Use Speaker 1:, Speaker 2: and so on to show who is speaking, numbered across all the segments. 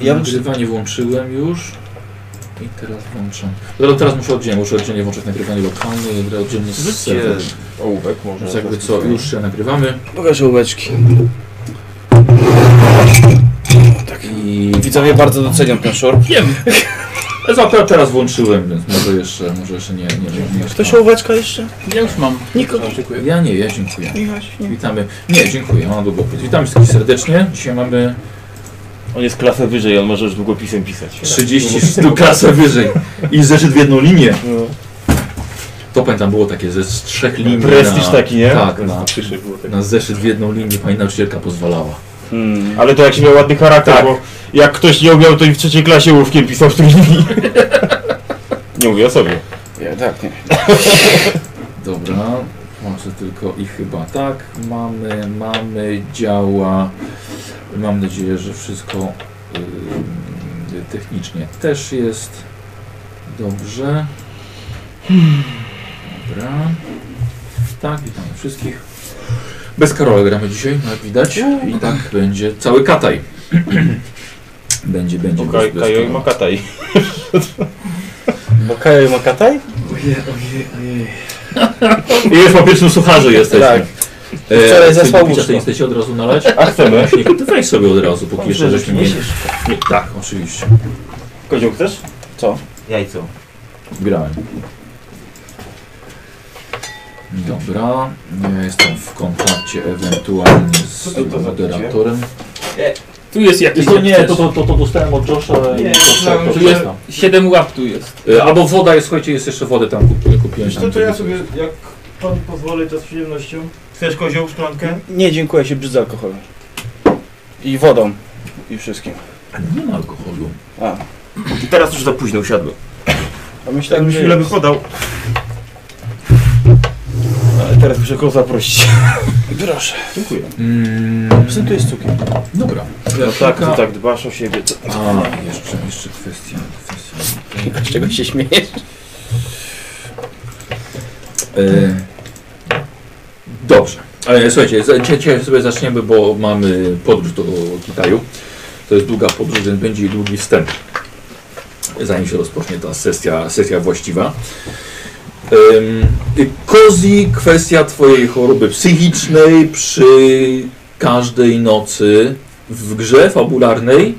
Speaker 1: Ja
Speaker 2: Ja
Speaker 1: muszę-
Speaker 2: nagrywanie włączyłem już. I teraz włączam. Dobra, teraz muszę oddzielnie, muszę oddzielnie włączyć nagrywanie lokalne, oddzielnie z
Speaker 3: Rzućcie
Speaker 2: serwer.
Speaker 3: ołówek może.
Speaker 2: Więc jakby co, już się nagrywamy
Speaker 1: Pokaż ołóweczki.
Speaker 3: Tak.
Speaker 2: i...
Speaker 1: Widzowie bardzo docenią ten short.
Speaker 2: Wiem! Zatem teraz włączyłem, więc może jeszcze, może jeszcze nie, nie, nie, nie
Speaker 1: Ktoś ołóweczka jeszcze?
Speaker 3: Ja już mam.
Speaker 1: Niko.
Speaker 3: No, dziękuję.
Speaker 2: Ja nie, ja dziękuję.
Speaker 3: Michaś, nie.
Speaker 2: Witamy. Nie, dziękuję, mam długopis. Witamy wszystkich serdecznie. Dzisiaj mamy
Speaker 4: On jest klasę wyżej, on może już długopisem pisać.
Speaker 2: 30 sztuk klasę wyżej i zeszyt w jedną linię.
Speaker 4: No.
Speaker 2: To pamiętam, było takie ze z trzech linii.
Speaker 4: Prestiż
Speaker 2: na-
Speaker 4: taki, nie? No.
Speaker 2: Tak, na,
Speaker 3: Przyszedł było tak.
Speaker 2: na zeszyt w jedną linię pani nauczycielka pozwalała.
Speaker 1: Hmm.
Speaker 4: Ale to jak się miał ładny charakter,
Speaker 2: Tak.
Speaker 4: bo jak ktoś nie umiał, to i w trzeciej klasie łówkiem pisał w linii. Nie mówię o sobie.
Speaker 1: Ja, tak, nie.
Speaker 2: Dobra, może tylko i chyba tak. Mamy, mamy, działa. Mam nadzieję, że wszystko ym, technicznie też jest dobrze. Dobra. Tak, witamy wszystkich. Bez Karola gramy dzisiaj, jak widać. I tak będzie cały kataj. będzie, będzie.
Speaker 4: Kaj,
Speaker 2: bez- bez
Speaker 4: Kajo i
Speaker 2: Karola.
Speaker 4: Makataj.
Speaker 1: Makajo i Makataj?
Speaker 2: Ojej, ojej, ojej. I już po pierwszym sucharzu jesteśmy.
Speaker 1: Tak.
Speaker 2: E, co,
Speaker 1: Wczoraj zasłał
Speaker 2: picia,
Speaker 1: łóżko.
Speaker 2: to nie chcecie od razu nalać? No
Speaker 4: A chcemy.
Speaker 2: Właśnie, to weź sobie od razu, póki jeszcze
Speaker 3: że
Speaker 2: żeśmy mieli. Nie, tak, oczywiście.
Speaker 4: Kozioł chcesz?
Speaker 1: Co?
Speaker 3: Jajco.
Speaker 2: Grałem. Dobra, ja jestem w kontakcie ewentualnie
Speaker 4: Co
Speaker 2: z
Speaker 4: to to za
Speaker 2: moderatorem.
Speaker 3: E, Tu jest jakiś.
Speaker 2: Jest to nie, to, to, to, to dostałem od Josha i
Speaker 3: Nie,
Speaker 2: to,
Speaker 3: znam,
Speaker 2: to, to
Speaker 3: że-
Speaker 2: jest tam.
Speaker 3: 7 łap tu jest.
Speaker 2: E, Albo woda jest, słuchajcie, jest jeszcze wodę tam kup- kupiłem.
Speaker 5: Wiesz
Speaker 2: tam
Speaker 5: co, to ja
Speaker 2: tego.
Speaker 5: sobie, jak pan pozwoli, to z przyjemnością. Chcesz kozioł szklankę?
Speaker 1: Nie, dziękuję się brzydzę alkoholem. I wodą. I wszystkim.
Speaker 2: Nie ma alkoholu.
Speaker 1: A,
Speaker 4: I teraz już za późno usiadłem. Tak,
Speaker 1: a myślałem, że...
Speaker 4: by podał. Ale teraz muszę go zaprosić.
Speaker 1: Proszę.
Speaker 4: Dziękuję.
Speaker 2: Mm,
Speaker 1: Co tu jest cukier?
Speaker 2: Dobra.
Speaker 4: No tak,
Speaker 2: Taka-
Speaker 4: ty tak dbasz o siebie. Co?
Speaker 2: A, jeszcze, jeszcze kwestia. kwestia.
Speaker 1: Z czego się śmiejesz?
Speaker 2: E, dobrze. E, słuchajcie, za- dzisiaj- dzisiaj sobie zaczniemy, bo mamy podróż do Kitaju. To jest długa podróż, więc będzie i długi wstęp, zanim się rozpocznie ta sesja, sesja właściwa. Em, y, Kozi, kwestia Twojej choroby psychicznej przy każdej nocy w grze fabularnej.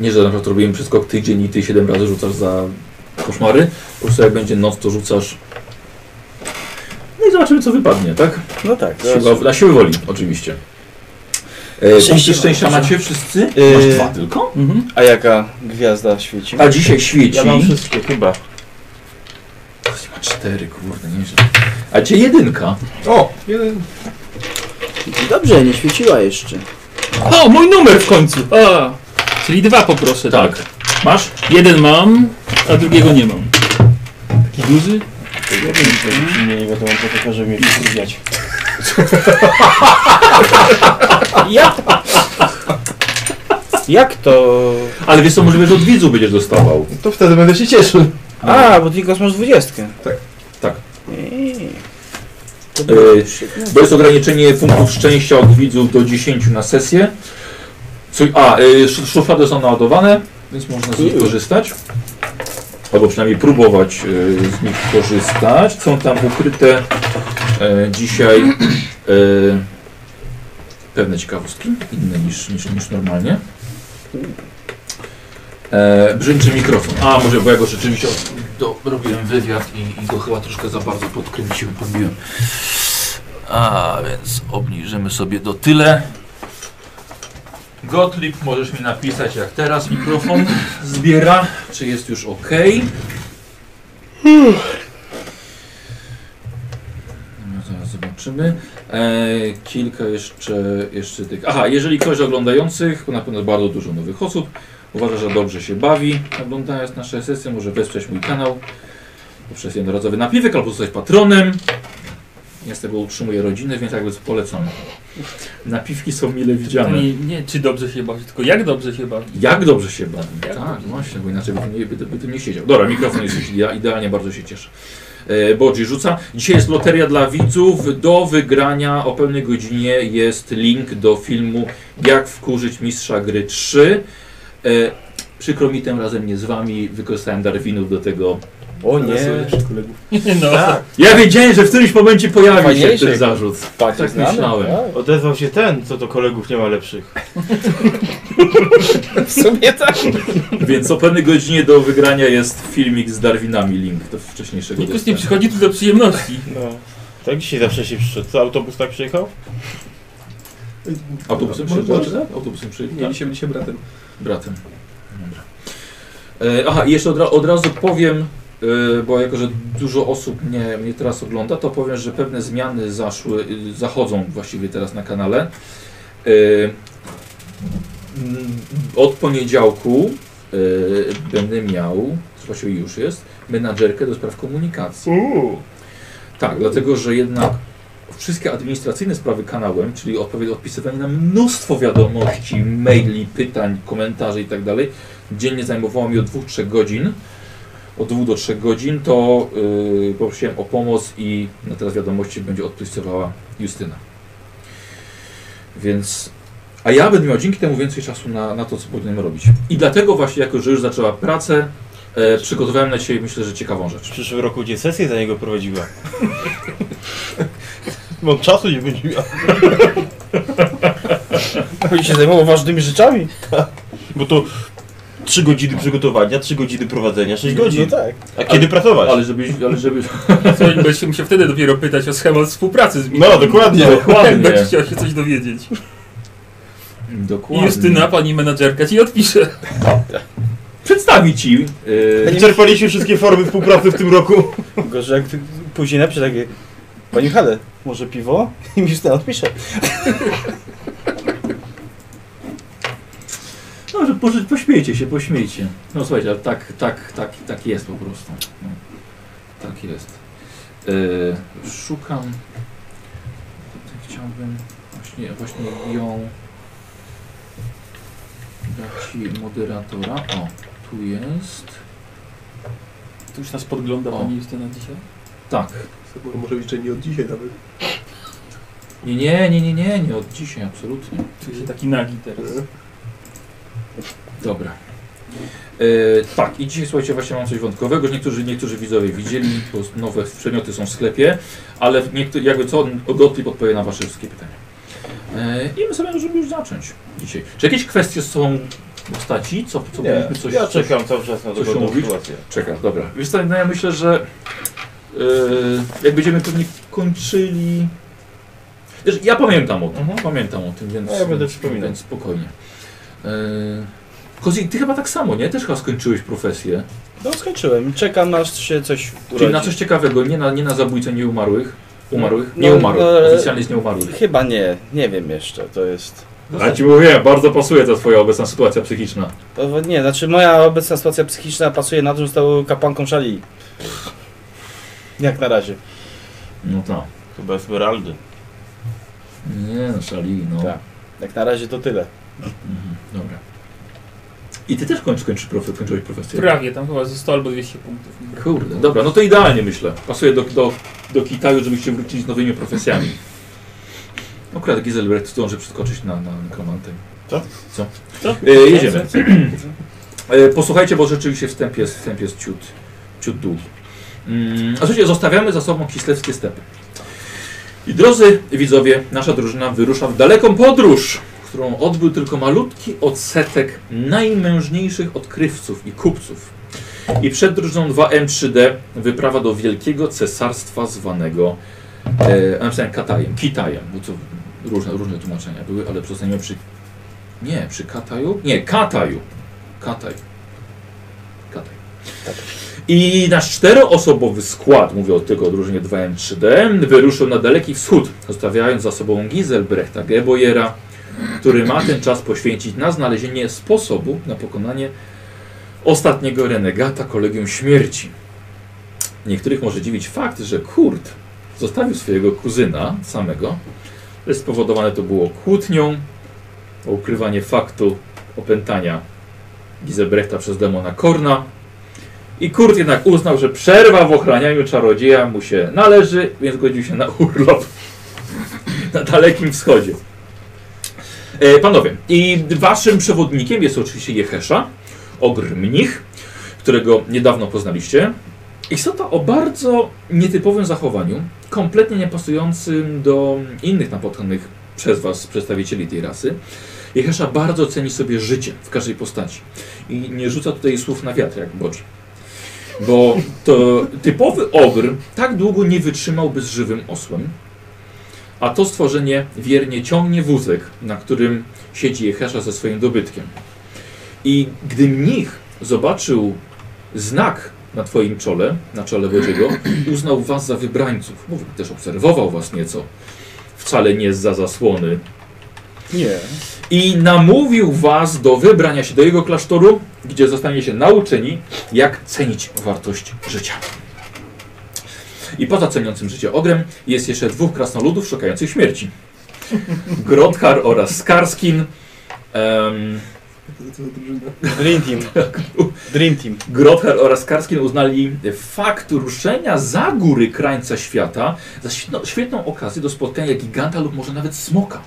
Speaker 2: Nie, że na przykład robimy przeskok tydzień i ty 7 razy rzucasz za koszmary. Po prostu jak będzie noc, to rzucasz. No i zobaczymy, co wypadnie, tak?
Speaker 1: No tak.
Speaker 2: Siła, na siły woli, oczywiście. E,
Speaker 1: Szczęście
Speaker 2: punkty szczęścia
Speaker 1: mam.
Speaker 2: macie wszyscy?
Speaker 1: Yy.
Speaker 2: Masz dwa tylko?
Speaker 1: Mhm. A jaka gwiazda świeci?
Speaker 2: E, A dzisiaj świeci.
Speaker 4: Ja mam wszystkie chyba.
Speaker 2: Ktoś ma cztery, kurde, nieźle. A gdzie jedynka?
Speaker 5: O, jeden.
Speaker 1: Dobrze, nie świeciła jeszcze.
Speaker 3: O, mój numer w końcu! A, czyli dwa poproszę.
Speaker 2: Tak. Masz?
Speaker 3: Jeden mam, a drugiego nie mam. Taki duży?
Speaker 4: Ja wiem, że przy mnie nie będą mam to pokażę, mnie przyzwiać.
Speaker 1: Ja! Jak to...
Speaker 2: Ale wiesz co, możliwe, że od widzu będziesz dostawał.
Speaker 5: To wtedy będę się cieszył.
Speaker 1: A, bo ty Nikos masz dwudziestkę.
Speaker 5: Tak.
Speaker 2: Tak.
Speaker 1: Eee. To
Speaker 2: Eee, Bo jest ograniczenie punktów szczęścia od widzów do 10 na sesję. Co, a, y, sz- szuflady są naładowane, więc można z nich korzystać. Albo przynajmniej próbować y, z nich korzystać. Są tam ukryte y, dzisiaj y, pewne ciekawostki, inne niż, niż, niż normalnie. E, brzęczy mikrofon. A, może, bo ja go rzeczywiście do, robiłem wywiad i, i go chyba troszkę za bardzo podkręciłem, podbiłem. A więc obniżymy sobie do tyle. Gottlieb, możesz mi napisać, jak teraz mikrofon zbiera. Czy jest już Hmm. ok? No, zaraz zobaczymy. E, kilka jeszcze, jeszcze tych. Aha, jeżeli ktoś z oglądających, bo na pewno bardzo dużo nowych osób, uważa, że dobrze się bawi, oglądając nasze sesje, może wesprzeć mój kanał poprzez jednorazowy napiwek albo zostać patronem. Ja z tego utrzymuję rodziny, więc jakby polecam. Napiwki są mile widziane.
Speaker 3: Nie, nie, czy dobrze się bawi, tylko jak dobrze się bawi.
Speaker 2: Jak dobrze się bawi.
Speaker 3: Jak
Speaker 2: Tak,
Speaker 3: dobrze.
Speaker 2: właśnie, bo inaczej bym nie, by, by tym nie siedział. Dobra, mikrofon jest już idea- idealnie, bardzo się cieszę. E, Bodzi rzuca. Dzisiaj jest loteria dla widzów. Do wygrania o pełnej godzinie jest link do filmu Jak wkurzyć mistrza gry 3. E, Przykro mi tym razem nie z wami, wykorzystałem Darwinów do tego.
Speaker 1: O nie.
Speaker 4: Naszych kolegów.
Speaker 3: No,
Speaker 2: Ja wiedziałem, że w którymś momencie pojawi się
Speaker 1: Fajniejszy.
Speaker 2: ten zarzut.
Speaker 1: Tak,
Speaker 2: Tak
Speaker 1: znamy.
Speaker 2: myślałem.
Speaker 1: Tak.
Speaker 5: Odezwał się ten, co do kolegów nie ma lepszych.
Speaker 1: W sumie tak.
Speaker 2: Więc o pewnej godzinie do wygrania jest filmik z Darwinami, link do wcześniejszego.
Speaker 3: Nikus nie
Speaker 2: testa.
Speaker 3: przychodzi tu do przyjemności.
Speaker 5: No. Tak dzisiaj zawsze się przyszedł. Co, autobus tak przyjechał?
Speaker 2: Autobusem
Speaker 4: Może
Speaker 2: przyjechał?
Speaker 4: dobrze.
Speaker 2: czy- Autobusem przyjechał. tak.
Speaker 4: Mieliśmy dzisiaj bratem.
Speaker 2: Bratem. Dobra. E, aha, i jeszcze od, ra od razu powiem, e, bo jako, że dużo osób mnie, mnie teraz ogląda, to powiem, że pewne zmiany zaszły, y, zachodzą właściwie teraz na kanale. E, mm, od poniedziałku e, będę miał, co właściwie już jest, menadżerkę do spraw komunikacji.
Speaker 5: Uuu.
Speaker 2: Tak, dlatego że jednak wszystkie administracyjne sprawy kanałem, czyli odpowiedź odpisywanie na mnóstwo wiadomości, maili, pytań, komentarzy i tak dalej, dziennie zajmowało mi od 2-3 godzin. Od 2 do 3 godzin to yy, poprosiłem o pomoc i na teraz wiadomości będzie odpisywała Justyna. Więc. A ja będę miał dzięki temu więcej czasu na, na to, co powinienem robić. I dlatego właśnie, jako że już zaczęła pracę, e, przygotowałem na Ciebie, myślę, że ciekawą rzecz.
Speaker 5: W przyszłym roku gdzie sesję za niego prowadziła. Mam czasu nie będzie miał.
Speaker 1: Oni się zajmował ważnymi rzeczami.
Speaker 5: Bo to 3 godziny przygotowania, 3 godziny prowadzenia, 6 godzin.
Speaker 1: No tak.
Speaker 5: A kiedy pracować?
Speaker 2: Ale żebyś, ale żebyś,
Speaker 3: Słuchaj, Będziesz musiał wtedy dopiero pytać o schemat współpracy z Tak,
Speaker 5: No, dokładnie.
Speaker 3: Jak
Speaker 2: Dokładnie.
Speaker 3: będziesz chciał się coś dowiedzieć. I
Speaker 2: Dokładnie.
Speaker 3: Justyna, pani menadżerka, ci odpisze.
Speaker 2: Przedstawi ci. Yy,
Speaker 5: Wyczerpaliśmy wszystkie formy współpracy w tym roku.
Speaker 1: Gorzej jak ty później napisze takie Pani Hale, może piwo? I mi się odpisze.
Speaker 2: no, że poży- pośmiejcie się, pośmiejcie. No słuchajcie, ale tak, tak, tak, tak jest po prostu. No. Tak jest. Yy, szukam. Chciałbym właśnie, właśnie ją dać ci moderatora. O, tu jest.
Speaker 3: Tu już nas podgląda
Speaker 2: pani
Speaker 3: Justyna dzisiaj.
Speaker 2: Tak.
Speaker 4: Może jeszcze nie od dzisiaj nawet.
Speaker 2: Nie, nie, nie, nie, nie, nie od dzisiaj, absolutnie.
Speaker 3: Czuję E, się taki nagi teraz.
Speaker 2: Dobra. E, tak, i dzisiaj słuchajcie, właśnie mam coś wątkowego, że niektórzy, niektórzy widzowie widzieli, bo nowe przedmioty są w sklepie, ale niektórzy, jakby co, Gottlieb odpowie na wasze wszystkie pytania. E, I my sobie możemy już zacząć dzisiaj. Czy jakieś kwestie są w postaci? Co, co powinniśmy coś...
Speaker 5: ja
Speaker 2: coś-
Speaker 5: czekam cały czas na
Speaker 2: coś
Speaker 5: dogodną
Speaker 2: mówić?
Speaker 5: sytuację.
Speaker 2: Czeka, dobra. Wiesz co, no ja myślę, że e, jak będziemy pewnie kończyli... Wiesz, ja pamiętam o tym,
Speaker 5: Mhm.
Speaker 2: pamiętam o tym, więc...
Speaker 5: No ja będę przypominał.
Speaker 2: Więc spokojnie. E, Kozi, ty chyba tak samo, nie? Też chyba skończyłeś profesję.
Speaker 1: No skończyłem. Czekam aż się coś urodzi.
Speaker 2: Czyli na coś ciekawego, nie na, nie na zabójcę nieumarłych. Umarłych?
Speaker 1: No,
Speaker 2: Nie umarłych.
Speaker 1: no, ale-
Speaker 2: Oficjalnie jest nieumarłych.
Speaker 1: Chyba nie. Nie wiem jeszcze. To jest...
Speaker 2: A ci mówię, bardzo pasuje ta twoja obecna sytuacja psychiczna.
Speaker 1: To, nie, znaczy moja obecna sytuacja psychiczna pasuje na to, że został kapłanką szali. Jak na razie.
Speaker 2: No tak.
Speaker 5: Chyba Esmeraldy.
Speaker 2: Nie no, szali, no.
Speaker 1: Tak. Jak na razie to tyle.
Speaker 2: Mhm, dobra. I ty też kończ, kończysz profe, kończyłeś profesję.
Speaker 3: Prawie, tam chyba ze 100 albo 200 punktów. nie?
Speaker 2: Kurde, dobra, no to idealnie myślę. Pasuje do, do, do Kitaju, żebyście wrócili z nowymi profesjami. Akurat Giselbrecht zdąży przeskoczyć na, na nekromantę.
Speaker 5: Co?
Speaker 2: Co?
Speaker 3: Co?
Speaker 2: E, jedziemy. E, posłuchajcie, bo rzeczywiście wstęp jest, wstęp jest ciut, ciut długi. Mm, a słuchajcie, zostawiamy za sobą kislewskie stepy. I drodzy widzowie, nasza drużyna wyrusza w daleką podróż, którą odbył tylko malutki odsetek najmężniejszych odkrywców i kupców. I przed drużyną 2M3D wyprawa do wielkiego cesarstwa zwanego e, a napisałem Katajem, Kitajem, bo co, różne, różne tłumaczenia były, ale zostaniemy przy... Nie, przy Kataju? Nie, Kataju. Kataj. Kataj. I nasz czteroosobowy skład, mówię o tylko o drużynie 2M3D, wyruszył na daleki wschód, zostawiając za sobą Giselbrechta Gebojera, który ma ten czas poświęcić na znalezienie sposobu na pokonanie ostatniego renegata kolegium śmierci. Niektórych może dziwić fakt, że Kurt zostawił swojego kuzyna samego. ale Spowodowane to było kłótnią, o ukrywanie faktu opętania Gizebrechta przez demona Korna. I Kurt jednak uznał, że przerwa w ochranianiu czarodzieja mu się należy, więc zgodził się na urlop na Dalekim Wschodzie. E, panowie, i waszym przewodnikiem jest oczywiście Jehesza, ogr mnich, którego niedawno poznaliście. Istota o bardzo nietypowym zachowaniu, kompletnie niepasującym do innych napotkanych przez was przedstawicieli tej rasy. Jehesza bardzo ceni sobie życie w każdej postaci i nie rzuca tutaj słów na wiatr jak Bodzi. Bo to typowy ogr tak długo nie wytrzymałby z żywym osłem, a to stworzenie wiernie ciągnie wózek, na którym siedzi Jehesza ze swoim dobytkiem. I gdy mnich zobaczył znak na twoim czole, na czole Bodziego, uznał was za wybrańców. Mówił, też obserwował was nieco. Wcale nie za zasłony.
Speaker 1: Nie.
Speaker 2: I namówił was do wybrania się do jego klasztoru, gdzie zostaniecie nauczeni, jak cenić wartość życia. I poza ceniącym życie ogrem jest jeszcze dwóch krasnoludów szukających śmierci. Grothar oraz Skarskin. Em,
Speaker 1: Dream Team. Dream Team.
Speaker 2: Grother oraz Karskin uznali fakt ruszenia za góry krańca świata za świetną, świetną okazję do spotkania giganta lub może nawet smoka.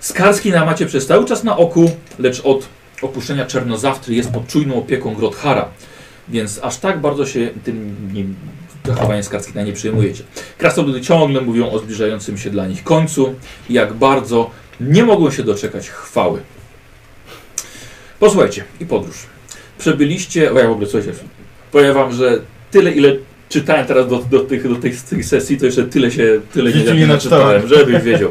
Speaker 2: Skarskina macie przez cały czas na oku, lecz od opuszczenia Czernozawtry jest pod czujną opieką Grothara, więc aż tak bardzo się tym nim zachowaniem Skarskina nie przejmujecie. Krasnoludy ciągle mówią o zbliżającym się dla nich końcu i jak bardzo nie mogą się doczekać chwały. Posłuchajcie i podróż przebyliście. O ja w ogóle coś jeszcze. Powiem wam, że tyle ile czytałem teraz do, do, tych, do tych, tych sesji, to jeszcze tyle się tyle
Speaker 4: W życiu nie naczytałem.
Speaker 2: żebyś wiedział.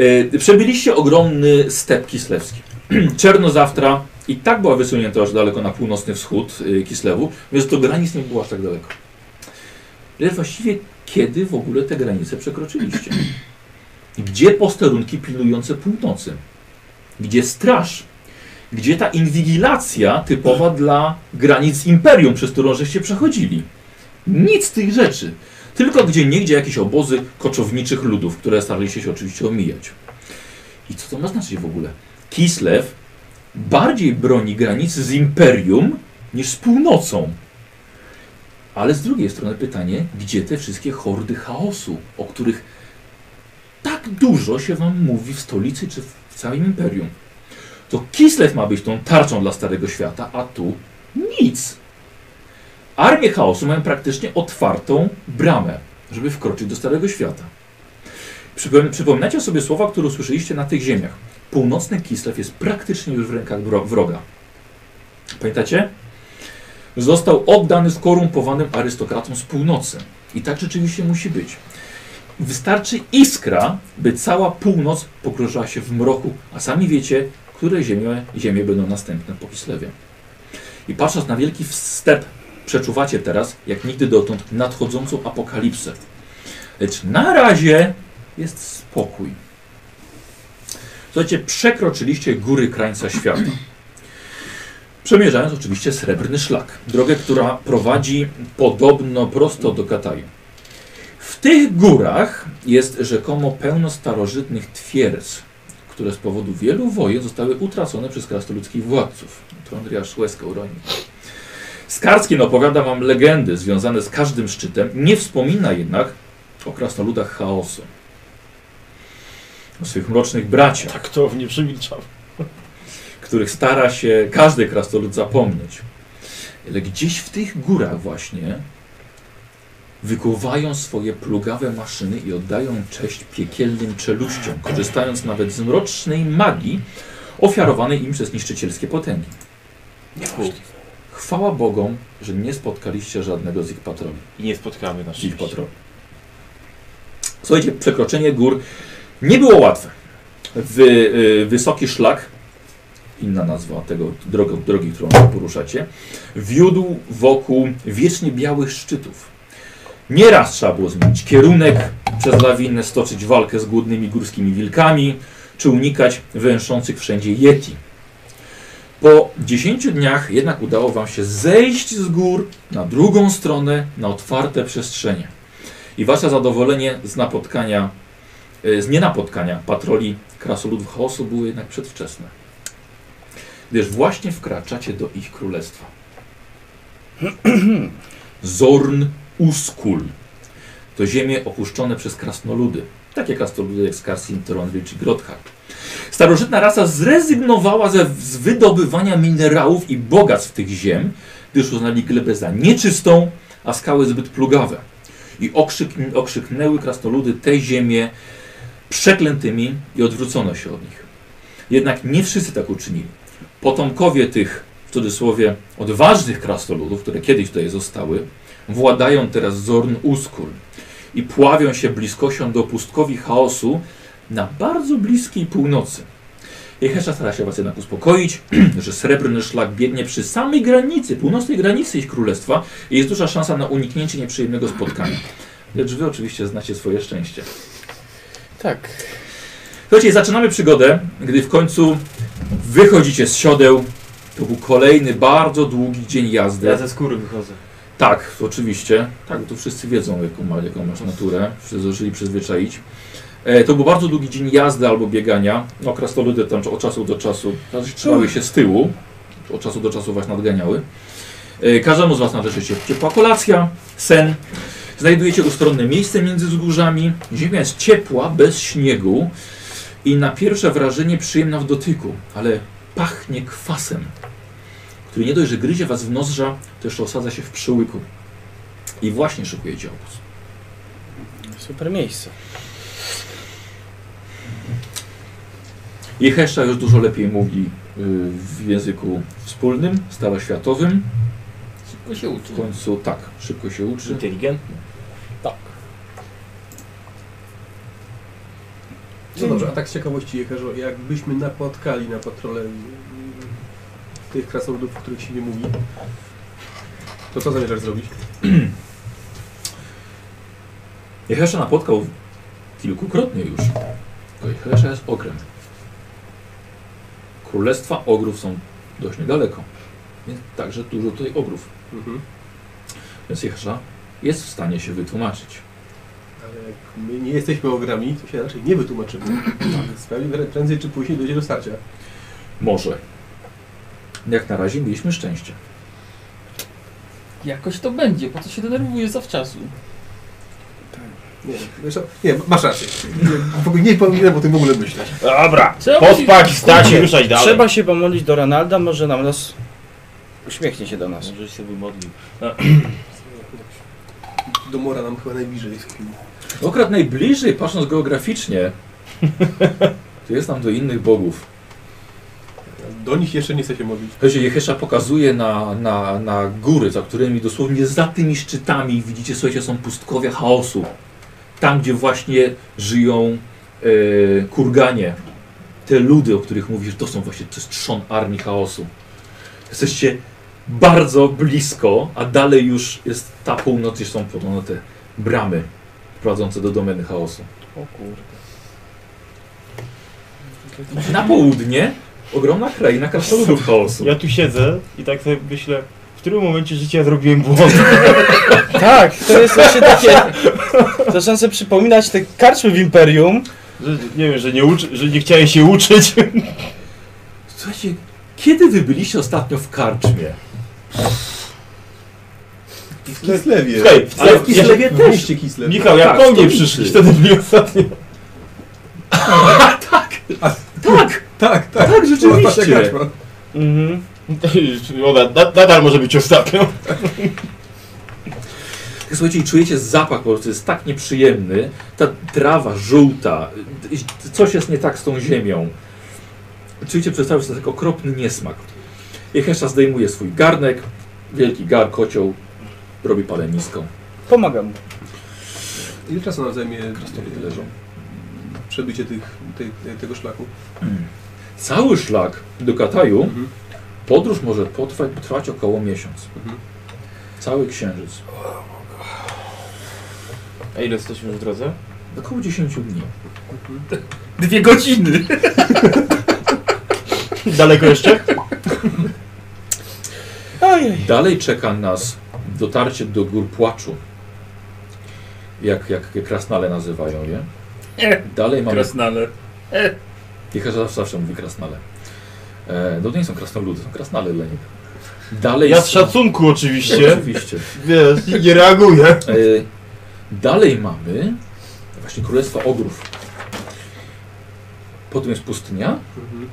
Speaker 2: Y, Przebyliście ogromny step kislewski. Czernozawtra i tak była wysunięta aż daleko na północny wschód y, Kislewu, więc do granic nie było aż tak daleko. Lecz właściwie kiedy w ogóle te granice przekroczyliście? Gdzie posterunki pilnujące północy? Gdzie straż? Gdzie ta inwigilacja typowa dla granic imperium, przez którą żeście przechodzili? Nic z tych rzeczy. Tylko gdzie niegdzie jakieś obozy koczowniczych ludów, które staraliście się oczywiście omijać. I co to ma znaczyć w ogóle? Kislew bardziej broni granic z imperium niż z północą. Ale z drugiej strony pytanie, gdzie te wszystkie hordy chaosu, o których tak dużo się wam mówi w stolicy czy w całym imperium? To Kislev ma być tą tarczą dla Starego Świata, a tu nic. Armie chaosu mają praktycznie otwartą bramę, żeby wkroczyć do Starego Świata. Przypom- Przypominacie sobie słowa, które usłyszeliście na tych ziemiach. Północny Kislev jest praktycznie już w rękach wro- wroga. Pamiętacie? Został oddany skorumpowanym arystokratom z północy. I tak rzeczywiście musi być. Wystarczy iskra, by cała północ pogrążyła się w mroku, a sami wiecie, które ziemie, ziemie będą następne po Kislewie. I patrząc na wielki wstęp, przeczuwacie teraz, jak nigdy dotąd, nadchodzącą apokalipsę. Lecz na razie jest spokój. Słuchajcie, przekroczyliście góry krańca świata. Przemierzając oczywiście srebrny szlak. Drogę, która prowadzi podobno prosto do Kataju. W tych górach jest rzekomo pełno starożytnych twierdz, które z powodu wielu wojen zostały utracone przez krasnoludzkich władców. Trondria Szłeska uronił. Skarskin opowiada wam legendy związane z każdym szczytem, nie wspomina jednak o krasnoludach chaosu. O swych mrocznych braciach
Speaker 4: Tak to nie przemilczał.
Speaker 2: których stara się każdy krasnolud zapomnieć. Ale gdzieś w tych górach właśnie wykuwają swoje plugawe maszyny i oddają cześć piekielnym czeluściom, korzystając nawet z mrocznej magii ofiarowanej im przez niszczycielskie potęgi. Chwała Bogom, że nie spotkaliście żadnego z ich patroli.
Speaker 5: I nie spotkamy naszych.
Speaker 2: Czyli patrol. Słuchajcie, przekroczenie gór nie było łatwe. Wy, y, wysoki szlak, inna nazwa tego drogi, drogi, którą poruszacie, wiódł wokół wiecznie białych szczytów. Nieraz trzeba było zmienić kierunek, przez lawinę stoczyć walkę z głodnymi górskimi wilkami, czy unikać węszących wszędzie yeti. Po 10 dniach jednak udało Wam się zejść z gór na drugą stronę, na otwarte przestrzenie. I Wasze zadowolenie z napotkania, e, z nienapotkania patroli krasoludów chaosu było jednak przedwczesne. Gdyż właśnie wkraczacie do ich królestwa. Zorn Uskul. To ziemie opuszczone przez krasnoludy. Takie krasnoludy jak Skarsin, Trondry czy Grothar. Starożytna rasa zrezygnowała ze, z wydobywania minerałów i bogactw tych ziem, gdyż uznali glebę za nieczystą, a skały zbyt plugawe. I okrzyk, okrzyknęły krasnoludy te ziemie przeklętymi i odwrócono się od nich. Jednak nie wszyscy tak uczynili. Potomkowie tych, w cudzysłowie, odważnych krasnoludów, które kiedyś tutaj zostały, władają teraz Zorn Uskur i pławią się bliskością do pustkowi chaosu na bardzo bliskiej północy. Jehesza stara się was jednak uspokoić, że srebrny szlak biegnie przy samej granicy, północnej granicy ich królestwa i jest duża szansa na uniknięcie nieprzyjemnego spotkania. Lecz wy oczywiście znacie swoje szczęście.
Speaker 4: Tak.
Speaker 2: Słuchajcie, zaczynamy przygodę, gdy w końcu wychodzicie z siodeł. To był kolejny bardzo długi dzień jazdy.
Speaker 5: Ja ze skóry wychodzę.
Speaker 2: Tak, oczywiście. Tak, to wszyscy wiedzą, jaką, ma, jaką masz naturę. Wszyscy zaczęli przyzwyczaić. E, to był bardzo długi dzień jazdy albo biegania. No, krasnoludy tam od czasu do czasu znaczy, trzymały się z tyłu. Od czasu do czasu was nadganiały. E, każdemu z was należy się ciepła kolacja, sen. Znajdujecie ustronne miejsce między wzgórzami. Ziemia jest ciepła, bez śniegu. I na pierwsze wrażenie przyjemna w dotyku, ale pachnie kwasem, który nie dość, że gryzie was w nozdrza, to jeszcze osadza się w przyłyku. I właśnie szykujecie obóz.
Speaker 1: Super miejsce.
Speaker 4: Tak,
Speaker 2: Jehesza już dużo lepiej mówi y, w języku wspólnym, staroświatowym.
Speaker 6: Szybko się uczy.
Speaker 2: W końcu tak, szybko się uczy.
Speaker 5: Inteligentny.
Speaker 4: Tak.
Speaker 6: No dobrze, a tak z ciekawości, Jeherzo, jakbyśmy napotkali na patrole mm, tych krasnoludów, o których się nie mówi, to co zamierzasz zrobić?
Speaker 2: Jehesza napotkał kilkukrotnie już. Bo Jehesza jest okręt. Królestwa ogrów są dość niedaleko, więc także dużo tutaj ogrów.
Speaker 6: Mhm.
Speaker 2: Więc Jehesza jest w stanie się wytłumaczyć.
Speaker 6: Ale jak my nie jesteśmy ogrami, to się raczej nie wytłumaczymy. Więc pewnie prę- prędzej czy później dojdzie do starcia.
Speaker 2: Może. Jak na razie mieliśmy szczęście.
Speaker 3: Jakoś to będzie, po co się denerwujesz zawczasu?
Speaker 6: Nie, wiesz co? nie masz rację. Nie, w ogóle nie powinienem o tym w ogóle myśleć.
Speaker 4: Dobra,
Speaker 3: Trzeba
Speaker 4: podpaki, stać i ruszać dalej.
Speaker 1: Trzeba się pomodlić do Ronalda, może nam nas... Uśmiechnie się do nas.
Speaker 5: Może się wymodlił.
Speaker 6: Do mora nam chyba najbliżej jest chwili.
Speaker 2: Okrat najbliżej, patrząc geograficznie, to jest nam do innych bogów.
Speaker 6: Do nich jeszcze nie chcę się mówić.
Speaker 2: Słuchajcie, Jehesza pokazuje na, na, na góry, za którymi dosłownie za tymi szczytami, widzicie, słuchajcie, są pustkowia chaosu. Tam, gdzie właśnie żyją e, kurganie. Te ludy, o których mówisz, to są właśnie, to jest trzon armii chaosu. Jesteście bardzo blisko, a dalej już jest ta północ, gdzie są podobno te bramy prowadzące do domeny chaosu.
Speaker 1: O kurde.
Speaker 2: Na południe ogromna kraina krasnoludów chaosu.
Speaker 4: Ja tu siedzę i tak sobie myślę, w którym momencie życia zrobiłem błąd?
Speaker 1: Tak, to jest właśnie takie... Zaczynam sobie przypominać te karczmy w Imperium.
Speaker 4: Że, nie wiem, że nie, uczy, że nie chciałem się uczyć.
Speaker 2: Słuchajcie, kiedy wy byliście ostatnio w karczmie?
Speaker 6: W Kislewie.
Speaker 4: Słuchaj, w-
Speaker 2: Ale w
Speaker 4: ja-
Speaker 2: Kislewie
Speaker 6: W
Speaker 2: też.
Speaker 6: mieście Kislew.
Speaker 4: Michał, jak
Speaker 2: Tak,
Speaker 4: po mnie
Speaker 2: stolicy.
Speaker 4: przyszli, wtedy byli ostatnio.
Speaker 2: Tak,
Speaker 6: Tak,
Speaker 2: tak,
Speaker 6: tak. To była wasza
Speaker 2: rzeczywiście.
Speaker 6: kaczma.
Speaker 1: Mhm.
Speaker 4: Ona na- nadal może być ostatnią.
Speaker 2: Słuchajcie, i czujecie zapach po prostu, jest tak nieprzyjemny. Ta trawa żółta, y, coś jest nie tak z tą ziemią. Czujecie przez cały czas taki okropny niesmak. Jehesza zdejmuje swój garnek, wielki gar, kocioł, robi palenisko.
Speaker 1: Pomagam mu.
Speaker 6: Ile czasu nam zajmie e,
Speaker 2: Krasnoludy leżą.
Speaker 6: przebycie tych, tej, tego szlaku?
Speaker 2: Cały szlak do Kataju,
Speaker 6: Mhm.
Speaker 2: podróż może potrwać, trwać około miesiąc.
Speaker 6: Mhm.
Speaker 2: Cały księżyc.
Speaker 5: A ile jesteśmy w drodze?
Speaker 2: Około 10 dni.
Speaker 3: Dwie godziny!
Speaker 4: Daleko jeszcze?
Speaker 1: Ojej.
Speaker 2: Dalej czeka nas dotarcie do gór płaczu. Jak, jak, jak krasnale nazywają je.
Speaker 3: E.
Speaker 2: Dalej mamy.
Speaker 3: Krasnale.
Speaker 2: Jechać zawsze, zawsze mówi krasnale. E, no to nie są krasnoludy, są krasnale dla nich. Dalej.
Speaker 4: Ja
Speaker 2: są-
Speaker 4: z szacunku oczywiście.
Speaker 2: Oczywiście.
Speaker 4: Wiesz, nie reaguję.
Speaker 2: E, dalej mamy właśnie królestwo ogrów. Potem jest pustynia
Speaker 6: Mhm.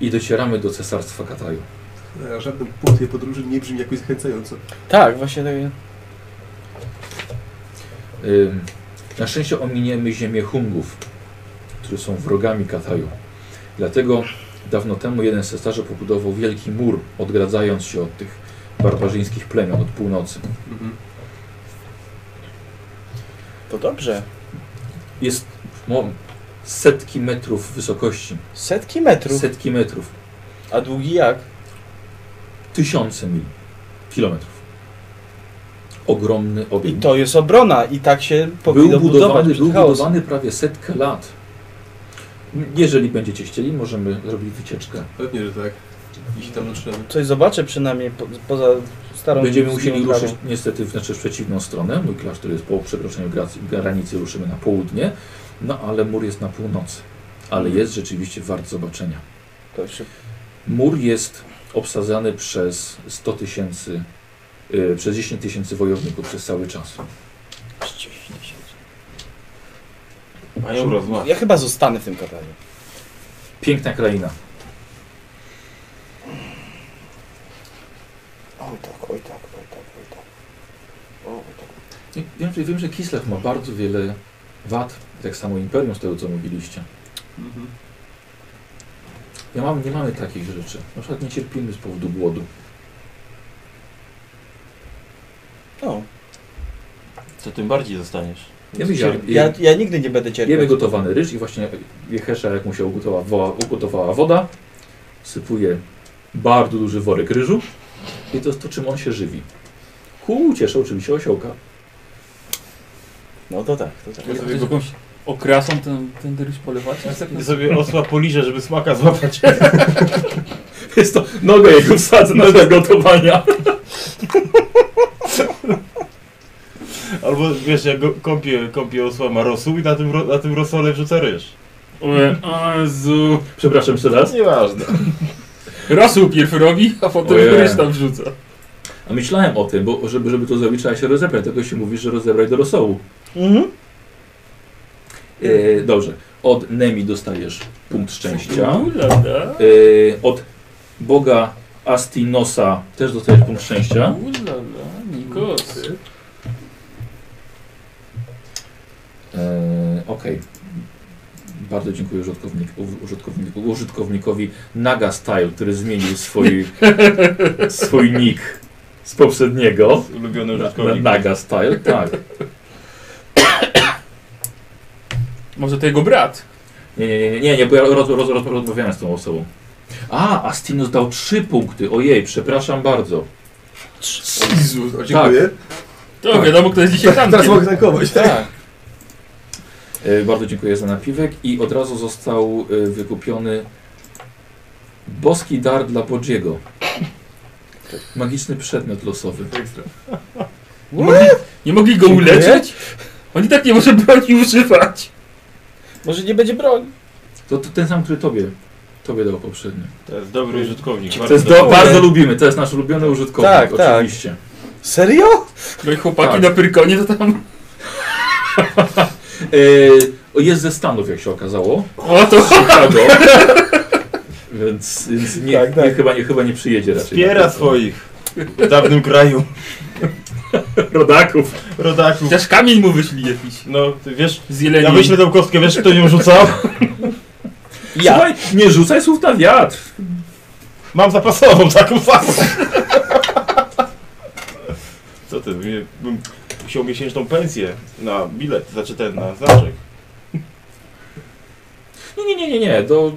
Speaker 2: i docieramy do cesarstwa Kataju.
Speaker 6: A Żaden punkt E, tej podróży nie brzmi jakoś zachęcająco.
Speaker 1: Tak, właśnie tak.
Speaker 2: Ym, E, Na szczęście ominiemy ziemię Hungów, którzy są wrogami Kataju. Dlatego dawno temu jeden ze starzy pobudował wielki mur, odgradzając się od tych barbarzyńskich plemion od północy.
Speaker 6: Mhm.
Speaker 1: To dobrze.
Speaker 2: Jest no, setki metrów wysokości,
Speaker 1: Setki metrów.
Speaker 2: setki metrów,
Speaker 1: A długi jak?
Speaker 2: tysiące mil, kilometrów. Ogromny
Speaker 1: I
Speaker 2: obiekt.
Speaker 1: to jest obrona i tak się powinno
Speaker 2: Był
Speaker 1: budować
Speaker 2: budowany, był
Speaker 1: przed chaosem.
Speaker 2: budowany prawie setkę lat. Jeżeli będziecie chcieli, możemy zrobić wycieczkę.
Speaker 6: Pewnie, że tak. Jeśli tam dotrzemy.
Speaker 1: Coś zobaczę przynajmniej po, poza starą
Speaker 2: Będziemy
Speaker 1: ziemią
Speaker 2: musieli
Speaker 1: trawą.
Speaker 2: ruszyć niestety w, znaczy w przeciwną stronę. Mój klasztor jest po przekroczeniu gra- granicy, ruszymy na południe, no ale mur jest na północy. Ale jest rzeczywiście wart zobaczenia.
Speaker 1: To się
Speaker 2: Mur jest obsadzany przez 100 tysięcy, y, przez 10 tysięcy wojowników przez cały czas.
Speaker 5: Panią rozmawia.
Speaker 1: Ja chyba zostanę w tym katanie.
Speaker 2: Piękna kraina.
Speaker 1: Oj tak, oj tak, oj tak, oj tak.
Speaker 2: I Wiem, że- wiem, że Kislev ma bardzo wiele wad, tak samo Imperium z tego co mówiliście.
Speaker 6: Mhm.
Speaker 2: Ja mam, nie mamy takich rzeczy. Na przykład nie cierpimy z powodu głodu.
Speaker 1: No,
Speaker 5: To tym bardziej zostaniesz.
Speaker 2: Ja, widziałem-
Speaker 1: ja, ja nigdy nie będę cierpiał.
Speaker 2: Jemy gotowany ryż i właśnie Jehesza, jak mu się ugotowała, wo- ugotowała woda, sypuje bardzo duży worek ryżu i to jest to, czym on się żywi. Ku cieszy oczywiście osiołka.
Speaker 1: No to tak, to tak.
Speaker 3: Ja sobie jakąś okrasą ten, ten ryż polewać?
Speaker 5: Ja sobie osła poliżę, żeby smaka złapać.
Speaker 2: Jest to nogę jego wsadzę na do gotowania.
Speaker 5: Albo wiesz, ja go kąpię, kąpię osła ma rosół i na tym, ro- na tym rosole wrzuca ryż.
Speaker 3: O Jezu.
Speaker 2: Przepraszam jeszcze raz.
Speaker 5: Nieważne.
Speaker 3: Rosół pierw robi, a potem
Speaker 2: Ojej.
Speaker 3: ryż tam wrzuca.
Speaker 2: A myślałem o tym, bo żeby, żeby to zrobić trzeba się rozebrać, dlatego się mówi, że rozebrać do rosołu.
Speaker 1: Mhm.
Speaker 2: E, dobrze. Od Nemi dostajesz punkt szczęścia.
Speaker 3: Ulala.
Speaker 2: E, od boga Astinosa też dostajesz punkt szczęścia.
Speaker 3: Ulala, Nikos.
Speaker 2: Eee, Okej. Bardzo dziękuję użytkownik, u- użytkownik, użytkownikowi Naga Style, który zmienił swój, swój nick z poprzedniego.
Speaker 5: Ulubiony
Speaker 2: Na, na
Speaker 5: użytkownik.
Speaker 2: Naga Style, tak.
Speaker 3: Może to jego brat.
Speaker 2: Nie, nie, nie, nie, nie bo ja roz, roz, roz, rozmawiałem z tą osobą. A, Astinus dał trzy punkty. Ojej, przepraszam bardzo.
Speaker 6: Jezus, o, dziękuję.
Speaker 3: To
Speaker 2: Tak.
Speaker 3: wiadomo, kto jest dzisiaj tam.
Speaker 6: Teraz mogę tankować, tak?
Speaker 2: E, Bardzo dziękuję za napiwek i od razu został e, wykupiony boski dar dla Bodziego. Magiczny przedmiot losowy.
Speaker 6: Ekstra.
Speaker 3: Nie mogli, nie mogli go
Speaker 1: Dziękuję.
Speaker 3: uleczyć? On i tak nie może broni używać.
Speaker 1: Może nie będzie broń.
Speaker 2: To, to ten sam, który tobie, tobie dał poprzednio.
Speaker 5: To jest dobry użytkownik.
Speaker 2: To jest do,
Speaker 5: dobry.
Speaker 2: bardzo lubimy, to jest nasz ulubiony użytkownik,
Speaker 1: Tak, tak.
Speaker 2: oczywiście.
Speaker 1: Serio?
Speaker 3: No i chłopaki
Speaker 2: Tak.
Speaker 3: na Pyrkonie to tam...
Speaker 2: E, jest ze Stanów, jak się okazało.
Speaker 3: O to...
Speaker 2: Chicago. Więc, więc nie,
Speaker 1: Tak, tak.
Speaker 2: Nie, chyba, nie, chyba nie przyjedzie raczej.
Speaker 5: Wspiera swoich w dawnym kraju
Speaker 2: rodaków.
Speaker 5: rodaków.
Speaker 3: Chociaż kamień mu wyszli jakiś.
Speaker 5: No, ty wiesz,
Speaker 3: Z
Speaker 5: ja
Speaker 3: jeleni.
Speaker 5: wyślę tą kostkę, wiesz kto nią rzucał?
Speaker 2: Ja. Słuchaj, nie rzucaj słów na wiatr.
Speaker 5: Mam zapasową taką fasę. Co ty, mnie- bym musiał miesięczną pensję na bilet, znaczy ten, na znaczek.
Speaker 2: Nie, nie, nie, nie, nie. Do,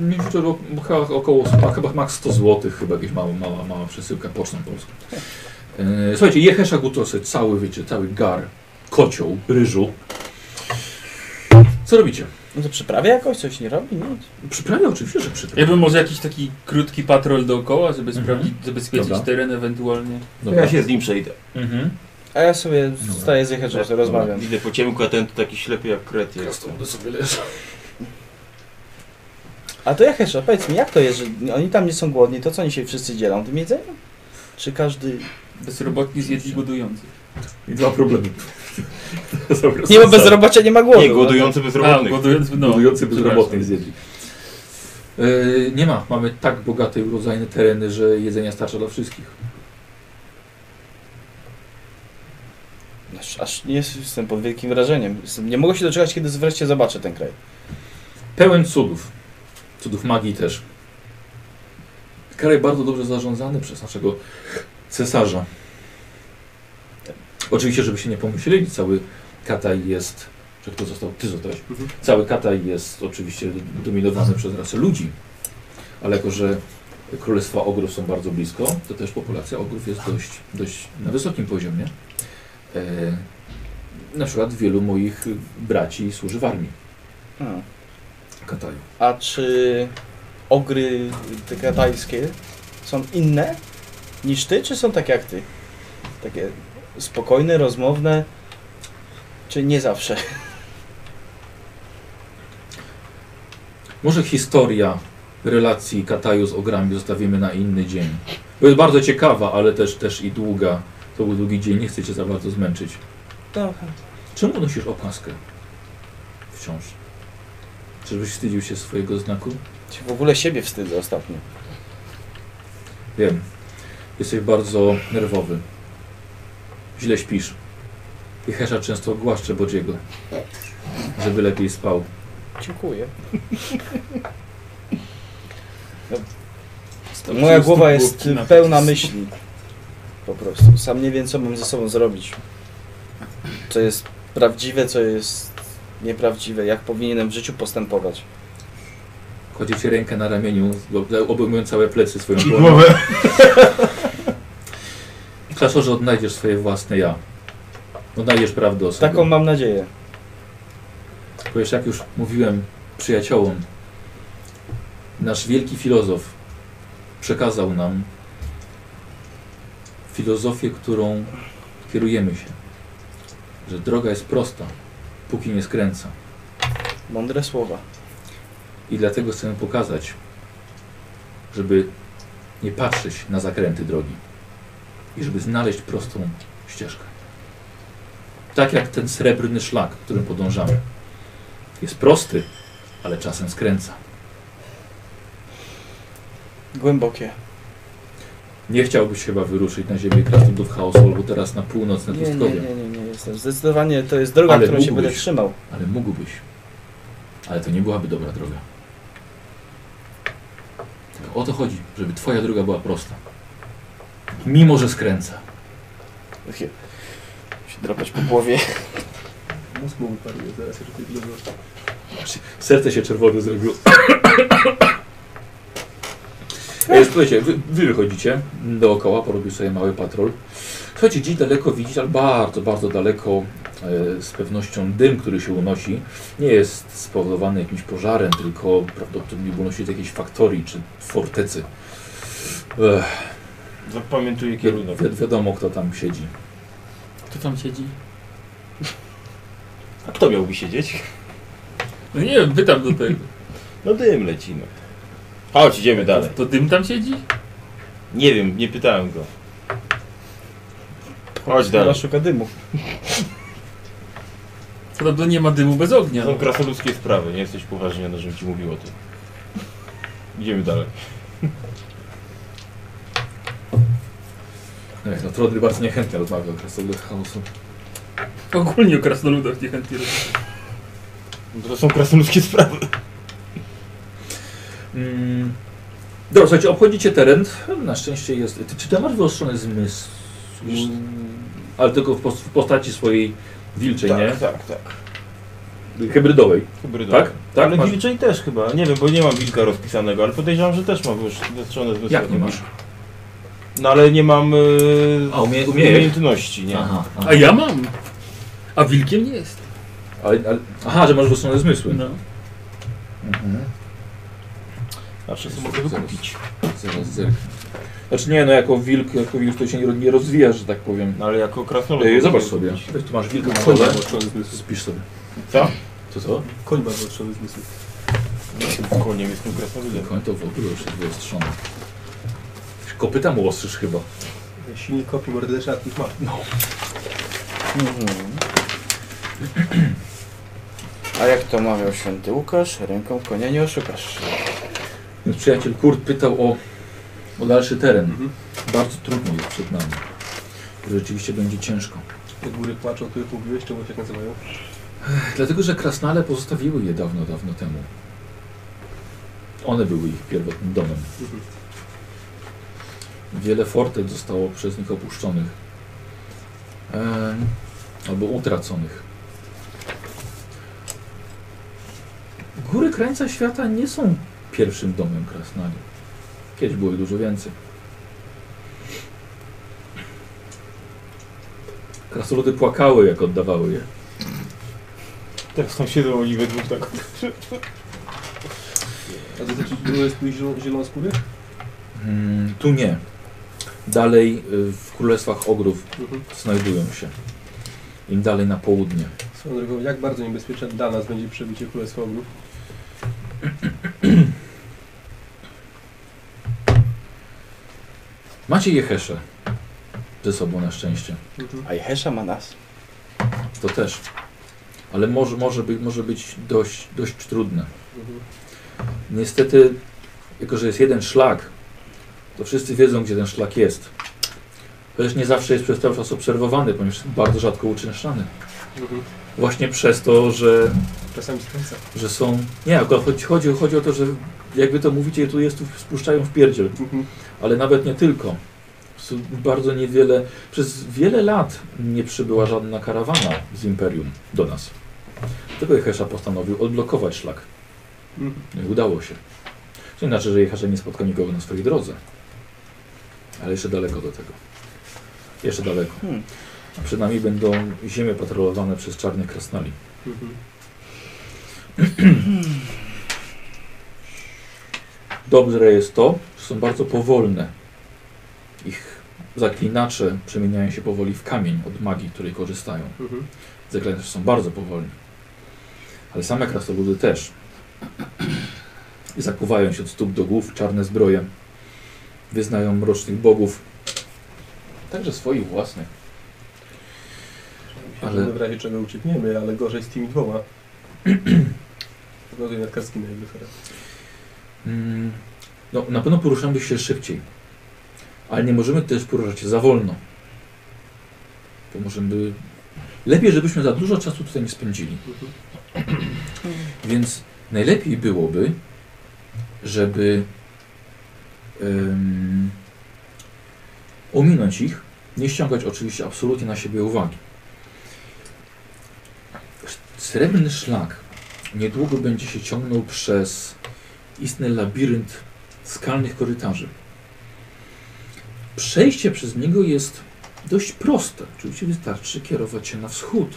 Speaker 2: mi wczoraj chyba około a chyba max 100 zł, chyba jakaś mała, mała, mała przesyłka pocztą polską. E, słuchajcie, Jehesza Gutosy, cały, wiecie, cały gar, kocioł, ryżu. Co robicie?
Speaker 1: No to przyprawia jakoś, coś nie robi, nic.
Speaker 2: Przyprawia oczywiście, że przyprawia.
Speaker 3: Ja bym może jakiś taki krótki patrol dookoła, żeby
Speaker 2: Mhm.
Speaker 3: sprawdzić, zabezpieczyć
Speaker 2: Dobra.
Speaker 3: teren ewentualnie.
Speaker 2: Dobra.
Speaker 5: się z nim przejdę.
Speaker 2: Mhm.
Speaker 1: A ja sobie zostaję z jechać, że rozmawiam.
Speaker 5: Idę po ciemku, a ten to taki ślepy jak kret jest.
Speaker 2: Krasnoludy sobie leżą.
Speaker 1: A to jechać, powiedz mi, jak to jest, że oni tam nie są głodni, to co oni się wszyscy dzielą? Tym jedzeniem? Czy każdy...
Speaker 3: Bezrobotni zjedli budujący.
Speaker 2: I dwa problemy.
Speaker 1: Nie ma bezrobocia, nie ma głowy.
Speaker 5: Nie, głodujący
Speaker 3: A,
Speaker 5: bezrobotnych.
Speaker 3: głodujący, no,
Speaker 2: Budujący
Speaker 3: przepraszam.
Speaker 2: bezrobotnych zjedli. Yy, nie ma. Mamy tak bogate i urodzajne tereny, że jedzenia starcza dla wszystkich.
Speaker 1: Aż, aż nie jestem pod wielkim wrażeniem. Jestem- Nie mogę się doczekać, kiedy wreszcie zobaczę ten kraj.
Speaker 2: Pełen cudów. Cudów magii też. Kraj bardzo dobrze zarządzany przez naszego cesarza. Oczywiście, żeby się nie pomyśleli, cały Kataj jest... Czy kto został? Ty zostałeś.
Speaker 6: Mhm.
Speaker 2: Cały Kataj jest oczywiście dominowany przez rasę ludzi. Ale jako, że królestwa ogrów są bardzo blisko, to też populacja ogrów jest dość, dość na wysokim poziomie. E, na przykład wielu moich braci służy w armii
Speaker 1: Hmm.
Speaker 2: Kataju.
Speaker 1: A czy ogry te katańskie są inne niż ty, czy są takie jak ty? Takie spokojne, rozmowne, czy nie zawsze?
Speaker 2: Może historia relacji Kataju z Ogrami zostawimy na inny dzień. Bo jest bardzo ciekawa, ale też, też i długa. To był długi dzień, nie chcę cię za bardzo zmęczyć.
Speaker 1: To
Speaker 2: Czemu nosisz opaskę? Wciąż. Czyżbyś wstydził się swojego znaku?
Speaker 1: się w ogóle siebie wstydzę ostatnio.
Speaker 2: Wiem. Jesteś bardzo nerwowy. Źle śpisz. I Hesza często głaszcze Bodziego, żeby lepiej spał.
Speaker 1: Dziękuję.
Speaker 3: Starczy
Speaker 1: Moja
Speaker 3: już
Speaker 1: głowa
Speaker 3: tu
Speaker 1: jest
Speaker 3: głowy na-
Speaker 1: pełna myśli. Po prostu. Sam nie wiem, co mam ze sobą zrobić. Co jest prawdziwe, co jest nieprawdziwe. Jak powinienem w życiu postępować.
Speaker 2: Kładzie ci rękę na ramieniu, obejmując całe plecy swoją
Speaker 4: I
Speaker 2: dłonią.
Speaker 4: głowę.
Speaker 2: Klaszorze odnajdziesz swoje własne ja. Odnajdziesz prawdę o sobie.
Speaker 1: Taką mam nadzieję.
Speaker 2: Powiesz, jak już mówiłem przyjaciołom, nasz wielki filozof przekazał nam filozofię, którą kierujemy się. Że droga jest prosta, póki nie skręca.
Speaker 1: Mądre słowa.
Speaker 2: I dlatego chcemy pokazać, żeby nie patrzeć na zakręty drogi i żeby znaleźć prostą ścieżkę. Tak jak ten srebrny szlak, którym podążamy. Jest prosty, ale czasem skręca.
Speaker 1: Głębokie.
Speaker 2: Nie chciałbyś chyba wyruszyć na ziemię krasnodów chaosu albo teraz na północ na
Speaker 1: Nie, nie,
Speaker 2: pustkowie,
Speaker 1: nie, nie, nie jestem. Zdecydowanie to jest droga,
Speaker 2: Ale
Speaker 1: którą się
Speaker 2: mógłbyś.
Speaker 1: będę trzymał.
Speaker 2: ale mógłbyś. Ale to nie byłaby dobra droga. Tylko o to chodzi, żeby twoja droga była prosta. Mimo, że skręca.
Speaker 1: Się drapać po głowie.
Speaker 6: Mózg mu wyparuje zaraz, jeszcze tej filozofii.
Speaker 2: Serce się czerwone zrobiło. E, Słuchajcie, wy, wy wychodzicie dookoła, porobił sobie mały patrol. Słuchajcie, gdzieś daleko widzieć, ale bardzo, bardzo daleko e, z pewnością dym, który się unosi, nie jest spowodowany jakimś pożarem, tylko prawdopodobnie unosi się z jakiejś faktorii czy fortecy. Ech,
Speaker 5: Zapamiętuję
Speaker 2: wi-
Speaker 5: kierunek.
Speaker 2: wi- wiadomo, kto tam siedzi.
Speaker 3: Kto tam siedzi?
Speaker 5: A kto miałby siedzieć?
Speaker 3: No nie wiem, pytam do tego.
Speaker 5: No dym leci, no. Chodź, idziemy dalej.
Speaker 3: To dym tam siedzi?
Speaker 5: Nie wiem, nie pytałem go. Chodź
Speaker 6: Tak.
Speaker 5: dalej.
Speaker 1: Teraz szuka dymu.
Speaker 3: Co prawda nie ma dymu bez ognia. no.
Speaker 5: To są krasoludzkie sprawy, nie jesteś poważniony, żebym ci mówił o tym. Idziemy dalej.
Speaker 2: No, jak no Trodry bardzo niechętnie rozmawia o krasnoludach chaosu.
Speaker 3: Ogólnie o krasnoludach niechętnie rozmawiam.
Speaker 5: No To są krasoludzkie sprawy.
Speaker 2: Mm. Dobra, słuchajcie, obchodzicie teren. Na szczęście jest. Ty, czy ty masz wyostrzone zmysł? Mm, Ale tylko w pos- w postaci swojej wilczej, nie?
Speaker 5: tak, tak.
Speaker 2: Hybrydowej.
Speaker 5: Hybrydowe.
Speaker 2: Tak? Tak,
Speaker 5: ale
Speaker 2: masz-
Speaker 5: wilczej też chyba. Nie wiem, bo nie mam wilka rozpisanego, ale podejrzewam, że też mam wyostrzone zmysły.
Speaker 2: Jak nie masz?
Speaker 5: No ale nie mam yy,
Speaker 2: A, umie, umiejesz?
Speaker 5: umiejętności, nie?
Speaker 2: Aha, aha.
Speaker 3: A ja mam. A wilkiem nie jest.
Speaker 2: Ale, ale, aha, że masz wyostrzone zmysły.
Speaker 3: No.
Speaker 2: Mhm.
Speaker 5: Zawsze sobie mogę wykupić.
Speaker 2: Zaraz zerknę. Znaczy nie, no jako wilk, jako wilk to się nie, nie rozwijasz, że tak powiem.
Speaker 5: No ale jako krasnolud...
Speaker 2: Ej,
Speaker 5: mogę
Speaker 2: zobacz
Speaker 5: to
Speaker 2: sobie.
Speaker 5: kupić.
Speaker 2: Weź tu masz wilka no, na
Speaker 6: Koń ma
Speaker 2: dole.
Speaker 6: wyłączony zmysł.
Speaker 2: Spisz sobie.
Speaker 5: Co?
Speaker 2: To co?
Speaker 6: Koń ma wyłączony zmysł.
Speaker 5: Koniem jestem krasnoludem.
Speaker 2: Koń to w ogóle już jest wyostrzony. Kopyta mu ostrzysz chyba.
Speaker 6: Silnie kopi mordercza, ma.
Speaker 1: Mhm. A jak to mawiał święty Łukasz, ręką konia nie oszukasz.
Speaker 2: Więc przyjaciel Kurt pytał o, o dalszy teren.
Speaker 6: Mhm.
Speaker 2: Bardzo trudno jest przed nami. Rzeczywiście będzie ciężko.
Speaker 6: Te góry płaczą, o których mówiłeś, czemu się tak nazywają?
Speaker 2: Dlatego, że krasnale pozostawiły je dawno, dawno temu. One były ich pierwotnym domem.
Speaker 6: Mhm.
Speaker 2: Wiele fortet zostało przez nich opuszczonych em, albo utraconych. Góry krańca świata nie są pierwszym domem krasnali. Kiedyś było ich dużo więcej. Krasnoludy płakały, jak oddawały je.
Speaker 5: Tak tam siedzą oni we dwóch tak.
Speaker 6: A to znaczy, że jest tu zielon, zielonoskóry?
Speaker 2: Mm, tu nie. Dalej y, w Królestwach Ogrów
Speaker 6: Mhm.
Speaker 2: znajdują się. Im dalej na południe.
Speaker 6: Swoją drogą, jak bardzo niebezpieczne dla nas będzie przebicie Królestwa Ogru?
Speaker 2: Macie Jehesze ze sobą na szczęście.
Speaker 6: Mhm.
Speaker 1: A Jehesza ma nas.
Speaker 2: To też. Ale może, może, być, może być dość, dość trudne.
Speaker 6: Mhm.
Speaker 2: Niestety, jako że jest jeden szlak, to wszyscy wiedzą, gdzie ten szlak jest. Chociaż nie zawsze jest przez cały czas obserwowany, ponieważ jest bardzo rzadko uczęszczany.
Speaker 6: Mhm.
Speaker 2: Właśnie przez to, że
Speaker 6: Czasami skręca.
Speaker 2: że są. Nie, akurat chodzi, chodzi, chodzi o to, że jakby to mówicie, tu jest, tu spuszczają w pierdziel,
Speaker 6: Mhm.
Speaker 2: ale nawet nie tylko. Są Bardzo niewiele, przez wiele lat nie przybyła żadna karawana z Imperium do nas. Tylko Jehesza postanowił odblokować szlak.
Speaker 6: Mhm.
Speaker 2: No i udało się. To nie znaczy, że Jehesza nie spotka nikogo na swojej drodze. Ale jeszcze daleko do tego. Jeszcze daleko.
Speaker 1: Hmm.
Speaker 2: A przed nami będą ziemie patrolowane przez czarnych krasnali.
Speaker 6: Mhm.
Speaker 2: Dobre jest to, że są bardzo powolne. Ich zaklinacze przemieniają się powoli w kamień od magii, której korzystają.
Speaker 6: Mhm.
Speaker 2: Zaklinacze są bardzo powolni. Ale same krasnoludy też. I zakuwają się od stóp do głów w czarne zbroje. Wyznają mrocznych bogów. Także swoich własnych. Ale-
Speaker 6: Ale... W razie czego uciekniemy, ale gorzej z tymi dwoma. Gorzej nad Kaskinem i Luferem.
Speaker 2: Mm, No, na pewno poruszamy się szybciej. Ale nie możemy też poruszać się za wolno. Bo możemy... Lepiej, żebyśmy za dużo czasu tutaj nie spędzili.
Speaker 6: Mhm.
Speaker 2: Więc najlepiej byłoby, żeby em, ominąć ich, nie ściągać oczywiście absolutnie na siebie uwagi. Srebrny szlak niedługo będzie się ciągnął przez istny labirynt skalnych korytarzy. Przejście przez niego jest dość proste. Oczywiście wystarczy kierować się na wschód.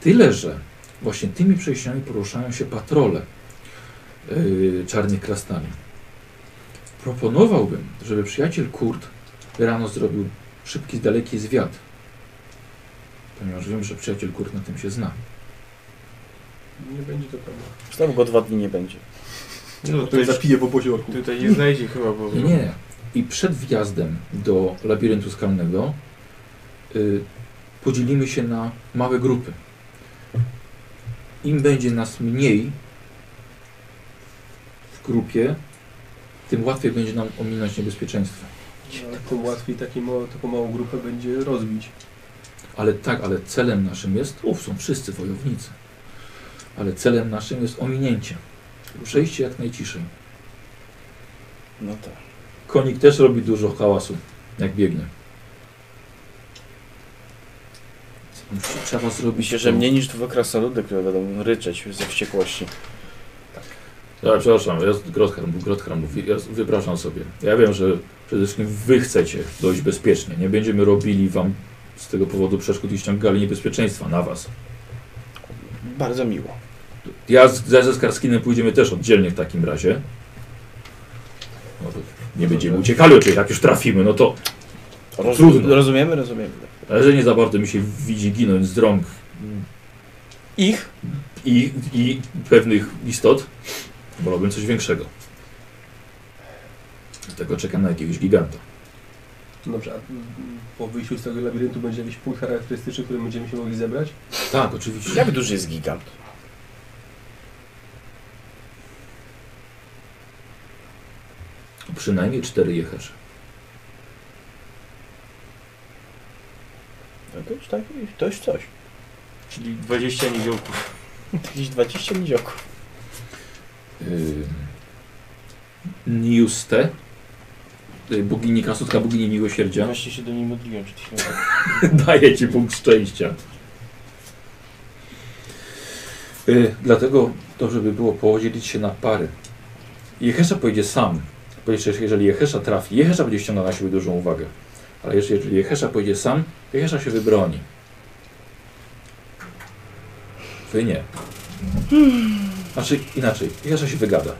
Speaker 2: Tyle, że Właśnie tymi przejściami poruszają się patrole yy, czarnych krasnali. Proponowałbym, żeby przyjaciel Kurt rano zrobił szybki, daleki zwiat. Ponieważ wiem, że przyjaciel Kurt na tym się zna.
Speaker 6: Nie będzie to problem.
Speaker 1: Znowu go dwa dni nie będzie.
Speaker 5: No,
Speaker 6: To jest zapije w obozie orków.
Speaker 5: Tutaj nie znajdzie chyba, bo...
Speaker 2: Nie, nie. I przed wjazdem do labiryntu skalnego y, podzielimy się na małe grupy. Im będzie nas mniej w grupie, tym łatwiej będzie nam ominąć niebezpieczeństwo.
Speaker 6: Ale tym łatwiej taki mało, taką małą grupę będzie rozbić.
Speaker 2: Ale tak, ale celem naszym jest, uf, są wszyscy wojownicy, ale celem naszym jest ominięcie. Przejście jak najciszej.
Speaker 1: No tak.
Speaker 2: Konik też robi dużo hałasu, jak biegnie. Trzeba zrobić.
Speaker 1: Myślę, że
Speaker 2: to-
Speaker 1: mniej niż dwa krasnoludy, które będą ryczeć ze wściekłości.
Speaker 2: Dobra, przepraszam, ja Grothram, Grothram mówi, ja wypraszam sobie. Ja wiem, że przede wszystkim wy chcecie dojść bezpiecznie. Nie będziemy robili wam z tego powodu przeszkód i ściągali niebezpieczeństwa na was.
Speaker 1: Bardzo miło.
Speaker 2: Ja z, ja ze Skarskinem pójdziemy też oddzielnie w takim razie. No to nie będziemy uciekali, oczywiście, jak już trafimy, no to Trudno.
Speaker 1: Rozumiemy, rozumiemy.
Speaker 2: ale że nie za bardzo mi się widzi ginąć z rąk
Speaker 1: Ich?
Speaker 2: i, i pewnych istot, wolałbym coś większego. Dlatego czekam na jakiegoś giganta.
Speaker 6: Dobrze, a mm, po wyjściu z tego labiryntu będzie jakiś punkt charakterystyczny, który będziemy się mogli zebrać?
Speaker 2: Tak, oczywiście.
Speaker 4: Jak duży jest gigant?
Speaker 2: Przynajmniej cztery jecherze.
Speaker 1: No to już tak, to już coś.
Speaker 5: Czyli 20 niziołków.
Speaker 1: Jakieś 20 niziołków.
Speaker 2: Ym, Niuste, y, bogini krasutka, bogini miłosierdzia,
Speaker 5: Właśnie się do niej modliłem przed chwilą.
Speaker 2: daje ci punkt szczęścia. Y, Dlatego to, żeby było podzielić się na pary. Jehesza pojedzie sam. bo jeszcze Jeżeli Jehesza trafi, Jehesza będzie ściągał na siebie dużą uwagę. Ale jeszcze jeżeli Jehesza pojedzie sam, Jehesza się wybroni. Wy nie. Znaczy inaczej, Jehesza się wygada.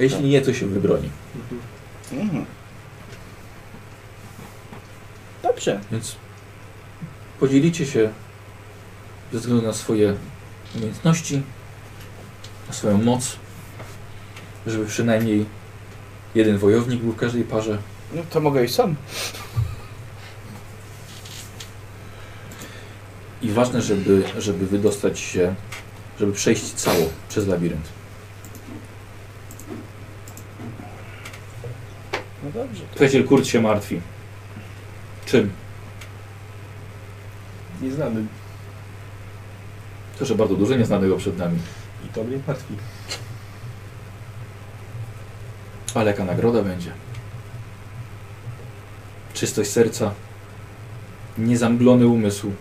Speaker 2: A jeśli nie, to się wybroni.
Speaker 6: Mhm.
Speaker 1: Mhm. Dobrze.
Speaker 2: Więc podzielicie się ze względu na swoje umiejętności, na swoją moc, żeby przynajmniej jeden wojownik był w każdej parze.
Speaker 1: No to mogę iść sam.
Speaker 2: I ważne, żeby, żeby wydostać się, żeby przejść cało przez labirynt.
Speaker 1: No dobrze.
Speaker 2: Przyjaciel Kurt się martwi. Czym?
Speaker 6: Nie znamy
Speaker 2: To, że bardzo dużo nieznanego przed nami.
Speaker 6: i to mnie martwi.
Speaker 2: Ale jaka nagroda będzie? Czystość serca, niezamglony umysł,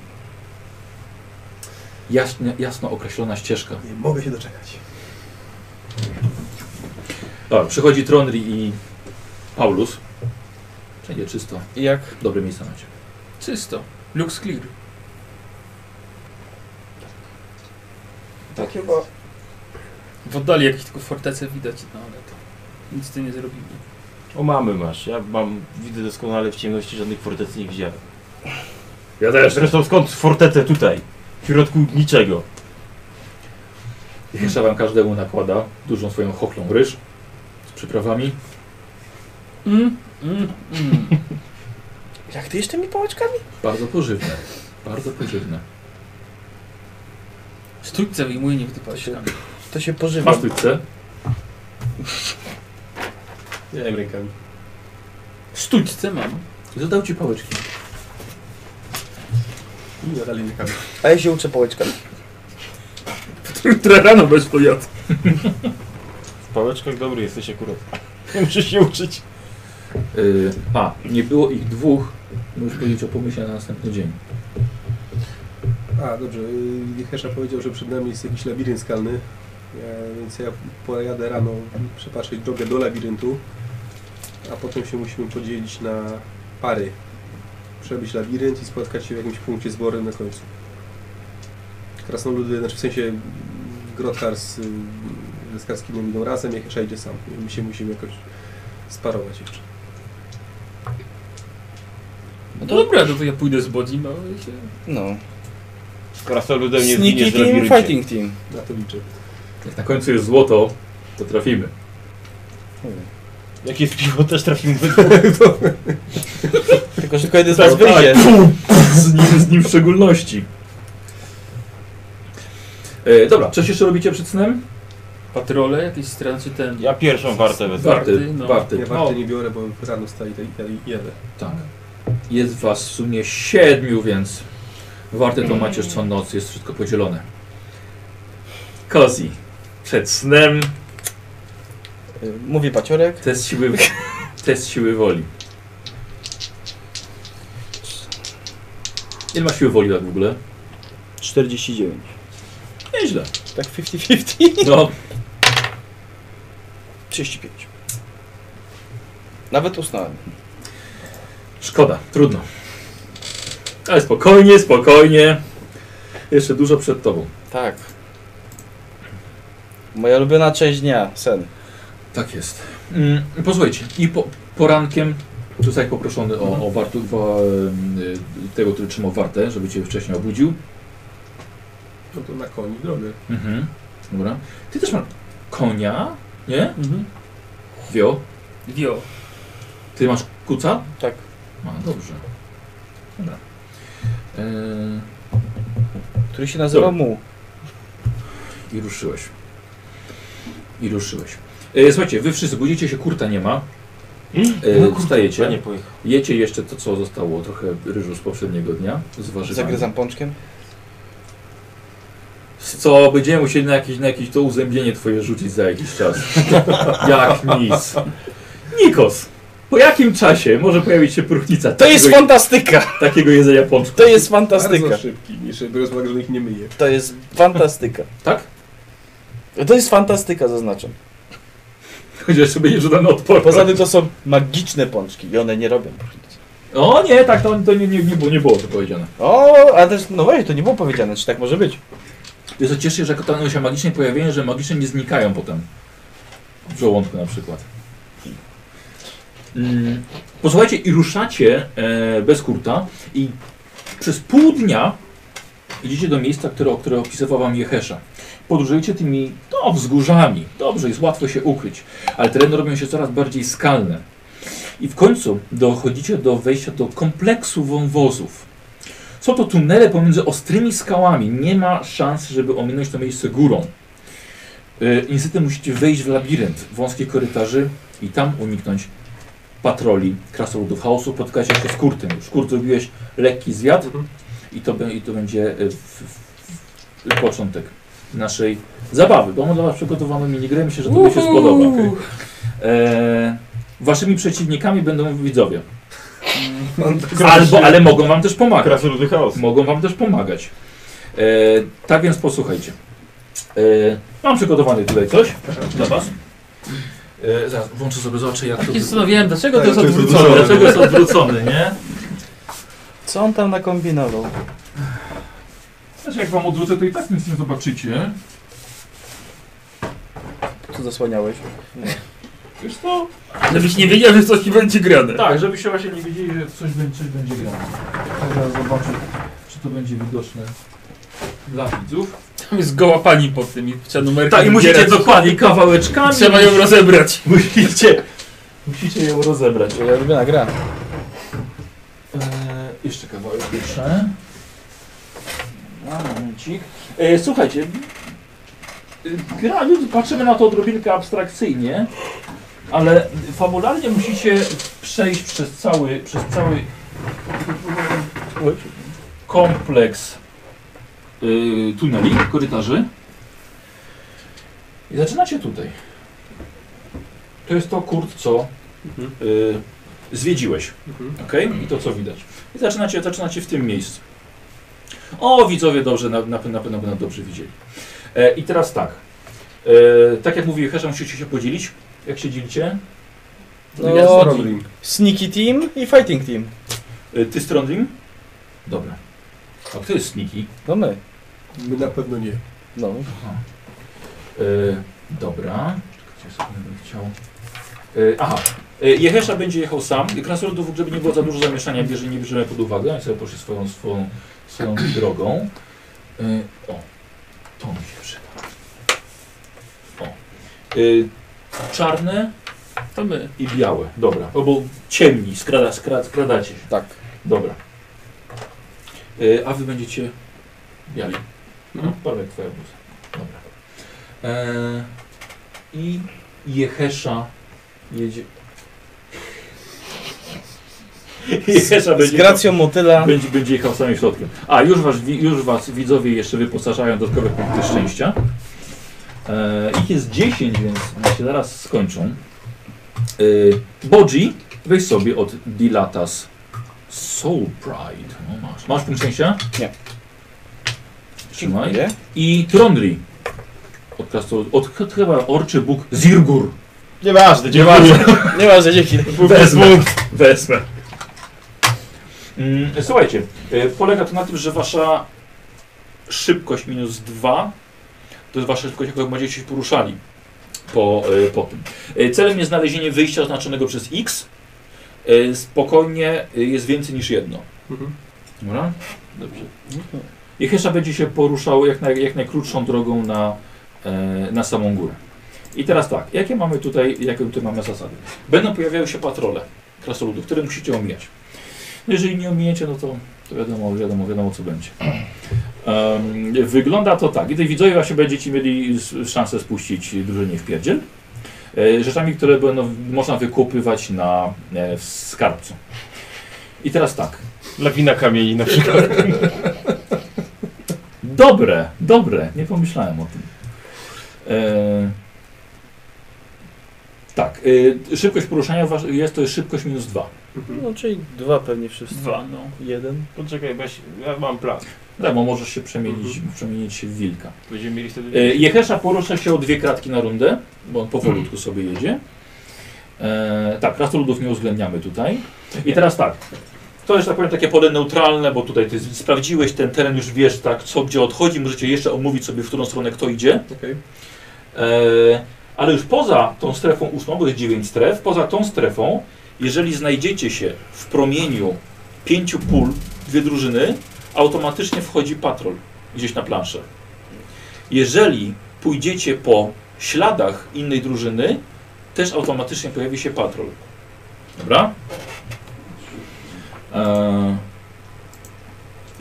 Speaker 2: jasno, jasno określona ścieżka.
Speaker 6: Nie mogę się doczekać.
Speaker 2: Dobra, przychodzi Tronri i Paulus. Wszędzie czysto,
Speaker 1: I jak
Speaker 2: dobre miejsca macie.
Speaker 3: Czysto. Lux clear.
Speaker 5: Tak
Speaker 1: chyba
Speaker 3: W oddali jakieś tylko fortece widać, no ale to nic ty nie zrobimy.
Speaker 5: O mamy masz. Ja mam, widzę doskonale w ciemności, żadnych fortec nie widziałem.
Speaker 2: Ja
Speaker 5: Zresztą skąd fortece tutaj? W środku niczego.
Speaker 2: Jeszcze wam każdemu nakłada dużą swoją chochlą ryż z przyprawami.
Speaker 3: Mm, mm, mm.
Speaker 1: Jak ty jeszcze mi pałeczkami?
Speaker 2: Bardzo pożywne, bardzo pożywne.
Speaker 3: Sztućce wyjmuje nie wytypać.
Speaker 1: To się pożywam.
Speaker 2: Masz tyczce?
Speaker 6: Nie wiem rękami.
Speaker 3: Sztućce mam.
Speaker 2: Zadał ci pałeczki.
Speaker 6: Nie dalej rękami.
Speaker 1: A ja się uczę pałeczkami.
Speaker 2: Jutro rano bez to jadł.
Speaker 5: W pałeczkach dobry jesteś akurat. Muszę się uczyć.
Speaker 2: Y, a, nie było ich dwóch. Możesz powiedzieć o pomyśle na następny dzień.
Speaker 6: A, dobrze. y, Hesza powiedział, że przed nami jest jakiś labirynt skalny, e, więc ja pojadę rano przepatrzeć drogę do labiryntu, a potem się musimy podzielić na pary. Przebyć labirynt i spotkać się w jakimś punkcie zborem na końcu. Krasnoludy, znaczy w sensie mm, Grotar z, y, z Karskinem idą razem, jak Hesza idzie sam. My się musimy jakoś sparować jeszcze.
Speaker 3: No to dobra, no to ja pójdę z Bodim, ale się...
Speaker 1: No.
Speaker 5: Krasoludem nie zginie
Speaker 1: Sneaky
Speaker 5: z
Speaker 1: team,
Speaker 5: labiryncie.
Speaker 1: fighting team.
Speaker 6: Na to liczę.
Speaker 2: Jak na końcu jest złoto, to trafimy.
Speaker 5: Jak jest piwo, też trafimy do
Speaker 1: Tylko, że tylko jeden z
Speaker 2: Tak,
Speaker 1: was wyjdzie.
Speaker 2: Z nim, z nim w szczególności. E, dobra, coś jeszcze robicie przed snem?
Speaker 3: Patrole jakieś stran, czy ten...
Speaker 5: Ja pierwszą wartę wezmę.
Speaker 3: Warty, no.
Speaker 2: warty.
Speaker 6: Ja warty nie biorę, bo rano staje i jadę.
Speaker 2: Tak. Jest was w sumie siedmiu, więc warty to macie co noc, jest wszystko podzielone. Kozi. Przed snem
Speaker 1: Y, Mówi paciorek.
Speaker 2: test siły, test siły woli. Ile masz siły woli tak w ogóle?
Speaker 1: 49.
Speaker 2: Nieźle.
Speaker 1: Tak 50-50.
Speaker 2: No,
Speaker 1: 35. Nawet usnąłem.
Speaker 2: Szkoda, trudno. Ale spokojnie, spokojnie. Jeszcze dużo przed tobą.
Speaker 1: Tak. Moja ulubiona część dnia, sen.
Speaker 2: Tak jest. Mm, posłuchajcie, i po, porankiem zostałeś poproszony o, o wartu, wa, y, tego, który trzymał wartę, żeby cię wcześniej obudził.
Speaker 6: No to na koni w drogę.
Speaker 2: Mhm. Dobra. Ty też masz konia, nie?
Speaker 3: Mhm.
Speaker 2: Wio.
Speaker 3: Wio.
Speaker 2: Ty masz kuca?
Speaker 1: Tak.
Speaker 2: A, dobrze. Dobra. E,
Speaker 1: Który się nazywa
Speaker 2: Dobra.
Speaker 1: Mu.
Speaker 2: I ruszyłeś. I ruszyłeś. E, słuchajcie, wy wszyscy budzicie się, kurta nie ma. E,
Speaker 1: No
Speaker 2: wstajecie.
Speaker 5: No nie pojechał.
Speaker 2: Jecie jeszcze to, co zostało, trochę ryżu z poprzedniego dnia, z warzywami.
Speaker 1: Zagryzam pączkiem.
Speaker 2: Z Co, będziemy musieli na jakieś, na jakieś to uzębienie twoje rzucić za jakiś czas. Jak nic. Nikos, po jakim czasie może pojawić się próchnica
Speaker 1: To jest
Speaker 2: takiego,
Speaker 1: fantastyka!
Speaker 2: takiego jedzenia pączku?
Speaker 1: To jest
Speaker 6: Bardzo
Speaker 1: fantastyka!
Speaker 6: szybki, jeszcze biorąc pod uwagę, że ich nie myje.
Speaker 1: To jest fantastyka.
Speaker 2: Tak?
Speaker 1: To jest fantastyka, zaznaczam.
Speaker 2: Chociaż sobie nie żadna odporność.
Speaker 1: Poza tym to są magiczne pączki i one nie robią. próchnicy.
Speaker 2: O nie, tak, to, to nie, nie, nie, było, nie było to powiedziane.
Speaker 1: O, a też, no właśnie, to nie było powiedziane, czy tak może być.
Speaker 2: Wiesz, co cieszy się, że kotany się magicznie pojawiają, że magicznie nie znikają potem. W żołądku na przykład. Mm, posłuchajcie i ruszacie e, bez kurta i przez pół dnia idziecie do miejsca, które, które opisywał wam Jehesza. Podróżujecie tymi no, wzgórzami. Dobrze, jest łatwo się ukryć, ale tereny robią się coraz bardziej skalne. I w końcu dochodzicie do wejścia do kompleksu wąwozów. Są to tunele pomiędzy ostrymi skałami. Nie ma szans, żeby ominąć to miejsce górą. Yy, niestety musicie wejść w labirynt wąskich korytarzy i tam uniknąć patroli krasnoludów chaosu. Spotkacie się z Kurtem. Z Kurt zrobiłeś lekki zwiat i to, bę- i to będzie yy, w, w, początek naszej zabawy. Bo mam dla Was przygotowaną minigrę. Myślę, że to mi się spodoba. okej? Eee, waszymi przeciwnikami będą widzowie. Albo, ale mogą Wam też pomagać.
Speaker 5: Krasnoludy chaos.
Speaker 2: Mogą wam też pomagać. E, tak więc posłuchajcie. E, mam przygotowany tutaj coś dla was. E, zaraz włączę sobie zobaczę jak to...
Speaker 3: Tak się zastanawiałem, dlaczego
Speaker 5: Tak,
Speaker 3: to jest
Speaker 5: to jest
Speaker 3: odwrócone.
Speaker 5: odwrócone.
Speaker 2: Dlaczego jest odwrócony, nie?
Speaker 1: Co on tam nakombinował?
Speaker 2: Znaczy jak wam odwrócę to i tak nic nie zobaczycie.
Speaker 1: Co zasłaniałeś?
Speaker 2: Wiesz co?
Speaker 3: Żebyś nie wiedział, że coś ci będzie grane.
Speaker 2: Tak, żebyście właśnie nie wiedzieli, że coś będzie, coś będzie grane. Tak, Zaraz zobaczę, czy to będzie widoczne dla widzów.
Speaker 3: Tam jest goła pani pod tym i trzeba numerki
Speaker 2: Tak, i musicie
Speaker 3: wybierać.
Speaker 2: dokładnie kawałeczkami.
Speaker 3: Trzeba ją rozebrać.
Speaker 2: Musicie, musicie ją rozebrać.
Speaker 1: Ja lubię nagra.
Speaker 2: Eee, jeszcze kawałek jeszcze. A, momencik. Eee, słuchajcie, y, gra, lud- patrzymy na to odrobinkę abstrakcyjnie, ale fabularnie musicie przejść przez cały, przez cały kompleks y, tuneli, korytarzy. I zaczynacie tutaj. To jest to kurt, co
Speaker 6: Mhm.
Speaker 2: y, zwiedziłeś.
Speaker 6: Mhm.
Speaker 2: Ok? I to co widać. I zaczynacie, zaczynacie w tym miejscu. O, widzowie dobrze, na, na, na pewno będą dobrze widzieli. E, I teraz tak. E, tak jak mówił Hesza, musicie się podzielić. Jak się dzielicie?
Speaker 1: No,
Speaker 6: Ja
Speaker 1: no,
Speaker 6: zrobię.
Speaker 1: Sneaky Team i Fighting Team.
Speaker 2: E, ty Strondling? Dobra. A kto jest Sniki?
Speaker 1: No my.
Speaker 6: My na pewno nie.
Speaker 1: No.
Speaker 2: Aha. E, dobra. Czekajcie, sobie bym chciał. E, aha. E, Jehesza będzie jechał sam. Krasnoludów, żeby nie było za dużo zamieszania, bierze, nie bierzemy pod uwagę. Oni sobie poszli swoją, swoją, swoją drogą. E, o. To mi się przyda. O. E, czarne
Speaker 3: To my.
Speaker 2: i białe. Dobra. Albo ciemni. Skrada, skrad, skradacie się.
Speaker 1: Tak.
Speaker 2: Dobra. E, a wy będziecie biali. No,
Speaker 6: Mhm.
Speaker 2: Pawek, twoja bluza. Dobra. E, I Jehesza jedzie... Jehesza
Speaker 1: Z
Speaker 2: będzie,
Speaker 1: gracją motyla.
Speaker 2: będzie, będzie jechał samym środkiem. A, już was, wi- już was widzowie jeszcze wyposażają dodatkowe punkty szczęścia. E, ich jest 10, więc one się zaraz skończą. E, Bodzi, weź sobie od Dilatas Soul Pride. No, masz. masz punkt szczęścia?
Speaker 1: Nie.
Speaker 2: Trzymaj.
Speaker 1: Dziękuję.
Speaker 2: I Trondri. Od, Krasnolud- od, od chyba orczy bóg Zirgur.
Speaker 5: Nieważne,
Speaker 1: Nieważne. Nieważne, dzięki.
Speaker 2: Wezmę. Wezmę. Mm, Słuchajcie, e, polega to na tym, że wasza szybkość minus dwa, to jest wasza szybkość, jaką będziecie się poruszali po, e, po tym. E, Celem jest znalezienie wyjścia oznaczonego przez X. E, Spokojnie e, jest więcej niż jedno.
Speaker 6: Mhm.
Speaker 2: Dobra? Dobrze. I Hesza będzie się poruszał jak, naj, jak najkrótszą drogą na, e, na samą górę. I teraz tak, jakie mamy tutaj, jakie tutaj mamy zasady? Będą pojawiały się patrole krasoludów, które musicie omijać. Jeżeli nie omijecie, no to, to wiadomo, wiadomo, wiadomo co będzie. Em, wygląda to tak. I tutaj widzowie właśnie będziecie mieli s- szansę spuścić drużynie w pierdziel. E, Rzeczami, które będą, można wykupywać na e, w skarbcu. I teraz tak.
Speaker 4: Lawina kamieni na przykład.
Speaker 2: Dobre, dobre, nie pomyślałem o tym. E, tak, e, szybkość poruszania wasz- jest to jest szybkość minus dwa.
Speaker 1: No czyli dwa pewnie wszyscy.
Speaker 3: Dwa, no.
Speaker 1: Jeden.
Speaker 5: Poczekaj, weź, ja mam plan.
Speaker 2: Tak, bo możesz się przemienić, przemienić się w wilka.
Speaker 5: Będziemy mieli wtedy...
Speaker 2: E, Jehesza porusza się o dwie kratki na rundę, bo on powolutku sobie jedzie. E, tak, krasnoludów nie uwzględniamy tutaj. I teraz tak, to jest tak powiem takie pole neutralne, bo tutaj ty z- sprawdziłeś ten teren, już wiesz tak, co gdzie odchodzi, możecie jeszcze omówić sobie, w którą stronę kto idzie.
Speaker 6: Okej.
Speaker 2: E, ale już poza tą strefą ósmą, bo jest 9 stref, poza tą strefą, jeżeli znajdziecie się w promieniu pięciu pól, dwie drużyny, automatycznie wchodzi patrol gdzieś na planszę. Jeżeli pójdziecie po śladach innej drużyny, też automatycznie pojawi się patrol. Dobra?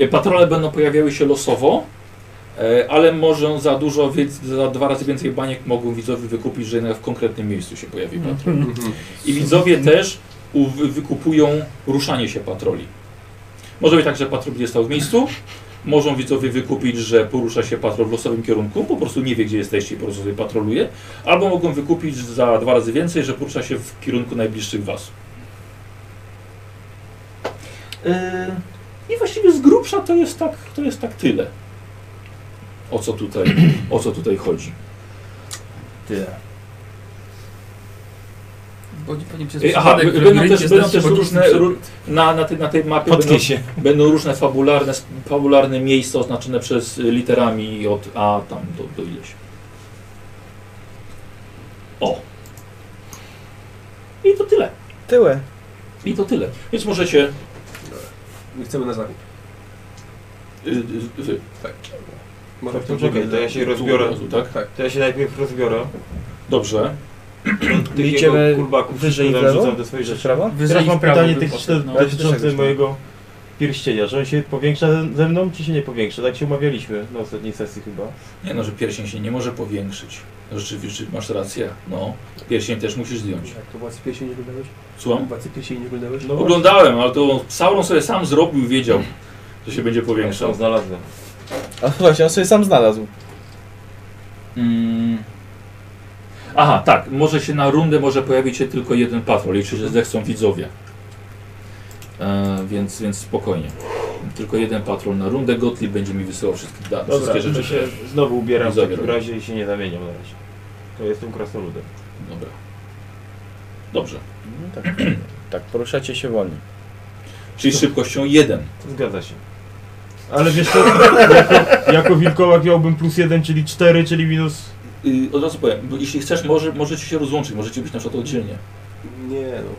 Speaker 2: E, patrole będą pojawiały się losowo, e, ale może za dużo, więc za dwa razy więcej baniek mogą widzowie wykupić, że w konkretnym miejscu się pojawi patrol.
Speaker 6: Mhm.
Speaker 2: I widzowie też u- wy- wykupują ruszanie się patroli. Może być tak, że patrol będzie stał w miejscu. Mogą widzowie wykupić, że porusza się patrol w losowym kierunku, po prostu nie wie, gdzie jesteście i po prostu sobie patroluje. Albo mogą wykupić za dwa razy więcej, że porusza się w kierunku najbliższych was. Yy, I właściwie z grubsza to jest tak, to jest tak tyle. O co tutaj, o co tutaj chodzi.
Speaker 4: Ty.
Speaker 3: Bo nie powinien przez
Speaker 2: Ej, aha,
Speaker 3: przypadek,
Speaker 2: będą
Speaker 3: żeby
Speaker 2: też-
Speaker 3: rycie
Speaker 2: będą
Speaker 3: zdać się
Speaker 2: też
Speaker 3: pod
Speaker 2: różne
Speaker 3: ósmym
Speaker 2: ró- Na, na, tej, na tej mapie będą,
Speaker 4: Potknij
Speaker 5: No,
Speaker 4: się.
Speaker 2: Będą różne fabularne, fabularne miejsca oznaczone przez y, literami od A tam do, do ileś. O. I to tyle.
Speaker 1: Tyłę.
Speaker 2: I to tyle. Więc możecie.
Speaker 6: My chcemy na zachód.
Speaker 2: Y, y, y,
Speaker 6: Może w tym
Speaker 5: Poczekaj, to ja się rozbiorę.
Speaker 2: od razu, tak?
Speaker 5: To ja się najpierw rozbiorę.
Speaker 2: Dobrze.
Speaker 5: Tych
Speaker 1: Idziemy
Speaker 5: jego kurbaków,
Speaker 1: wyżej
Speaker 5: które
Speaker 1: w lewo?
Speaker 5: wrzucam te swoje rzeczy.
Speaker 1: Prawo?
Speaker 5: Teraz
Speaker 3: Wyżej
Speaker 5: mam
Speaker 3: w prawo
Speaker 5: pytanie
Speaker 3: był
Speaker 5: techniczne
Speaker 3: potem, no.
Speaker 1: też
Speaker 5: dotyczące
Speaker 1: tak
Speaker 5: mojego pierścienia. Czy on się powiększa ze- ze mną, czy się nie powiększa? Tak się umawialiśmy na ostatniej sesji chyba.
Speaker 2: Nie no, że pierścień się nie może powiększyć. Rzeczywiście, masz rację. No, pierścień też musisz zdjąć.
Speaker 6: Jak to władcy pierścień nie oglądałeś?
Speaker 2: Słucham?
Speaker 6: Władcy pierścień nie oglądałeś?
Speaker 5: No
Speaker 2: Oglądałem, ale to Sauron sobie sam zrobił, wiedział, że się będzie powiększał.
Speaker 5: Tam znalazłem.
Speaker 1: A właśnie, on sobie sam znalazł.
Speaker 2: Mm. Aha, tak. Może się na rundę może pojawić się tylko jeden patrol. Liczy, że zechcą widzowie. E, więc, więc spokojnie. Tylko jeden patrol na rundę. Gotli będzie mi wysyłał wszystkie, da,
Speaker 5: Dobra,
Speaker 2: wszystkie
Speaker 5: to
Speaker 2: rzeczy.
Speaker 5: się znowu ubieram w
Speaker 2: Widzowie
Speaker 5: takim
Speaker 2: robią.
Speaker 5: razie i się nie zamieniam na razie. To jestem krasnoludem.
Speaker 2: Dobra. Dobrze.
Speaker 1: No tak. tak, poruszacie się wolno.
Speaker 2: Czyli z szybkością jeden.
Speaker 5: Zgadza się. Ale wiesz co, jako, jako wilkołak miałbym plus jeden, czyli cztery, czyli minus...
Speaker 2: Y, od razu powiem, bo jeśli chcesz, może, możecie się rozłączyć, możecie być na przykład oddzielnie.
Speaker 6: Nie no.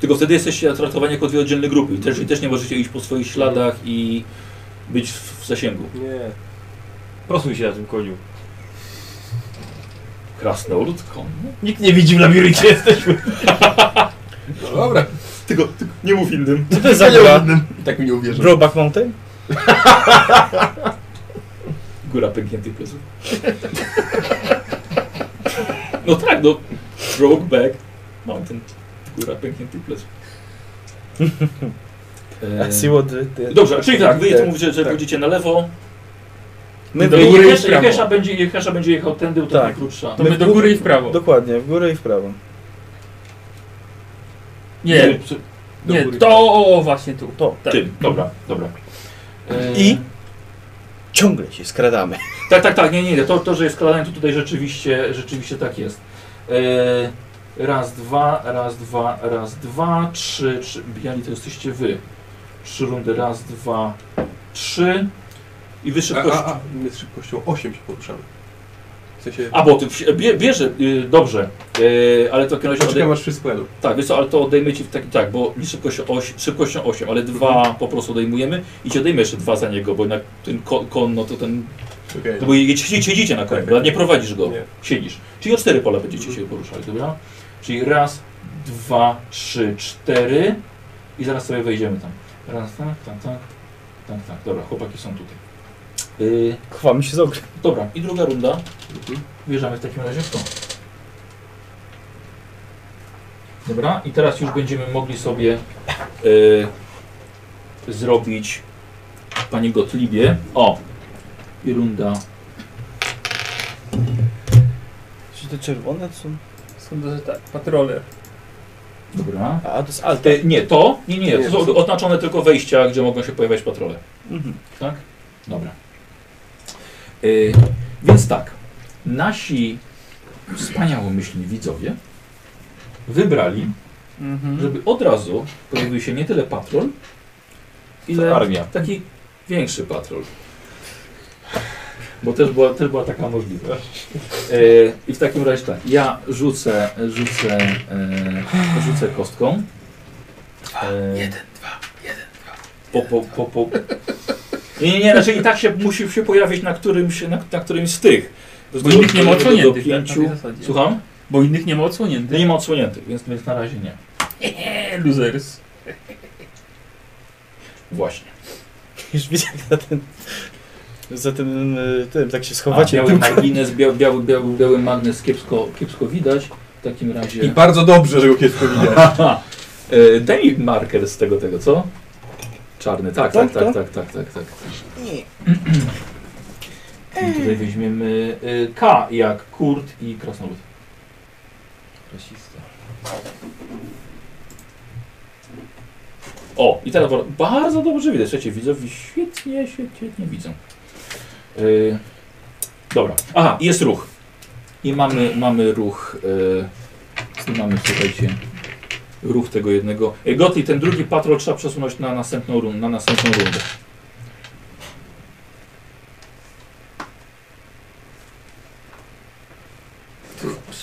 Speaker 2: Tylko wtedy jesteście traktowani jako dwie oddzielne grupy. I też, i też nie możecie iść po swoich śladach i być w, w zasięgu.
Speaker 6: Nie.
Speaker 5: Prosuj się na tym koniu.
Speaker 2: Krasnolud, konny?
Speaker 5: Nikt nie widzi w labiryncie, jesteśmy.
Speaker 6: No dobra.
Speaker 2: Tylko, tylko nie mów innym.
Speaker 1: Co to jest za gra?
Speaker 6: I tak mi nie uwierzą.
Speaker 1: Broback Mountain?
Speaker 2: Góra pękniętych pleców. No tak, no. Brokeback Mountain. Góra pękniętych pleców. E,
Speaker 1: A see what the, the,
Speaker 2: Dobrze, czyli tak, wy
Speaker 1: the-
Speaker 2: mówicie, że
Speaker 1: tak.
Speaker 2: pójdziecie na lewo.
Speaker 1: My
Speaker 3: Do
Speaker 1: w
Speaker 3: góry.
Speaker 1: górę,
Speaker 3: i w
Speaker 2: Jechesza,
Speaker 3: prawo.
Speaker 2: Jechesza, będzie, Jechesza będzie jechał tędy, bo to
Speaker 1: Tak.
Speaker 2: tak. krótsza.
Speaker 3: To my do góry i w prawo.
Speaker 1: Dokładnie, w górę i w prawo.
Speaker 3: Nie,
Speaker 6: Do
Speaker 3: nie,
Speaker 6: góry.
Speaker 3: to o, o, właśnie tu.
Speaker 1: To.
Speaker 3: Tak.
Speaker 2: Tym, dobra, dobra. E,
Speaker 1: I? Ciągle się skradamy.
Speaker 2: Tak, tak, tak, nie, nie, to, to że jest składane, to tutaj rzeczywiście, rzeczywiście tak jest. E, raz, dwa, raz, dwa, raz, dwa, trzy, trzy, biali to jesteście wy. Trzy rundy, raz, dwa, trzy i wy
Speaker 6: A,
Speaker 2: szybkość.
Speaker 6: a, a, my z szybkością 8 się poruszamy. W sensie...
Speaker 2: A, bo ty wsi- bie, bierze, y, dobrze, y, ale to kiedyś
Speaker 6: Poczekam
Speaker 2: odej...
Speaker 6: aż wszyscy pojadą.
Speaker 2: Tak, wiesz co, ale to odejmie ci w taki, tak, bo nie szybkością 8, szybkością 8 ale dwa po prostu odejmujemy i ci odejmie jeszcze dwa za niego, bo jednak ten ko- kon, no to ten
Speaker 6: Okej.
Speaker 2: No bo jedziecie, siedzicie na koniu,
Speaker 6: Tak,
Speaker 2: prawda?
Speaker 6: tak.
Speaker 2: nie prowadzisz go,
Speaker 6: Nie.
Speaker 2: siedzisz. Czyli o cztery pola będziecie się poruszali, dobra? Czyli raz, dwa, trzy, cztery i zaraz sobie wejdziemy tam. Raz, tak, tak, tak, tak, tak. Dobra, chłopaki są tutaj. Y,
Speaker 1: Chwam się z ogry.
Speaker 2: dobra, i druga runda. Wjeżdżamy w takim razie w to. Dobra, i teraz już będziemy mogli sobie y, zrobić Panie Gotlibie. O! I runda
Speaker 1: Czy te czerwone są?
Speaker 3: Sądzę, że tak. Patrole.
Speaker 2: Dobra.
Speaker 1: A, to jest alta.
Speaker 2: E, nie, to? Nie, nie,
Speaker 6: Nie,
Speaker 2: to są
Speaker 6: to są-
Speaker 2: oznaczone tylko wejścia, gdzie mogą się pojawiać patrole.
Speaker 1: Mhm.
Speaker 2: Tak? Dobra. E, więc tak, nasi wspaniałomyślni widzowie wybrali,
Speaker 3: Mhm.
Speaker 2: żeby od razu pojawił się nie tyle patrol, ile
Speaker 4: To armia.
Speaker 2: taki większy patrol. Bo też była, też była taka możliwość. E, I w takim razie tak, ja rzucę, rzucę, e, rzucę kostką. E, jeden, dwa, jeden, dwa. Po, po, po, po. Nie, nie, nie, znaczy i tak się musi się pojawić na którymś, na, na którymś z tych.
Speaker 3: Bo nikt nie ma
Speaker 2: Do- do- do
Speaker 3: odsłoniętych. tak, na
Speaker 2: pięciu.
Speaker 3: tej zasadzie.
Speaker 2: Słucham?
Speaker 3: Bo innych nie ma
Speaker 2: No
Speaker 3: odsłoniętych.
Speaker 2: nie ma odsłoniętych, więc, więc na razie nie.
Speaker 3: Nie, losers.
Speaker 2: Właśnie.
Speaker 1: Już widzę jak za ten... Za tym, y, tym tak się
Speaker 2: A,
Speaker 1: schowacie.
Speaker 2: biały margines, biały, biały, biały, biały magnes kiepsko, kiepsko widać. W takim razie...
Speaker 6: I bardzo dobrze, że go kiepsko widać.
Speaker 2: Aha. E, Daj mi marker z tego, tego, co? Czarny, tak, tak,
Speaker 1: Tak,
Speaker 2: tak,
Speaker 1: tak?
Speaker 2: tak, tak, tak, tak.
Speaker 1: Nie.
Speaker 2: I tutaj weźmiemy e, K jak Kurt i Krasnolud.
Speaker 4: Rasista.
Speaker 2: O, i teraz bardzo- bardzo dobrze widać. Słuchajcie, widzowie świetnie, świetnie, świetnie widzą. E, dobra. Aha, i jest ruch. I mamy, mamy ruch, e, i mamy, słuchajcie, ruch tego jednego. E, Gotli, ten drugi patrol trzeba przesunąć na następną, run, na następną rundę.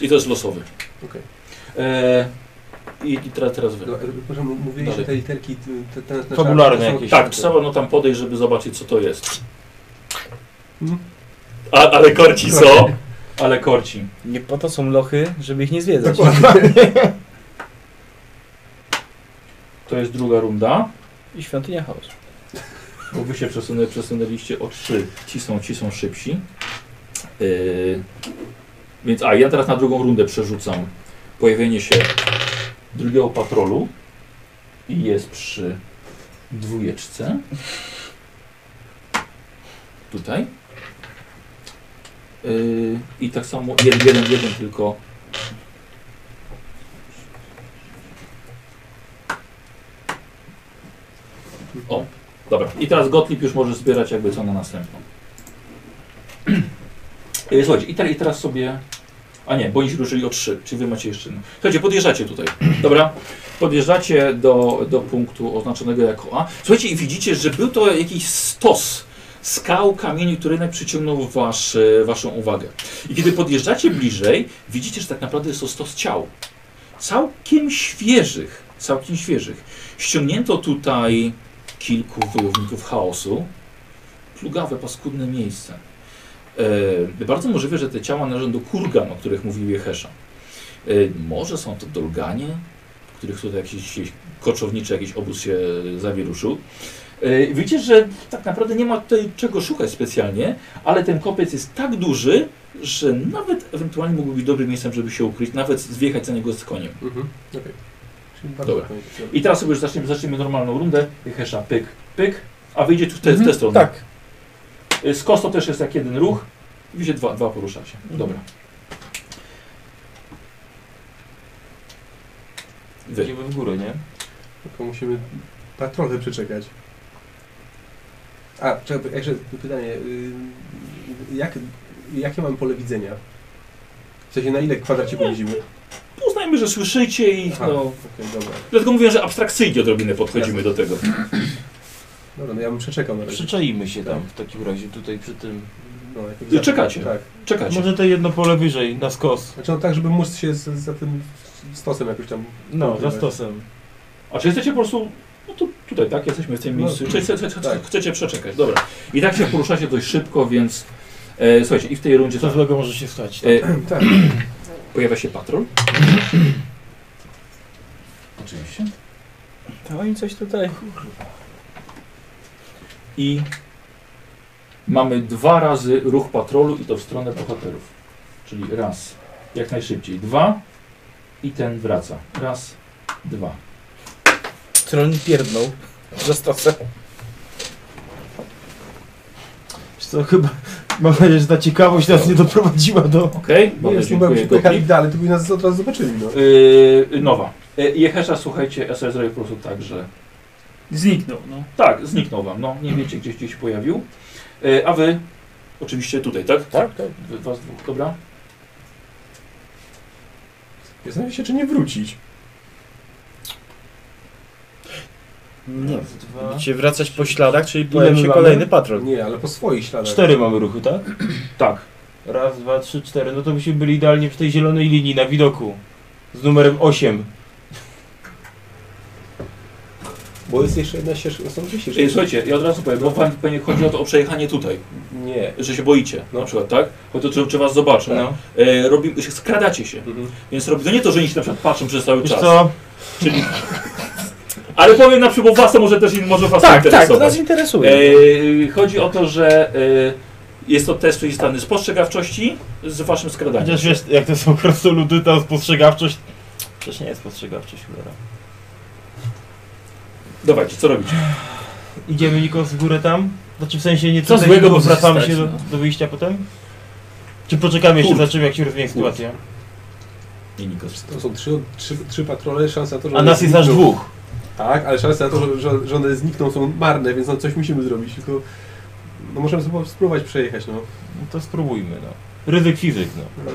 Speaker 2: I to jest losowy.
Speaker 6: Okej.
Speaker 2: E, I i teraz, teraz wy.
Speaker 6: No, e, Proszę, m- mówili, że
Speaker 2: Dalej.
Speaker 6: te literki... t- te- te- te-
Speaker 4: Fabularne
Speaker 6: te- te-
Speaker 4: jakieś.
Speaker 2: Tak, trzeba no tam podejść, żeby zobaczyć co to jest.
Speaker 6: Hmm?
Speaker 2: A, ale korci co? Ale korci.
Speaker 1: Nie po to są lochy, żeby ich nie zwiedzać.
Speaker 2: To jest druga runda,
Speaker 1: I świątynia chaosu.
Speaker 2: bo wy się przesunę, przesunęliście o trzy. Ci są, ci są szybsi. Yy, więc a ja teraz na drugą rundę przerzucam pojawienie się drugiego patrolu i jest przy dwójeczce. Tutaj. Yy, I tak samo jeden, jeden, jeden tylko. O, dobra. I teraz Gotlib już może zbierać jakby co na następną. Yy, Słuchajcie, i, te, i teraz sobie... A nie, bo oni się ruszyli o 3, czyli wy macie jeszcze... jedną. Słuchajcie, podjeżdżacie tutaj, dobra? Podjeżdżacie do, do punktu oznaczonego jako A. Słuchajcie, i widzicie, że był to jakiś stos skał, kamieni, który jednak przyciągnął wasz, e, waszą uwagę. I kiedy podjeżdżacie bliżej, widzicie, że tak naprawdę jest to stos ciał. Całkiem świeżych, całkiem świeżych. Ściągnięto tutaj kilku wojowników chaosu. Plugawe, paskudne miejsce. E, bardzo możliwe, że te ciała należą do kurgan, o których mówił Jehesza. E, może są to dolganie, w których tutaj jakiś jakiś koczowniczy jakiś obóz się zawieruszył. E, widzicie, że tak naprawdę nie ma tutaj czego szukać specjalnie, ale ten kopiec jest tak duży, że nawet ewentualnie mógłby być dobrym miejscem, żeby się ukryć, nawet zwiechać za niego z koniem.
Speaker 6: Mhm, okej. Czyli bardzo
Speaker 2: Dobra.
Speaker 6: fajnie.
Speaker 2: I teraz sobie już zaczniemy, zaczniemy normalną rundę. Hesza, pyk, pyk, a wyjdzie tu w te, w te strony.
Speaker 1: Tak.
Speaker 2: Y, Z kostą też jest jak jeden ruch. Widzicie, dwa, dwa porusza się.
Speaker 6: Mhm.
Speaker 2: Dobra. Wy.
Speaker 4: Idziemy w górę, nie?
Speaker 6: Tylko musimy patrolę przeczekać. A, czekaj, jeszcze pytanie. y, Jak, jakie mam pole widzenia? W sensie na ile kwadracików jeździmy?
Speaker 2: Uznajmy, że słyszycie ich,
Speaker 6: Aha,
Speaker 2: no.
Speaker 6: okej, dobra.
Speaker 2: Dlatego mówię, że abstrakcyjnie odrobinę podchodzimy
Speaker 6: Jasne.
Speaker 2: do tego.
Speaker 6: Dobra, no ja bym przeczekał na razie.
Speaker 4: Przyczaimy się tam w takim razie, tutaj przy tym.
Speaker 6: No, jakoś
Speaker 2: Ty czekacie.
Speaker 6: Tak.
Speaker 2: Czekacie.
Speaker 5: Może te jedno pole wyżej, na skos.
Speaker 6: Znaczy no tak, żeby móc się z, za tym stosem jakoś tam...
Speaker 5: No, za
Speaker 6: ukrywać.
Speaker 5: stosem.
Speaker 2: A czy jesteście po prostu. No to tutaj, tak? Jesteśmy w tym
Speaker 6: No,
Speaker 2: miejscu. Czy chcecie, chcecie,
Speaker 6: tak.
Speaker 2: chcecie przeczekać? Dobra. I tak się poruszacie dość szybko, więc. E, słuchajcie, i w tej rundzie.
Speaker 5: Co złego może się stać?
Speaker 2: E,
Speaker 6: Tak.
Speaker 2: pojawia się patrol. Rzeczywiście.
Speaker 1: To oni coś tutaj. I
Speaker 2: Mamy dwa razy ruch patrolu i to w stronę bohaterów. Czyli raz, jak najszybciej. Dwa i ten wraca. Raz, dwa.
Speaker 1: tron pierdnął za stosem.
Speaker 4: Wiesz Co chyba, mam nadzieję, że ta ciekawość nas nie doprowadziła do...
Speaker 2: Okej,
Speaker 6: Nie,
Speaker 2: bardzo
Speaker 6: już nie byłem
Speaker 2: dziękuję.
Speaker 6: się pojechali
Speaker 2: Koplik.
Speaker 6: dalej, tylko by nas od razu zobaczyli, no.
Speaker 2: Yy, nowa. Yy, Jehesza, słuchajcie, SR zrobił po prostu tak, że
Speaker 3: Zniknął, no.
Speaker 2: tak, zniknął wam. No, nie wiecie, gdzieś gdzieś się pojawił. Yy, a wy, oczywiście tutaj, tak?
Speaker 1: Tak, tak.
Speaker 2: Wy- Was dwóch, dobra?
Speaker 6: Zastanawiam się, czy nie wrócić.
Speaker 1: Nie.
Speaker 3: Raz, dwa.
Speaker 1: Będziecie wracać po śladach, czyli
Speaker 4: Ile
Speaker 1: pojawi
Speaker 4: my
Speaker 1: się
Speaker 4: mamy?
Speaker 1: kolejny patrol.
Speaker 6: Nie, ale po swoich śladach.
Speaker 4: Cztery mamy ruchy, tak?
Speaker 2: Tak.
Speaker 4: Raz, dwa, trzy, cztery. No to byśmy byli idealnie przy tej zielonej linii na widoku. Z numerem 8.
Speaker 6: Bo jest jeszcze jedna ścieżka, No są dwie
Speaker 2: Yy,
Speaker 6: ścieżki.
Speaker 2: słuchajcie, ja od razu powiem, bo wam pewnie chodzi o to o przejechanie tutaj,
Speaker 6: Nie.
Speaker 2: że się boicie,
Speaker 6: No.
Speaker 2: na przykład, tak? Bo to czy, czy was
Speaker 6: Tak.
Speaker 2: zobaczą.
Speaker 4: No.
Speaker 2: Yy, robi, się- skradacie się.
Speaker 6: Mhm.
Speaker 2: Więc robi to nie to, że oni się na przykład patrzą przez cały
Speaker 4: Wiesz
Speaker 2: czas.
Speaker 4: co?
Speaker 2: Czyli... Ale powiem na przykład, bo was to może też może was
Speaker 1: Tak, tak, to
Speaker 2: interesować.
Speaker 1: nas interesuje.
Speaker 2: E, chodzi o to, że e, jest to test czyli stany spostrzegawczości z waszym skradaniem.
Speaker 4: Chociaż wiesz, jak to są krasoludy, ta spostrzegawczość... Przecież nie jest spostrzegawczość, cholera.
Speaker 2: Dawajcie, co robicie?
Speaker 4: Idziemy Nikos w górę tam? Znaczy w sensie nie
Speaker 3: Co
Speaker 4: tutaj,
Speaker 3: złego
Speaker 4: bo
Speaker 3: może się
Speaker 4: wracamy
Speaker 3: stać,
Speaker 4: się do,
Speaker 3: no.
Speaker 4: do wyjścia potem? Czy poczekamy jeszcze,
Speaker 2: Kurde.
Speaker 4: zobaczymy jak się rozwinie sytuacja?
Speaker 2: Nie, Nikos.
Speaker 6: To są trzy, trzy, trzy patrole, szansa na to, że
Speaker 4: A
Speaker 6: one
Speaker 4: nas jest aż
Speaker 6: znikną.
Speaker 4: dwóch.
Speaker 6: Tak, ale szanse na to, że, że one znikną są marne, więc no coś musimy zrobić, tylko... No możemy spróbować- spróbować przejechać, no.
Speaker 4: No to spróbujmy, no. Ryzyk fizyk, no.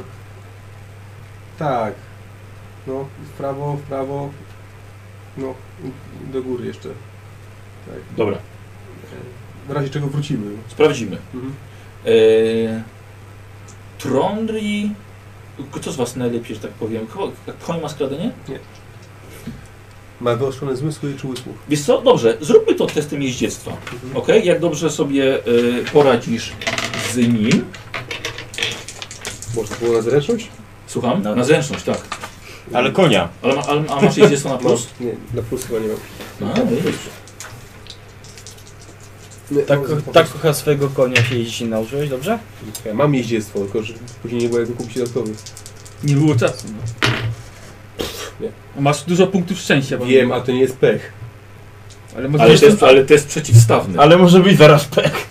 Speaker 6: Tak. No, w prawo, w prawo. No, do góry jeszcze.
Speaker 2: Dobra,
Speaker 6: W razie czego wrócimy.
Speaker 2: sprawdzimy.
Speaker 6: Mhm.
Speaker 2: E, Trondri... Kto z was najlepiej, że tak powiem? Ko- Koń ma skradanie?
Speaker 6: Ma wyoszczone zmysły i czuły słuch.
Speaker 2: Wiesz co? Dobrze, zróbmy to testem jeździectwa.
Speaker 6: Mhm.
Speaker 2: Ok? Jak dobrze sobie e, poradzisz z nim?
Speaker 6: Można było na zręczność?
Speaker 2: Słucham?
Speaker 1: No.
Speaker 2: Na zręczność, tak.
Speaker 4: Ale konia.
Speaker 2: Ale, ma, ale a masz jeździectwo na plus?
Speaker 6: Nie, na plus chyba nie mam.
Speaker 2: A, widzisz.
Speaker 6: Nie,
Speaker 1: Tak,
Speaker 6: mam za-
Speaker 1: tak kocha swego konia się jeździ nauczyłeś, dobrze?
Speaker 6: Ja mam jeździectwo, tylko że później nie było jak kupić dodatkowy.
Speaker 3: Nie było czasu, no.
Speaker 6: Nie.
Speaker 3: A Masz dużo punktów szczęścia. bo-
Speaker 6: Wiem, ale to nie jest pech.
Speaker 3: Ale może
Speaker 2: Ale test, ale test przeciwstawny.
Speaker 4: Ale może być zaraz pech.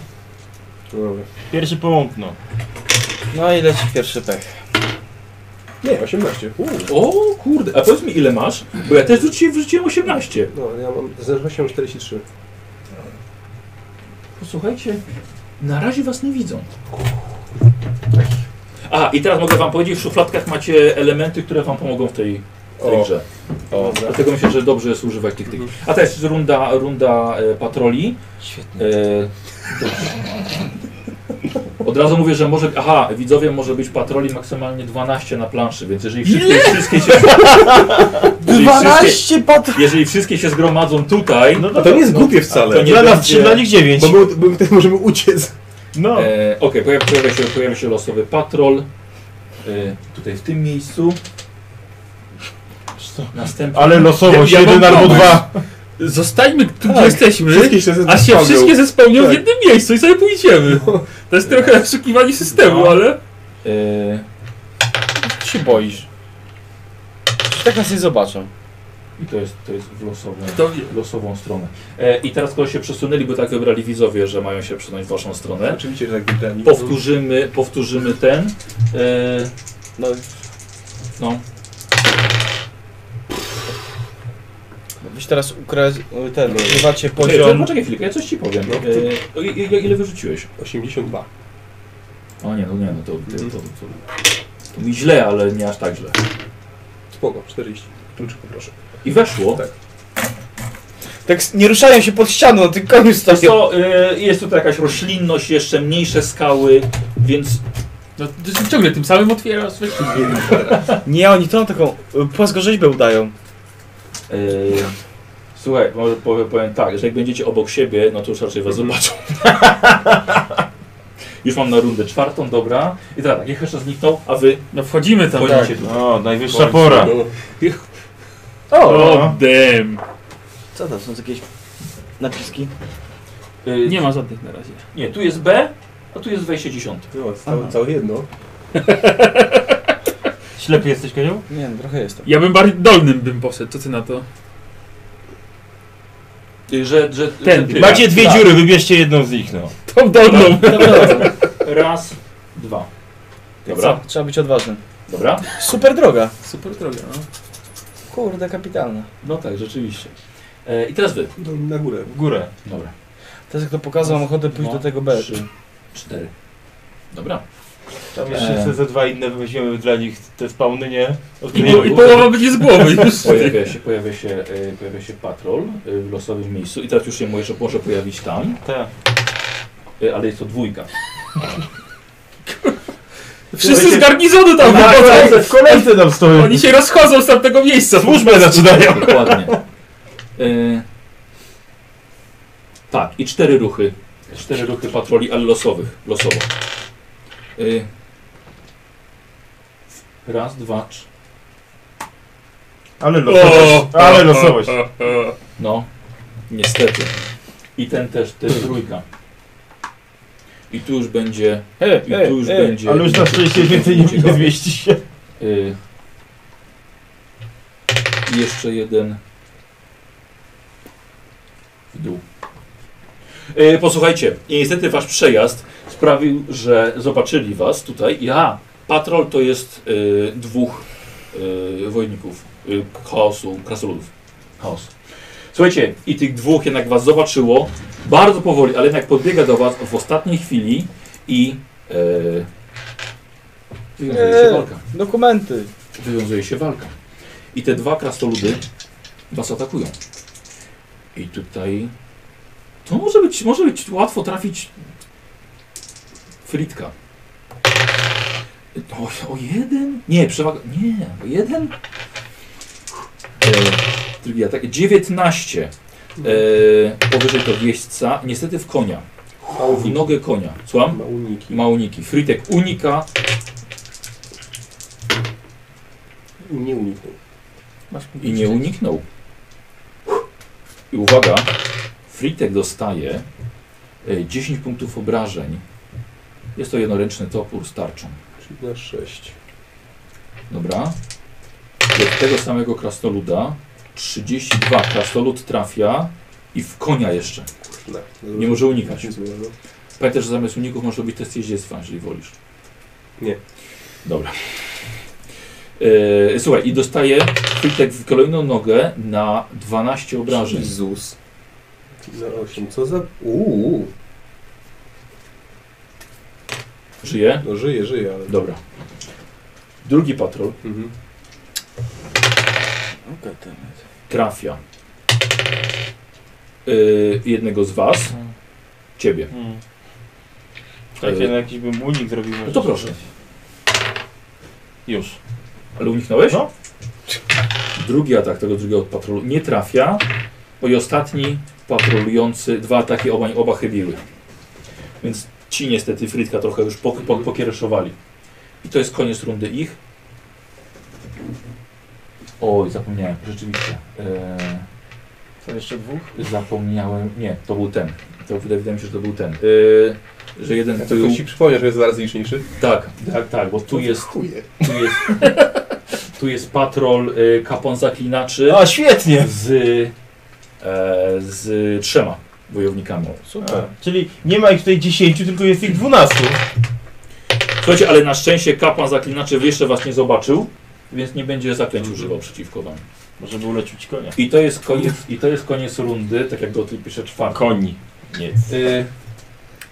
Speaker 6: No dobra.
Speaker 4: Pierwszy połąkno.
Speaker 1: No i leci pierwszy pech.
Speaker 6: Nie, 18. Uuu.
Speaker 2: O kurde, a powiedz mi ile masz? Bo ja też rzuciłem, wrzuciłem 18.
Speaker 6: No, ja mam z zręcznością 43.
Speaker 2: Posłuchajcie, na razie was nie widzą. A, i teraz mogę wam powiedzieć, w szufladkach macie elementy, które wam pomogą w tej, w tej
Speaker 6: O.
Speaker 2: grze.
Speaker 6: O, dobra.
Speaker 2: Dlatego myślę, że dobrze jest używać tych tych.
Speaker 6: Mhm.
Speaker 2: A teraz jest runda, runda e, patroli.
Speaker 4: Świetnie.
Speaker 2: E, od razu mówię, że może. Aha, widzowie może być patroli maksymalnie 12 na planszy, więc jeżeli wszystkie, wszystkie się. Jeżeli wszystkie,
Speaker 1: patrol!
Speaker 2: jeżeli wszystkie się zgromadzą tutaj.
Speaker 4: No
Speaker 6: A to nie jest głupie wcale.
Speaker 2: nie
Speaker 4: Dla nas
Speaker 2: będzie-
Speaker 4: 3, dla nich 9.
Speaker 6: Bo my, my wtedy możemy uciec.
Speaker 4: No.
Speaker 2: E, Okej, pojawia, pojawia, się, pojawia się losowy patrol. E, tutaj w tym miejscu. Następny.
Speaker 4: Ale losowość,
Speaker 3: Ja- ja
Speaker 4: jeden
Speaker 3: mam
Speaker 4: albo
Speaker 3: pomysł.
Speaker 4: dwa.
Speaker 3: Zostańmy tu, gdzie
Speaker 6: Tak,
Speaker 3: jesteśmy,
Speaker 6: się
Speaker 3: a się
Speaker 6: zespowią.
Speaker 3: wszystkie zespełnią w
Speaker 6: Tak.
Speaker 3: jednym miejscu i sobie pójdziemy. To jest trochę oszukiwanie systemu,
Speaker 2: No.
Speaker 3: ale...
Speaker 2: E,
Speaker 1: Ty się boisz. Tak nas nie zobaczą.
Speaker 2: I to jest, to jest w losową,
Speaker 3: Kto wie?
Speaker 2: losową stronę. E, I teraz kogoś się przesunęli, bo tak wybrali widzowie, że mają się przesunąć w waszą stronę.
Speaker 6: Oczywiście, że tak wybrali.
Speaker 2: Powtórzymy, powtórzymy ten. E,
Speaker 1: No,
Speaker 2: no,
Speaker 1: byś teraz ukradł ten, używacie
Speaker 2: Czekaj,
Speaker 1: poziom.
Speaker 2: poczekaj chwilkę, ja coś ci powiem.
Speaker 6: No.
Speaker 2: E, o, i- i- ile wyrzuciłeś?
Speaker 6: 82.
Speaker 2: O nie, no nie, no to, to,
Speaker 6: Mhm.
Speaker 2: to, to, to mi źle, ale nie aż tak źle.
Speaker 6: Spoko, 40. Kluczyk poproszę.
Speaker 2: I weszło.
Speaker 6: Tak.
Speaker 1: Tak s- nie ruszają się pod ścianą, ty koniu
Speaker 2: Wiesz
Speaker 1: stawiasz.
Speaker 2: co, y, jest tutaj jakaś roślinność, jeszcze mniejsze skały, więc
Speaker 3: No, ty ciągle tym samym otwierasz wiesz,
Speaker 1: Nie, oni tą taką y, płaskorzeźbę udają.
Speaker 2: y, słuchaj, może powiem, powiem tak, że jak będziecie obok siebie, no to już raczej was
Speaker 6: Mhm.
Speaker 2: zobaczą. już mam na rundę czwartą, dobra. I teraz tak, niech jeszcze zniknął, a wy
Speaker 3: No wchodzimy tam.
Speaker 2: wchodzicie
Speaker 3: Tak.
Speaker 2: tu.
Speaker 4: No, najwyższa pora.
Speaker 6: No,
Speaker 1: O!
Speaker 4: O, damn.
Speaker 1: Co to są jakieś napiski?
Speaker 2: Y,
Speaker 3: Tak. Nie ma żadnych na razie.
Speaker 2: Nie, tu jest B, a tu jest wejście dziesiąte.
Speaker 6: No, stało
Speaker 1: Aha.
Speaker 6: całe jedno.
Speaker 5: Ślepy jesteś, Kozioł?
Speaker 1: Nie wiem, trochę jestem.
Speaker 3: Ja bym bardziej dolnym bym poszedł, co ty na to?
Speaker 2: Y, Że, że,
Speaker 3: Ten.
Speaker 2: że ty-
Speaker 4: Macie dwie
Speaker 2: tak.
Speaker 4: dziury, wybierzcie jedną z nich, no.
Speaker 3: Tą dolną!
Speaker 1: Tak.
Speaker 2: Raz, dwa. Dobra,
Speaker 1: Co? Trzeba być odważnym.
Speaker 2: dobra.
Speaker 1: Super droga.
Speaker 3: Super droga, no.
Speaker 1: Kurde, kapitalna.
Speaker 2: No tak, rzeczywiście. E, I teraz wy.
Speaker 6: No, na górę.
Speaker 5: W górę.
Speaker 2: Dobra.
Speaker 1: Teraz jak to pokazał, mam ochotę pójść
Speaker 2: Dwa,
Speaker 1: do tego B.
Speaker 2: Trzy, cztery. Dobra.
Speaker 5: Tam
Speaker 1: Eee.
Speaker 5: jeszcze sobie ze dwa inne weźmiemy dla nich te spawny, nie? Od
Speaker 3: I,
Speaker 5: której-
Speaker 3: po, I połowa będzie z głowy już.
Speaker 2: Pojawia się, pojawia się, e, pojawia się patrol e, w losowym miejscu i teraz już się może, może pojawić tam,
Speaker 5: Tak.
Speaker 2: e, ale jest to dwójka.
Speaker 3: Wszyscy z garnizonu tam wychodzą.
Speaker 4: w kolejce tam stoją.
Speaker 3: Oni się rozchodzą z tamtego miejsca.
Speaker 4: Służbę zaczynają.
Speaker 2: Dokładnie. E, tak, i cztery ruchy. Cztery ruchy patroli, ale losowych. Losowo. E, raz, dwa, trzy.
Speaker 5: Ale no, losowość. Ale losowość.
Speaker 2: No, niestety. I ten też, to jest trójka. I tu już będzie.
Speaker 5: E,
Speaker 1: Hej,
Speaker 2: I tu już będzie.
Speaker 5: Ale już na szczęście więcej nie, nie
Speaker 2: Ciekawe.
Speaker 5: zmieści się.
Speaker 2: Y, I jeszcze jeden. W dół. Y, posłuchajcie, i niestety wasz przejazd sprawił, że zobaczyli was tutaj. I aha, patrol to jest y, dwóch y, wojowników y, chaosu, krasoludów. Chaos. Słuchajcie, i tych dwóch jednak was zobaczyło. Bardzo powoli, ale jednak podbiega do was w ostatniej chwili i. Yy, wywiązuje się
Speaker 1: Eee.
Speaker 2: walka
Speaker 1: Dokumenty.
Speaker 2: wywiązuje się walka. I te dwa krasnoludy was atakują. I tutaj to może być, może być łatwo trafić Fritka. O, o jeden? Nie, przewaga. Nie, o jeden? E, drugi atak. 19. E, powyżej to wieźdźca. Niestety w konia.
Speaker 6: Ma
Speaker 2: W
Speaker 6: uniki.
Speaker 2: nogę konia. Słucham?
Speaker 6: Ma uniki.
Speaker 2: Ma uniki. Fritek unika.
Speaker 6: Nie uniknął.
Speaker 2: I nie uniknął. I uwaga, Fritek dostaje e, 10 punktów obrażeń. Jest to jednoręczny topór z tarczą.
Speaker 6: Czyli na 6.
Speaker 2: Dobra. Do tego samego krasnoluda 32. Krasnolud trafia i w konia jeszcze. Nie może unikać. Pamiętaj, że zamiast uników możesz robić test jeździectwa, jeżeli wolisz.
Speaker 6: Nie.
Speaker 2: Dobra. E, słuchaj, i dostaje Fritek w kolejną nogę na 12 obrażeń.
Speaker 6: Jezus. Na 8. Co za... Uuu.
Speaker 2: Żyje?
Speaker 6: No żyje, żyje, ale...
Speaker 2: Dobra. Drugi patrol
Speaker 6: Mhm.
Speaker 2: trafia yy, jednego z was, ciebie.
Speaker 5: Hmm.
Speaker 2: E,
Speaker 5: Tak, ja na jakiś bym unik zrobił.
Speaker 2: No
Speaker 5: może.
Speaker 2: to proszę.
Speaker 5: Już.
Speaker 2: Ale uniknąłeś?
Speaker 5: No.
Speaker 2: Drugi atak tego drugiego patrolu nie trafia. O i ostatni patrolujący, dwa ataki oba, oba chybiły. Więc ci niestety Frytka trochę już pok, pok, pokiereszowali. I to jest koniec rundy ich. Oj, zapomniałem, rzeczywiście. Eee...
Speaker 5: Co jeszcze dwóch?
Speaker 2: Zapomniałem. Nie, to był ten. To wydaje, wydaje mi się, że to był ten. Yy, że jeden
Speaker 6: Ja
Speaker 2: to
Speaker 6: to
Speaker 2: był.
Speaker 6: już ci przypomniał, że jest zaraz liczniejszy.
Speaker 2: Tak, tak, tak, bo tu jest.
Speaker 6: Chuje.
Speaker 2: Tu jest, tu jest patrol y, kapon zaklinaczy
Speaker 4: A, świetnie.
Speaker 2: z, e, z trzema wojownikami.
Speaker 5: Super. Czyli nie ma ich tutaj 10, tylko jest ich 12.
Speaker 2: Słuchajcie, ale na szczęście kapłan zaklinaczy jeszcze was nie zobaczył, więc nie będzie zaklęć używał przeciwko wam.
Speaker 5: Może był lecić konia.
Speaker 2: I to jest koniec, i to jest koniec rundy, tak jak Gottlieb pisze czwarty.
Speaker 4: Koni. Nie.
Speaker 6: E,
Speaker 2: Y,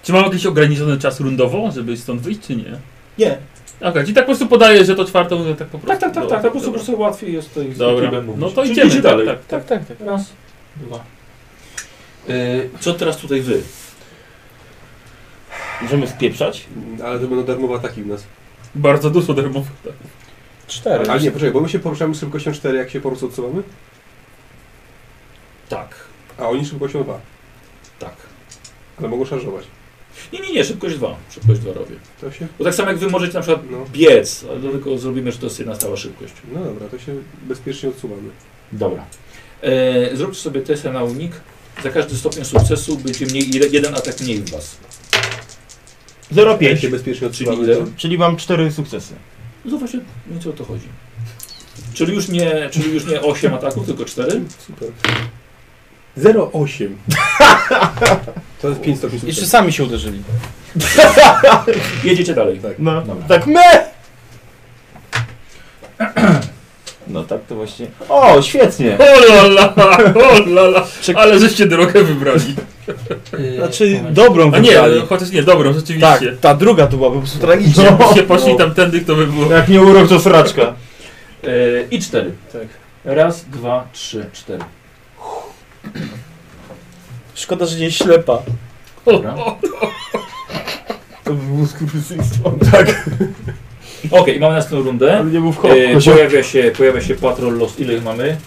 Speaker 3: Czy mam jakiś ograniczony czas rundowo, żeby stąd wyjść, czy nie?
Speaker 5: Nie.
Speaker 3: Okej, czyli tak po prostu podaję, że to czwartą, że tak po prostu.
Speaker 2: tak, tak, tak,
Speaker 3: Dobra,
Speaker 2: tak, po prostu, po
Speaker 3: dobra.
Speaker 2: prostu łatwiej jest to
Speaker 3: Dobra, no to
Speaker 2: Czyli
Speaker 3: idziemy
Speaker 2: idzie dalej.
Speaker 3: Tak, tak,
Speaker 1: Tak, tak, tak.
Speaker 2: Raz, dwa. co teraz tutaj wy?
Speaker 5: Możemy spieprzać?
Speaker 6: Ale to będą darmowe ataki u nas.
Speaker 3: tak. Bardzo dużo darmowych. Tak.
Speaker 1: Cztery.
Speaker 6: Ale nie, poczekaj, bo my się poruszamy z szybkością 4, jak się po prostu odsuwamy,
Speaker 2: Tak,
Speaker 6: a oni szybkością 2.
Speaker 2: tak.
Speaker 6: Ale mogą szarżować.
Speaker 2: Nie, nie, nie, szybkość dwa. Szybkość dwa robię.
Speaker 6: To się...
Speaker 2: Bo tak samo jak wy możecie na przykład
Speaker 6: No,
Speaker 2: biec, ale tylko zrobimy, że to jest jedna stała szybkość.
Speaker 6: no dobra, to się bezpiecznie odsuwamy.
Speaker 2: Dobra. E, zróbcie sobie test na unik. Za każdy stopień sukcesu będzie mniej, ile- jeden atak mniej w was.
Speaker 5: 0,5.
Speaker 6: się bezpiecznie
Speaker 2: Czyli
Speaker 6: otrzymamy.
Speaker 2: ile?
Speaker 6: to-
Speaker 5: Czyli mam 4 sukcesy.
Speaker 2: No właśnie, no i co o to chodzi? Czyli już nie, czyli już nie 8 ataków, tylko 4?
Speaker 6: Super. 0,8. To jest 5 stopni
Speaker 1: Jeszcze
Speaker 6: sukcesu.
Speaker 1: sami się uderzyli.
Speaker 2: Jedziecie dalej.
Speaker 5: No,
Speaker 2: Dobra.
Speaker 5: tak me! No tak to właśnie. O, świetnie!
Speaker 3: O lala, o lala. Ale żeście drogę wybrali.
Speaker 1: Znaczy, dobrą
Speaker 3: A nie,
Speaker 1: wybrali.
Speaker 3: ale chociaż nie, dobrą, rzeczywiście.
Speaker 1: Tak, ta druga tu była po prostu tragiczna.
Speaker 2: Tak.
Speaker 3: Jakbyście
Speaker 2: No.
Speaker 3: poszli tamtędy, to by było...
Speaker 5: Jak nie urok, to sraczka.
Speaker 2: E, I 4.
Speaker 6: Tak.
Speaker 2: Raz, dwa, trzy, cztery.
Speaker 1: Szkoda, że nie ślepa.
Speaker 2: Dobra.
Speaker 5: To by było skurwysyństwo.
Speaker 2: Tak. Okej, mamy następną rundę.
Speaker 5: Ale nie był w
Speaker 2: E,
Speaker 5: kopku.
Speaker 2: pojawia, się, pojawia się patrol los. Ile ich mamy?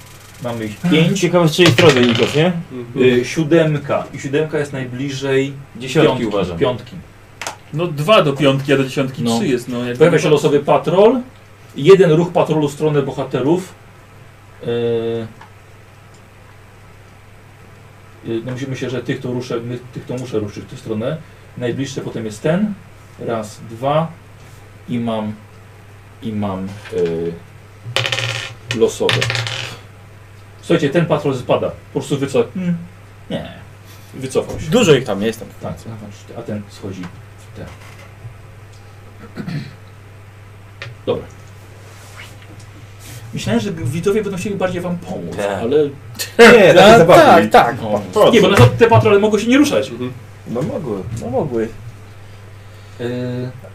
Speaker 2: Mamy ich 5.
Speaker 4: Ciekawe z czyjej strony, Nikos, nie?
Speaker 6: Mhm.
Speaker 2: E, siódemka. I siódemka jest najbliżej
Speaker 4: Dziesiątki
Speaker 2: piątki,
Speaker 4: uważam.
Speaker 2: piątki.
Speaker 3: No dwa do piątki, a do dziesiątki
Speaker 2: No.
Speaker 3: trzy jest, no. jak
Speaker 2: Pojawia się
Speaker 3: to-
Speaker 2: losowy patrol. Jeden ruch patrolu w stronę bohaterów. E, e, No myślę, myślę, że tych to, ruszę, my, tych to muszę ruszyć w tę stronę. Najbliższy potem jest ten. Raz, dwa. I mam... I mam... e, losowe. Słuchajcie, ten patrol spada. Po prostu wycofał. Nie. Wycofał się.
Speaker 1: Dużo ich tam jest tam.
Speaker 2: Tak, a ten schodzi w te. Dobra. Myślałem, że widzowie będą chcieli bardziej wam pomóc,
Speaker 4: Tak.
Speaker 2: ale...
Speaker 1: Nie,
Speaker 6: Takie
Speaker 1: no,
Speaker 6: zabawne.
Speaker 1: tak, tak.
Speaker 2: No. Y,
Speaker 4: Proszę.
Speaker 2: Nie, bo na te patrole mogą się nie ruszać.
Speaker 6: Mhm.
Speaker 4: No mogły.
Speaker 1: No mogły.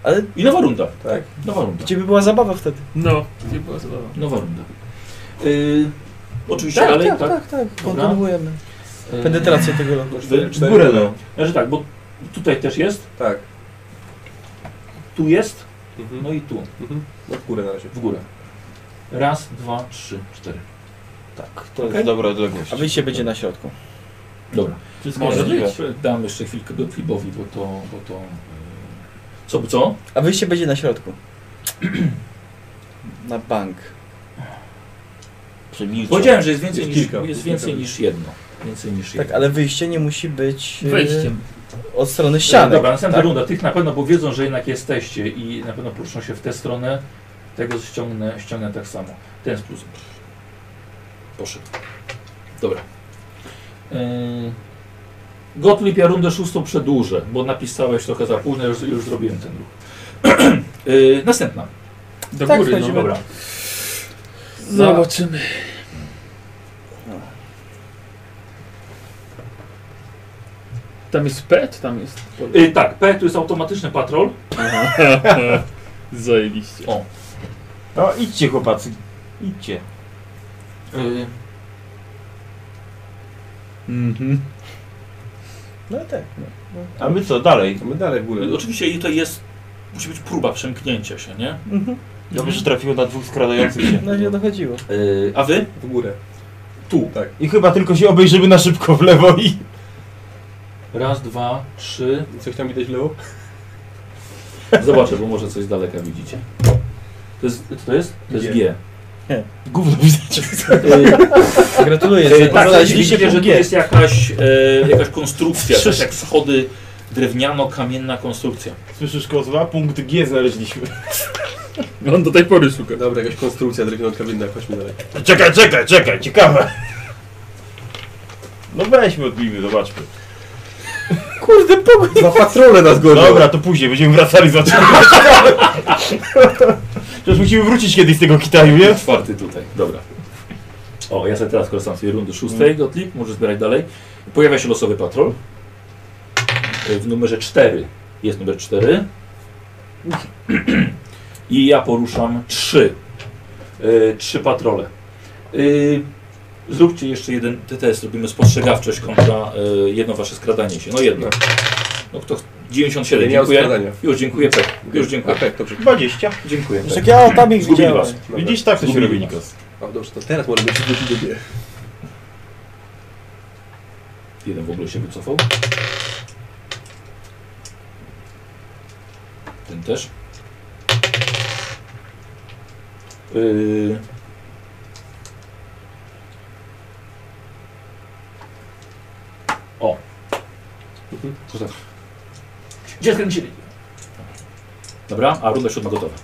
Speaker 2: Ale... I nowa runda.
Speaker 6: Tak.
Speaker 2: Nowa runda.
Speaker 1: Gdzie by była zabawa wtedy?
Speaker 3: No, nie było zabawa.
Speaker 2: Nowa runda. Yy, oczywiście, ale tak. tak.
Speaker 1: tak.
Speaker 2: Dobra.
Speaker 1: Kontynuujemy.
Speaker 2: Yy,
Speaker 1: Penetrację tego lądu.
Speaker 2: Wy-
Speaker 5: W górę no.
Speaker 2: Znaczy tak, bo tutaj też jest,
Speaker 6: Tak.
Speaker 2: tu jest,
Speaker 6: Mhm.
Speaker 2: no i tu,
Speaker 6: Mhm. No w górę na razie.
Speaker 2: w górę. Raz, dwa, trzy, cztery.
Speaker 4: Tak, to
Speaker 2: Okej.
Speaker 4: jest dobra odległość.
Speaker 1: A wyjście będzie na środku.
Speaker 2: Dobra.
Speaker 3: Wszystko
Speaker 2: Może
Speaker 3: może
Speaker 4: możliwe.
Speaker 2: być.
Speaker 3: być.
Speaker 2: Dam jeszcze chwilkę do Twibowi, bo to... Bo to yy, co, co?
Speaker 1: A wyjście będzie na środku. Na bank.
Speaker 4: Przemilczą.
Speaker 2: Powiedziałem, że jest więcej,
Speaker 6: Jest
Speaker 2: niż,
Speaker 6: kilka.
Speaker 2: jest E, więcej niż jedno. Więcej niż jedno.
Speaker 1: Tak, ale wyjście nie musi być e,
Speaker 3: Wejściem.
Speaker 2: Yy,
Speaker 1: od strony
Speaker 2: Ścianek,
Speaker 1: ściany.
Speaker 2: Dobra, następna
Speaker 1: tak?
Speaker 2: runda. Tych na pewno, bo wiedzą, że jednak jesteście i na pewno poruszą się w tę stronę. Tego ściągnę, ściągnę tak samo. Ten z plusem. Poszedł. Dobra. Yy, Gottlieb, ja rundę szóstą przedłużę, bo napisałeś trochę za późno, już, już zrobiłem ten ruch. yy, następna.
Speaker 3: Do
Speaker 1: Tak,
Speaker 3: góry, no.
Speaker 1: wchodzimy.
Speaker 2: Dobra.
Speaker 3: Zobaczymy. Tam jest pet, tam jest...
Speaker 2: Yy, tak, P to jest automatyczny patrol.
Speaker 3: Zajebiście.
Speaker 2: O.
Speaker 4: No idźcie chłopacy, idźcie.
Speaker 2: Yy,
Speaker 1: Mhm. No tak. No.
Speaker 4: A my co, dalej?
Speaker 6: No my dalej w górę.
Speaker 2: Y, Oczywiście i to jest. Musi być próba przemknięcia się, nie?
Speaker 1: Mhm.
Speaker 4: Dobrze, że trafiło na dwóch skradających się.
Speaker 1: No nie dochodziło.
Speaker 2: Y, a wy?
Speaker 6: W górę.
Speaker 2: Tu.
Speaker 6: Tak.
Speaker 4: I chyba tylko się obejrzymy na szybko w lewo i...
Speaker 2: Raz, dwa, trzy.
Speaker 6: Coś tam widać w lewo?
Speaker 2: Zobaczę, bo może coś z daleka widzicie. To jest. Co to jest? To jest
Speaker 6: G.
Speaker 2: G. Y,
Speaker 4: Gówno widać.
Speaker 1: Gratuluję.
Speaker 2: Yy, tak, widzicie,
Speaker 1: znaleźliście
Speaker 2: że
Speaker 1: punkt
Speaker 2: tu
Speaker 1: G.
Speaker 2: jest jakaś, e, jakaś konstrukcja, coś jak schody, drewniano-kamienna konstrukcja.
Speaker 5: Słyszysz kozła? Punkt G znaleźliśmy.
Speaker 3: On do tej pory szuka.
Speaker 6: Dobra, jakaś konstrukcja drewnianka winna, chodźmy dalej.
Speaker 4: Czekaj, czekaj, czekaj, ciekawe. No weźmy odbijmy, zobaczmy.
Speaker 1: Kurde, pokój.
Speaker 6: Za patrole nas gonią!
Speaker 4: Dobra, to później, będziemy wracali za tym. Przecież musimy wrócić kiedyś z tego Kitaju, nie?
Speaker 2: Czwarty tutaj, dobra. O, ja sobie teraz korzystam z tej rundy szóstej, Gotlip, możesz zbierać dalej. Pojawia się losowy patrol. Y, W numerze 4 jest numer 4. I ja poruszam 3. Trzy patrole. Y, Zróbcie jeszcze jeden te- test, robimy spostrzegawczość kontra y, jedno wasze skradanie się. No jedno. No kto? ch- 97,
Speaker 6: Nie miał
Speaker 2: dziękuję.
Speaker 6: składania.
Speaker 2: Już dziękuję, Pek. Już dziękuję.
Speaker 6: A, tak, dobrze.
Speaker 4: 20.
Speaker 2: Dziękuję.
Speaker 1: Że ja o tam ich
Speaker 2: Zgubili
Speaker 1: widziałem.
Speaker 2: was.
Speaker 6: Dobra.
Speaker 4: Widzisz, tak to się
Speaker 2: Zgubili
Speaker 4: robi,
Speaker 2: was.
Speaker 4: Nikos.
Speaker 6: O, dobrze, to teraz możemy się wrócić do G.
Speaker 2: Jeden w ogóle się wycofał. Ten też. Yy... O. To tak. Gdzie skręcili? Dobra, a runda siódma gotowa.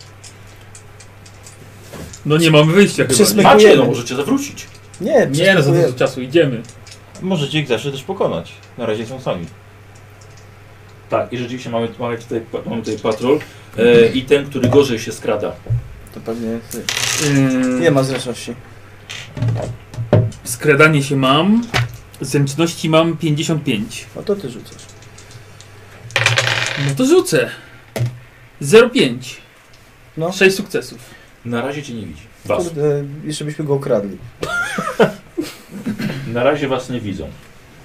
Speaker 3: No nie mamy wyjścia chyba.
Speaker 1: Przysmy-
Speaker 3: Nie,
Speaker 2: Macie, no możecie zawrócić.
Speaker 1: Nie,
Speaker 3: nie no, za
Speaker 1: przeskakujemy.
Speaker 3: dużo czasu idziemy.
Speaker 4: Możecie ich zawsze też pokonać. Na razie są sami.
Speaker 2: Tak, i rzeczywiście mamy, mamy, tutaj, mamy tutaj patrol e, i ten, który gorzej się skrada.
Speaker 1: To pewnie ty. Hmm.
Speaker 3: Yy,
Speaker 1: Nie ma zręczności.
Speaker 3: Skradanie się mam. Zręczności mam 55.
Speaker 1: No to ty rzucasz.
Speaker 3: No to rzucę. 0,5.
Speaker 1: No.
Speaker 3: 6 sukcesów.
Speaker 2: Na razie cię nie widzi. Was.
Speaker 1: Kurde, jeszcze byśmy go okradli.
Speaker 2: Na razie was nie widzą.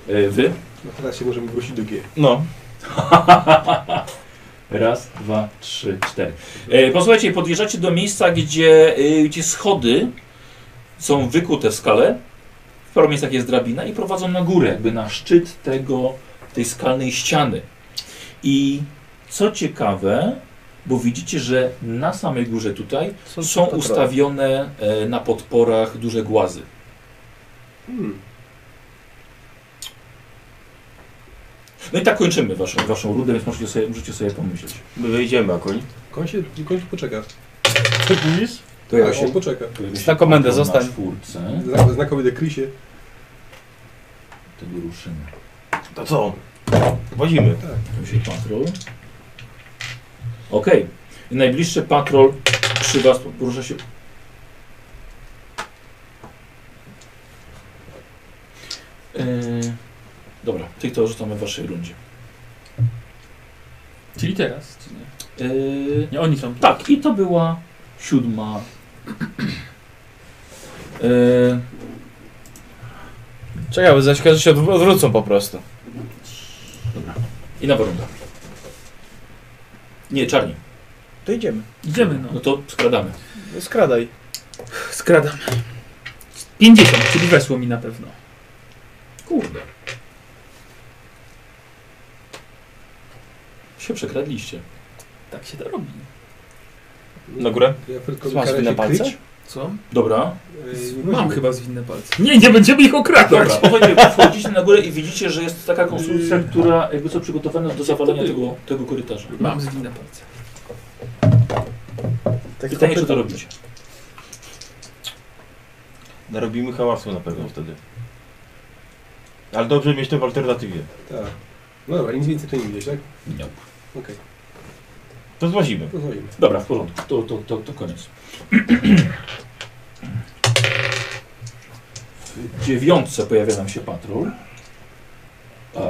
Speaker 2: E, wy?
Speaker 6: No teraz się możemy wrócić do G.
Speaker 4: No.
Speaker 2: Raz, dwa, trzy, cztery. E, posłuchajcie, podjeżdżacie do miejsca, gdzie, y, gdzie schody są wykute w skale. W paru miejscach jest drabina i prowadzą na górę, jakby na szczyt tego, tej skalnej ściany. I co ciekawe, bo widzicie, że na samej górze tutaj są
Speaker 1: patrole.
Speaker 2: ustawione e, na podporach duże głazy.
Speaker 6: Hmm.
Speaker 2: No i tak kończymy waszą, waszą rundę, więc możecie sobie, możecie sobie pomyśleć.
Speaker 4: My wyjdziemy, a koń?
Speaker 6: Koń się, koń poczeka.
Speaker 5: Co mówisz?
Speaker 2: To Hmm?
Speaker 6: A się poczeka.
Speaker 1: Na komendę zostań.
Speaker 2: Na czwórce,
Speaker 6: Znak, znakowy dekrysie.
Speaker 2: tego ruszymy.
Speaker 4: To co? Wozimy.
Speaker 2: Tu się patrol. Okej. Najbliższy patrol przy was porusza się. Yy, dobra, tych to rzucamy w waszej rundzie.
Speaker 3: Czyli teraz, czy nie?
Speaker 2: Yy,
Speaker 3: Nie, oni są.
Speaker 2: tak, i to była siódma. Yy,
Speaker 1: Czekaj, bo zaś się odw- odwrócą po prostu.
Speaker 2: I nowa runda. Nie, czarni.
Speaker 1: To idziemy.
Speaker 3: Idziemy, no.
Speaker 2: No to skradamy.
Speaker 1: Skradaj.
Speaker 3: Skradam. 50, czyli weszło mi na pewno.
Speaker 2: Kurde. Się przekradliście.
Speaker 3: Tak się to robi.
Speaker 4: Na górę?
Speaker 6: Ja tylko
Speaker 1: Masz
Speaker 6: karę
Speaker 1: winne
Speaker 6: się
Speaker 1: palce?
Speaker 6: kryć.
Speaker 3: Co?
Speaker 2: Dobra.
Speaker 6: Ej, nie
Speaker 3: Mam
Speaker 6: wchodzimy.
Speaker 3: chyba zwinne palce. Nie, nie będziemy ich okradać.
Speaker 2: Dobra, słuchajcie, wchodzicie na górę i widzicie, że jest taka konstrukcja, która jakby co przygotowana jest do zawalenia tego, tego korytarza.
Speaker 3: Mam zwinne palce.
Speaker 1: Tak
Speaker 2: Pytanie, czy to robicie?
Speaker 4: Narobimy hałasu na pewno wtedy. Ale dobrze mieć to w alternatywie.
Speaker 6: Tak. No dobra, nic więcej to nie widzieć, tak?
Speaker 2: Nie.
Speaker 6: Okej,
Speaker 4: To złazimy.
Speaker 6: to zrobimy.
Speaker 2: Dobra, w porządku. To, to, to, to koniec. W dziewiątce pojawia nam się patrol. Eee,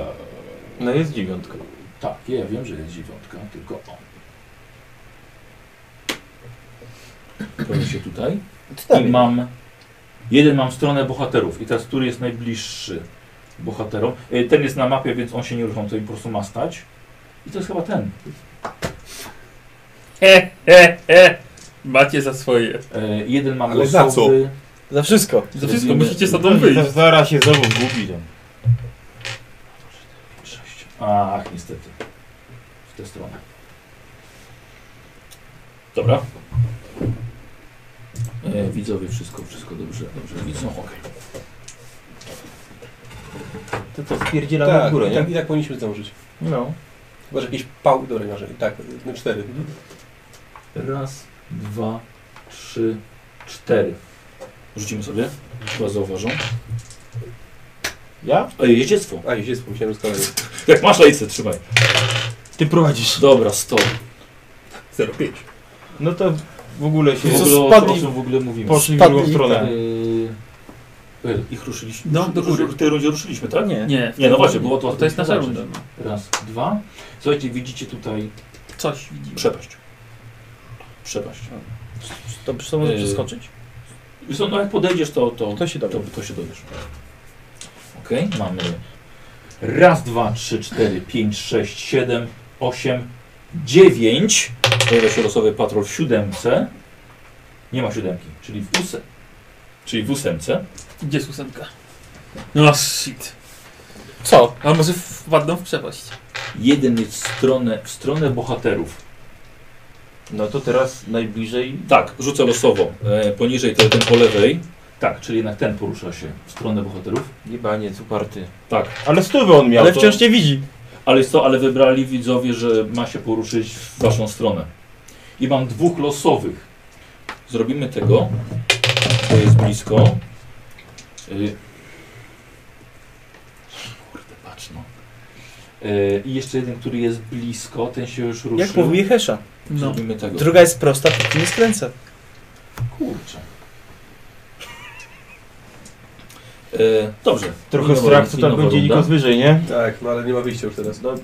Speaker 4: No jest dziewiątka.
Speaker 2: Tak, ja wiem, że jest dziewiątka, tylko o. Pojawia się tutaj. I
Speaker 1: Tam,
Speaker 2: mam. Jeden mam stronę bohaterów. I teraz, który jest najbliższy bohaterom? E, Ten jest na mapie, więc on się nie ruszał, to i po prostu ma stać. I to jest chyba ten.
Speaker 3: He, he, he. Macie za swoje.
Speaker 2: E, jeden mam
Speaker 6: Ale za
Speaker 2: losowy.
Speaker 1: Za wszystko.
Speaker 3: Za wszystko
Speaker 2: Zrobimy-
Speaker 3: musicie stąd wyjść.
Speaker 4: Zaraz się znowu zgubi tam.
Speaker 2: Sześć. Ach, niestety. W tę stronę. Dobra. E, widzowie, wszystko, wszystko dobrze, dobrze widzą. Okej.
Speaker 4: To co, spierdziela na
Speaker 6: Tak,
Speaker 4: górę,
Speaker 6: i
Speaker 4: nie?
Speaker 6: tak, i tak powinniśmy zdążyć.
Speaker 4: No.
Speaker 6: Chyba, że jakieś pał... Dobra, może. Tak, na cztery.
Speaker 2: Raz, dwa, trzy, cztery. Rzucimy sobie. Chyba zauważą.
Speaker 4: Ja?
Speaker 2: Ej, jeździectwo.
Speaker 6: A, już jest, pomyślałem z kolei.
Speaker 2: Jak masz lejce, trzymaj.
Speaker 4: Ty prowadzisz.
Speaker 2: Dobra, stop.
Speaker 3: 0,5.
Speaker 4: No to w ogóle się...
Speaker 2: W
Speaker 1: Co
Speaker 2: ogóle, o
Speaker 1: spadli-
Speaker 2: czym w ogóle mówimy?
Speaker 4: Poszli w
Speaker 1: Spadli-
Speaker 4: drugą stronę.
Speaker 2: Yy, Ej, ich ruszyliśmy?
Speaker 3: No, do góry.
Speaker 2: W tej rundzie ruszyliśmy, tak?
Speaker 1: Nie.
Speaker 3: Nie,
Speaker 2: Nie, no właśnie, było to-
Speaker 3: To jest nasza
Speaker 2: zobaczyć.
Speaker 3: runda. no.
Speaker 2: Raz, dwa. Słuchajcie, widzicie tutaj
Speaker 3: Coś widzimy.
Speaker 2: przepaść. Przepaść.
Speaker 1: To, to może
Speaker 2: Yy.
Speaker 1: przeskoczyć?
Speaker 2: Wiesz co, No jak podejdziesz, to, to,
Speaker 1: To się
Speaker 2: to,
Speaker 1: dowie.
Speaker 2: to się dowiesz. Ok, mamy raz, dwa, trzy, cztery, pięć, sześć, siedem, osiem, dziewięć. Pojawia się losowy patrol w siódemce. Nie ma siódemki, czyli w ósem. Czyli w ósemce.
Speaker 3: Gdzie jest ósemka? No shit.
Speaker 1: Co?
Speaker 3: A może wpadną w przepaść?
Speaker 2: Jeden jest w stronę, w stronę bohaterów.
Speaker 4: No to teraz najbliżej...
Speaker 2: Tak, rzucę losowo. E, poniżej to ten po lewej. Tak, czyli jednak ten porusza się w stronę bohaterów.
Speaker 4: Libaniec uparty.
Speaker 5: Ale stówę on miał.
Speaker 1: Ale
Speaker 5: to-
Speaker 1: wciąż nie widzi.
Speaker 2: Ale jest to, ale wybrali widzowie, że ma się poruszyć w waszą stronę. I mam dwóch losowych. Zrobimy tego. To jest blisko. Y... Kurde, patrz no. Y, I jeszcze jeden, który jest blisko, ten się już ruszył.
Speaker 1: Jak mówił Jehesza.
Speaker 3: No.
Speaker 2: Zrobimy tego.
Speaker 1: Druga jest prosta, póki nie skręca.
Speaker 2: Kurczę. E, dobrze.
Speaker 5: Trochę
Speaker 2: Minęła-
Speaker 5: strach, co tam
Speaker 2: minęła
Speaker 5: będzie
Speaker 2: runda.
Speaker 5: nikos wyżej, nie?
Speaker 6: Tak, no ale nie ma wyjścia już teraz. No,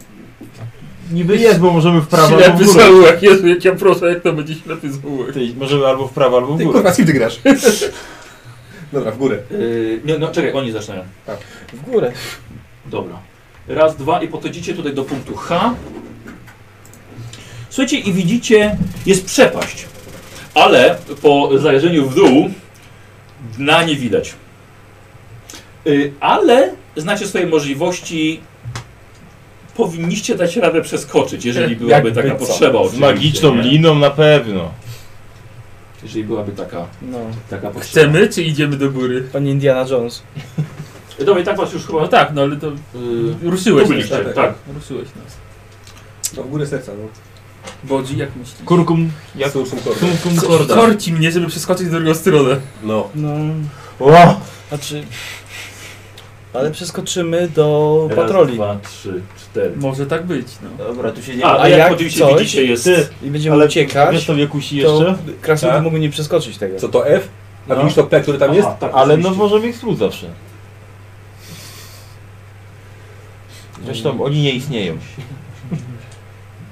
Speaker 5: Niby jest, bo możemy w prawo albo
Speaker 3: Ślepy
Speaker 5: w górę.
Speaker 3: zaułek, Jezu, jak ja proszę, jak to będzie ślepy zaułek.
Speaker 5: Ty, możemy albo w prawo, albo w
Speaker 6: ty
Speaker 5: górę.
Speaker 6: kurwa, z kim ty grasz? Dobra, w górę.
Speaker 2: E, nie, no czekaj, oni zaczynają.
Speaker 1: W górę.
Speaker 2: Dobra. Raz, dwa i podchodzicie tutaj do punktu H. Słuchajcie i widzicie, jest przepaść. Ale po zajrzeniu w dół dna nie widać. Y, Ale znacie swoje możliwości. Powinniście dać radę przeskoczyć, jeżeli byłaby
Speaker 1: Jakby
Speaker 2: taka
Speaker 1: co?
Speaker 2: potrzeba.
Speaker 5: Z
Speaker 2: oczywiście,
Speaker 5: magiczną
Speaker 2: nie?
Speaker 5: liną na pewno.
Speaker 2: Jeżeli byłaby taka,
Speaker 1: No.
Speaker 2: taka potrzeba.
Speaker 3: Chcemy, czy idziemy do góry?
Speaker 1: Pan Indiana Jones.
Speaker 2: Dobra, i tak was już chyba.
Speaker 3: No tak, no ale to
Speaker 2: Yy,
Speaker 3: ruszyłeś nas.
Speaker 2: byliście,
Speaker 6: tak.
Speaker 2: tak.
Speaker 3: Ruszyłeś nas.
Speaker 6: No, w górę serca, no.
Speaker 3: Bodzi, jak myślisz?
Speaker 5: Kurkum,
Speaker 6: Jak
Speaker 5: jak...
Speaker 6: to uczą kordy.
Speaker 5: Kurkum
Speaker 3: Co-
Speaker 5: korda.
Speaker 3: Korci mnie, żeby przeskoczyć w drugą stronę.
Speaker 6: No.
Speaker 1: No.
Speaker 5: O!
Speaker 1: Znaczy... Ale przeskoczymy do
Speaker 2: Raz,
Speaker 1: patroli.
Speaker 2: dwa, trzy, cztery.
Speaker 3: Może tak być, no.
Speaker 4: Dobra, tu się nie...
Speaker 2: A,
Speaker 1: A
Speaker 2: a jak,
Speaker 1: jak
Speaker 2: oczywiście
Speaker 1: coś?
Speaker 2: widzicie jest...
Speaker 5: Ty,
Speaker 1: I będziemy
Speaker 5: Ale wiesz
Speaker 1: uciekać,
Speaker 5: to mnie kusi
Speaker 1: to
Speaker 5: jeszcze?
Speaker 1: krasnoludy
Speaker 6: Tak?
Speaker 1: mogą nie przeskoczyć tego.
Speaker 6: Co to F? A
Speaker 5: No.
Speaker 6: widzisz to P, które tam
Speaker 2: Aha,
Speaker 6: jest?
Speaker 2: tak,
Speaker 5: Ale no
Speaker 2: oczywiście.
Speaker 5: możemy ich spłuc zawsze. Zresztą oni nie istnieją.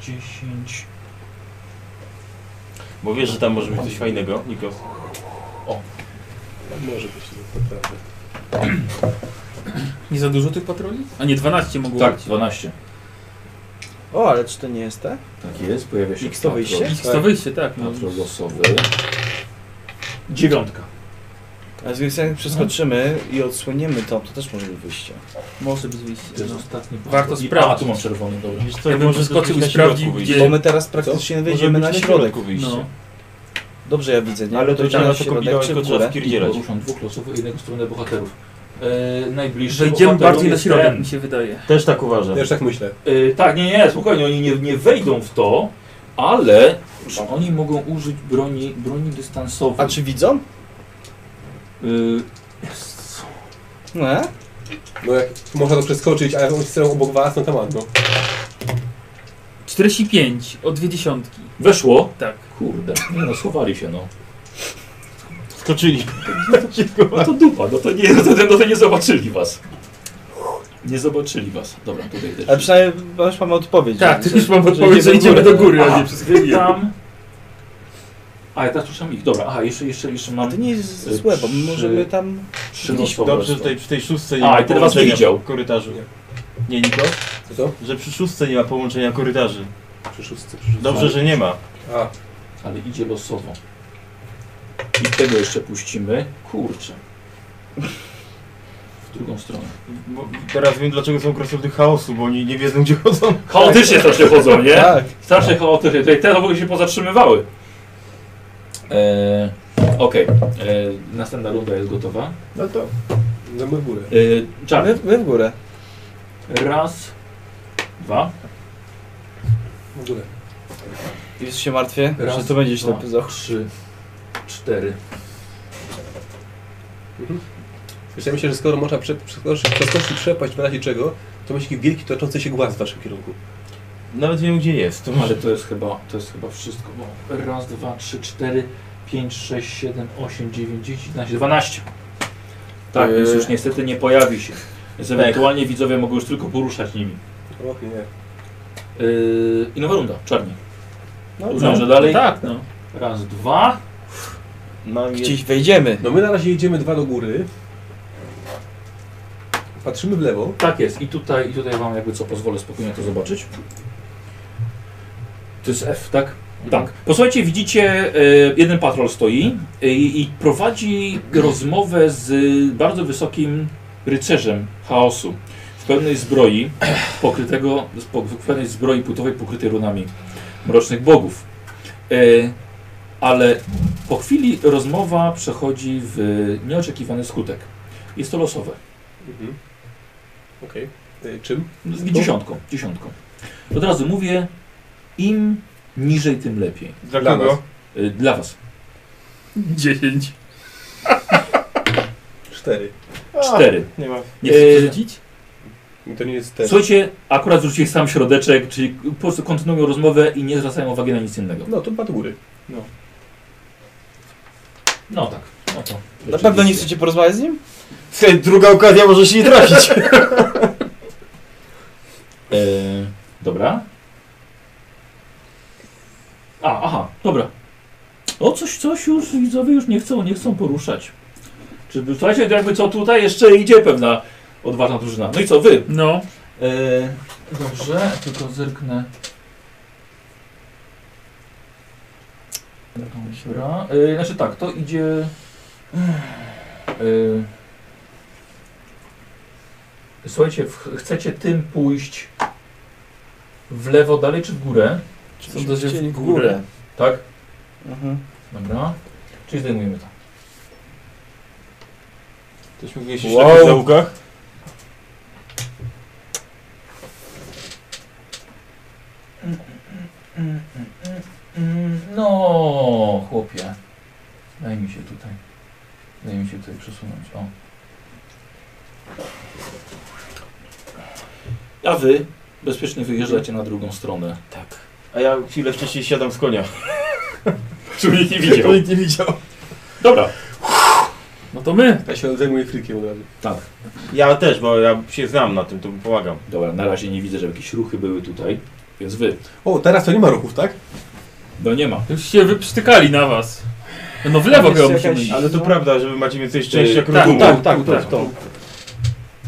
Speaker 2: 10.
Speaker 5: Bo wiesz, że tam może być coś fajnego, Nikos.
Speaker 6: Może być, no, naprawdę.
Speaker 3: Nie za dużo tych patroli? A nie, 12 mogło
Speaker 2: Tak,
Speaker 3: być.
Speaker 2: 12.
Speaker 1: O, ale czy to nie jest te?
Speaker 2: Tak jest, pojawia się
Speaker 1: X to wyjście?
Speaker 2: patrol-
Speaker 3: X to wyjście, tak. No.
Speaker 2: Patrol losowy. Dziewiątka.
Speaker 1: A z drugiej strony, jak przeskoczymy i odsłoniemy to, to też może być wyjście.
Speaker 3: Może być wyjście. No.
Speaker 2: ostatni
Speaker 3: Warto
Speaker 2: patrol. I-
Speaker 3: sprawdzić.
Speaker 2: A, tu mam czerwony, dobra.
Speaker 5: Wiesz co,
Speaker 3: Ja bym
Speaker 5: może to
Speaker 3: wyskoczył
Speaker 5: być na
Speaker 3: i sprawdził,
Speaker 5: środku wyjść.
Speaker 3: gdzie-
Speaker 1: Bo my teraz praktycznie
Speaker 5: Może
Speaker 1: wejdziemy
Speaker 5: być
Speaker 1: na środek.
Speaker 5: wyjście.
Speaker 3: No.
Speaker 1: Dobrze ja widzę, nie?
Speaker 5: Ale to
Speaker 1: Wejdziemy
Speaker 5: trzeba
Speaker 1: na
Speaker 5: to
Speaker 1: środek
Speaker 5: kombinować,
Speaker 1: czy w
Speaker 5: tylko trzeba
Speaker 1: górę?
Speaker 5: skierdzierać.
Speaker 2: Poruszam dwóch losowych i jednego w stronę bohaterów. E, najbliższy
Speaker 3: Wejdziemy
Speaker 2: bohater
Speaker 3: bardziej na
Speaker 2: jest
Speaker 3: środek,
Speaker 2: ten.
Speaker 3: mi się wydaje.
Speaker 5: Też tak uważam.
Speaker 6: Ja już tak myślę.
Speaker 2: E, tak, nie, nie, spokojnie, oni nie, nie wejdą w to, ale czy oni mogą użyć broni, broni dystansowej.
Speaker 1: A czy widzą?
Speaker 2: Y,
Speaker 1: Nie?
Speaker 6: No jak można to przeskoczyć, a jak oni stoją obok was, no to ma, no.
Speaker 3: 45 o dwie dziesiątki.
Speaker 2: Weszło?
Speaker 3: Tak.
Speaker 2: Kurde, nie no, schowali się no.
Speaker 5: Skoczyli.
Speaker 2: No to dupa, no to nie, no to, no to nie zobaczyli was. Nie zobaczyli was. Dobra, tutaj też.
Speaker 1: Ale przynajmniej już mamy odpowiedź.
Speaker 3: Tak,
Speaker 1: że-
Speaker 3: ty już mam
Speaker 1: że
Speaker 3: odpowiedź, że idziemy do góry, a nie przez
Speaker 2: wy tam. A, ja teraz słyszałem ich. Dobra, aha, jeszcze, jeszcze, jeszcze
Speaker 1: A
Speaker 2: mam
Speaker 1: to nie jest złe, bo my
Speaker 2: Trzy.
Speaker 1: możemy tam...
Speaker 2: trzy
Speaker 1: widzisz,
Speaker 2: losowe.
Speaker 5: Dobrze, że tutaj przy tej szóstce nie
Speaker 2: A,
Speaker 5: ma
Speaker 2: i ten was nie
Speaker 5: połączenia
Speaker 2: widział.
Speaker 5: w korytarzu.
Speaker 6: Nie.
Speaker 5: Nie, Nikos?
Speaker 6: Co to?
Speaker 5: Że przy szóstce nie ma połączenia korytarzy.
Speaker 6: Przy szóstce.
Speaker 5: Dobrze, że nie ma.
Speaker 6: No. A,
Speaker 2: Ale idzie losowo. I tego jeszcze puścimy. Kurczę. W drugą stronę.
Speaker 5: Bo teraz wiem dlaczego są krasnoludy chaosu, bo oni nie wiedzą gdzie chodzą.
Speaker 2: Chaotycznie strasznie chodzą, nie?
Speaker 1: Tak.
Speaker 2: Strasznie chaotycznie. Tutaj te rowery się pozatrzymywały. Eee, Okej, Eee, następna runda jest gotowa.
Speaker 6: no to... No my w górę.
Speaker 2: Eee, Czarny.
Speaker 1: My, my w górę.
Speaker 2: Raz, dwa.
Speaker 6: W górę.
Speaker 1: Już się martwię,
Speaker 2: Raz,
Speaker 1: że to będzie
Speaker 2: dwa,
Speaker 1: ślepy zach.
Speaker 2: Trzy, cztery.
Speaker 6: Wiesz, ja myślę, że skoro można prze- przeskoczyć, przeskoczyć przepaść w razie czego, to masz taki wielki, toczący się głaz w waszym kierunku.
Speaker 5: Nawet wiem gdzie jest. To może
Speaker 2: Ale to jest chyba, to jest chyba wszystko. Bo raz, dwa, trzy, cztery, pięć, sześć, siedem, osiem, dziewięć, dziesięć, jedenaście, dwanaście. Tak,
Speaker 5: Eee.
Speaker 2: więc już niestety nie pojawi się. Więc ewentualnie widzowie mogą już tylko poruszać nimi.
Speaker 6: Och nie.
Speaker 2: Eee, I nowa runda, czarni.
Speaker 1: No,
Speaker 2: Uznam, że dalej.
Speaker 3: Tak, no.
Speaker 2: Raz, dwa.
Speaker 5: nam jest...
Speaker 1: Gdzieś wejdziemy.
Speaker 6: No my na razie jedziemy dwa do góry. Patrzymy w lewo.
Speaker 2: Tak jest. I tutaj, i tutaj wam jakby co pozwolę spokojnie to zobaczyć. To jest F, tak? Tak. Posłuchajcie, widzicie, y, jeden patrol stoi y, i prowadzi rozmowę z bardzo wysokim rycerzem chaosu w pełnej zbroi pokrytego, z po- w pełnej zbroi płytowej pokrytej runami mrocznych bogów. Y, E, Ale Po chwili rozmowa przechodzi w nieoczekiwany skutek. Jest to losowe.
Speaker 6: Mhm. Okej. Y, Czym?
Speaker 2: Z dziesiątką, dziesiątką. Od razu mówię, im niżej, tym lepiej.
Speaker 5: Dla
Speaker 6: Dla
Speaker 5: kogo?
Speaker 6: nas.
Speaker 2: Y, Dla was.
Speaker 3: 10.
Speaker 6: Cztery.
Speaker 2: Cztery.
Speaker 5: Nie ma.
Speaker 2: Nie
Speaker 3: chcecie
Speaker 2: chcecie
Speaker 3: rzucić?
Speaker 6: I To nie jest ten.
Speaker 2: Słuchajcie, akurat rzuciłeś sam środeczek, czyli po prostu kontynuują rozmowę i nie zwracają uwagi na nic innego.
Speaker 6: No to do góry.
Speaker 2: No tak, no to.
Speaker 1: Na pewno nie chcecie porozmawiać z nim?
Speaker 4: Słuchaj, druga okazja może się nie trafić.
Speaker 2: E, dobra. A, aha, dobra. O, coś, coś już widzowie już nie chcą, nie chcą poruszać. Czy słuchajcie, to jakby co tutaj jeszcze idzie pewna odważna drużyna. No i co, wy?
Speaker 3: No.
Speaker 2: E, dobrze, tylko zerknę. Dobra. E, znaczy tak, to idzie. E, słuchajcie, w, chcecie tym pójść w lewo dalej czy w górę?
Speaker 3: Są dość
Speaker 1: Chcieli
Speaker 3: w górę.
Speaker 2: Tak?
Speaker 1: Mhm.
Speaker 2: Dobra. Czyli zdejmujemy to.
Speaker 5: Ktoś mógł jeździć
Speaker 4: Wow.
Speaker 5: wow. w zaułkach?
Speaker 2: Mm, No, chłopie. Daj mi się tutaj. Daj mi się tutaj przesunąć. O. A wy bezpiecznie wyjeżdżacie na drugą stronę.
Speaker 4: Tak. A ja chwilę wcześniej siadam z konia.
Speaker 2: Żeby nikt nie
Speaker 4: To nikt nie widział.
Speaker 2: Dobra.
Speaker 3: No to my.
Speaker 6: Ja się zajmuję frykiem od razu.
Speaker 4: Ja też, bo ja się znam na tym, to pomagam.
Speaker 2: Dobra, na razie nie widzę, żeby jakieś ruchy były tutaj. Więc wy.
Speaker 6: O, teraz to nie ma ruchów, tak?
Speaker 2: No nie ma.
Speaker 3: Już się wyprztykali na was. No w lewo
Speaker 1: Jest
Speaker 3: chyba
Speaker 1: jakaś-
Speaker 3: musimy iść.
Speaker 4: Ale to
Speaker 1: No.
Speaker 4: prawda, że wy macie więcej szczęścia
Speaker 3: Yy,
Speaker 4: jak rozumu.
Speaker 3: tak,
Speaker 1: tak,
Speaker 3: tak,
Speaker 1: tak, to.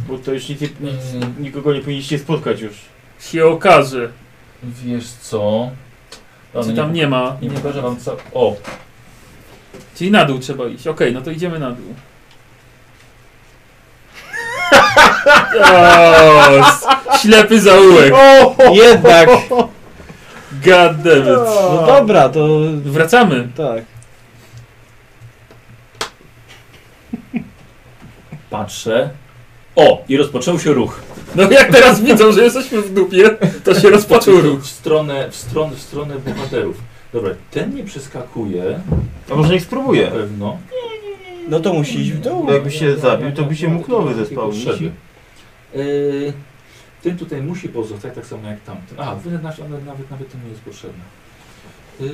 Speaker 4: Bo to już nic, nie-
Speaker 2: Mm,
Speaker 4: nic, nikogo nie powinniście spotkać już.
Speaker 3: Się okaże.
Speaker 2: Wiesz co? Dobra,
Speaker 3: Czy tam nie ma.
Speaker 2: Nie pokażę wam co. O,
Speaker 3: Czyli na dół trzeba iść. Okej, no to idziemy na dół. O, s- ślepy
Speaker 1: tak.
Speaker 3: zaułek.
Speaker 1: Jednak!
Speaker 3: God damn it.
Speaker 1: No dobra, to...
Speaker 3: Wracamy.
Speaker 1: Tak.
Speaker 2: patrzę. O! I rozpoczął się ruch.
Speaker 3: No jak teraz widzą, że jesteśmy w dupie, to się rozpoczął ruch.
Speaker 2: W stronę, w stronę, w stronę bohaterów. Dobra, ten nie przeskakuje.
Speaker 4: A może ich
Speaker 2: Na
Speaker 4: spróbuję?
Speaker 2: pewno.
Speaker 1: No to musi iść w dół.
Speaker 4: No jakby się zabił, to by się mógł nowy zespałnić.
Speaker 2: Potrzeby. Yy, Ten tutaj musi pozostać tak samo jak tamten. A, wy nawet, nawet, nawet to nie jest potrzebne. Yy.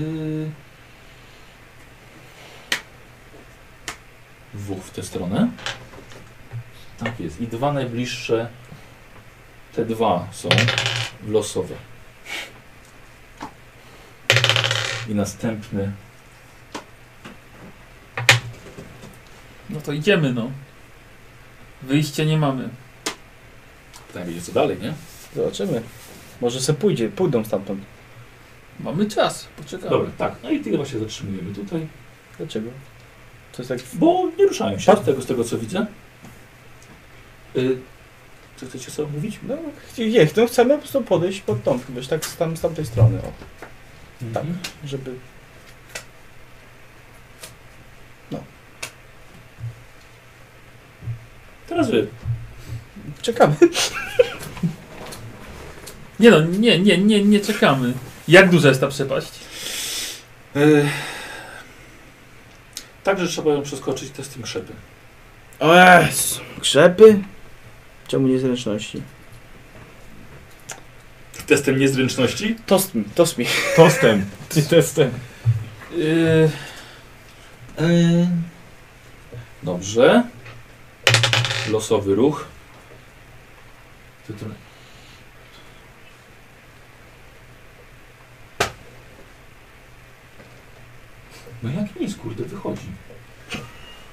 Speaker 2: Dwóch w tę stronę. Tak jest. I dwa najbliższe. Te dwa są losowe. I następny
Speaker 3: No to idziemy, no. Wyjścia nie mamy.
Speaker 2: Pytanie będzie tak co dalej, nie?
Speaker 1: Zobaczymy. Może se pójdzie, pójdą stamtąd.
Speaker 3: Mamy czas, poczekamy.
Speaker 2: Dobra, tak. No i tyle właśnie zatrzymujemy tutaj,
Speaker 1: Dlaczego? To jest tak...
Speaker 2: bo nie ruszają się z tego, z tego co widzę. Y, co chcecie sobie mówić?
Speaker 1: No, chci- nie, no chcemy po prostu podejść pod tą, wiesz, tak z, tam, z tamtej strony, o,
Speaker 2: Tak.
Speaker 1: żeby...
Speaker 2: Teraz wy.
Speaker 1: Czekamy.
Speaker 3: Nie no, nie, nie, nie, nie czekamy. Jak duża jest ta przepaść?
Speaker 2: Także trzeba ją przeskoczyć testem krzepy.
Speaker 1: O Jezu, krzepy? Czemu nie zręczności?
Speaker 2: Testem niezręczności?
Speaker 1: Tost mi, tost mi.
Speaker 5: Tostem. Ty testem.
Speaker 2: Y,
Speaker 3: Yy,
Speaker 2: Dobrze. Losowy ruch. Ty to- No jak nic, kurde, wychodzi.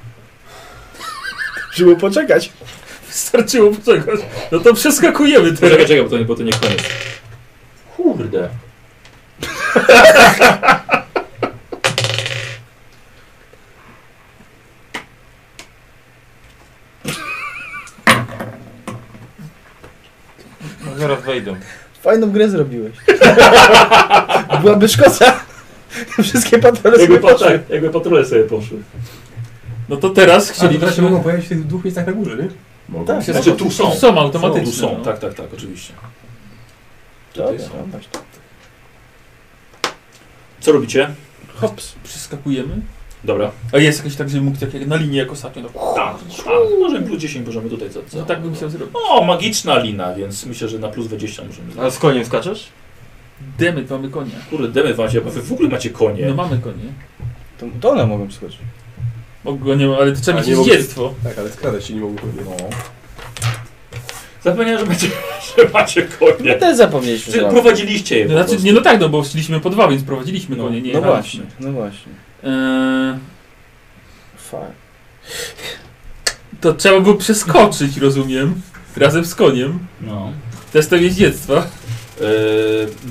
Speaker 1: Żeby poczekać.
Speaker 3: wystarczyło czegoś. No to przeskakujemy
Speaker 2: Czekaj,
Speaker 3: teraz.
Speaker 2: czekaj, bo to nie, bo to nie koniec. Kurde.
Speaker 4: No zaraz wejdą.
Speaker 1: Fajną grę zrobiłeś. Byłaby szkoda. Wszystkie patrole
Speaker 7: Jakby,
Speaker 1: sobie
Speaker 7: pa,
Speaker 1: poszły.
Speaker 7: tak, jakby patrole sobie poszły.
Speaker 3: No to teraz
Speaker 6: A to teraz się mogą
Speaker 3: chcielibyśmy...
Speaker 6: pojawić w tych dwóch miejscach na górze, nie?
Speaker 1: Tak,
Speaker 3: się
Speaker 2: Znaczy tu są.
Speaker 3: Są automatyczne.
Speaker 2: Tu są,
Speaker 3: no.
Speaker 2: tak, tak, tak, oczywiście. Tutaj
Speaker 1: Dobra, no
Speaker 2: są.
Speaker 1: właśnie.
Speaker 2: Co robicie?
Speaker 3: Hops, przyskakujemy.
Speaker 2: Dobra.
Speaker 3: A jest jakiś tak, żebym mógł tak jak na linii jak ostatnio. Tak.
Speaker 2: Tak, a, może plus 10 możemy tutaj co? co?
Speaker 3: No tak bym chciał zrobić.
Speaker 2: O, magiczna lina, więc myślę, że na plus 20 możemy
Speaker 4: A
Speaker 2: zrobić.
Speaker 4: z koniem skaczesz?
Speaker 3: Demet, mamy konia.
Speaker 2: Kurde, demy wacie, bo wy w ogóle macie konie.
Speaker 3: No mamy konie.
Speaker 1: To, to one mogą skoczyć.
Speaker 3: Mogę go nie ma, ale to trzeba
Speaker 6: A
Speaker 3: mieć
Speaker 6: nie mogę-
Speaker 3: jeździectwo.
Speaker 6: Tak, ale skradać się nie mogą.
Speaker 2: No. Zapomniałem, że macie, że macie
Speaker 1: No
Speaker 2: konie.
Speaker 1: też zapomnieliśmy.
Speaker 2: Czy
Speaker 1: że-
Speaker 2: prowadziliście je
Speaker 3: No,
Speaker 2: po
Speaker 3: znaczy,
Speaker 2: prostu.
Speaker 3: nie, no tak, no bo chcieliśmy po dwa, więc prowadziliśmy
Speaker 2: No,
Speaker 3: konie, nie
Speaker 1: No
Speaker 3: jechaliśmy.
Speaker 1: właśnie, no właśnie.
Speaker 3: Eee,
Speaker 1: Fuck.
Speaker 3: to trzeba było przeskoczyć, rozumiem. Razem z koniem.
Speaker 2: No.
Speaker 3: Testem jeździectwa.
Speaker 2: Eee,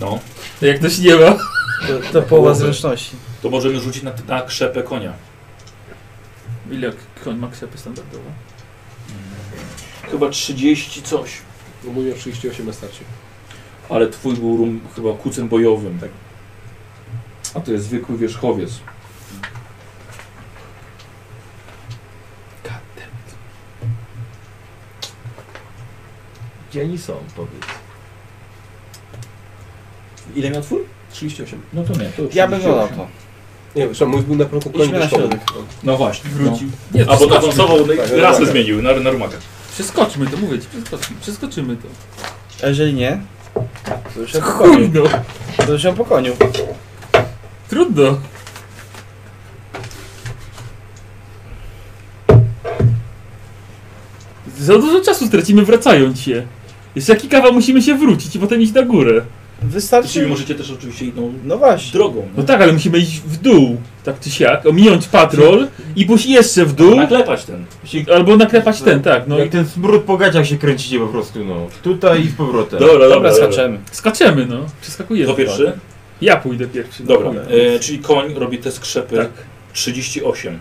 Speaker 2: no.
Speaker 3: Jak ktoś nie ma.
Speaker 1: To, to połowa zręczności.
Speaker 2: To możemy rzucić na, na krzepę konia.
Speaker 3: Ile koń ma krzepy standardowo?
Speaker 2: Chyba 30 coś.
Speaker 6: Bo mój miał 38 na starcie.
Speaker 2: Ale twój był rum chyba kucem bojowym. Tak. A to jest zwykły wierzchowiec.
Speaker 7: Gdzie oni są, powiedz.
Speaker 2: Ile miał twój?
Speaker 6: 38.
Speaker 2: No to nie, to już
Speaker 1: Ja bym dodał
Speaker 2: 38.
Speaker 1: to.
Speaker 6: Nie, przepraszam, mój był na progu koni
Speaker 1: Idźmy na
Speaker 6: deszczowych.
Speaker 1: środek.
Speaker 6: No.
Speaker 2: No właśnie.
Speaker 3: Wrócił. Nie,
Speaker 2: No. Albo
Speaker 3: przeskoczmy.
Speaker 2: nawansował, no i
Speaker 6: Tak,
Speaker 2: rasę
Speaker 6: tak.
Speaker 2: zmienił na, na rumaka.
Speaker 3: Przeskoczmy to, mówię ci, przeskoczmy, przeskoczymy to.
Speaker 1: A jeżeli nie, to już ja po koniu.
Speaker 3: Trudno,
Speaker 1: To już ja po koniu.
Speaker 3: trudno. Za dużo czasu stracimy wracając się. Jeszcze jaki kawa musimy się wrócić i potem iść na górę.
Speaker 2: Czyli
Speaker 1: Wystarczy.
Speaker 2: możecie też oczywiście inną
Speaker 1: No właśnie.
Speaker 2: drogą.
Speaker 3: No tak, ale musimy iść w dół, tak czy siak, ominąć patrol i pójść jeszcze w dół,
Speaker 2: Naklepać ten.
Speaker 3: albo naklepać ten, tak, no
Speaker 4: No
Speaker 3: i
Speaker 4: i ten smród po gaciach się kręcicie po prostu, no. Tutaj i z powrotem.
Speaker 2: Dobra,
Speaker 1: Dobra, skaczemy.
Speaker 3: skaczemy, no, przeskakujemy.
Speaker 2: To pierwszy?
Speaker 3: Ja pójdę pierwszy. no,
Speaker 2: Dobra.
Speaker 3: pójdę.
Speaker 2: E, czyli koń robi te skrzepy.
Speaker 3: Tak.
Speaker 2: 38.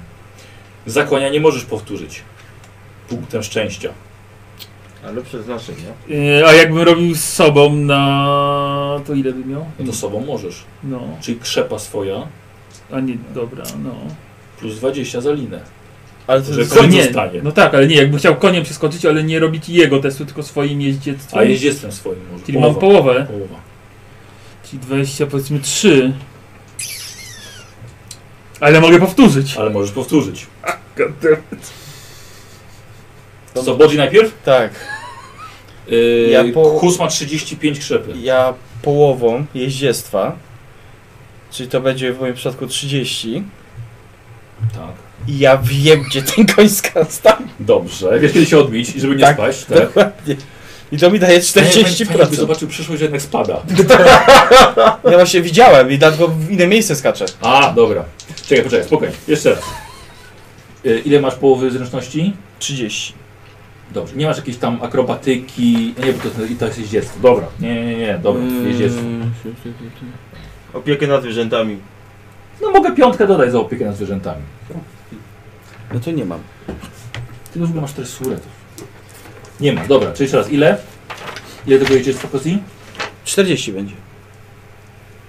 Speaker 2: Za konia nie możesz powtórzyć. Punktem szczęścia.
Speaker 4: Ale przeznaczenie.
Speaker 3: E, A jakbym robił z sobą na... to ile by miał?
Speaker 2: No to sobą możesz.
Speaker 3: No,
Speaker 2: Czyli krzepa swoja
Speaker 3: a nie, dobra, no.
Speaker 2: plus 20 za linę.
Speaker 1: Ale
Speaker 2: Że
Speaker 1: to
Speaker 2: koń
Speaker 3: nie,
Speaker 2: zostanie.
Speaker 3: No tak, ale nie, jakbym chciał koniem przeskoczyć, ale nie robić jego testu, tylko swoim jeździectwem.
Speaker 2: A jeździectwem swoim możesz.
Speaker 3: Czyli mam połowę,
Speaker 2: Połowa.
Speaker 3: czyli 20, powiedzmy 3. Ale mogę powtórzyć.
Speaker 2: Ale możesz powtórzyć. To co, Bodzi najpierw?
Speaker 1: Tak,
Speaker 2: Yy,
Speaker 1: Ja po-
Speaker 2: Kus ma 35 krzepy.
Speaker 1: ja połową jeździectwa, czyli to będzie w moim przypadku 30,
Speaker 2: Tak.
Speaker 1: i ja wiem, gdzie ten koń skansta.
Speaker 2: Dobrze. Wiesz kiedy się odbić, żeby nie
Speaker 1: Tak.
Speaker 2: spaść, tak?
Speaker 1: I to mi daje
Speaker 2: Fajnie, jakby
Speaker 1: 40%.
Speaker 2: zobaczył przyszłość, że jednak spada.
Speaker 1: Ja właśnie widziałem i dlatego w inne miejsce skaczę.
Speaker 2: A, dobra. Czekaj, poczekaj, spokojnie. Jeszcze raz. Yy, ile masz połowy zręczności?
Speaker 1: 30.
Speaker 2: Dobrze. Nie masz jakiejś tam akrobatyki. Nie, bo to, i to jest jeździectwo. Dobra. Nie, nie, nie, dobra.
Speaker 3: Mm.
Speaker 2: Jeździectwo.
Speaker 4: Opiekę nad zwierzętami.
Speaker 2: No mogę piątkę dodać za opiekę nad zwierzętami.
Speaker 1: No to nie mam.
Speaker 2: Ty w ogóle masz tresurę. to- Nie ma, dobra, czyli jeszcze raz, ile? Ile tego jedziesz z Fokusji?
Speaker 1: 40 będzie.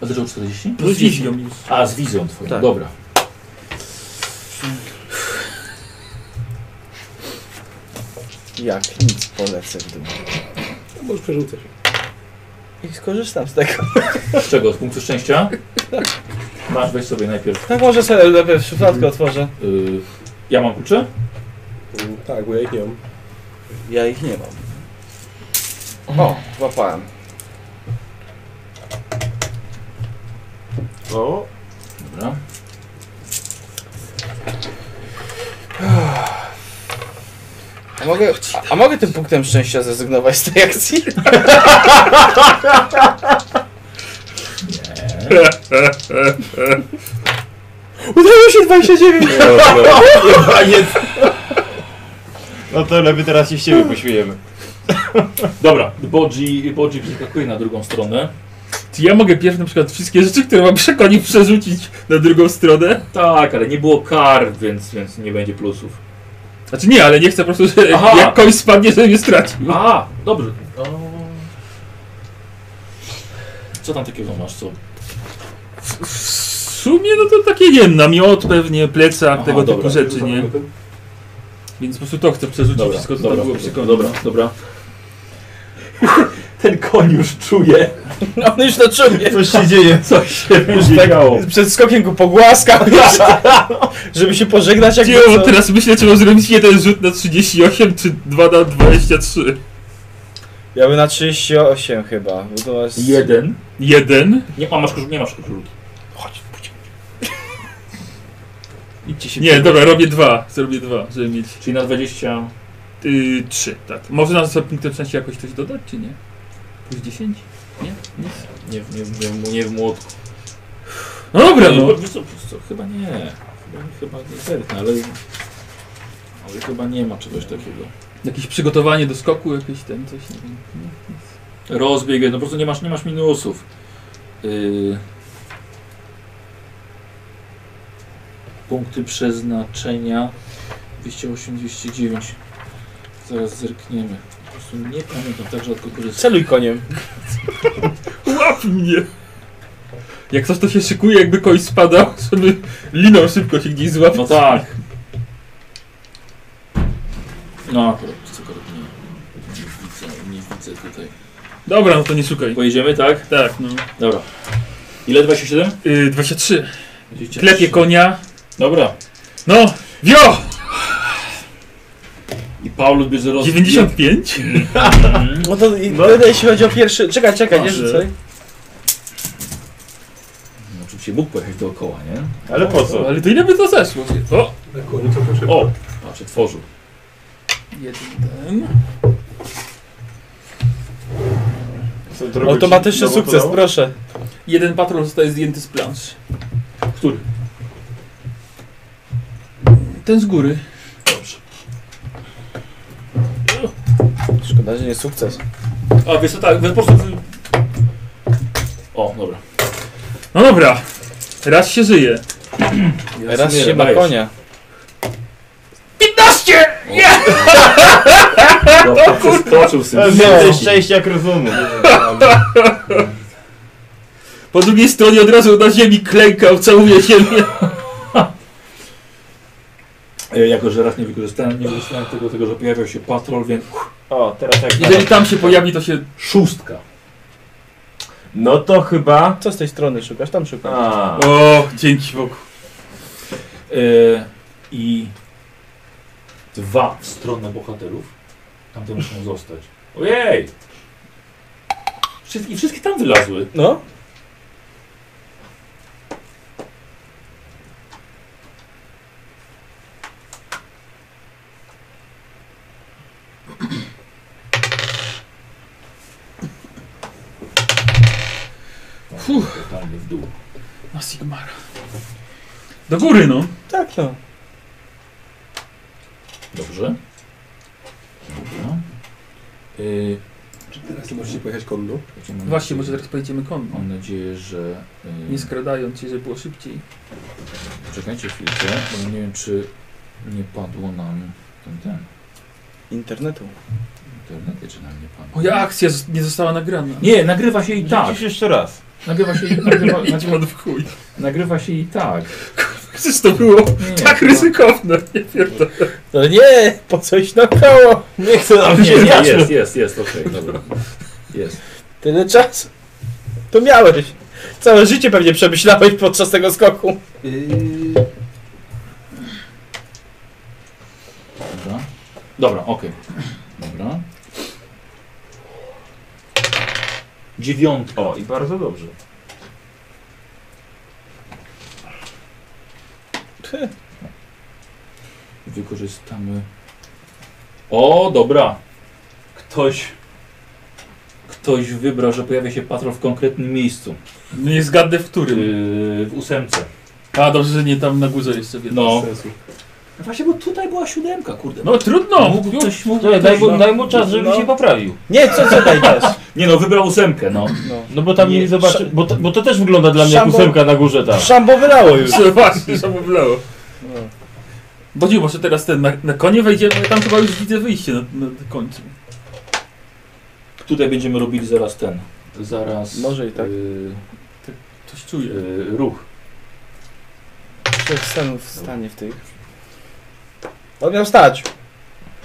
Speaker 2: A zaczął 40?
Speaker 3: Plus wizją już.
Speaker 2: A, z wizją twoją,
Speaker 1: Tak.
Speaker 2: dobra.
Speaker 1: Jak nic polecę w dół.
Speaker 6: To Możesz przerzucać.
Speaker 1: I skorzystam z tego.
Speaker 2: Z czego? Z punktu szczęścia? Masz, weź sobie najpierw.
Speaker 1: Tak może sobie lepiej w szufladkę otworzę.
Speaker 2: y, ja mam klucze?
Speaker 6: Mm, Tak, bo ja ich nie mam.
Speaker 1: Ja ich nie mam. O, łapałem.
Speaker 4: O,
Speaker 2: Dobra.
Speaker 1: A mogę, a, a mogę tym punktem szczęścia zrezygnować z tej akcji? Udało się 29!
Speaker 4: no to lepiej teraz się z ciebie pośmiejemy.
Speaker 2: Dobra, Bodzi, Bodzi przeskakuje na drugą stronę.
Speaker 3: Czy ja mogę pierwszy na przykład wszystkie rzeczy, które mam przy koniu przerzucić na drugą stronę?
Speaker 2: Tak, ale nie było kar, więc, więc nie będzie plusów.
Speaker 3: Znaczy nie, ale nie chcę po prostu, że
Speaker 2: Aha.
Speaker 3: jak koń spadnie, to nie stracił.
Speaker 2: A, dobrze. O. Co tam takiego masz, co?
Speaker 3: W- w- sumie no to takie, nie wiem, namiot pewnie, plecak,
Speaker 8: Aha,
Speaker 3: tego typu
Speaker 8: dobra.
Speaker 3: rzeczy, nie? Więc po prostu to chcę przerzucić wszystko, co tam było przy koniu.
Speaker 8: Dobra, dobra. Ten koń już czuje,
Speaker 1: No, On już na czubie.
Speaker 5: Coś się dzieje.
Speaker 8: co się
Speaker 1: Już tak przed skokiem go pogłaskał, żeby się pożegnać jak
Speaker 3: Dzieło, teraz myślę, czy mam zrobić jeden rzut na 38, czy dwa na 23.
Speaker 1: Ja bym na 38 chyba, bo to jest...
Speaker 8: Jeden.
Speaker 3: Jeden.
Speaker 2: Nie, a masz, koszul- nie masz koszulki.
Speaker 1: Idźcie się
Speaker 3: Nie, dobra, robię dwa. Zrobię dwa, żeby mieć
Speaker 2: Czyli na 20...
Speaker 3: yy, trzy, tak. Można sobie punktem szczęścia jakoś coś dodać, czy nie? Plus 10? Nie? Nic.
Speaker 2: Nie, w- nie, w- nie, w- nie w młotku.
Speaker 3: No dobra, no.
Speaker 2: Wiesz co, wiesz co, chyba nie. Chyba, chyba nie zerknę, ale... Ale chyba nie ma czegoś takiego.
Speaker 3: Jakieś przygotowanie do skoku, jakieś ten, coś, nie wiem. Nie, nic.
Speaker 2: Rozbieg, no po prostu nie masz, nie masz minusów. Yy... Punkty przeznaczenia 208, 209. Zaraz zerkniemy. Po prostu nie pamiętam, tak rzadko korzystam.
Speaker 1: Celuj koniem.
Speaker 3: Łap mnie! Jak coś to się szykuje, jakby kogoś spadał, żeby liną szybko się gdzieś złapał.
Speaker 2: No tak. No akurat, co akurat nie, nie widzę, nie widzę tutaj.
Speaker 3: Dobra, no to nie szukaj.
Speaker 2: Pojedziemy, tak?
Speaker 3: Tak, no.
Speaker 2: Dobra. Ile 27?
Speaker 3: Yy, 23. Klepie konia.
Speaker 2: Dobra.
Speaker 3: No! Wio!
Speaker 2: I Paulus bierze rozbieg.
Speaker 3: 95?
Speaker 2: Mhm.
Speaker 1: No to i tyle, jeśli chodzi o pierwszy... Czekaj, czekaj, nie
Speaker 2: Może.
Speaker 1: rzucaj.
Speaker 8: No, oczywiście mógł pojechać dookoła, nie?
Speaker 5: Ale po co?
Speaker 3: Ale to ile by to zeszło? O!
Speaker 6: Na koniu to proszę.
Speaker 2: O, patrz, otworzył.
Speaker 3: Jeden ten.
Speaker 5: Co to robić?
Speaker 1: Automatyczny
Speaker 5: No bo to
Speaker 1: sukces,
Speaker 5: dało?
Speaker 1: proszę.
Speaker 3: Jeden patrol zostaje zdjęty z planszy.
Speaker 2: Który?
Speaker 3: Ten z góry.
Speaker 1: Szkoda, że nie sukces.
Speaker 2: A wiesz co, tak, po prostu... O, dobra.
Speaker 3: No dobra. Raz się żyje.
Speaker 1: Raz się ma konia.
Speaker 3: 15!
Speaker 2: No, przeskoczył z tym.
Speaker 5: To jest Więcej szczęścia jak rozumu.
Speaker 3: Po drugiej stronie od razu na ziemi klękał, całuje ziemię.
Speaker 2: E, Jako, że raz nie wykorzystałem, nie wykorzystałem tego, tego że pojawiał się patrol, więc
Speaker 5: O, teraz jak. tak.
Speaker 3: Jeżeli tam się pojawi, to się...
Speaker 2: szóstka.
Speaker 5: No to chyba.
Speaker 1: Co z tej strony szukasz? Tam szukam.
Speaker 5: A.
Speaker 3: O, dzięki Bogu.
Speaker 2: E, I dwa w stronę bohaterów. Tamte muszą zostać. Ojej! Wszystkie, I wszystkie tam wylazły.
Speaker 1: No,
Speaker 2: Fuh. Totalnie w dół.
Speaker 3: Na Sigmara. Do góry, no.
Speaker 1: tak no.
Speaker 2: Dobrze. Dobra. E,
Speaker 6: Czy teraz możecie pojechać konno?
Speaker 2: Będziemy-
Speaker 3: Właśnie, może teraz pojedziemy konno.
Speaker 2: Mam nadzieję, że. y,
Speaker 3: Nie skradając się, żeby było szybciej.
Speaker 2: Czekajcie chwilkę, bo nie wiem, czy nie padło nam ten, ten
Speaker 1: Internetu.
Speaker 2: internet, czy nam nie padło.
Speaker 3: Moja akcja z- nie została nagrana.
Speaker 2: Nie, nagrywa się i tak.
Speaker 5: Rzucisz jeszcze raz.
Speaker 2: Nagrywa się, nagrywa,
Speaker 3: Idź
Speaker 2: nagrywa,
Speaker 3: pan no w chuj.
Speaker 2: nagrywa się i tak.
Speaker 3: Przecież to było
Speaker 2: Nie,
Speaker 3: tak
Speaker 2: chyba-
Speaker 3: ryzykowne. Nie pierdolę.
Speaker 1: No nie, po coś na koło.
Speaker 5: Nie chcę
Speaker 2: A,
Speaker 5: nam
Speaker 2: Nie,
Speaker 5: się
Speaker 2: nie,
Speaker 5: wiać.
Speaker 2: jest, jest, jest, okej, dobra. Jest.
Speaker 1: Tyle czasu. To miałeś. Całe życie pewnie przemyślałeś podczas tego skoku.
Speaker 2: Dobra. Dobra, okej. Dobra. Dziewiątka.
Speaker 5: O, i bardzo dobrze.
Speaker 2: Wykorzystamy. O, dobra. Ktoś. Ktoś wybrał, że pojawia się patrol w konkretnym miejscu.
Speaker 3: No nie zgadnę w którym.
Speaker 2: Yy, w ósemce.
Speaker 3: A dobrze, że nie tam na górze jeszcze w
Speaker 2: No.
Speaker 6: Sensu.
Speaker 2: No Właśnie, bo tutaj była siódemka, kurde.
Speaker 3: No trudno.
Speaker 2: mógł coś mógł.
Speaker 5: Daj, daj,
Speaker 2: ktoś-
Speaker 5: mu, daj mu czas, żeby
Speaker 1: No.
Speaker 5: się poprawił.
Speaker 1: Nie, co, co daj czas?
Speaker 2: Nie no, wybrał ósemkę, no.
Speaker 1: No.
Speaker 5: No bo tam
Speaker 1: Nie,
Speaker 5: nie, zobaczy.
Speaker 1: sz-
Speaker 5: Bo, to- bo to też wygląda dla mnie jak
Speaker 1: Szambo-
Speaker 5: ósemka na górze tak. tam.
Speaker 1: Szambo wylało już.
Speaker 3: Właśnie, zamówlało. No. Bodziu, może teraz ten na, na konie wejdziemy, tam chyba już widzę wyjście na, na końcu.
Speaker 2: Tutaj będziemy robili zaraz ten. Zaraz.
Speaker 1: Może i tak.
Speaker 2: Yy,
Speaker 3: Coś czuję.
Speaker 2: yy, ruch.
Speaker 1: Jeszcze wstanę, wstanie w tych. On miał stać.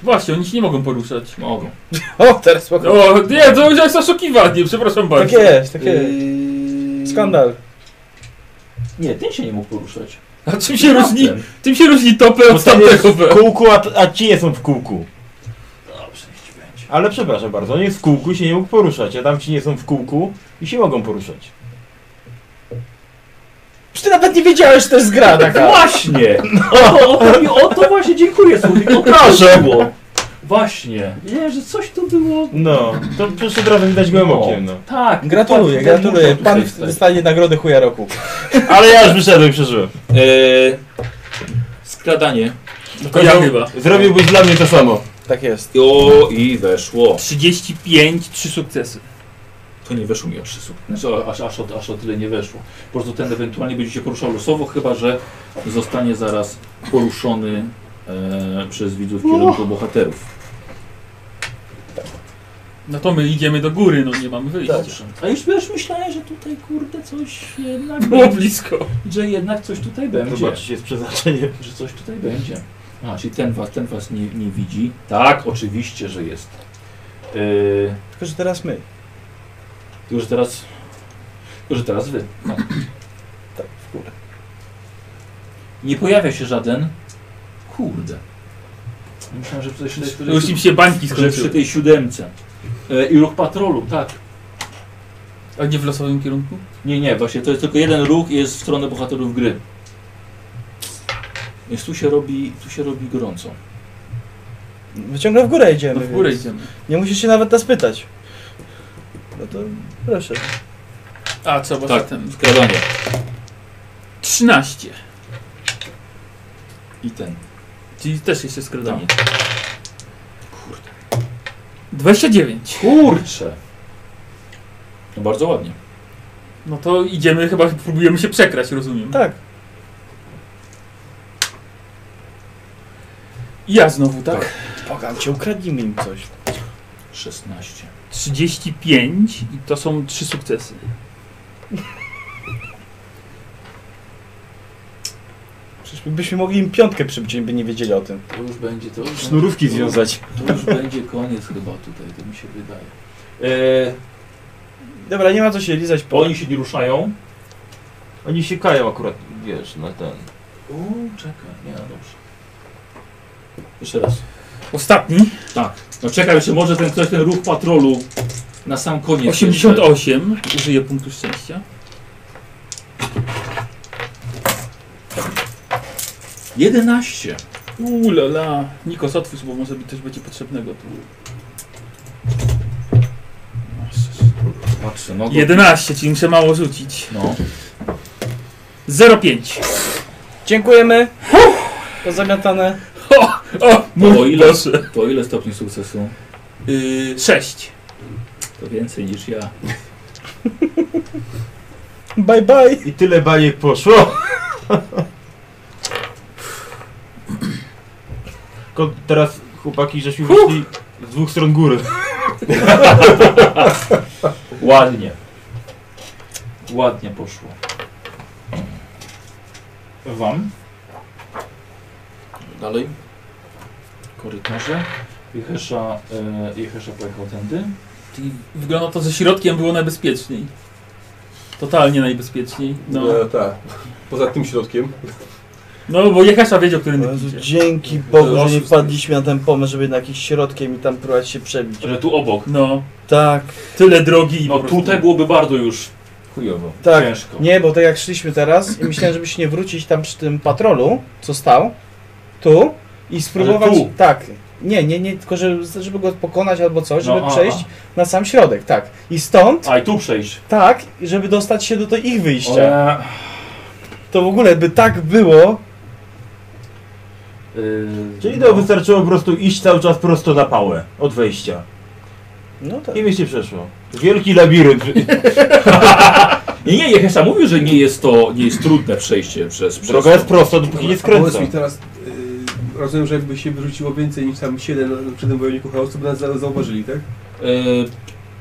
Speaker 3: Właśnie, oni się nie mogą poruszać.
Speaker 2: Mogą.
Speaker 1: O, teraz spoko.
Speaker 3: O, nie, to jest oszukiwanie, przepraszam
Speaker 1: Tak
Speaker 3: No, bardzo.
Speaker 1: jest, tak jest. Skandal.
Speaker 2: Y, Nie, ten się nie mógł poruszać.
Speaker 3: A czym się
Speaker 2: Tamten.
Speaker 3: różni, tym się różni topę od
Speaker 5: Bo tam jest
Speaker 3: tamtego
Speaker 5: w
Speaker 3: we.
Speaker 5: kółku, a, a ci nie są w kółku.
Speaker 2: Dobrze, niech ci będzie.
Speaker 5: Ale przepraszam bardzo, on jest w kółku i się nie mógł poruszać, a tam ci nie są w kółku i się mogą poruszać.
Speaker 1: Przecież ty nawet nie wiedziałeś, że to jest gra taka.
Speaker 2: Właśnie! O to, o, to, mi- o to właśnie dziękuję, Słowik, o to
Speaker 5: Proszę.
Speaker 2: było. Właśnie. Nie, że coś to było...
Speaker 5: No, to przecież od razu widać gołym
Speaker 2: No.
Speaker 5: okiem, no.
Speaker 2: Tak.
Speaker 1: Gratuluję,
Speaker 2: tak,
Speaker 1: gratuluję.
Speaker 2: muszę
Speaker 1: Pan
Speaker 2: tutaj wstać.
Speaker 1: dostanie nagrodę chuja roku.
Speaker 5: Ale ja już wyszedłem i przeżyłem.
Speaker 2: Eee, skradanie.
Speaker 3: To ja chyba.
Speaker 5: Zrobiłbyś dla mnie to samo.
Speaker 1: Tak jest.
Speaker 2: O, i weszło.
Speaker 3: 35, 3 sukcesy.
Speaker 2: To nie weszło mi o trzy sukcesy. Znaczy, aż, aż, o- aż o tyle nie weszło. Po prostu ten ewentualnie będzie się poruszał losowo, chyba że zostanie zaraz poruszony e, przez widzów w kierunku bohaterów.
Speaker 3: No to my idziemy do góry, no nie mamy wyjścia.
Speaker 2: Dobrze. A już wiesz, myślałem, że tutaj kurde coś
Speaker 1: Tak.
Speaker 2: jednak
Speaker 3: Było
Speaker 2: będzie,
Speaker 3: blisko.
Speaker 2: że jednak coś tutaj
Speaker 3: No
Speaker 2: będzie.
Speaker 5: Zobaczycie jest przeznaczenie.
Speaker 2: Że coś tutaj będzie. A, czyli ten was, ten was nie, nie widzi. Tak, oczywiście, że jest. Yy,
Speaker 1: Tylko, że teraz my.
Speaker 2: tylko, że teraz... Tylko, że teraz wy. No.
Speaker 1: Tak, w górę.
Speaker 2: Nie pojawia się żaden. Kurde. Myślałem, że tutaj się
Speaker 3: Już im się bańki
Speaker 2: że przy
Speaker 3: skończyły.
Speaker 2: tej siódemce. E, I ruch patrolu, tak.
Speaker 3: A nie w losowym kierunku?
Speaker 2: Nie, nie, właśnie to jest tylko jeden ruch i jest w stronę bohaterów gry. Więc tu się robi, tu się robi gorąco.
Speaker 1: My ciągle w górę
Speaker 3: No
Speaker 1: idziemy.
Speaker 3: w górę
Speaker 1: więc
Speaker 3: idziemy.
Speaker 1: Nie musisz się nawet nas pytać. No to proszę.
Speaker 3: A, trzeba
Speaker 2: Tak.
Speaker 3: zatem.
Speaker 2: Skradanie.
Speaker 3: 13.
Speaker 2: I ten.
Speaker 3: Czyli też jeszcze skradanie.
Speaker 2: Danie.
Speaker 3: Tak. 29.
Speaker 2: Kurczę. No bardzo ładnie.
Speaker 3: No to idziemy, chyba próbujemy się przekraść, rozumiem.
Speaker 1: Tak.
Speaker 3: I Ja znowu, tak?
Speaker 1: Pogam cię, ukradnijmy im coś.
Speaker 2: 16.
Speaker 3: 35 i to są trzy sukcesy.
Speaker 1: Przecież byśmy mogli im piątkę przybić, by nie wiedzieli o tym.
Speaker 2: To już będzie to. Już
Speaker 5: Sznurówki
Speaker 2: to-
Speaker 5: związać.
Speaker 2: To już będzie koniec chyba tutaj, to mi się wydaje. E,
Speaker 1: Dobra, nie ma co się lizać po...
Speaker 2: oni się nie ruszają.
Speaker 5: Oni się kają akurat, wiesz, na ten.
Speaker 2: O, czekaj, nie, no dobrze. Jeszcze raz.
Speaker 3: Ostatni,
Speaker 2: Tak. No czekaj, jeszcze może ten ktoś ten ruch patrolu na sam koniec.
Speaker 3: 88, użyję punktu szczęścia.
Speaker 2: jeszcze. 11.
Speaker 3: Ulala, Nikos otwórz, bo może mi coś będzie potrzebnego tu.
Speaker 2: Patrzę, no.
Speaker 3: 11, czyli muszę mało rzucić.
Speaker 2: No.
Speaker 3: 05.
Speaker 1: Dziękujemy. To zamiatane.
Speaker 3: O,
Speaker 2: To ile,
Speaker 3: proszę.
Speaker 2: to ile stopni sukcesu?
Speaker 3: Yy, 6.
Speaker 2: To więcej niż ja.
Speaker 1: Bye bye.
Speaker 5: I tyle bajek poszło.
Speaker 9: Tylko teraz chłopaki żeśmy wyszli z dwóch stron góry.
Speaker 2: Ładnie. Ładnie poszło. Wam? Dalej. Korytarze. Jechesza, e, Jechesza pojechał tędy.
Speaker 3: Czyli wygląda to, że środkiem było najbezpieczniej. Totalnie najbezpieczniej. No,
Speaker 6: E, tak. Poza tym środkiem.
Speaker 3: no bo Jekasza wiedział, który idzie.
Speaker 1: Dzięki Bogu, że nie wpadliśmy na ten pomysł, żeby na jakiś środkiem i tam próbować się przebić.
Speaker 2: Że tu obok.
Speaker 3: No,
Speaker 1: Tak,
Speaker 3: tyle drogi i
Speaker 2: No
Speaker 3: po prostu-
Speaker 2: tutaj byłoby bardzo już chujowo.
Speaker 1: tak.
Speaker 2: Ciężko.
Speaker 1: Nie, bo tak jak szliśmy teraz i myślałem, żeby się nie wrócić tam przy tym patrolu, co stał, tu i spróbować...
Speaker 2: tu.
Speaker 1: Tak. Nie, nie, nie, tylko żeby, żeby go pokonać albo coś, żeby
Speaker 2: No, a,
Speaker 1: przejść na sam środek, tak. I stąd,
Speaker 2: A i tu przejść.
Speaker 1: tak, żeby dostać się do tej ich wyjścia.
Speaker 2: Eee,
Speaker 1: To w ogóle by tak było,
Speaker 2: Yy,
Speaker 5: Czyli to wystarczyło po prostu iść cały czas prosto na pałę. Od wejścia.
Speaker 1: no tak.
Speaker 5: I mi się przeszło. Wielki labirynt.
Speaker 2: Nie, nie, Jechesza mówił, że nie jest to, nie jest trudne przejście przez... przez
Speaker 5: Droga jest prosta, dopóki nie skręca.
Speaker 6: Powiedz mi teraz, y, rozumiem, że jakby się wyrzuciło więcej niż tam 7 na- przy tym wojowniku chaosu, by nas za- zauważyli, tak?
Speaker 2: Yy,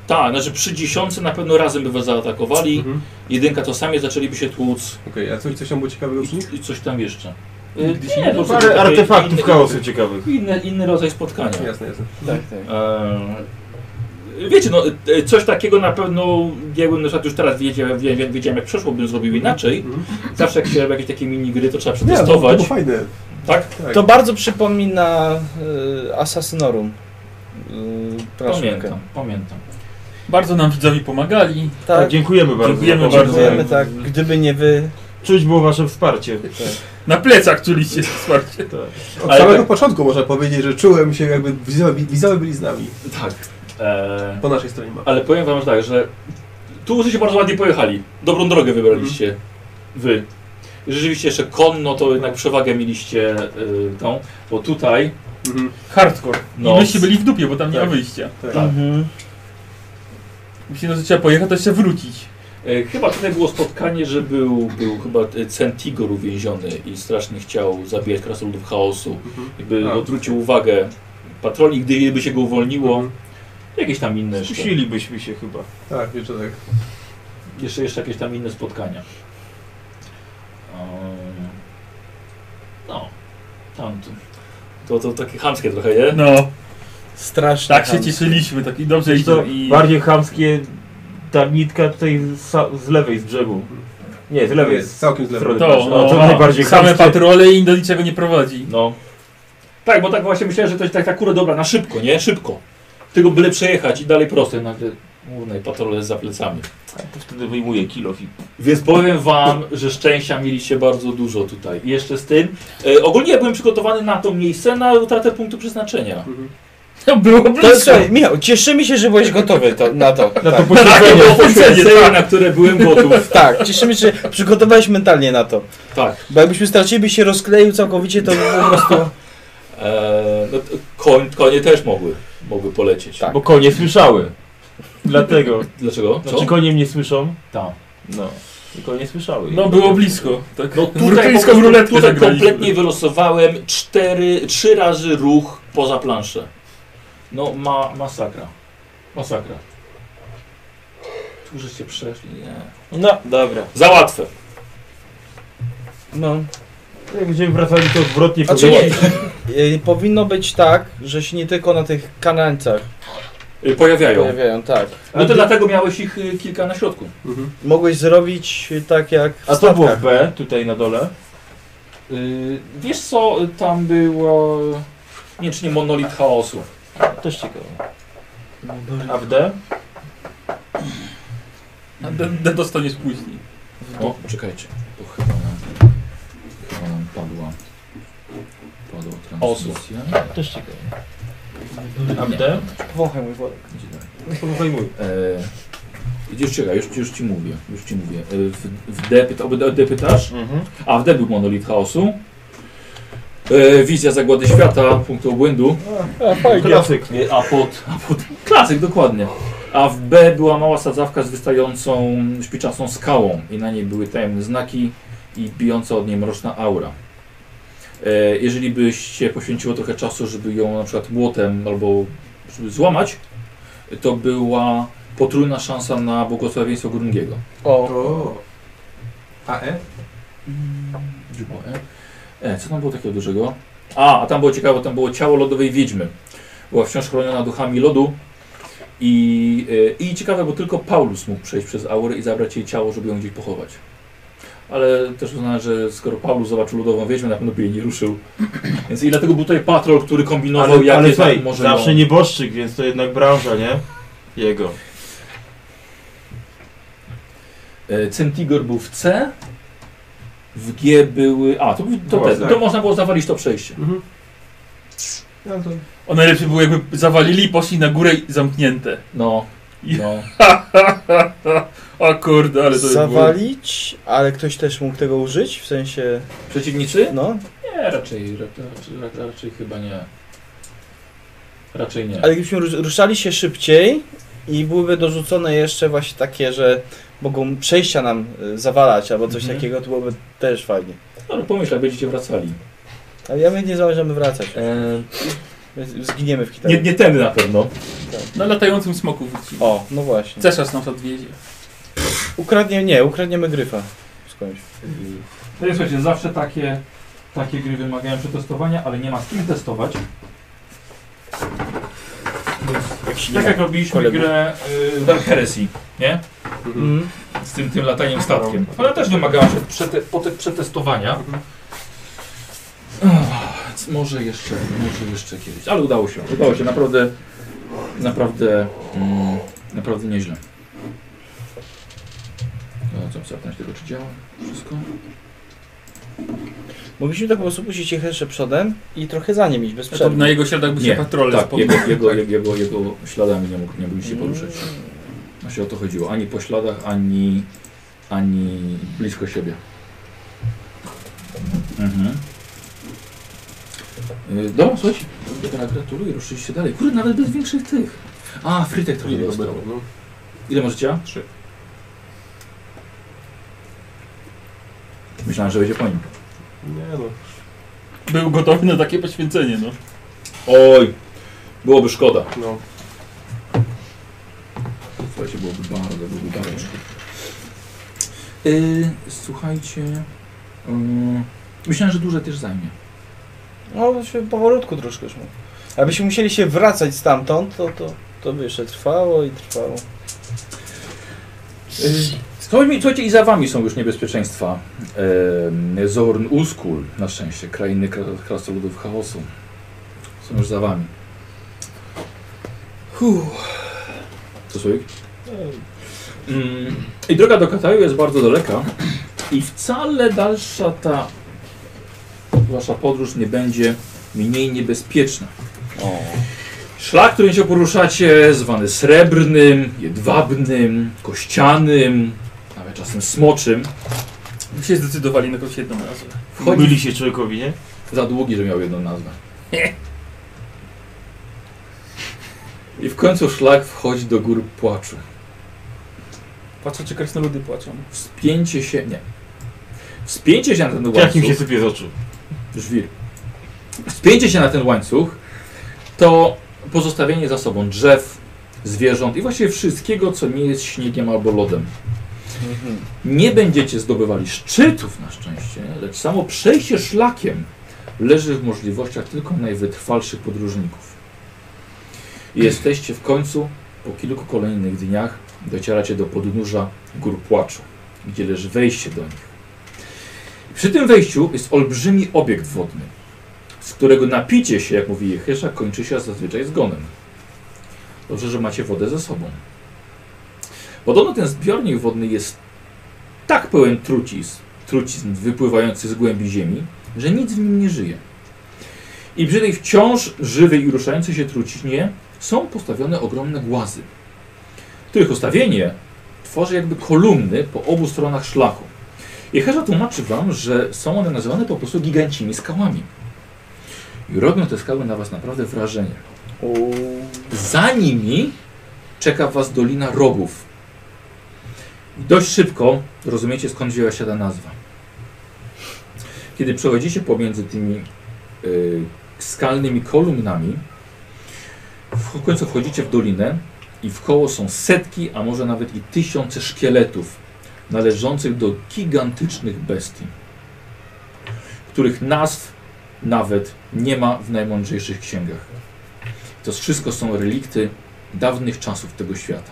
Speaker 2: Tak, znaczy przy dziesiątce na pewno razem by was zaatakowali,
Speaker 6: Mhm.
Speaker 2: jedynka to sami zaczęliby się tłuc
Speaker 6: Okej, a coś, coś tam było ciekawego przy nich?
Speaker 2: i, i coś tam jeszcze. Y,
Speaker 6: Nigdy się
Speaker 2: nie,
Speaker 6: nie
Speaker 2: po prostu
Speaker 5: no Parę
Speaker 2: takie
Speaker 5: artefaktów
Speaker 2: inny-
Speaker 5: chaosu ciekawych.
Speaker 2: Inny, inny rodzaj spotkania.
Speaker 6: Jasne, jasne.
Speaker 1: Tak, tak.
Speaker 2: Eee, Wiecie, no, e, coś takiego na pewno, ja bym na przykład już teraz wiedział, wie- wie- wiedziałem jak przeszło, bym zrobił inaczej.
Speaker 6: Mhm.
Speaker 2: Zawsze jak się robi jakieś takie minigry, to trzeba
Speaker 6: Nie, no, to, to
Speaker 2: przetestować,
Speaker 6: było fajne.
Speaker 2: tak?
Speaker 6: Tak.
Speaker 1: To bardzo przypomina y, Assassinorum. Y,
Speaker 2: Pamiętam, pamiętam.
Speaker 3: Bardzo nam widzowie pomagali.
Speaker 1: Tak,
Speaker 5: Dziękujemy bardzo.
Speaker 3: Dziękujemy
Speaker 5: za pomoc.
Speaker 3: bardzo.
Speaker 1: dziękujemy, tak. Gdyby nie wy...
Speaker 5: Czuć było wasze wsparcie.
Speaker 3: Na plecach czuliście wsparcie.
Speaker 2: Tak.
Speaker 6: Od
Speaker 2: Ale
Speaker 6: samego początku można powiedzieć, że czułem się jakby widzowie, widzowie byli z nami.
Speaker 2: Tak. Eee,
Speaker 6: Po naszej stronie mapy.
Speaker 2: ale powiem wam że tak, że tu się bardzo ładnie pojechali. Dobrą drogę wybraliście. Wy. Rzeczywiście jeszcze konno to jednak przewagę mieliście y, tą, bo tutaj
Speaker 6: Mhm.
Speaker 3: Hardcore.
Speaker 2: No.
Speaker 3: I myście byli w dupie, bo tam nie
Speaker 6: Tak.
Speaker 3: ma wyjścia.
Speaker 6: Tak.
Speaker 1: Mhm.
Speaker 3: Myślę, że trzeba pojechać, to jeszcze wrócić.
Speaker 2: E, Chyba tutaj było spotkanie, że był, był chyba e, Centigor uwięziony i strasznie chciał zabijać krasnoludów chaosu.
Speaker 6: Mhm.
Speaker 2: Jakby
Speaker 6: A.
Speaker 2: odwrócił uwagę patroli, gdyby się go
Speaker 6: Mhm.
Speaker 2: uwolniło. Jakieś tam inne jeszcze.
Speaker 5: Skusilibyśmy się chyba.
Speaker 6: Tak, wieczorek. tak.
Speaker 2: Jeszcze, jeszcze jakieś tam inne spotkania. Ehm, No, tam to, to, to takie chamskie trochę, nie?
Speaker 3: No,
Speaker 1: Strasznie
Speaker 3: tak się
Speaker 1: tam.
Speaker 3: cieszyliśmy, tak i dobrze
Speaker 5: Wiesz co,
Speaker 3: idzie. I...
Speaker 5: Bardziej chamskie ta nitka tutaj z, z lewej z brzegu. Nie, z lewej.
Speaker 6: Jest, całkiem z lewej.
Speaker 5: To,
Speaker 3: To,
Speaker 5: no,
Speaker 3: no,
Speaker 5: to
Speaker 3: no,
Speaker 5: najbardziej
Speaker 3: same
Speaker 5: chamskie.
Speaker 3: patrole i do niczego nie prowadzi.
Speaker 2: No. Tak, bo tak właśnie myślałem, że to jest tak, tak kurde dobra, na szybko, nie? Szybko. Tylko byle przejechać i dalej prosto, nagle głównej patrole za plecami.
Speaker 5: To wtedy wyjmuję kilof i
Speaker 2: Więc powiem wam, że szczęścia mieliście bardzo dużo tutaj. I jeszcze z tym. E, ogólnie ja byłem przygotowany na to miejsce, na utratę punktu przeznaczenia.
Speaker 6: Mhm.
Speaker 3: To było
Speaker 1: To jest,
Speaker 3: blisko.
Speaker 1: słuchaj, Michał, cieszymy się, że byłeś gotowy to, na to.
Speaker 5: na to
Speaker 1: Tak.
Speaker 2: Takie
Speaker 5: posiedzenie.
Speaker 2: było poświęcenie, na które byłem gotów.
Speaker 1: tak, cieszymy się, że przygotowałeś mentalnie na to.
Speaker 2: Tak.
Speaker 1: Bo jakbyśmy stracili, by się rozkleił całkowicie, to by po prostu...
Speaker 2: E, no, t- koń, konie też mogły, mogły polecieć.
Speaker 1: Tak.
Speaker 5: Bo konie słyszały. Dlatego.
Speaker 2: Dlaczego? Co?
Speaker 5: Czy konie mnie słysza?
Speaker 2: Tam.
Speaker 5: No. I konie słyszały.
Speaker 3: No, było blisko. Tak.
Speaker 2: No tak tutaj, po
Speaker 3: Brytyjską
Speaker 2: prostu,
Speaker 3: ruletkę
Speaker 2: tutaj
Speaker 3: zagraliśmy.
Speaker 2: kompletnie wylosowałem cztery, trzy razy ruch poza planszę. No ma, masakra. Masakra. Tu żeście przeszli, nie.
Speaker 5: No, dobra.
Speaker 2: Za łatwe.
Speaker 1: No.
Speaker 5: Jak będziemy wracali to odwrotnie
Speaker 1: A czy
Speaker 5: powiem.
Speaker 1: nie? Y, Powinno być tak, że się nie tylko na tych kanańcach
Speaker 2: Y, Pojawiają.
Speaker 1: pojawiają, tak.
Speaker 2: No to dlatego miałeś ich y, kilka na środku.
Speaker 6: Mhm.
Speaker 1: Mogłeś zrobić y, tak jak w
Speaker 5: A to było
Speaker 1: statkach.
Speaker 5: w B, tutaj na dole.
Speaker 2: Y, Wiesz co, y, tam było... Nie, czy nie monolit chaosu.
Speaker 5: Też ciekawe. A w D?
Speaker 3: A ten- ten dostaniesz później.
Speaker 2: O, czekajcie, bo chyba nam, chyba nam padła, padła transmisja. Tak,
Speaker 5: Też ciekawe.
Speaker 2: A
Speaker 5: w D?
Speaker 1: Wąchaj mój worek.
Speaker 2: E, Już czekaj, już, już ci mówię, już ci mówię. E, W, w D, pyta, o D pytasz?
Speaker 5: Mhm.
Speaker 2: A w D był monolit chaosu. E, wizja zagłady świata, punktu obłędu.
Speaker 5: Klasyk.
Speaker 2: E, A pod, a pod klasyk, dokładnie. A w B była mała sadzawka z wystającą szpiczastą skałą i na niej były tajemne znaki i bijąca od niej mroczna aura. E, jeżeli byście poświęciło trochę czasu, żeby ją na przykład młotem albo żeby złamać, to była potrójna szansa na błogosławieństwo Grungiego.
Speaker 1: O,
Speaker 6: O. A E?
Speaker 2: Dziubo, E. E, co tam było takiego dużego? A, a tam było ciekawe, tam było ciało lodowej wiedźmy. Była wciąż chroniona duchami lodu. I, e, I ciekawe, bo tylko Paulus mógł przejść przez aurę i zabrać jej ciało, żeby ją gdzieś pochować. Ale też uznałem, że skoro Paulus zobaczył lodową wiedźmę, na pewno by jej nie ruszył. Więc i dlatego był tutaj patrol, który kombinował,
Speaker 5: No, Ale,
Speaker 2: jakie
Speaker 5: ale
Speaker 2: tam
Speaker 5: słuchaj,
Speaker 2: może
Speaker 5: zawsze
Speaker 2: ją...
Speaker 5: nieboszczyk, więc to jednak branża, nie? Jego.
Speaker 2: E, Centigor był w C, w G były... A, to, to,
Speaker 6: Była
Speaker 2: to,
Speaker 6: tak.
Speaker 2: to można było zawalić to przejście.
Speaker 6: Mhm. No to...
Speaker 3: O najlepsze było jakby zawalili, poszli na górę i zamknięte.
Speaker 2: No,
Speaker 3: I-
Speaker 2: no.
Speaker 3: O kurde, ale to było...
Speaker 1: zawalić, ale ktoś też mógł tego użyć, w sensie,
Speaker 2: Przeciwnicy?
Speaker 1: no.
Speaker 2: Nie, raczej, raczej, raczej, raczej chyba nie. Raczej nie.
Speaker 1: Ale gdybyśmy ru- ruszali się szybciej i byłyby dorzucone jeszcze właśnie takie, że mogą przejścia nam y, zawalać albo coś
Speaker 2: Mhm.
Speaker 1: takiego, to byłoby też fajnie.
Speaker 2: No, pomyśl, jak będziecie wracali.
Speaker 1: Ale ja my nie zamierzamy wracać.
Speaker 2: E,
Speaker 1: Zginiemy w Kitaju.
Speaker 2: Nie, nie ten na pewno.
Speaker 3: Na latającym smoku wróci.
Speaker 1: O, no właśnie.
Speaker 3: Cesarz nas odwiedzie.
Speaker 1: Ukradnie, nie, ukradniemy gryfa skądś.
Speaker 2: No i słuchajcie, zawsze takie, takie gry wymagają przetestowania, ale nie ma z kim testować.
Speaker 1: Jak się
Speaker 2: Tak jak robiliśmy
Speaker 1: kolegów.
Speaker 2: grę y, Dark Heresy, nie?
Speaker 6: Mhm.
Speaker 1: Mm.
Speaker 2: Z tym, tym lataniem statkiem. Ale też wymagała się przete, pote- przetestowania. Ach, więc może jeszcze, może jeszcze kiedyś. Ale udało się, udało się. Naprawdę, naprawdę, mm, naprawdę nieźle. No co, zapytać tego, czy działa wszystko?
Speaker 1: Mogliśmy tak po prostu puścić ich jeszcze przodem i trochę za nim iść, bez
Speaker 3: A to
Speaker 1: przerwy.
Speaker 3: na jego śladach by się
Speaker 2: Nie,
Speaker 3: patrole
Speaker 2: Tak,
Speaker 3: spotkały.
Speaker 2: jego, jego, jego, jego śladami nie, mógł, nie mogliście poruszać.
Speaker 1: Mm.
Speaker 2: Właśnie o to chodziło. Ani po śladach, ani, ani blisko siebie. Mhm. Y, Dobra, słuchajcie. Dobra, gratuluję, ruszyliście dalej. Kurde, nawet bez większych tych. A, frytek trochę
Speaker 6: Ile
Speaker 2: dostał.
Speaker 6: no.
Speaker 2: Ile możecie?
Speaker 6: Trzy.
Speaker 2: Myślałem, że będzie po nim.
Speaker 6: Nie no.
Speaker 3: Był gotowy na takie poświęcenie, no.
Speaker 2: Oj, byłoby szkoda.
Speaker 6: no.
Speaker 2: Słuchajcie, byłoby bardzo, byłoby bardzo szkoda. Y, słuchajcie. y, myślałem, że duże też zajmie.
Speaker 1: No, się powolutku troszkę szło. Abyśmy musieli się wracać stamtąd, to, to, to by jeszcze trwało i trwało.
Speaker 2: Słuchajcie, słuchajcie, i za wami są już niebezpieczeństwa. Em, Zorn Uskul, na szczęście, krainy kra- krasnoludów chaosu. Są już za wami. Huh. Co słoik? Mm, I droga do Kataju jest bardzo daleka. I wcale dalsza ta wasza podróż nie będzie mniej niebezpieczna. Szlak, którym się poruszacie, zwany srebrnym, jedwabnym, kościanym, nawet czasem smoczym,
Speaker 3: My się zdecydowali na jakąś jedną nazwę.
Speaker 2: wchodzi
Speaker 5: Myli się człowiekowi, nie?
Speaker 2: Za długi, że miał jedną nazwę. I w końcu szlak wchodzi do gór płaczu.
Speaker 3: Patrzę, czy krasnoludy płaczą.
Speaker 2: Wspięcie się. Nie. Wspięcie się na ten łańcuch.
Speaker 5: Jakim się sypie z oczu?
Speaker 2: Żwir. Wspięcie się na ten łańcuch to pozostawienie za sobą drzew, zwierząt i właściwie wszystkiego, co nie jest śniegiem albo lodem.
Speaker 1: Mhm.
Speaker 2: Nie będziecie zdobywali szczytów na szczęście, lecz samo przejście szlakiem leży w możliwościach tylko najwytrwalszych podróżników. I Jesteście w końcu, po kilku kolejnych dniach, docieracie do podnóża gór płaczu, gdzie leży wejście do nich. Przy tym wejściu jest olbrzymi obiekt wodny, z którego napicie się, jak mówi Jechyesza, kończy się zazwyczaj zgonem. Dobrze, że macie wodę ze sobą. Podobno ten zbiornik wodny jest tak pełen trucizn, trucizn wypływających z głębi ziemi, że nic w nim nie żyje. I przy tej wciąż żywej i ruszającej się truciźnie są postawione ogromne głazy, których ustawienie tworzy jakby kolumny po obu stronach szlaku. Jecharza tłumaczy wam, że są one nazywane po prostu gigancimi skałami. I robią te skały na was naprawdę wrażenie.
Speaker 1: Uuu.
Speaker 2: Za nimi czeka was Dolina Rogów. I Dość szybko rozumiecie skąd wzięła się ta nazwa. Kiedy przechodzicie pomiędzy tymi y, skalnymi kolumnami, w końcu wchodzicie w dolinę i w koło są setki, a może nawet i tysiące szkieletów należących do gigantycznych bestii, których nazw nawet nie ma w najmądrzejszych księgach. To wszystko są relikty dawnych czasów tego świata.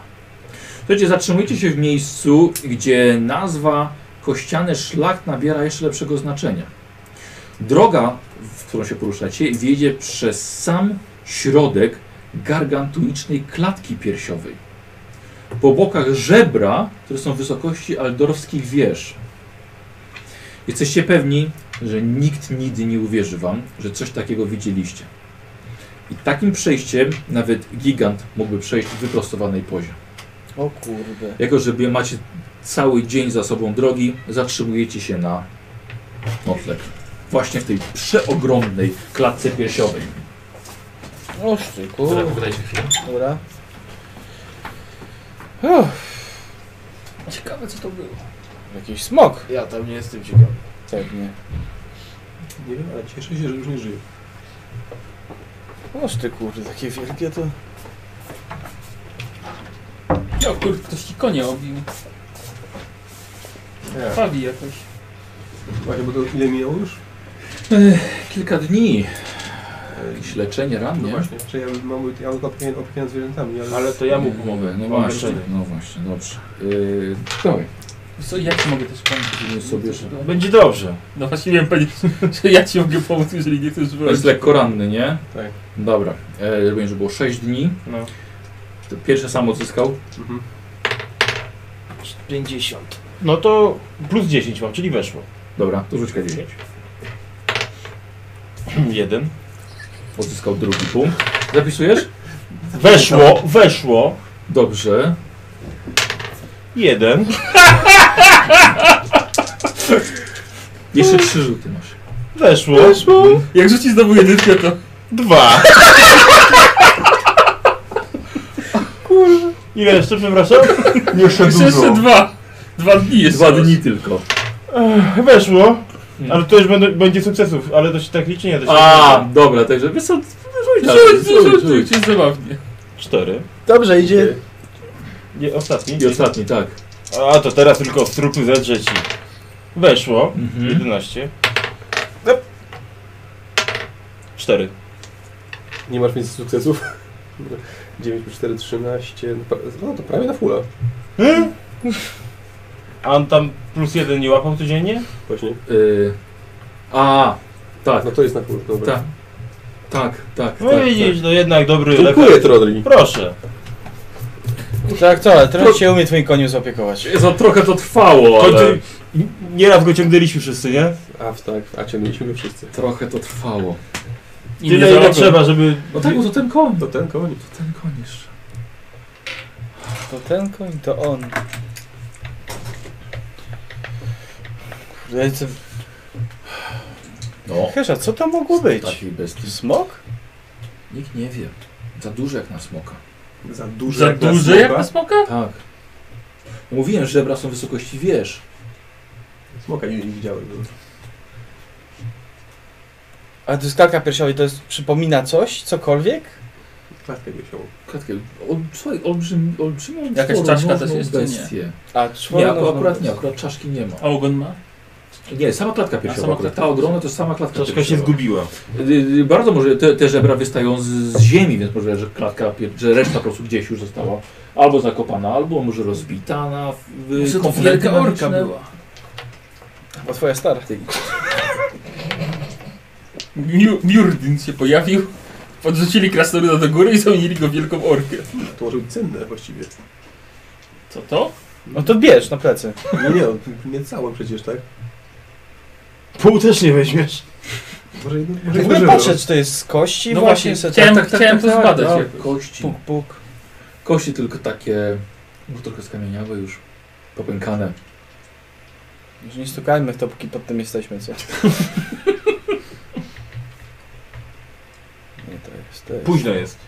Speaker 2: Słuchajcie, zatrzymujcie się w miejscu, gdzie nazwa kościany szlak nabiera jeszcze lepszego znaczenia. Droga, w którą się poruszacie, wiedzie przez sam środek gargantuicznej klatki piersiowej. Po bokach żebra, które są w wysokości aldorskich wież. Jesteście pewni, że nikt nigdy nie uwierzy wam, że coś takiego widzieliście. I takim przejściem nawet gigant mógłby przejść w wyprostowanej pozie.
Speaker 1: O kurde.
Speaker 2: Jako, że wy macie cały dzień za sobą drogi, zatrzymujecie się na nocleg. Właśnie w tej przeogromnej klatce piersiowej.
Speaker 1: Oż ty,
Speaker 2: Dobra,
Speaker 1: kurde.
Speaker 2: pogadajcie chwilę.
Speaker 1: Dobra. Uff,
Speaker 3: Ciekawe, co to było.
Speaker 1: jakiś smok.
Speaker 10: Ja tam nie jestem ciekawy.
Speaker 1: Pewnie.
Speaker 6: Nie wiem, ale cieszę się, że już nie żyję.
Speaker 1: Masz ty kurde, takie wielkie to...
Speaker 3: O kurde, ktoś ci konia obił.
Speaker 6: Ja.
Speaker 3: Fabi jakoś.
Speaker 6: Właśnie, bo to ile minęło już?
Speaker 2: E, Kilka dni. Jakieś leczenie
Speaker 6: No
Speaker 2: rannie.
Speaker 6: właśnie, czy ja mam ja mam opiekę, opiekę nad zwierzętami, ale...
Speaker 5: Ale to ja mu pomogę.
Speaker 2: pomogę. No
Speaker 5: Mam
Speaker 2: właśnie,
Speaker 5: leczenie.
Speaker 2: no właśnie, dobrze. Yy, dawaj.
Speaker 3: Wiesz Co, ja ci mogę też pomóc.
Speaker 2: Sobie, że-
Speaker 5: Będzie dobrze.
Speaker 3: No właśnie miałem powiedzieć, że ja ci mogę pomóc, jeżeli nie chcesz
Speaker 2: To jest
Speaker 3: wyrobić.
Speaker 2: lekko ranny, nie?
Speaker 6: Tak.
Speaker 2: Dobra. E, Rozumiem, że było 6 dni.
Speaker 11: No.
Speaker 2: To Pierwsze sam odzyskał.
Speaker 6: Mhm.
Speaker 1: 50.
Speaker 5: No to plus 10 mam, czyli weszło.
Speaker 2: Dobra, to rzuć K10.
Speaker 5: Jeden.
Speaker 2: Odzyskał drugi punkt. Zapisujesz?
Speaker 5: Weszło, weszło.
Speaker 2: Dobrze.
Speaker 5: Jeden.
Speaker 2: Jeszcze trzy rzuty masz.
Speaker 5: Weszło.
Speaker 3: Jak rzuci znowu jedynkę, to...
Speaker 5: Dwa. Kurwa. Ile jeszcze, przepraszam?
Speaker 3: Jeszcze, jeszcze dwa. Dwa dni jeszcze.
Speaker 2: Dwa dni tylko.
Speaker 5: Ech, Weszło.
Speaker 2: Hmm.
Speaker 5: Ale to już będą, będzie sukcesów, ale to się tak liczy, nie? To się
Speaker 2: A, dobra, także wiesz co, rzuć, dalej,
Speaker 3: Rzuć, rzuć,
Speaker 2: rzuć,
Speaker 3: rzuć, jest zabawnie.
Speaker 5: Cztery.
Speaker 1: Dobrze, idzie.
Speaker 5: Nie, ostatni.
Speaker 2: I ostatni, tak.
Speaker 5: A, to teraz tylko z trupy zedrzeć i... Weszło.
Speaker 2: Mhm.
Speaker 5: 11. Cztery.
Speaker 6: Nie masz więcej sukcesów? 9 plus 4, 13, no, pra- no to prawie na fula.
Speaker 5: Hmm? A on tam plus jeden nie łapał codziennie?
Speaker 2: Tak,
Speaker 6: Właśnie,
Speaker 2: Y, a, tak,
Speaker 6: no to jest na fula, dobra.
Speaker 2: tak. Tak, tak,
Speaker 5: No
Speaker 2: tak,
Speaker 5: widzisz, no jednak dobry lekarz.
Speaker 6: Dziękuję, Trodri.
Speaker 5: Proszę.
Speaker 1: Tak, co, ale teraz się umie twoim koniu zaopiekować.
Speaker 2: tak. Za trochę to trwało,
Speaker 5: To
Speaker 2: ale...
Speaker 5: ty- Nieraz go ciągnęliśmy wszyscy, nie?
Speaker 6: A tak, a ciągnęliśmy go wszyscy.
Speaker 2: Trochę to trwało.
Speaker 3: I nie
Speaker 5: Tyle ile
Speaker 3: zarobię.
Speaker 5: trzeba, żeby...
Speaker 2: No tak, bo to ten koń.
Speaker 6: To ten koń.
Speaker 2: To ten koń jeszcze.
Speaker 1: To ten koń, to on. Kurde, ja chcę-
Speaker 2: No.
Speaker 1: Hesza, co to mogło być?
Speaker 2: Takiej bestii.
Speaker 1: Smok?
Speaker 2: Nikt nie wie. Za duży jak na smoka.
Speaker 6: Za duży
Speaker 3: Za
Speaker 6: jak na
Speaker 3: duży jak
Speaker 6: smoka.
Speaker 3: na smoka?
Speaker 2: Tak. Mówiłem, że żebra są wysokości wież.
Speaker 6: Smoka nie nie widziałem. no.
Speaker 1: A to jest klamka piersiowa i to jest, przypomina coś? Cokolwiek?
Speaker 6: Klatkę wiesiołą.
Speaker 2: Klatkę, ol, słuchaj, olbrzym, olbrzymią
Speaker 3: Jakaś
Speaker 2: czworą
Speaker 3: czaszka też
Speaker 2: nożną
Speaker 3: jest, czy nie?
Speaker 2: bestię.
Speaker 1: A
Speaker 2: Nie,
Speaker 1: człowiek...
Speaker 2: akurat nie, akurat czaszki nie ma.
Speaker 3: A ogon ma?
Speaker 2: Nie, sama klatka piersiowa.
Speaker 3: sama
Speaker 2: akurat.
Speaker 3: klatka
Speaker 2: Ta odrona to jest sama klatka
Speaker 5: Troszkę się
Speaker 2: piersiowa.
Speaker 5: zgubiła.
Speaker 2: Y, y, Bardzo może te, te żebra wystają z, z ziemi, więc może że klatka, pier- że reszta po prostu gdzieś już została albo zakopana, albo może rozbita na w-
Speaker 3: Może No, to
Speaker 2: komponenty
Speaker 3: wielka
Speaker 2: Y,
Speaker 3: orka
Speaker 2: magiczne. Tak,
Speaker 3: była.
Speaker 1: Bo twoja stara.
Speaker 3: Miu- Miurdin się pojawił, podrzucili krasnoluda do góry i zamienili go w wielką orkę.
Speaker 6: To może być cenne właściwie.
Speaker 3: Co to?
Speaker 1: No to bierz na plecy.
Speaker 6: No nie, no, nie całą przecież, tak?
Speaker 5: Pół też nie weźmiesz.
Speaker 6: Może jedno, może
Speaker 1: W
Speaker 6: jedno
Speaker 1: ogóle
Speaker 6: żebro.
Speaker 1: patrzę, czy to jest z kości
Speaker 3: No
Speaker 1: właśnie.
Speaker 3: właśnie,
Speaker 1: se-
Speaker 3: chciałem, chciałem to zbadać.
Speaker 2: tak,
Speaker 3: jakoś.
Speaker 2: kości.
Speaker 1: Puk, puk.
Speaker 2: Kości tylko takie, może trochę skamieniałe już, popękane.
Speaker 1: Może nie stukajmy w to, póki pod tym jesteśmy, co? nie, to jest, to jest.
Speaker 5: Późno jest.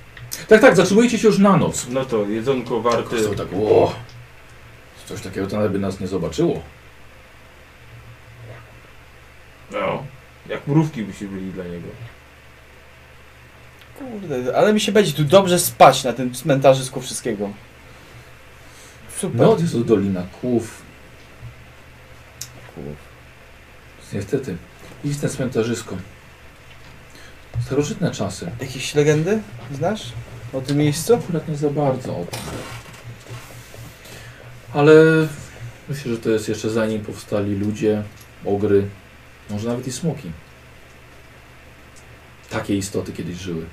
Speaker 2: Tak, tak, zatrzymujecie się już na noc.
Speaker 5: No to jedzonko
Speaker 2: Tylko
Speaker 5: warte.
Speaker 2: są tak, o, coś takiego to nawet by nas nie zobaczyło.
Speaker 5: No. Jak mrówki by się byli dla niego.
Speaker 1: Kurde, ale mi się będzie tu dobrze spać na tym cmentarzysku wszystkiego. Super.
Speaker 2: No, to jest to Dolina Kłów.
Speaker 1: Kłów.
Speaker 2: Niestety, istne cmentarzysko. Starożytne czasy.
Speaker 1: Jakieś legendy znasz o tym miejscu?
Speaker 2: Akurat nie za bardzo o tym. Ale myślę, że to jest jeszcze zanim powstali ludzie, ogry, może nawet i smoki. Takie istoty kiedyś żyły.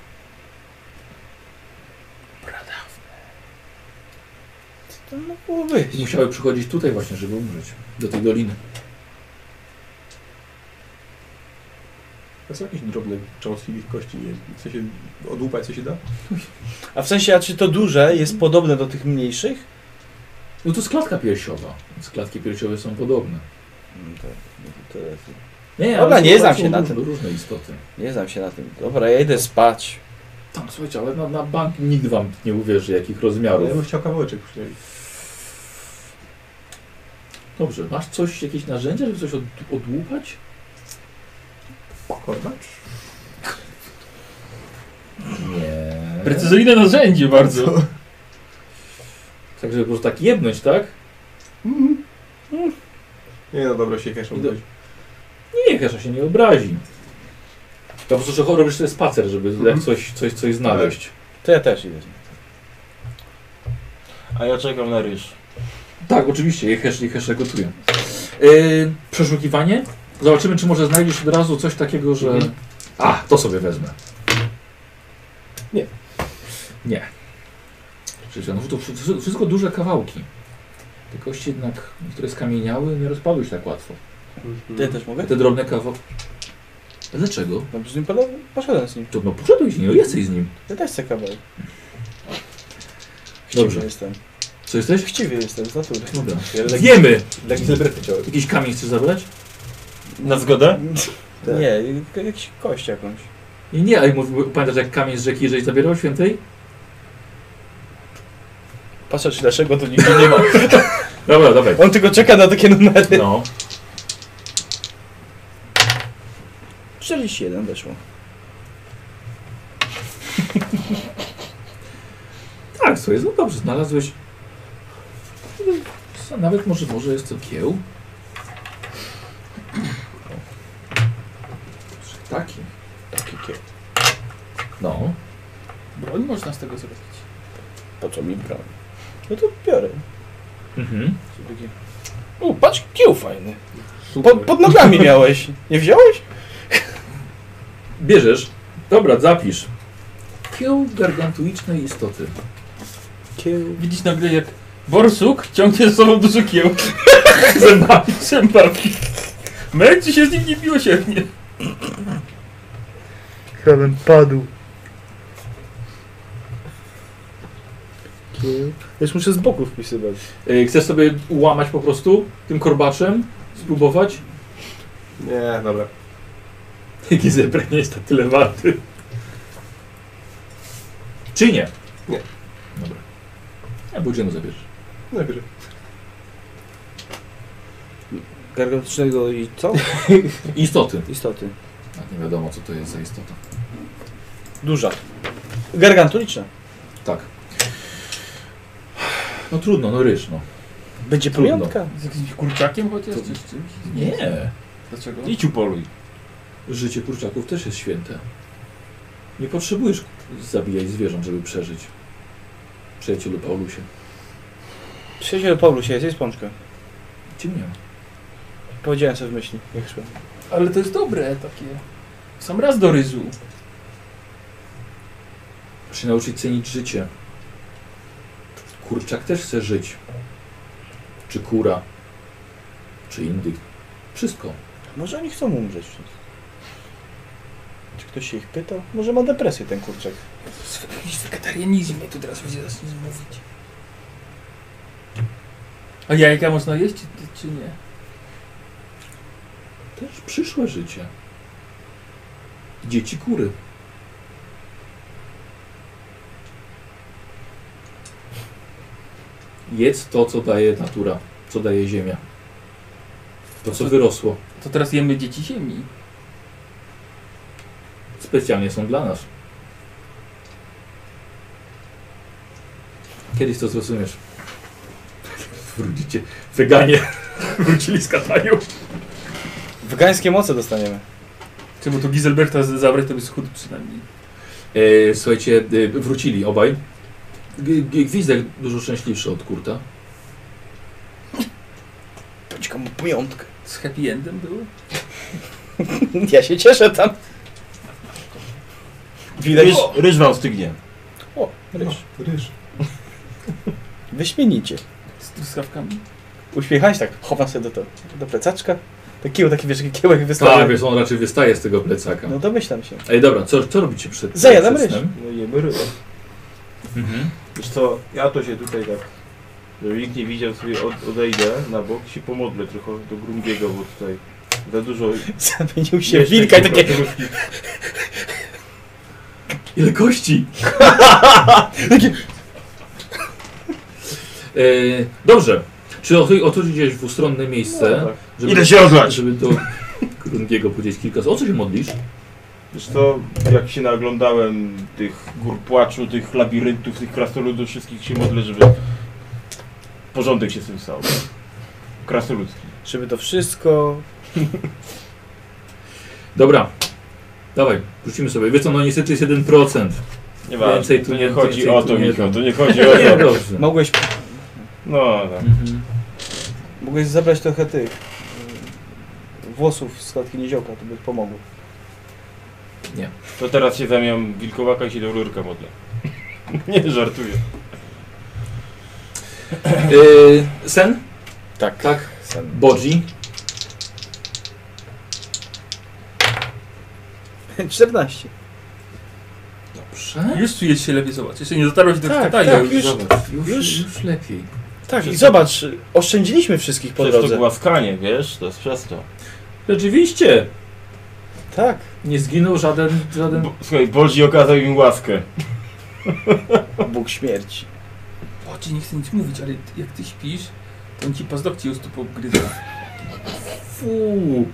Speaker 1: To mogło być.
Speaker 2: I musiały przychodzić tutaj właśnie, żeby umrzeć. Do tej doliny.
Speaker 6: To są jakieś drobne cząstki ich kości, nie? Co się odłupać, co się da?
Speaker 1: A w sensie, a czy to duże jest podobne do tych mniejszych?
Speaker 2: No to jest klatka piersiowa. Więc klatki piersiowe są podobne. Nie,
Speaker 1: Dobra,
Speaker 2: ale
Speaker 1: nie
Speaker 2: są-
Speaker 1: znam
Speaker 2: są
Speaker 1: się na
Speaker 2: różne-
Speaker 1: tym.
Speaker 2: Różne istoty.
Speaker 1: Nie znam się na tym. Dobra, ja idę spać.
Speaker 2: Tam, słuchajcie, ale na, na bank nikt wam nie uwierzy jakich
Speaker 6: Ale No ja
Speaker 2: rozmiarów.
Speaker 6: bym chciał kawałeczek przynajmniej.
Speaker 2: Dobrze, masz coś, jakieś narzędzia, żeby coś od, odłupać?
Speaker 6: Korbacz?
Speaker 12: Precyzyjne narzędzie bardzo.
Speaker 2: Tak, żeby po prostu tak jebnąć, tak?
Speaker 6: Nie no dobra, się kieszą.
Speaker 2: I do- Nie, Kasza się nie obrazi. Ja po prostu że cho- robisz sobie spacer, żeby
Speaker 1: Mhm.
Speaker 2: jak coś, coś, coś znaleźć.
Speaker 1: To ja też idę.
Speaker 5: A ja czekam na ryż.
Speaker 2: Tak, oczywiście, Jehesz, Jehesza gotują. Yy, przeszukiwanie? Zobaczymy, czy może znajdziesz od razu coś takiego, że...
Speaker 12: Mhm.
Speaker 2: A, to sobie wezmę.
Speaker 6: Nie.
Speaker 2: Nie. Przecież, no to wszy- wszystko duże kawałki. Te kości jednak, które skamieniały, nie rozpadły się tak łatwo.
Speaker 1: Ty też mogę?
Speaker 2: Te drobne kawałki... Dlaczego?
Speaker 1: No przecież nie podoba- poszedłem z nim.
Speaker 2: To no poszedłeś, nie? No jesteś z nim.
Speaker 1: Ja też chcę kawałek. Chciwy
Speaker 2: Dobrze.
Speaker 1: jestem.
Speaker 2: Co jesteś?
Speaker 1: Chciwy jestem z natury.
Speaker 2: Dobra.
Speaker 1: Ja lek-
Speaker 2: Wiemy!
Speaker 6: Mhm.
Speaker 1: lek- lek-
Speaker 2: Jakiś kamień chcesz zabrać?
Speaker 5: Na zgodę?
Speaker 1: Nie, jak- jakiś kość jakąś.
Speaker 2: Nie, nie, ale mówił, pamiętasz jak kamień z rzeki, jeżeli zabierał świętej?
Speaker 1: Patrz, dlaczego tu nigdy nie ma.
Speaker 2: Dobra, dawaj.
Speaker 1: On tylko czeka na takie numery.
Speaker 2: No.
Speaker 1: 41 weszło.
Speaker 2: Tak, słuchaj, no dobrze, znalazłeś. Co, Nawet może, może jest to kieł. Taki.
Speaker 1: Taki kiep.
Speaker 2: No.
Speaker 3: Broń można z tego zrobić.
Speaker 1: Po co mi broń? No to biorę.
Speaker 2: Mhm.
Speaker 1: U, patrz, kieł fajny. Pod, pod nogami miałeś. Nie wziąłeś?
Speaker 2: Bierzesz. Dobra, zapisz. Kieł gargantuicznej istoty.
Speaker 1: Kieł.
Speaker 12: Widzisz nagle jak borsuk ciągnie ze sobą duży kieł. Zębami. Zębami. Męczy się z nim niemiłosiernie.
Speaker 13: Krabem padł.
Speaker 1: Kieł. Już muszę z boku wpisywać.
Speaker 2: Yy, chcesz sobie łamać po prostu tym korbaczem? Spróbować?
Speaker 6: Nie, dobra.
Speaker 2: Jakie zebranie jest na tyle warty? Czy nie?
Speaker 6: Nie.
Speaker 2: Dobra. Ja budżetu zabierzesz.
Speaker 6: Najpierw.
Speaker 1: Gargantycznego i co?
Speaker 2: Istoty.
Speaker 1: Istoty.
Speaker 2: Tak, nie wiadomo co to jest za istota.
Speaker 1: Duża. Gargantuliczna.
Speaker 2: Tak. No trudno, no ryż, no.
Speaker 1: Będzie
Speaker 2: Trudno.
Speaker 1: pamiątka.
Speaker 3: Z jakimś kurczakiem chociaż? Czy z czymś?
Speaker 2: Nie.
Speaker 3: Dlaczego?
Speaker 5: Idź upoluj.
Speaker 2: Życie kurczaków też jest święte. Nie potrzebujesz zabijać zwierząt, żeby przeżyć. Przyjacielu Paulusie.
Speaker 1: Przyjaciel Paulus, jest, jest pączka.
Speaker 2: Czy nie?
Speaker 1: Powiedziałem sobie w myśli, jak szłem.
Speaker 3: Ale to jest dobre takie. Sam raz do ryżu.
Speaker 2: Muszę się nauczyć cenić życie. Kurczak też chce żyć. Czy kura. Czy indyk. Wszystko.
Speaker 1: Może oni chcą umrzeć. Czy ktoś się ich pytał? Może ma depresję ten kurczak.
Speaker 3: W jakimś wegetarianizmie tu teraz będzie zacznie mówić. A jajka można jeść, czy, czy nie?
Speaker 2: Też przyszłe życie. Dzieci kury. Jedz to, co daje natura, co daje ziemia. To, co wyrosło.
Speaker 3: To teraz jemy dzieci ziemi.
Speaker 2: Specjalnie są dla nas. Kiedyś to zrozumiesz. Wrócicie. Weganie wrócili z Kataniu.
Speaker 1: Wegańskie moce dostaniemy.
Speaker 12: Czy bo tu Giselberta z- zabrać, to by schudł przynajmniej.
Speaker 2: E, słuchajcie, e, wrócili obaj. G- G- Gwizdek dużo szczęśliwszy od Kurta.
Speaker 1: Będzie komu pamiątkę.
Speaker 3: Z happy endem było?
Speaker 1: Ja się cieszę tam. Widać.
Speaker 5: Ryż, ryż wam stygnie.
Speaker 1: O, ryż.
Speaker 6: No, Ryż.
Speaker 1: Wyśmienicie.
Speaker 3: Z truskawkami?
Speaker 1: Uśmiechaj się tak, chowam sobie do, to, do plecaczka. To kieł, taki wiesz, taki kiełek
Speaker 2: Tak,
Speaker 1: wystawiony.
Speaker 2: wiesz, on raczej wystaje z tego plecaka.
Speaker 1: No domyślam się.
Speaker 2: Ej, dobra, co, co robicie przed
Speaker 1: Zajadam
Speaker 2: przed
Speaker 1: ryż.
Speaker 2: snem?
Speaker 5: No jemy ryż.
Speaker 2: Mhm.
Speaker 5: Wiesz co, ja to się tutaj tak, żeby nikt nie widział, sobie od, odejdę na bok i się pomodlę trochę do Grungiego, bo tutaj za dużo...
Speaker 1: Zamienił się w wilka i takie
Speaker 2: Ile kości? e, dobrze. Czy otu- otoczyć w dwustronne miejsce,
Speaker 5: No, tak.
Speaker 2: żeby,
Speaker 5: Idę się odlać.
Speaker 2: żeby do Grungiego powiedzieć kilka słów. O co się modlisz?
Speaker 5: Wiesz co, jak się naoglądałem tych gór płaczu, tych labiryntów, tych krasnoludów, wszystkich się modlę, żeby porządek się z tym stał. Krasnoludzki.
Speaker 1: Żeby to wszystko
Speaker 2: Dobra, dawaj, rzucimy sobie. Wiesz co, no niestety jest 1%.
Speaker 5: Nieważne,
Speaker 2: Więcej tu
Speaker 5: to
Speaker 2: nie-
Speaker 5: nie chodzi
Speaker 2: więcej
Speaker 5: o
Speaker 2: tu
Speaker 5: to,
Speaker 2: nie
Speaker 5: Michał,
Speaker 2: da.
Speaker 5: to nie chodzi o
Speaker 2: Nie, no.
Speaker 5: to.
Speaker 2: dobrze.
Speaker 1: mogłeś,
Speaker 5: No, tak.
Speaker 2: Mhm.
Speaker 1: mogłeś zabrać trochę tych y, włosów z klatki niziołka, to by pomogło.
Speaker 5: To teraz się zamiam w wilkowaka i się do rurka modlę. nie, żartuję.
Speaker 2: Yy, sen?
Speaker 1: Tak.
Speaker 2: Tak. Bodzi?
Speaker 1: 14.
Speaker 2: Dobrze.
Speaker 3: Już czujesz się lepiej, zobacz. Jeszcze nie dotarłeś do
Speaker 1: Tak,
Speaker 3: Katania.
Speaker 1: tak, już-
Speaker 2: Już,
Speaker 1: Już?
Speaker 2: już, już lepiej.
Speaker 1: Tak, i zobacz, y, oszczędziliśmy wszystkich po
Speaker 5: Przecież to
Speaker 1: drodze.
Speaker 5: głaskanie, wiesz, to jest przez to.
Speaker 2: Rzeczywiście,
Speaker 1: Tak.
Speaker 2: nie zginął żaden, żaden...
Speaker 5: Bo, słuchaj, Bożi okazał im łaskę.
Speaker 1: Bóg śmierci.
Speaker 14: O, ci nie chcę nic mówić, ale ty- jak ty śpisz, to on ci paznokcie u stóp obgryza.
Speaker 2: Fuu.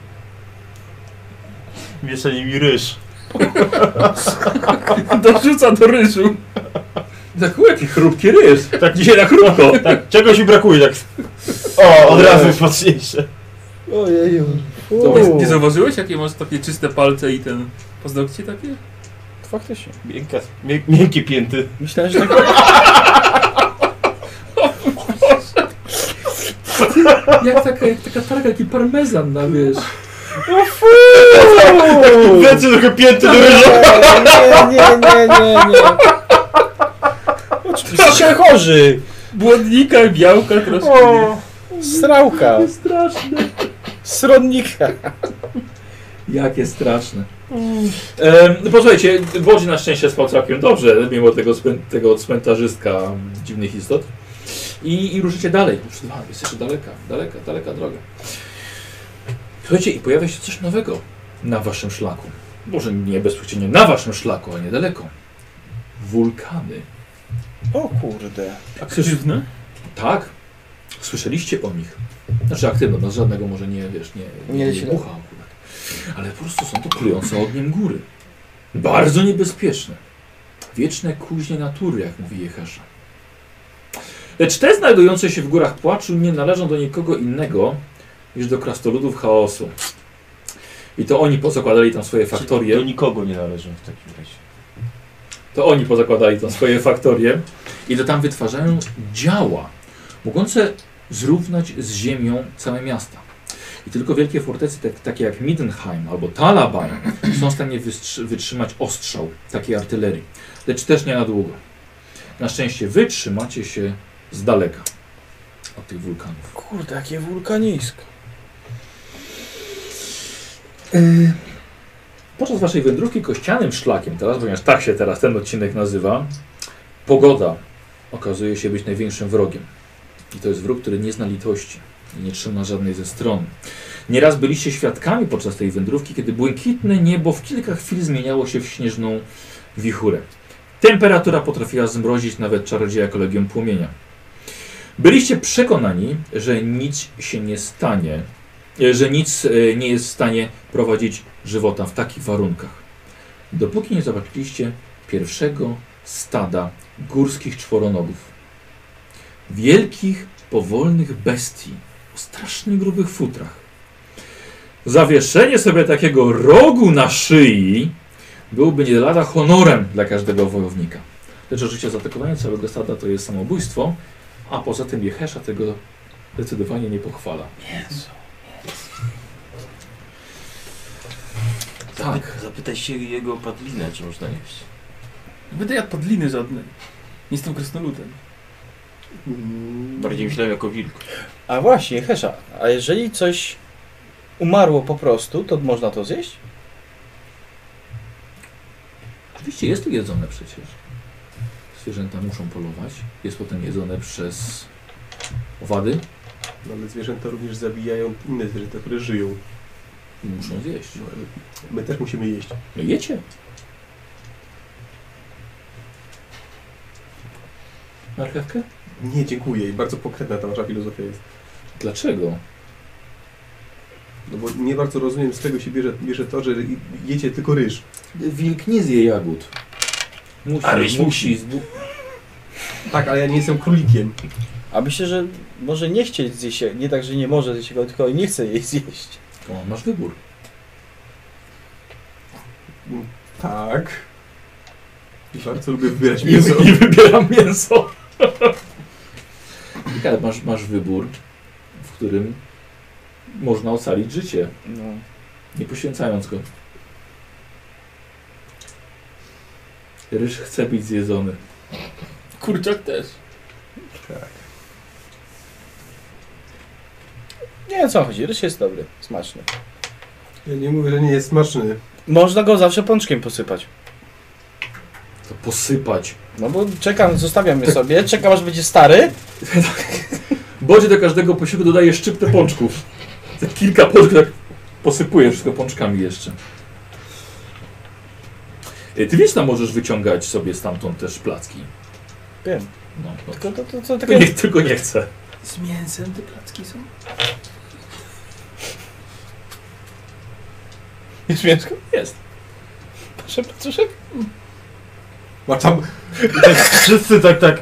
Speaker 5: Mieszanie mi ryż.
Speaker 3: Dorzuca do ryżu.
Speaker 2: Tak jaki chrupki ryż. Tak dzisiaj na chrupko.
Speaker 5: Tak, czegoś mi brakuje, tak. O, od razu jest mocniejsze.
Speaker 1: Ojeju.
Speaker 3: Nie, nie zauważyłeś, jakie masz takie czyste palce i ten paznokcie takie?
Speaker 1: Faktycznie.
Speaker 5: Miękka, mięk, miękkie pięty.
Speaker 1: Myślałem, że tak.
Speaker 2: Jak taka, jak taka targa, taki parmezan na wiesz.
Speaker 5: Lecę trochę pięty do ryżu.
Speaker 1: Nie, nie, nie, nie, nie. Oczywiście chorzy.
Speaker 3: Błonnika, białka troszkę. nie?
Speaker 1: Srałka.
Speaker 2: Straszne.
Speaker 1: Sronnika.
Speaker 2: Jakie straszne. E, no posłuchajcie, Bodzi na szczęście spał całkiem dobrze, mimo tego, spę- tego cmentarzystka dziwnych istot. I, i ruszycie dalej. Ruszycie, a, jest jeszcze daleka, daleka, daleka droga. Słuchajcie, i pojawia się coś nowego na waszym szlaku. Może nie bezpośrednio na waszym szlaku, ale niedaleko. Wulkany.
Speaker 1: O kurde.
Speaker 3: Aktywne?
Speaker 2: Tak. Słyszeliście o nich. Znaczy aktywno, no z żadnego może nie, wiesz, nie,
Speaker 1: Nie
Speaker 2: nie,
Speaker 1: się
Speaker 2: nie bucha akurat. Ale po prostu są to plujące ogniem góry. Bardzo niebezpieczne. Wieczne kuźnie natury, jak mówi Jehesza. Lecz te znajdujące się w górach płaczu nie należą do nikogo innego niż do krastoludów chaosu. I to oni pozakładali tam swoje faktorie.
Speaker 5: Do nikogo nie należą w takim razie.
Speaker 2: To oni pozakładali tam swoje faktorie i to tam wytwarzają działa, mogące zrównać z ziemią całe miasta. I tylko wielkie fortecy, tak, takie jak Middenheim albo Talaban, są w stanie wystrzy- wytrzymać ostrzał takiej artylerii. Lecz też nie na długo. Na szczęście wy trzymacie się z daleka od tych wulkanów.
Speaker 1: Kurde, jakie wulkanisko.
Speaker 2: Podczas waszej wędrówki kościanym szlakiem teraz, ponieważ tak się teraz ten odcinek nazywa, pogoda okazuje się być największym wrogiem. I to jest wróg, który nie zna litości i nie trzyma żadnej ze stron. Nieraz byliście świadkami podczas tej wędrówki, kiedy błękitne niebo w kilka chwil zmieniało się w śnieżną wichurę. Temperatura potrafiła zmrozić nawet czarodzieja kolegium płomienia. Byliście przekonani, że nic się nie stanie, e, że nic e, nie jest w stanie prowadzić żywota w takich warunkach. Dopóki nie zobaczyliście pierwszego stada górskich czworonogów. Wielkich, powolnych bestii o strasznie grubych futrach. Zawieszenie sobie takiego rogu na szyi byłoby nie lada honorem dla każdego wojownika. Lecz oczywiście zaatakowanie całego stada to jest samobójstwo, a poza tym Jehesza tego zdecydowanie nie pochwala. Tak.
Speaker 5: Zapytaj się jego o padlinę, czy można jeść.
Speaker 3: Nie będę jadł podliny żadnej. Nie jestem krasnoludem.
Speaker 5: Bardziej myślałem jako wilk.
Speaker 1: A właśnie, Hesza, a jeżeli coś umarło po prostu, to można to zjeść?
Speaker 2: Oczywiście jest to jedzone przecież. Zwierzęta muszą polować. Jest potem jedzone przez owady
Speaker 6: No, ale zwierzęta również zabijają inne zwierzęta, które żyją.
Speaker 2: i muszą zjeść.
Speaker 6: My też musimy jeść.
Speaker 2: No jecie. Marchewkę?
Speaker 6: Nie, dziękuję. I bardzo pokrętna ta wasza filozofia jest.
Speaker 2: Dlaczego?
Speaker 6: No bo nie bardzo rozumiem, z czego się bierze, bierze to, że jecie tylko ryż.
Speaker 2: Wilk nie zje jagód. Musi,
Speaker 7: Ale
Speaker 2: musi. musi.
Speaker 6: Tak, ale ja nie jestem królikiem.
Speaker 1: A myślę, że może nie chcieć zjeść, nie tak, że nie może zjeść, go, tylko nie chce jej zjeść.
Speaker 2: O, masz wybór.
Speaker 6: Tak. I bardzo lubię wybierać
Speaker 2: I,
Speaker 6: mięso.
Speaker 2: I wybieram mięso. Ale masz, masz wybór, w którym można ocalić życie,
Speaker 1: No.
Speaker 2: nie poświęcając go. Ryż chce być zjedzony.
Speaker 15: Kurczak też.
Speaker 1: Nie wiem co chodzi, ryż jest dobry, smaczny.
Speaker 6: Ja nie mówię, że nie jest smaczny.
Speaker 1: Można go zawsze pączkiem posypać.
Speaker 2: To posypać.
Speaker 1: No bo czekam, zostawiam je sobie, czekam aż będzie stary.
Speaker 2: Bodzie do każdego posiłku dodaje szczyptę pączków. Te kilka pączków tak posypujesz wszystko pączkami jeszcze. Y, Ty wiesz, tam możesz wyciągać sobie stamtąd też placki.
Speaker 1: Wiem,
Speaker 2: No, no.
Speaker 1: tylko to, to, to
Speaker 2: Tylko,
Speaker 1: takie...
Speaker 2: nie, tylko nie chcę.
Speaker 15: Z mięsem te placki są?
Speaker 1: Jest mięsko?
Speaker 2: Jest.
Speaker 1: Proszę, proszę.
Speaker 6: Ma tam
Speaker 4: Tak, wszyscy tak, tak.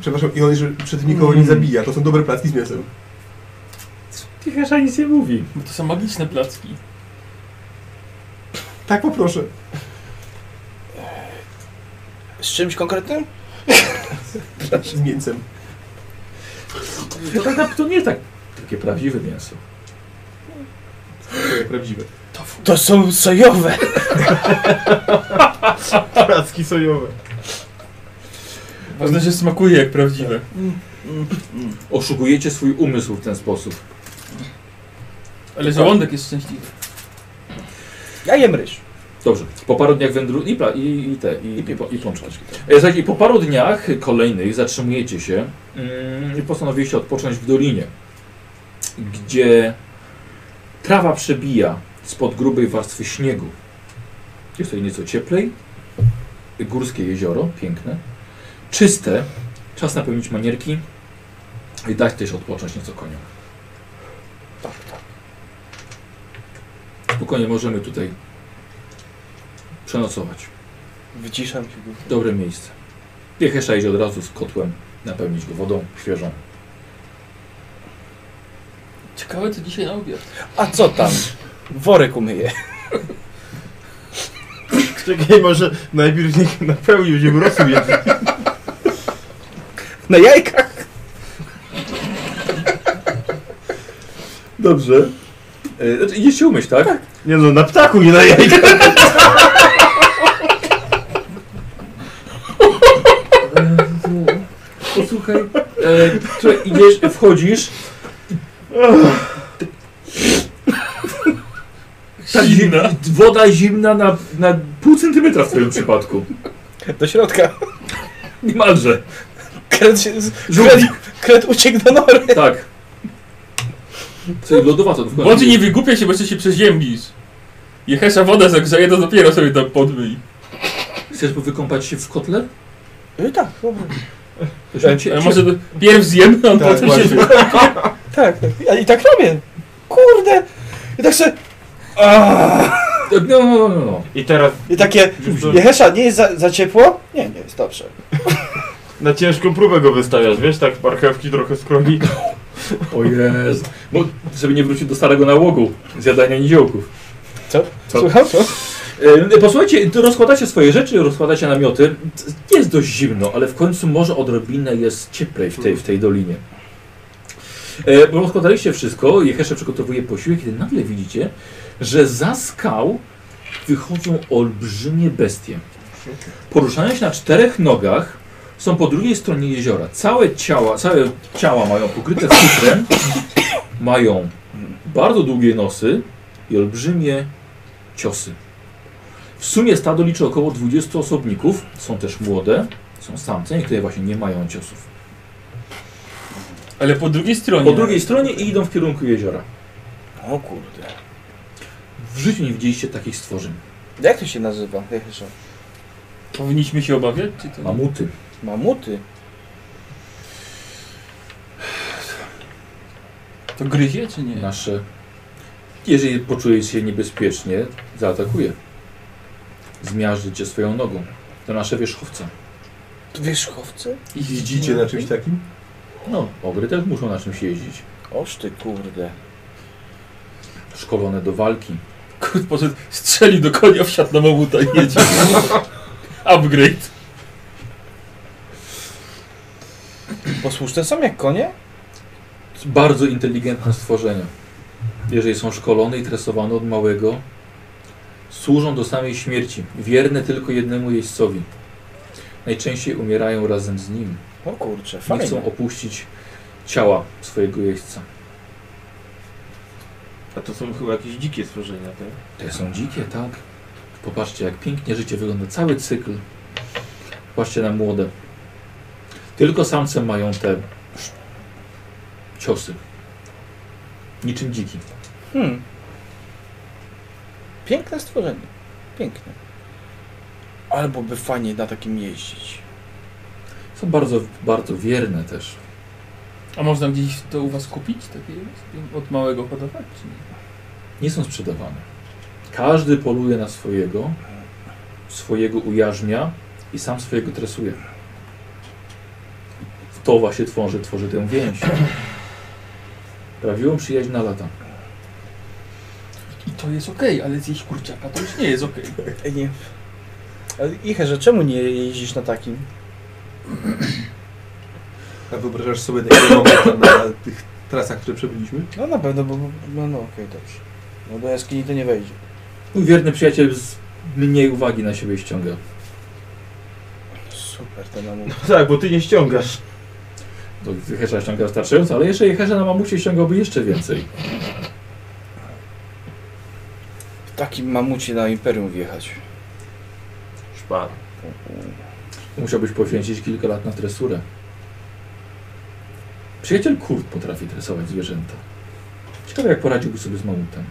Speaker 6: Przepraszam, i on jeszcze przed tym nikogo nie zabija. To są dobre placki z mięsem.
Speaker 2: Kichasza nic nie mówi.
Speaker 15: Bo to są magiczne placki.
Speaker 6: Tak poproszę.
Speaker 1: Z czymś konkretnym?
Speaker 6: Z mięsem.
Speaker 2: To, to, to nie tak. Takie prawdziwe mięso.
Speaker 6: Twoje prawdziwe.
Speaker 1: To są sojowe!
Speaker 4: Placki sojowe.
Speaker 3: Ważne, że smakuje jak prawdziwe.
Speaker 2: Oszukujecie swój umysł w ten sposób.
Speaker 15: Ale żołądek jest szczęśliwy.
Speaker 1: Ja jem ryż.
Speaker 2: Dobrze. Po paru dniach wędru... I, pla... I, i te, i,
Speaker 1: I
Speaker 2: i,
Speaker 1: pi-
Speaker 2: po, i pączki. E, słuchajcie, I po paru dniach kolejnych zatrzymujecie się mm, i postanowiliście odpocząć w dolinie, gdzie trawa przebija spod grubej warstwy śniegu. Jest tutaj nieco cieplej. Górskie jezioro, piękne. Czyste. Czas napełnić manierki i dać też odpocząć nieco koniom.
Speaker 1: Tak,
Speaker 2: Spokojnie możemy tutaj przenocować.
Speaker 1: Wyciszam się.
Speaker 2: Dobre miejsce. Piechesza idzie od razu z kotłem, napełnić go wodą świeżą.
Speaker 15: Ciekawe co dzisiaj na obiad.
Speaker 1: A co tam? Worek umyję.
Speaker 4: Czekaj, może najpierw niech napełnił się rosół jakiś.
Speaker 1: Na jajkach!
Speaker 2: Dobrze. E, znaczy, idziecie umyć, tak? tak?
Speaker 4: Nie no, na ptaku, nie na jajka.
Speaker 2: Posłuchaj, e, słuchaj, idziesz, wchodzisz. Ta zimna. Woda zimna na, na pół centymetra w twoim przypadku.
Speaker 1: Do środka.
Speaker 2: Niemalże.
Speaker 1: Kret, się z-
Speaker 2: Żółwik.
Speaker 1: kret uciekł do nory.
Speaker 2: Tak. Czyli lodowato. dokładnie.
Speaker 3: Bądź nie wygłupia się, bo jeszcze się przeziębisz. Jechesza woda zagrzeje, to dopiero sobie tam podmyj.
Speaker 2: Chcesz wykąpać się w kotle?
Speaker 1: No tak, dobra.
Speaker 2: To się cie-
Speaker 3: Ale
Speaker 2: cie-
Speaker 3: może to pierw zjemy, a
Speaker 6: Tak,
Speaker 3: potem się...
Speaker 6: właśnie.
Speaker 1: Tak, tak. Ja i tak robię. Kurde! I tak se... Aaaa!
Speaker 2: No, no, no, no.
Speaker 5: I teraz
Speaker 1: I takie... Jehesza, nie jest za, za ciepło? Nie, nie, jest dobrze.
Speaker 5: na ciężką próbę go wystawiasz, wiesz, tak marchewki trochę skroni.
Speaker 2: O jest. Bo, żeby nie wrócił do starego nałogu zjadania niziołków. Co?
Speaker 1: Słucham? Co?
Speaker 2: E, Posłuchajcie, to rozkładacie swoje rzeczy, rozkładacie namioty. C- Jest dość zimno, ale w końcu może odrobinę jest cieplej w tej, w tej dolinie. E, Bo rozkładaliście wszystko, Jehesze przygotowuje posiłek, kiedy nagle widzicie, że za skał wychodzą olbrzymie bestie. Poruszają się na czterech nogach, są po drugiej stronie jeziora. Całe ciała, całe ciała mają pokryte futrem, mają bardzo długie nosy i olbrzymie ciosy. W sumie stado liczy około 20 osobników. Są też młode, są samce, niektóre właśnie nie mają ciosów.
Speaker 3: Ale po drugiej stronie...
Speaker 2: Po drugiej stronie i idą w kierunku jeziora.
Speaker 1: O kurde.
Speaker 2: W życiu nie widzieliście takich stworzeń.
Speaker 1: Jak to się nazywa? Jehesza?
Speaker 3: Powinniśmy się obawiać, czy to...
Speaker 2: Mamuty.
Speaker 1: Mamuty.
Speaker 15: To gryzie czy nie?
Speaker 2: nasze. Jeżeli poczuje się niebezpiecznie, zaatakuje. Zmiażdży cię swoją nogą. To nasze wierzchowce.
Speaker 1: Wierzchowcy?
Speaker 6: Jeździcie na czymś takim?
Speaker 2: No, ogry też muszą na czymś jeździć.
Speaker 1: Oż ty kurde.
Speaker 2: Szkolone do walki.
Speaker 3: Kurt poszedł, strzeli do konia, wsiadł na mamuta i jedzie. Upgrade.
Speaker 1: Posłuszne są jak konie?
Speaker 2: Bardzo inteligentne stworzenia. Jeżeli są szkolone i tresowane od małego, służą do samej śmierci. Wierne tylko jednemu jeźdźcowi. Najczęściej umierają razem z nim.
Speaker 1: O kurczę,
Speaker 2: Nie
Speaker 1: fajnie.
Speaker 2: chcą opuścić ciała swojego jeźdźca.
Speaker 5: A to są chyba jakieś dzikie stworzenia, tak?
Speaker 2: Te są dzikie, tak? Popatrzcie, jak pięknie życie wygląda. Cały cykl. Popatrzcie na młode. Tylko samce mają te sz- ciosy. Niczym dziki.
Speaker 1: Hmm. Piękne stworzenie. Piękne. Albo by fajnie na takim jeździć.
Speaker 2: Są bardzo, bardzo wierne też.
Speaker 15: A można gdzieś to u was kupić? Takie jest? od małego hodować czy nie?
Speaker 2: Nie są sprzedawane. Każdy poluje na swojego, swojego ujarzmia i sam swojego tresuje. To właśnie tworzy, tworzy tę więź. Prawiłą przyjaźń na lata.
Speaker 15: I to jest okej, ale zjeść kurczaka to już nie jest okej.
Speaker 1: Ej, nie. Ale Icherze, czemu nie jeździsz na takim?
Speaker 6: A wyobrażasz sobie takiego momenta na tych trasach, które przebyliśmy?
Speaker 1: No na pewno, bo... No, no okej, dobrze. No do jaskini to nie wejdzie.
Speaker 2: Mój wierny przyjaciel z mniej uwagi na siebie ściąga.
Speaker 1: Super, to nam
Speaker 5: No tak, bo ty nie ściągasz.
Speaker 2: Do Hesza ściąga wystarczająco, ale jeszcze Hesza na mamusie ściągałby jeszcze więcej.
Speaker 1: W takim mamucie na Imperium wjechać.
Speaker 5: Szpan.
Speaker 2: Musiałbyś poświęcić kilka lat na tresurę. Przyjaciel Kurt potrafi tresować zwierzęta. Ciekawe jak poradziłby sobie z mamutem.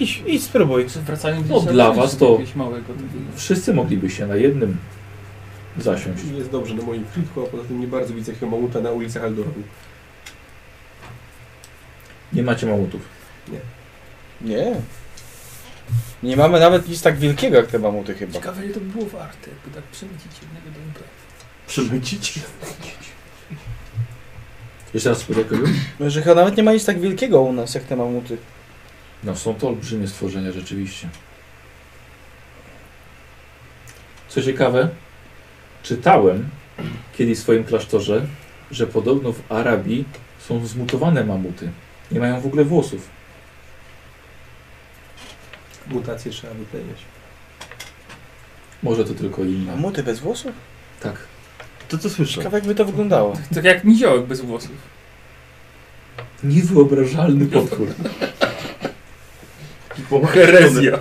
Speaker 1: Idź, idź spróbuj.
Speaker 15: Zwracają gdzieś
Speaker 2: No,
Speaker 15: na
Speaker 2: dla
Speaker 15: końcu
Speaker 2: was to-
Speaker 15: jakiegoś małego takiego.
Speaker 2: Wszyscy mogliby się na jednym zasiąść.
Speaker 6: Jest dobrze na moim frytku, a poza tym nie bardzo widzę takiego mamuta na ulicach Aldoru.
Speaker 2: Nie macie mamutów.
Speaker 1: Nie. Nie mamy nawet nic tak wielkiego jak te mamuty
Speaker 3: No.
Speaker 1: chyba.
Speaker 15: Ciekawe ile to by było warte, jakby tak przemycić jednego do imperium.
Speaker 5: Przemycić?
Speaker 2: Jeszcze raz podziękuję.
Speaker 1: No, że chyba nawet nie ma nic tak wielkiego u nas jak te mamuty.
Speaker 2: No są to olbrzymie stworzenia rzeczywiście. Co ciekawe, czytałem kiedyś w swoim klasztorze, że podobno w Arabii są zmutowane mamuty. Nie mają w ogóle włosów.
Speaker 6: Mutacje trzeba wypleniać.
Speaker 2: Może to tylko inna.
Speaker 1: Mamuty bez włosów?
Speaker 2: Tak.
Speaker 5: To co słyszę?
Speaker 1: Ciekawe jakby to wyglądało.
Speaker 15: Tak, tak jak niziołek bez włosów.
Speaker 2: Niewyobrażalny potwór.
Speaker 3: Herezja.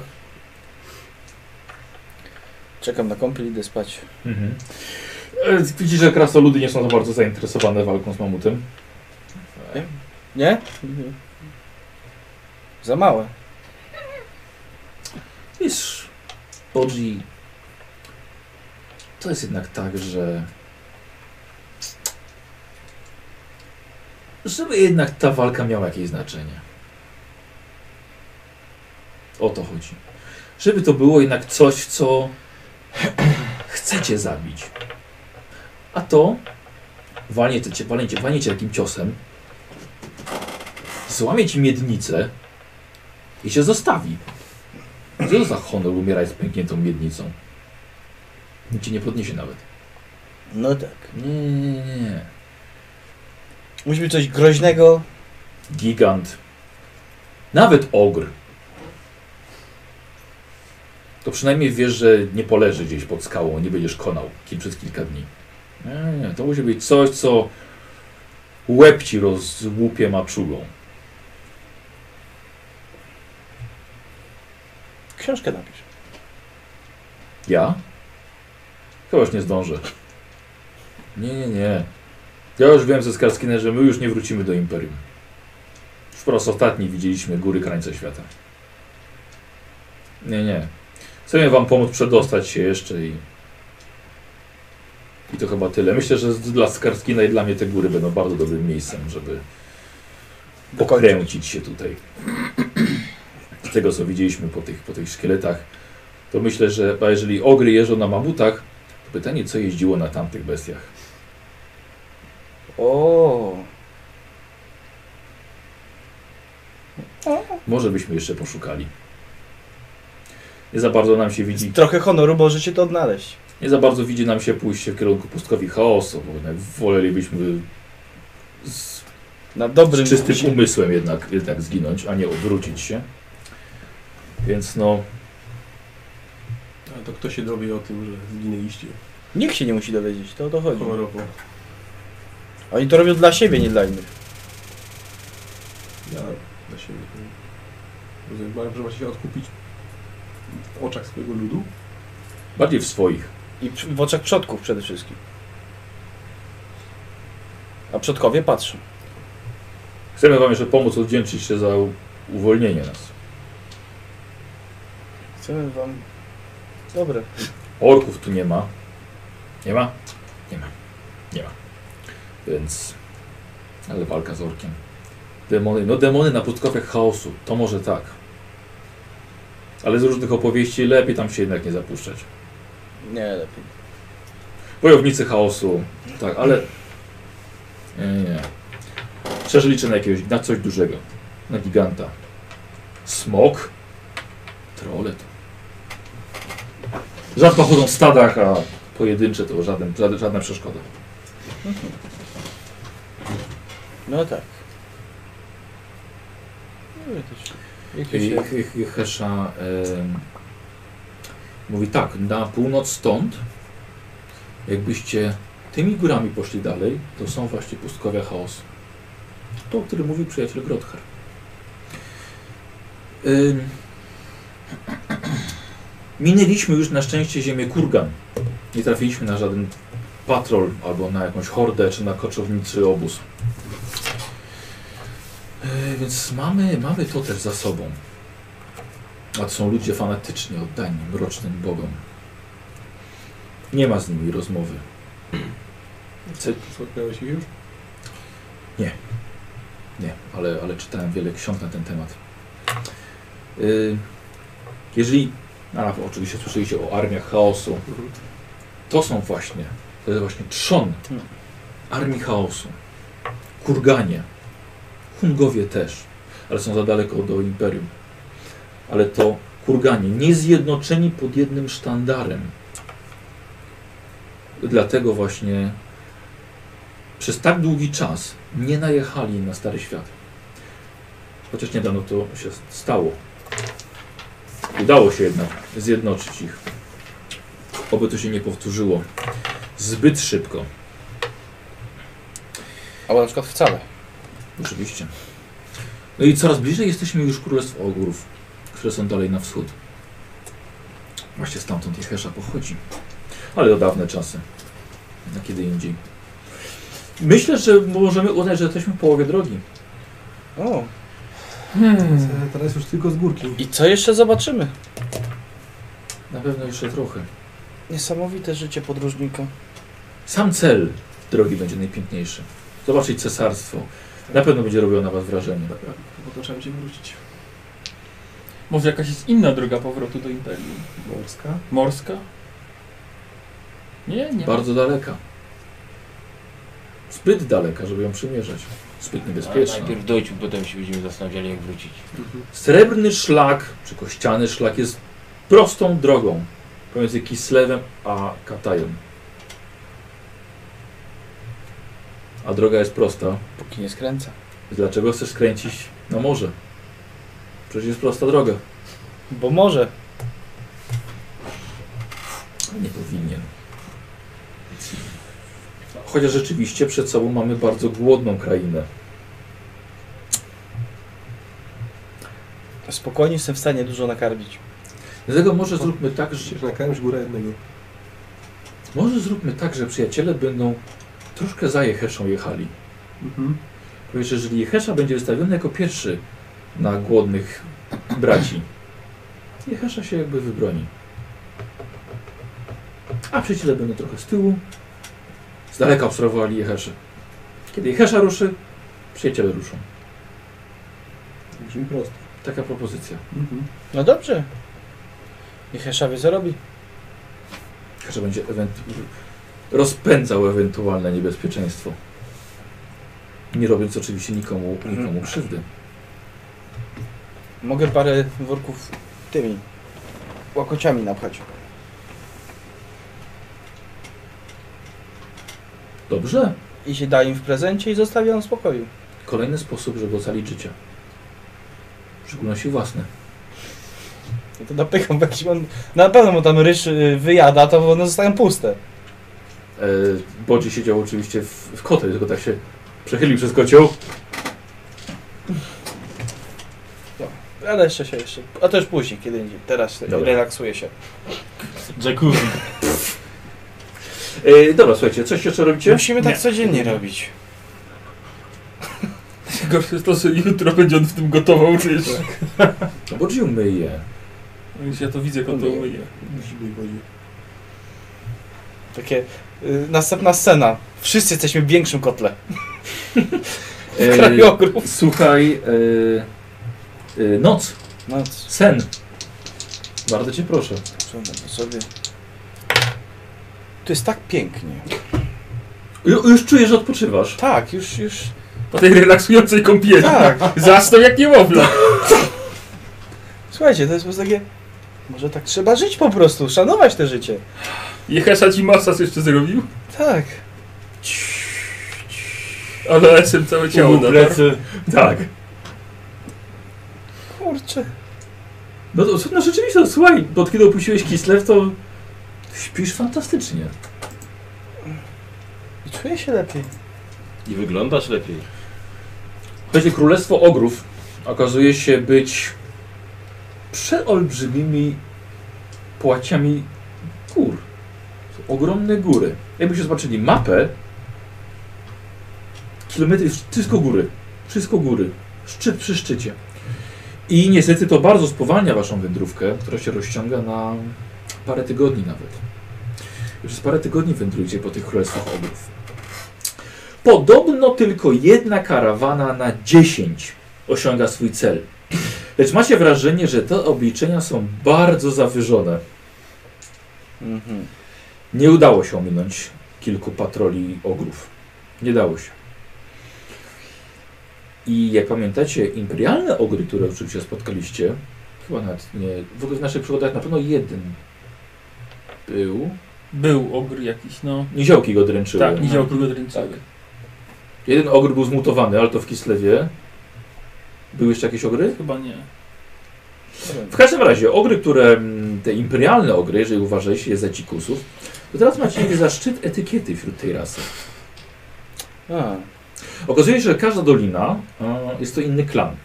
Speaker 1: Czekam na kąpiel, idę spać.
Speaker 2: Mhm. E, Widzisz, że krasnoludy nie są za bardzo zainteresowane walką z mamutem.
Speaker 1: Nie?
Speaker 2: Mhm.
Speaker 1: Za małe.
Speaker 2: Wiesz, Bodzi, to jest jednak tak, że żeby jednak ta walka miała jakieś znaczenie. O to chodzi. Żeby to było jednak coś, co chcecie zabić. A to walniecie, cię- walniecie, walniecie takim ciosem, złamie ci miednicę i się zostawi. Co za honor umierać z pękniętą miednicą? Nikt cię nie podniesie nawet.
Speaker 1: No tak.
Speaker 2: Nie, nie, nie, nie.
Speaker 1: Musi być coś groźnego.
Speaker 2: Gigant. Nawet ogr. To przynajmniej wiesz, że nie poleży gdzieś pod skałą, nie będziesz konał ki- przez kilka dni. Nie, nie, to musi być coś, co łeb ci rozłupie maczugą.
Speaker 1: Książkę napisz.
Speaker 2: Ja? Chyba już nie zdążę. Nie, nie, nie. Ja już wiem ze Skarskinem, że my już nie wrócimy do Imperium. Już po raz ostatni widzieliśmy góry krańca świata. Nie, nie. Chcemy wam pomóc przedostać się jeszcze i... I to chyba tyle. Myślę, że z- dla Skarskina i dla mnie te góry będą bardzo dobrym miejscem, żeby
Speaker 1: dokończyć.
Speaker 2: pokręcić się tutaj. Z tego, co widzieliśmy po tych, po tych szkieletach, to myślę, że a jeżeli ogry jeżdżą na mamutach, to pytanie, co jeździło na tamtych bestiach.
Speaker 1: O,
Speaker 2: Może byśmy jeszcze poszukali. Nie za bardzo nam się widzi,
Speaker 1: trochę honoru możecie to odnaleźć.
Speaker 2: nie za bardzo widzi nam się pójście w kierunku pustkowi chaosu, bo jednak wolelibyśmy z,
Speaker 1: Na dobrym
Speaker 2: z czystym
Speaker 1: myśli.
Speaker 2: umysłem jednak, jednak zginąć, a nie odwrócić się. Więc no,
Speaker 6: A to kto się dowie o tym, że zginęliście
Speaker 1: Nikt się nie musi dowiedzieć, to o to chodzi.
Speaker 6: honorowo?
Speaker 1: Oni to robią dla siebie, nie dla innych.
Speaker 6: Ja na siebie. Rozumiem, ma- że macie się odkupić w oczach swojego ludu?
Speaker 2: bardziej w swoich.
Speaker 1: I przy- w oczach przodków przede wszystkim. A przodkowie patrzą.
Speaker 2: Chcemy Wam jeszcze pomóc odwdzięczyć się za u- uwolnienie nas.
Speaker 1: Chcemy wam... Dobre.
Speaker 2: Orków tu nie ma. Nie ma? Nie ma. Nie ma. Więc. Ale walka z orkiem. Demony. No, demony na pustkowiach chaosu. To może tak. Ale z różnych opowieści lepiej tam się jednak nie zapuszczać.
Speaker 1: Nie, lepiej.
Speaker 2: Wojownicy chaosu. Tak, ale. Nie, nie, nie. Szczerze liczę na jakiegoś, na coś dużego. Na giganta. Smok? Trole to. Rzadko chodzą w stadach, a pojedyncze to żaden, żadna, żadna przeszkoda.
Speaker 1: No tak. No i to się- Jakieś jak-
Speaker 2: I- i- i Hesza em, mówi tak, na północ stąd, jakbyście tymi górami poszli dalej, to są właśnie pustkowia chaosu. To, o którym mówił przyjaciel Grothar. Ym, minęliśmy już na szczęście ziemię Kurgan. Nie trafiliśmy na żaden patrol, albo na jakąś hordę, czy na koczowniczy obóz. E, Więc mamy, mamy to też za sobą. A to są ludzie fanatycznie oddani mrocznym bogom. Nie ma z nimi rozmowy. Cy-
Speaker 6: Spotkałeś ich już?
Speaker 2: Nie, ale, ale czytałem wiele ksiąg na ten temat. Y, Jeżeli, a oczywiście słyszeliście o armiach chaosu,
Speaker 6: Mhm.
Speaker 2: to są właśnie, to jest właśnie trzon armii chaosu. Kurganie, Hungowie też, ale są za daleko do imperium. Ale to Kurganie, niezjednoczeni pod jednym sztandarem. Dlatego właśnie przez tak długi czas nie najechali na Stary Świat. Chociaż niedawno to się stało. Udało się jednak zjednoczyć ich. Oby to się nie powtórzyło zbyt szybko.
Speaker 1: Albo na przykład wcale.
Speaker 2: Oczywiście. No i coraz bliżej jesteśmy już Królestw Ogórów, które są dalej na wschód. Właśnie stamtąd Jehesza pochodzi. Ale to dawne czasy. Na kiedy indziej. Myślę, że możemy uznać, że jesteśmy w połowie drogi.
Speaker 1: O,
Speaker 3: Hmm.
Speaker 5: Mhm.
Speaker 6: Teraz już tylko z górki.
Speaker 1: i co jeszcze zobaczymy?
Speaker 2: Na pewno jeszcze trochę.
Speaker 1: Niesamowite życie podróżnika.
Speaker 2: Sam cel drogi będzie najpiękniejszy. Zobaczyć cesarstwo. Na pewno będzie robiło na Was wrażenie.
Speaker 6: Bo trzeba będzie wrócić.
Speaker 15: Może jakaś jest inna droga powrotu do Imperium?
Speaker 6: Morska?
Speaker 15: Morska? Nie, nie.
Speaker 2: Bardzo daleka. Zbyt daleka, żeby ją przymierzać. Zbyt niebezpieczna.
Speaker 5: Najpierw dojdźmy, potem się będziemy zastanawiali, jak wrócić.
Speaker 6: Mhm.
Speaker 2: Srebrny szlak, czy kościany szlak jest prostą drogą pomiędzy Kislewem a Katajem. A droga jest prosta.
Speaker 1: Póki nie skręca.
Speaker 2: Dlaczego chcesz kręcić na morze? Przecież jest prosta droga.
Speaker 1: Bo może.
Speaker 2: Nie powinien. Chociaż rzeczywiście przed sobą mamy bardzo głodną krainę.
Speaker 1: Spokojnie jestem w stanie dużo nakarmić.
Speaker 2: Dlatego może zróbmy tak, że,
Speaker 6: Przecież na kręż góra jednego.
Speaker 2: może zróbmy tak, że przyjaciele będą troszkę za Jeheszą jechali.
Speaker 6: Mhm.
Speaker 2: Powiesz, jeżeli Jehesza będzie wystawiony jako pierwszy na głodnych braci, Jehesza się jakby wybroni. A przyjaciele będą trochę z tyłu, z daleka obserwowali Jeheszę. Kiedy Jehesza ruszy, przyjaciele ruszą.
Speaker 6: Brzmi prosto.
Speaker 2: Taka propozycja.
Speaker 6: Mhm.
Speaker 1: No dobrze. Niech Heszawie zarobi.
Speaker 2: że będzie ewent... rozpędzał ewentualne niebezpieczeństwo. Nie robiąc oczywiście nikomu, nikomu krzywdy.
Speaker 1: Mogę parę worków tymi łakociami napchać.
Speaker 2: Dobrze.
Speaker 1: I się da im w prezencie i zostawiam w spokoju.
Speaker 2: Kolejny sposób, żeby ocalić życie. W szczególności własne.
Speaker 1: Ja to napycham, bo jeśli on na pewno mu tam ryż y, wyjada, to one zostają puste.
Speaker 2: E, Bodzi siedział oczywiście w, w kotle, tylko tak się przechylił przez kocioł.
Speaker 1: Ale jeszcze się jeszcze. A to już później, kiedy indziej. Teraz
Speaker 2: Dobra.
Speaker 1: relaksuję się.
Speaker 5: Jacuzzi.
Speaker 2: E, dobra, słuchajcie, coś jeszcze robicie?
Speaker 1: Musimy tak codziennie robić.
Speaker 3: Gorsze jest to, że jutro będzie on w tym gotował, czy jeszcze.
Speaker 2: No, Bodzi umyje.
Speaker 3: Już No ja to widzę, jak on to umyje.
Speaker 6: W zimnej wodzie.
Speaker 1: Takie y, następna scena. Wszyscy jesteśmy w większym kotle.
Speaker 2: E,
Speaker 1: Krajogrów.
Speaker 2: słuchaj, e, e, noc,
Speaker 1: No co,
Speaker 2: sen. Bardzo cię proszę.
Speaker 1: sprzątam po sobie. Tu jest tak pięknie.
Speaker 2: Ju, już czuję, że odpoczywasz.
Speaker 1: Tak, już, już.
Speaker 3: Po tej relaksującej kąpieli. Tak.
Speaker 1: Tak.
Speaker 3: Zasnął jak niemowlę.
Speaker 1: Słuchajcie, to jest po prostu takie. Może tak trzeba żyć po prostu, szanować te życie.
Speaker 3: Jechesza ci masaż jeszcze zrobił,
Speaker 1: Tak.
Speaker 3: ale SM całe ciało
Speaker 5: Ciało
Speaker 3: natarł.
Speaker 5: plecy.
Speaker 2: Tak.
Speaker 1: Kurczę.
Speaker 2: No, to, no rzeczywiście, słuchaj, bo od kiedy opuściłeś Kislev, to śpisz fantastycznie.
Speaker 1: I czuję się lepiej.
Speaker 5: I wyglądasz lepiej.
Speaker 2: Będzie Królestwo Ogrów okazuje się być przeolbrzymimi płaciami gór. Są ogromne góry. Jakbyście zobaczyli mapę, kilometry, wszystko góry. Wszystko góry. Szczyt przy szczycie. I niestety to bardzo spowalnia waszą wędrówkę, która się rozciąga na parę tygodni nawet. Już z parę tygodni wędrujecie po tych królestwach ogrów. Podobno tylko jedna karawana na 10 osiąga swój cel. Lecz macie wrażenie, że te obliczenia są bardzo zawyżone.
Speaker 1: Mhm.
Speaker 2: Nie udało się ominąć kilku patroli ogrów. Nie dało się. I jak pamiętacie, imperialne ogry, które oczywiście spotkaliście, chyba nawet nie, w ogóle w naszych przygodach na pewno jeden był.
Speaker 3: Był ogr jakiś, no.
Speaker 2: Niziołki go dręczyły.
Speaker 3: Tak, nie działał dręczyły.
Speaker 2: Tak. Jeden ogr był zmutowany, ale to w Kislewie. Były jeszcze jakieś ogry?
Speaker 3: Chyba nie.
Speaker 2: W każdym razie, ogry, które, mm, te imperialne ogry, jeżeli uważaliście je za dzikusów, to teraz macie za szczyt etykiety wśród tej rasy.
Speaker 1: A,
Speaker 2: Okazuje się, że każda dolina e, jest to inny klan.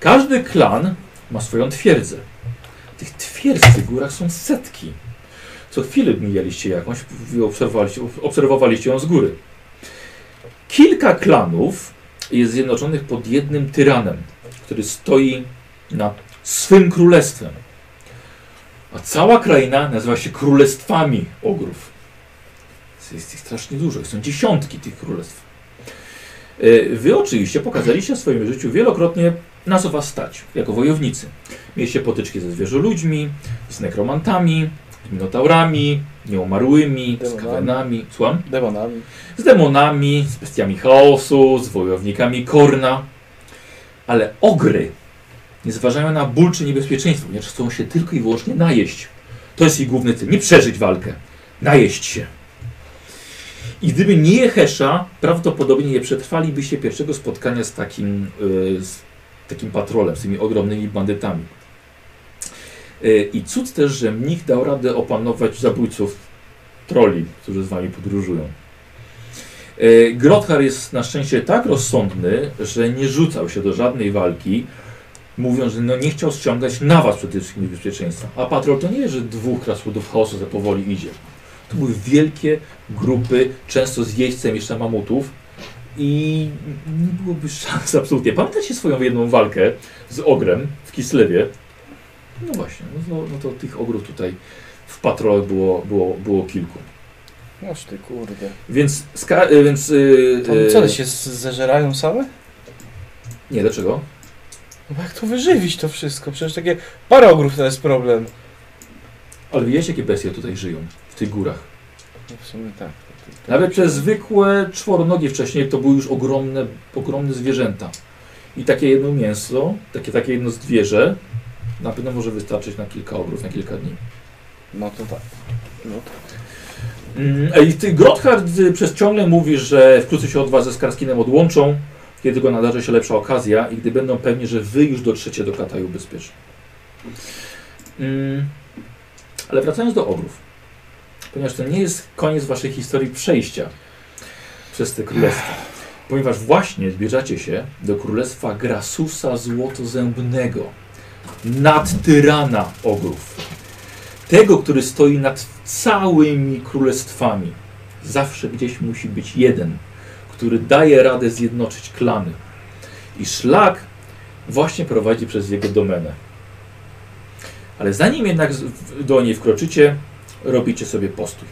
Speaker 2: Każdy klan ma swoją twierdzę. Tych twierdz w tych górach są setki. Co chwilę mijaliście jakąś i obserwowaliście, obserwowaliście ją z góry. Kilka klanów jest zjednoczonych pod jednym tyranem, który stoi na swym królestwem. A cała kraina nazywa się Królestwami Ogrów. Jest ich strasznie dużo, są dziesiątki tych królestw. E, Wy oczywiście pokazaliście w swoim życiu wielokrotnie, na co was stać, jako wojownicy. Mieliście potyczki ze zwierzoludźmi, z nekromantami, z minotaurami, nieumarłymi, z
Speaker 1: Demonami.
Speaker 2: kawenami, słucham?
Speaker 1: demonami.
Speaker 2: z demonami, z bestiami chaosu, z wojownikami Korna. Ale ogry nie zważają na ból czy niebezpieczeństwo, ponieważ chcą się tylko i wyłącznie najeść. To jest ich główny cel. Nie przeżyć walkę. Najeść się. I gdyby nie Jehesza, prawdopodobnie nie przetrwalibyście pierwszego spotkania z takim, y, z takim patrolem, z tymi ogromnymi bandytami. Y, I cud też, że mnich dał radę opanować zabójców troli, którzy z wami podróżują. E, Grothar jest na szczęście tak rozsądny, że nie rzucał się do żadnej walki, mówiąc, że no nie chciał ściągać na was przede wszystkim niebezpieczeństwa. A patrol to nie jest, że dwóch krasłodów chaosu za powoli idzie. To były wielkie grupy, często z jeźdźcem jeszcze mamutów i nie byłoby szans absolutnie. Pamiętacie swoją jedną walkę z ogrem w Kislewie? No właśnie, no, no to tych ogrów tutaj w patrolach było, było, było kilku.
Speaker 1: Noż ty kurde.
Speaker 2: Więc, ska- e, więc e,
Speaker 1: Tam
Speaker 2: e,
Speaker 1: co, one się z- zeżerają same?
Speaker 2: Nie, dlaczego?
Speaker 1: No bo jak to wyżywić to wszystko? Przecież takie parę ogrów to jest problem.
Speaker 2: Ale wiecie, jakie bestie tutaj żyją w tych górach?
Speaker 1: No w sumie tak.
Speaker 2: Nawet przez zwykłe czworonogi wcześniej to były już ogromne, ogromne zwierzęta. I takie jedno mięso, takie, takie jedno zwierzę na pewno może wystarczyć na kilka ogrów, na kilka dni.
Speaker 1: No to tak. No to
Speaker 2: Mm, Ej, ty Grothard y, przez ciągle mówi, że wkrótce się od was ze Skarskinem odłączą, kiedy go nadarzy się lepsza okazja i gdy będą pewni, że wy już dotrzecie do Kataju bezpiecznie. Mm, Ale wracając do ogrów, ponieważ to nie jest koniec waszej historii przejścia przez te królestwa, ponieważ właśnie zbierzacie się do królestwa Grasusa Złotozębnego, nad tyrana ogrów tego, który stoi nad całymi królestwami. Zawsze gdzieś musi być jeden, który daje radę zjednoczyć klany. I szlak właśnie prowadzi przez jego domenę. Ale zanim jednak z- w- do niej wkroczycie, robicie sobie postój.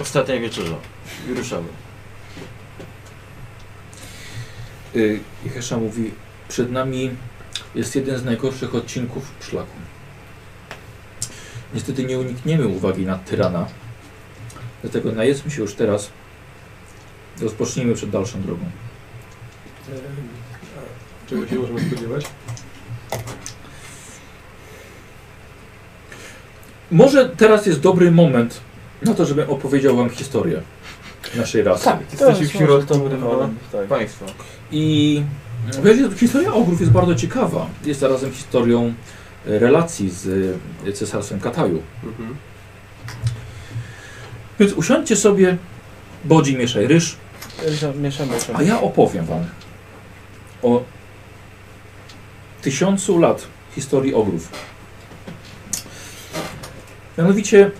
Speaker 5: Ostatnia wieczerza. I ruszamy.
Speaker 2: Yy, I Hesza mówi, przed nami jest jeden z najgorszych odcinków szlaku. Niestety nie unikniemy uwagi na tyrana, dlatego najedzmy się już teraz. Rozpocznijmy przed dalszą drogą.
Speaker 6: Em, a E, Czego się możemy spodziewać?
Speaker 2: Może teraz jest dobry moment na to, żebym opowiedział wam historię naszej
Speaker 1: tak.
Speaker 2: rasy.
Speaker 1: Jesteś w środku. Tak.
Speaker 5: Państwo.
Speaker 2: I wiecie, historia ogrów jest bardzo ciekawa. Jest zarazem historią e, relacji z e, cesarstwem Kataju.
Speaker 6: Mhm.
Speaker 2: Więc usiądźcie sobie, bodzi mieszaj ryż,
Speaker 1: Mieszam, mieszam, mieszam.
Speaker 2: a ja opowiem wam o tysiącu lat historii ogrów. Mianowicie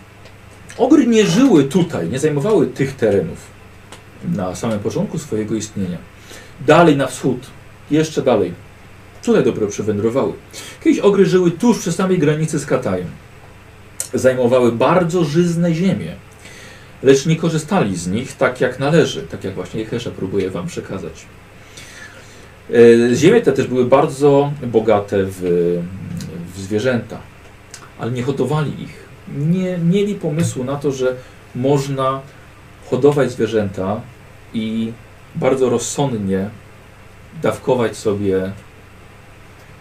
Speaker 2: ogry nie żyły tutaj, nie zajmowały tych terenów na samym początku swojego istnienia. Dalej na wschód, jeszcze dalej. Tutaj dopiero przywędrowały. Kiedyś ogry żyły tuż przy samej granicy z Katajem. Zajmowały bardzo żyzne ziemie, lecz nie korzystali z nich tak jak należy, tak jak właśnie Hesza próbuje wam przekazać. E, Ziemie te też były bardzo bogate w, w zwierzęta, ale nie hodowali ich. Nie mieli pomysłu na to, że można hodować zwierzęta i bardzo rozsądnie dawkować sobie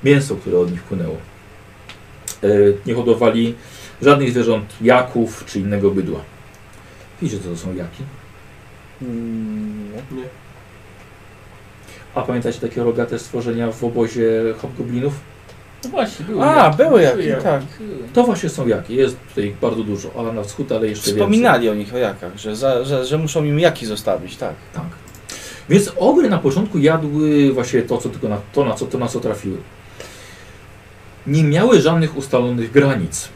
Speaker 2: mięso, które od nich płynęło. E, Nie hodowali żadnych zwierząt jaków czy innego bydła. Wiecie, co to są jaki?
Speaker 1: Mm, nie.
Speaker 6: Nie.
Speaker 2: A pamiętacie takie rogate stworzenia w obozie hobgoblinów?
Speaker 3: No właśnie, były.
Speaker 1: A,
Speaker 3: jakie.
Speaker 1: były jakieś,
Speaker 3: jakie,
Speaker 1: tak.
Speaker 3: były.
Speaker 2: To właśnie są jaki. Jest tutaj ich bardzo dużo, a na wschód, ale jeszcze więcej.
Speaker 1: Wspominali o nich, o jakach, że, za, że, że muszą im jaki zostawić, tak.
Speaker 2: Tak. Więc ogry na początku jadły właśnie to, co tylko na, to, na co, to, na co trafiły. Nie miały żadnych ustalonych granic.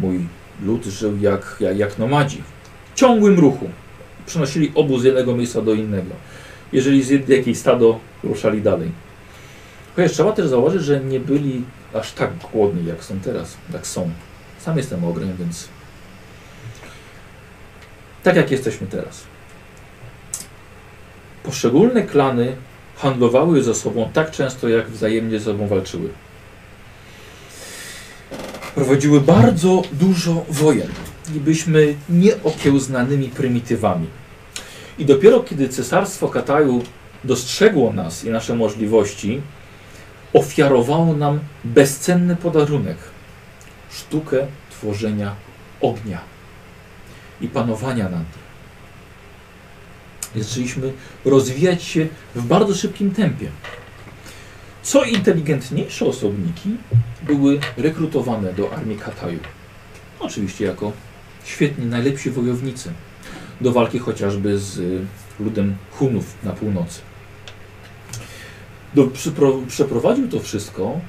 Speaker 2: Mój lud żył jak, jak, jak nomadzi. W ciągłym ruchu. Przenosili obóz z jednego miejsca do innego. Jeżeli z jed- jakiejś stado, ruszali dalej. Chociaż trzeba też zauważyć, że nie byli aż tak głodni, jak są teraz. Jak są. Sam jestem ogrem, więc... Tak jak jesteśmy teraz. Poszczególne klany handlowały ze sobą tak często, jak wzajemnie ze sobą walczyły. Prowadziły bardzo dużo wojen i byliśmy nieokiełznanymi prymitywami. I dopiero kiedy cesarstwo Kataju dostrzegło nas i nasze możliwości, ofiarowało nam bezcenny podarunek sztukę tworzenia ognia i panowania nad nim. Więc Zaczęliśmy rozwijać się w bardzo szybkim tempie. Co inteligentniejsze osobniki były rekrutowane do armii Kataju. Oczywiście jako świetni, najlepsi wojownicy do walki chociażby z y, ludem Hunów na północy. Do, przypro, przeprowadził to wszystko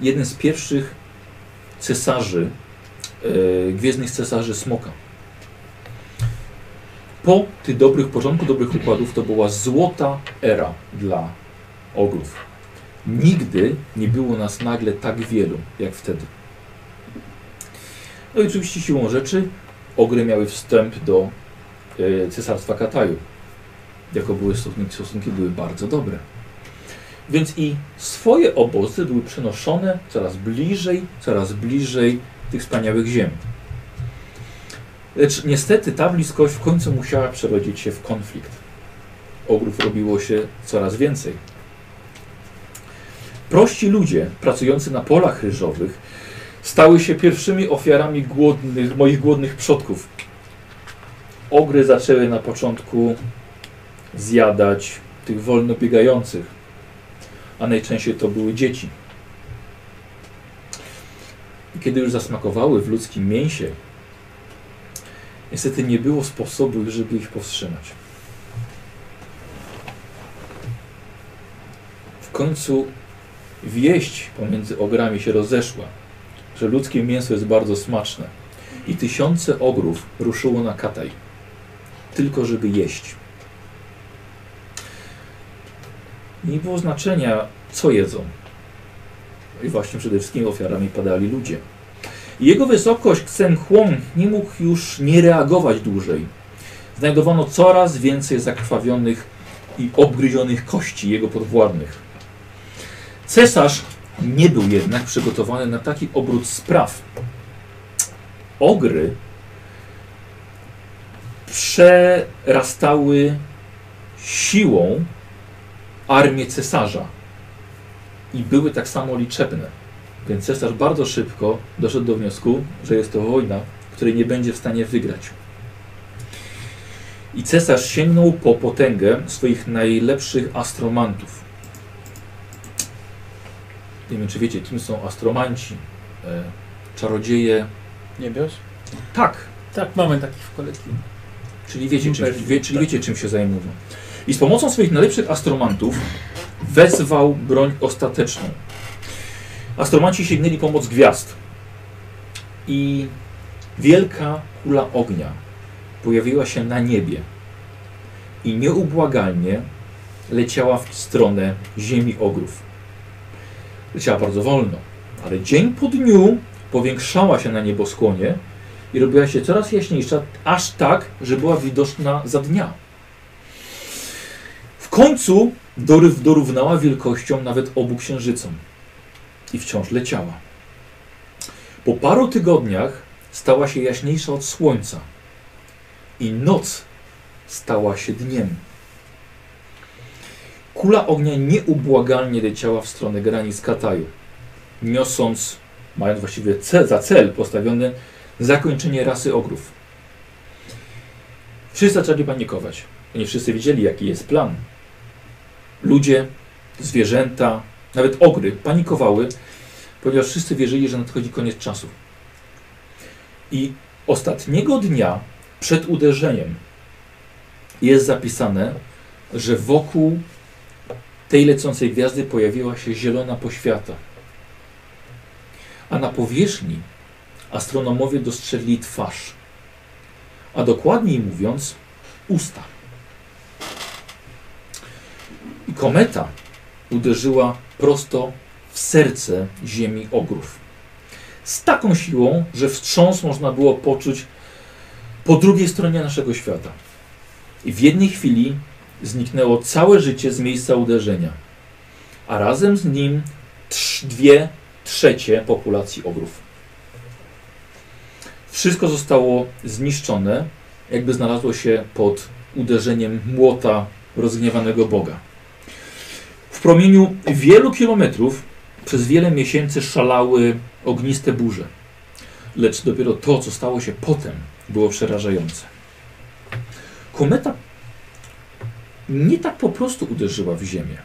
Speaker 2: jeden z pierwszych cesarzy, e, gwiezdnych cesarzy Smoka. Po tych dobrych początku dobrych układów to była złota era dla ogrów. Nigdy nie było nas nagle tak wielu jak wtedy. No i oczywiście siłą rzeczy ogry miały wstęp do e, cesarstwa Kataju. Jako były stosunki, stosunki były bardzo dobre. Więc i swoje obozy były przenoszone coraz bliżej, coraz bliżej tych wspaniałych ziem. Lecz niestety ta bliskość w końcu musiała przerodzić się w konflikt. Ogrów robiło się coraz więcej. Prości ludzie pracujący na polach ryżowych stały się pierwszymi ofiarami głodnych, moich głodnych przodków. Ogry zaczęły na początku zjadać tych wolno biegających, a najczęściej to były dzieci. I Kiedy już zasmakowały w ludzkim mięsie, niestety nie było sposobu, żeby ich powstrzymać. W końcu wieść pomiędzy ogrami się rozeszła, że ludzkie mięso jest bardzo smaczne i tysiące ogrów ruszyło na Kataj, tylko żeby jeść. Nie było znaczenia, co jedzą. No I właśnie przede wszystkim ofiarami padali ludzie. Jego wysokość Ksem Huang nie mógł już nie reagować dłużej. Znajdowano coraz więcej zakrwawionych i obgryzionych kości jego podwładnych. Cesarz nie był jednak przygotowany na taki obrót spraw. Ogry przerastały siłą armię cesarza i były tak samo liczebne. Więc cesarz bardzo szybko doszedł do wniosku, że jest to wojna, której nie będzie w stanie wygrać. I cesarz sięgnął po potęgę swoich najlepszych astromantów. Nie wiem, czy wiecie, kim są astromanci, e, czarodzieje.
Speaker 1: Nie bierz?
Speaker 2: Tak,
Speaker 3: Tak, mamy takich w kolekcji.
Speaker 2: Czyli wiecie, czym,
Speaker 3: Imperium,
Speaker 2: wie, czyli
Speaker 3: tak.
Speaker 2: wiecie, czym się zajmują. I z pomocą swoich najlepszych astromantów wezwał broń ostateczną. Astromanci sięgnęli pomoc gwiazd. I wielka kula ognia pojawiła się na niebie. I nieubłagalnie leciała w stronę ziemi ogrów. Leciała bardzo wolno, ale dzień po dniu powiększała się na nieboskłonie i robiła się coraz jaśniejsza, aż tak, że była widoczna za dnia. W końcu doryw dorównała wielkością nawet obu księżycom i wciąż leciała. Po paru tygodniach stała się jaśniejsza od słońca i noc stała się dniem. Kula ognia nieubłagalnie leciała w stronę granic Kataju, niosąc, mając właściwie cel, za cel postawiony zakończenie rasy ogrów. Wszyscy zaczęli panikować. Nie wszyscy wiedzieli, jaki jest plan. Ludzie, zwierzęta, nawet ogry panikowały, ponieważ wszyscy wierzyli, że nadchodzi koniec czasu. I ostatniego dnia przed uderzeniem jest zapisane, że wokół tej lecącej gwiazdy pojawiła się zielona poświata. A na powierzchni astronomowie dostrzegli twarz, a dokładniej mówiąc usta. I kometa uderzyła prosto w serce Ziemi Ogrów. Z taką siłą, że wstrząs można było poczuć po drugiej stronie naszego świata. I w jednej chwili zniknęło całe życie z miejsca uderzenia, a razem z nim trz- dwie trzecie populacji ogrów. Wszystko zostało zniszczone, jakby znalazło się pod uderzeniem młota rozgniewanego Boga. W promieniu wielu kilometrów przez wiele miesięcy szalały ogniste burze. Lecz dopiero to, co stało się potem, było przerażające. Kometa nie tak po prostu uderzyła w Ziemię.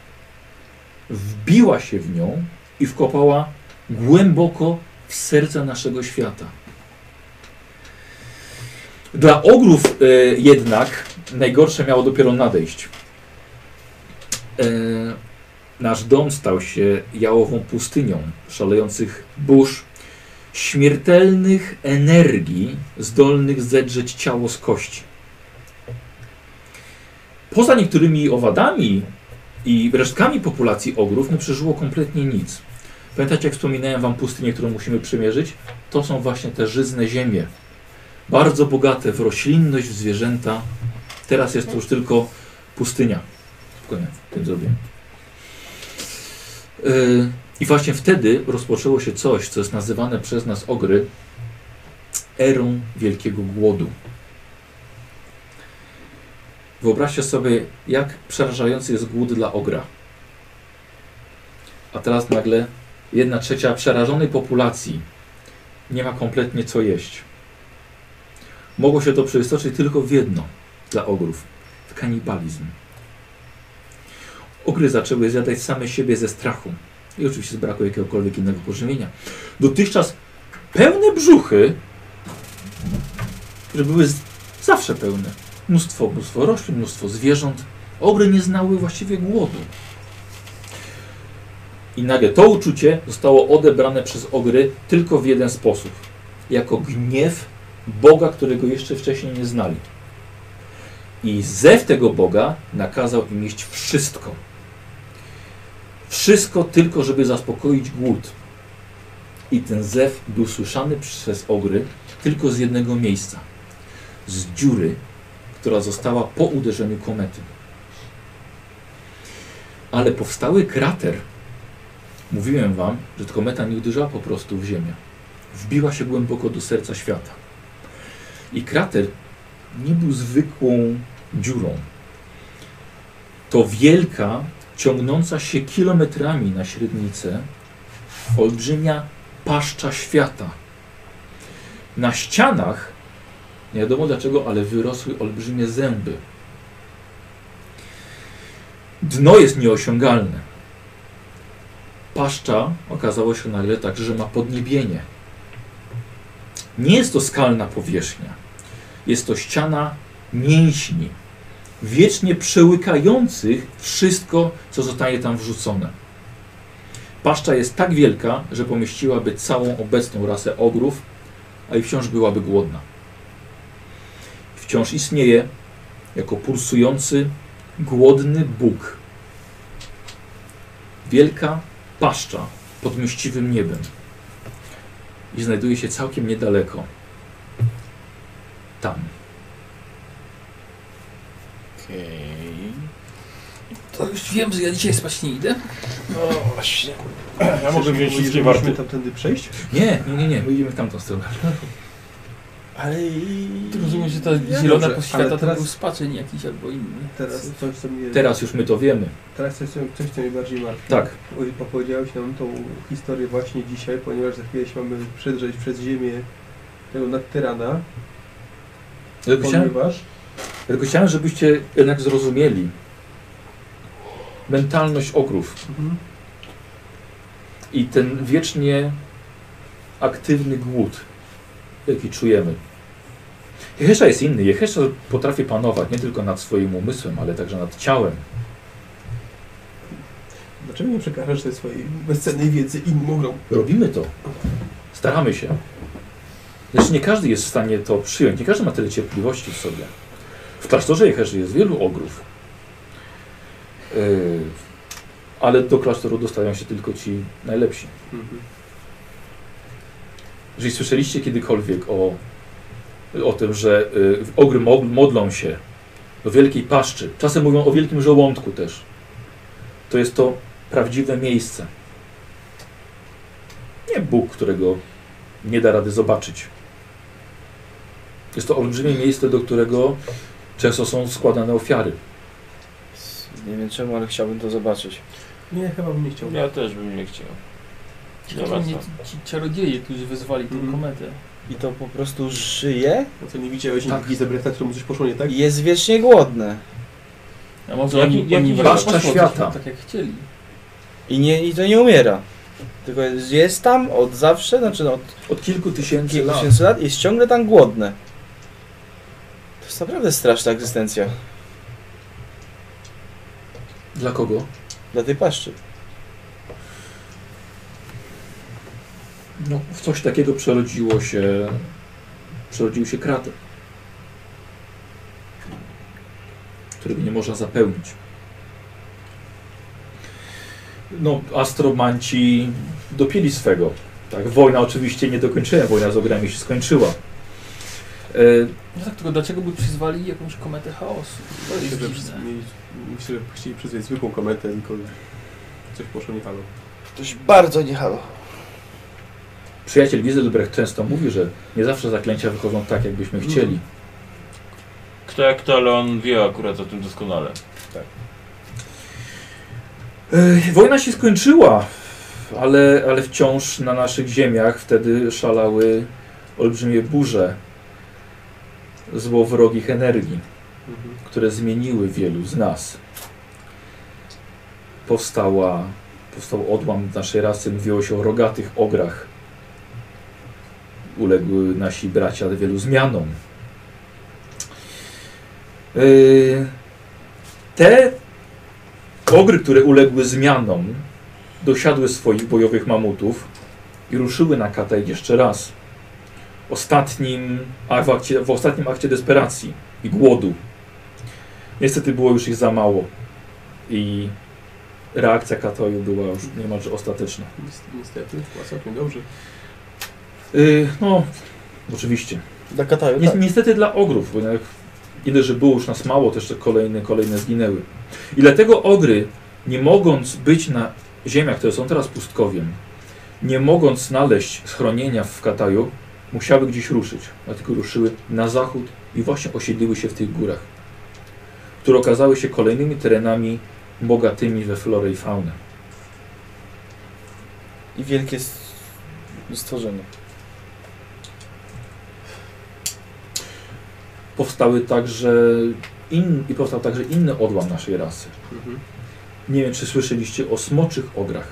Speaker 2: Wbiła się w nią i wkopała głęboko w serce naszego świata. Dla ogrów e, jednak najgorsze miało dopiero nadejść. E, nasz dom stał się jałową pustynią szalejących burz, śmiertelnych energii zdolnych zedrzeć ciało z kości. Poza niektórymi owadami i resztkami populacji ogrów nie przeżyło kompletnie nic. Pamiętacie, jak wspominałem wam pustynię, którą musimy przemierzyć? To są właśnie te żyzne ziemie bardzo bogate w roślinność, w zwierzęta. Teraz jest to już tylko pustynia. Spokojnie, tym zrobię. Yy, I właśnie wtedy rozpoczęło się coś, co jest nazywane przez nas ogry erą wielkiego głodu. Wyobraźcie sobie, jak przerażający jest głód dla ogra. A teraz nagle jedna trzecia przerażonej populacji nie ma kompletnie co jeść. Mogło się to przeistoczyć tylko w jedno dla ogrów w kanibalizm. Ogry zaczęły zjadać same siebie ze strachu i oczywiście z braku jakiegokolwiek innego pożywienia. Dotychczas pełne brzuchy, które były z- zawsze pełne, mnóstwo, mnóstwo roślin, mnóstwo zwierząt, ogry nie znały właściwie głodu. I nagle to uczucie zostało odebrane przez ogry tylko w jeden sposób. Jako gniew Boga, którego jeszcze wcześniej nie znali. I zew tego Boga nakazał im jeść wszystko. Wszystko tylko, żeby zaspokoić głód. I ten zew był słyszany przez ogry tylko z jednego miejsca. Z dziury, która została po uderzeniu komety. Ale powstały krater. Mówiłem wam, że ta kometa nie uderzyła po prostu w ziemię. Wbiła się głęboko do serca świata. I krater nie był zwykłą dziurą. To wielka, ciągnąca się kilometrami na średnicę, olbrzymia paszcza świata. Na ścianach, nie wiadomo dlaczego, ale wyrosły olbrzymie zęby. Dno jest nieosiągalne. Paszcza okazało się nagle także, że ma podniebienie. Nie jest to skalna powierzchnia. Jest to ściana mięśni, wiecznie przełykających wszystko, co zostanie tam wrzucone. Paszcza jest tak wielka, że pomieściłaby całą obecną rasę ogrów, a i wciąż byłaby głodna. Wciąż istnieje jako pulsujący, głodny Bóg. Wielka paszcza pod mściwym niebem. I znajduje się całkiem niedaleko. Tam.
Speaker 4: Okej.
Speaker 15: To już wiem, że ja dzisiaj spać nie idę.
Speaker 5: No właśnie. Ja mogę wziąć
Speaker 6: Mówisz,
Speaker 5: wszystkie
Speaker 6: że
Speaker 5: warty.
Speaker 6: musimy tamtędy przejść?
Speaker 2: Nie, nie, nie, nie, my idziemy w tamtą stronę.
Speaker 1: Ale i...
Speaker 15: Ty rozumiesz, że ta zielona
Speaker 6: Dobrze,
Speaker 15: poświata
Speaker 6: ale
Speaker 15: to
Speaker 6: teraz-
Speaker 15: był spaczeń jakiś albo inny.
Speaker 6: Teraz coś, co mnie...
Speaker 2: Teraz już my to wiemy.
Speaker 6: Teraz coś, co- coś, co mnie bardziej martwi.
Speaker 2: Tak.
Speaker 6: Oj, Opowiedziałeś nam tą historię właśnie dzisiaj, ponieważ za chwilę się mamy przedrzeć przez ziemię tego nadtyrana,
Speaker 2: Tylko chciałem,
Speaker 6: ponieważ...
Speaker 2: tylko chciałem, żebyście jednak zrozumieli mentalność ogrów
Speaker 6: Mhm.
Speaker 2: i ten wiecznie aktywny głód, jaki czujemy. Jehesza jest inny. Jehesza potrafi panować nie tylko nad swoim umysłem, ale także nad ciałem.
Speaker 6: Dlaczego nie przekażesz tej swojej bezcennej wiedzy innym ogrom?
Speaker 2: Robimy to. Staramy się. Lecz nie każdy jest w stanie to przyjąć. Nie każdy ma tyle cierpliwości w sobie. W klasztorze Jeherzy jest wielu ogrów. Yy, ale do klasztoru dostają się tylko ci najlepsi.
Speaker 6: Mhm.
Speaker 2: Jeżeli słyszeliście kiedykolwiek o, o tym, że y, ogry mo- modlą się do wielkiej paszczy, czasem mówią o wielkim żołądku też, to jest to prawdziwe miejsce. Nie Bóg, którego nie da rady zobaczyć. Jest to olbrzymie miejsce, do którego często są składane ofiary.
Speaker 1: Nie wiem czemu, ale chciałbym to zobaczyć.
Speaker 6: Nie, chyba bym nie chciał.
Speaker 5: Ja też bym nie chciał.
Speaker 15: Ci, oni- Znaczy, ci czarodzieje, którzy wezwali tę
Speaker 6: Mhm.
Speaker 15: kometę.
Speaker 1: I to po prostu żyje
Speaker 6: No co, nie widziałeś
Speaker 2: Tak.
Speaker 6: tak. nigdy zebreta, któremu coś poszło nie tak?
Speaker 1: i jest wiecznie głodne.
Speaker 15: A może
Speaker 5: Jaki-
Speaker 15: oni,
Speaker 5: jaki
Speaker 15: oni
Speaker 2: paszcza
Speaker 15: poszło coś
Speaker 2: świata.
Speaker 15: Tak jak chcieli.
Speaker 1: I, nie, I to nie umiera. Tylko jest- jest tam od zawsze, znaczy od
Speaker 2: Od kilku tysięcy
Speaker 1: kilku
Speaker 2: lat.
Speaker 1: tysięcy lat i jest ciągle tam głodne. To jest naprawdę straszna egzystencja
Speaker 2: Dla kogo?
Speaker 1: dla tej paszczy.
Speaker 2: No, w coś takiego przerodziło się, przerodził się krater, którego nie można zapełnić. No, astromanci dopieli swego. Tak, wojna oczywiście nie dokończyła, wojna z ogrami się skończyła. E,
Speaker 15: No tak, tylko dlaczego by przyzwali jakąś kometę chaosu? To jest
Speaker 6: Myślę, że
Speaker 15: dziwne.
Speaker 6: mieli- myślę, że chcieli przyzwać zwykłą kometę, tylko coś poszło nie tak. halo.
Speaker 1: Coś bardzo nie halo.
Speaker 2: Przyjaciel Gizelbrecht często mówi, że nie zawsze zaklęcia wychodzą tak, jakbyśmy chcieli.
Speaker 5: Kto jak to, ale on wie akurat o tym doskonale.
Speaker 2: Ech, Wojna się skończyła, ale, ale wciąż na naszych ziemiach wtedy szalały olbrzymie burze złowrogich energii,
Speaker 6: Mhm.
Speaker 2: które zmieniły wielu z nas. Powstała, powstał odłam naszej rasy, mówiło się o rogatych ograch. Uległy nasi bracia wielu zmianom. Yy, te Ogry, które uległy zmianom, dosiadły swoich bojowych mamutów i ruszyły na Kataj jeszcze raz. Ostatnim, a w, akcie, w ostatnim akcie desperacji i głodu. Niestety było już ich za mało i reakcja Kataju była już niemalże ostateczna.
Speaker 6: Ni- Niestety, chyba całkiem dobrze.
Speaker 2: Yy, no, oczywiście.
Speaker 1: Dla Kataju,
Speaker 2: Ni
Speaker 1: tak.
Speaker 2: Niestety dla ogrów, bo jak ile, że było już nas mało, też te kolejne, kolejne zginęły. I dlatego ogry, nie mogąc być na ziemiach, które są teraz pustkowiem, nie mogąc znaleźć schronienia w Kataju, musiały gdzieś ruszyć. Dlatego ruszyły na zachód i właśnie osiedliły się w tych górach, które okazały się kolejnymi terenami bogatymi we florę i faunę.
Speaker 1: I wielkie s- stworzenie.
Speaker 2: Powstały także in, i powstał także inny odłam naszej rasy.
Speaker 6: Mhm.
Speaker 2: Nie wiem, czy słyszeliście o smoczych ograch.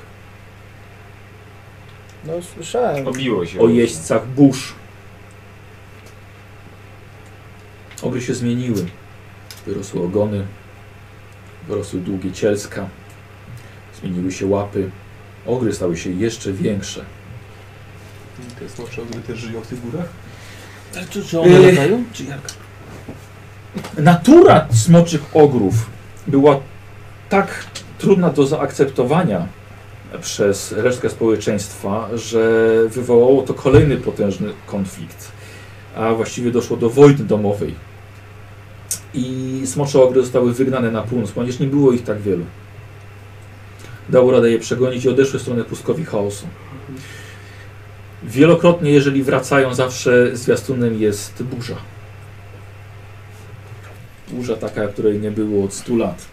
Speaker 1: No słyszałem.
Speaker 5: Obiło się.
Speaker 2: o jeźdźcach burz. Ogry się zmieniły. Wyrosły ogony, wyrosły długie cielska, zmieniły się łapy. Ogry stały się jeszcze większe.
Speaker 6: I te smocze ogry też żyją w tych górach.
Speaker 2: Czy, one latają, czy jak? Natura smoczych ogrów była tak trudna do zaakceptowania przez resztkę społeczeństwa, że wywołało to kolejny potężny konflikt, a właściwie doszło do wojny domowej. I smocze ogry zostały wygnane na północ, ponieważ nie było ich tak wielu. Dało radę je przegonić i odeszły w stronę pustkowi chaosu. Wielokrotnie, jeżeli wracają, zawsze zwiastunem jest burza. Burza taka, której nie było od 100 lat.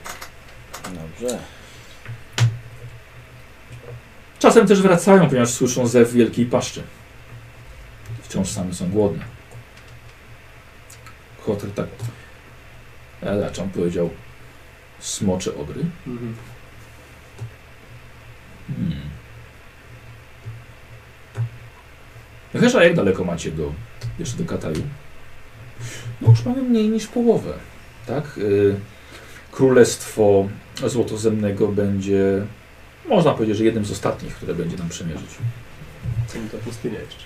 Speaker 1: Dobrze.
Speaker 2: Czasem też wracają, ponieważ słyszą zew wielkiej paszczy. Wciąż same są głodne. Hotel tak. e, A Raczej on powiedział: Smocze ogry.
Speaker 6: Mhm.
Speaker 2: Hmm. No Wiesz, a jak daleko macie do, jeszcze do Kataju? No już mamy mniej niż połowę, tak? Y, Królestwo Złotozemnego będzie, można powiedzieć, że jednym z ostatnich, które będzie nam przemierzyć.
Speaker 6: Co mi ta pustynia jeszcze.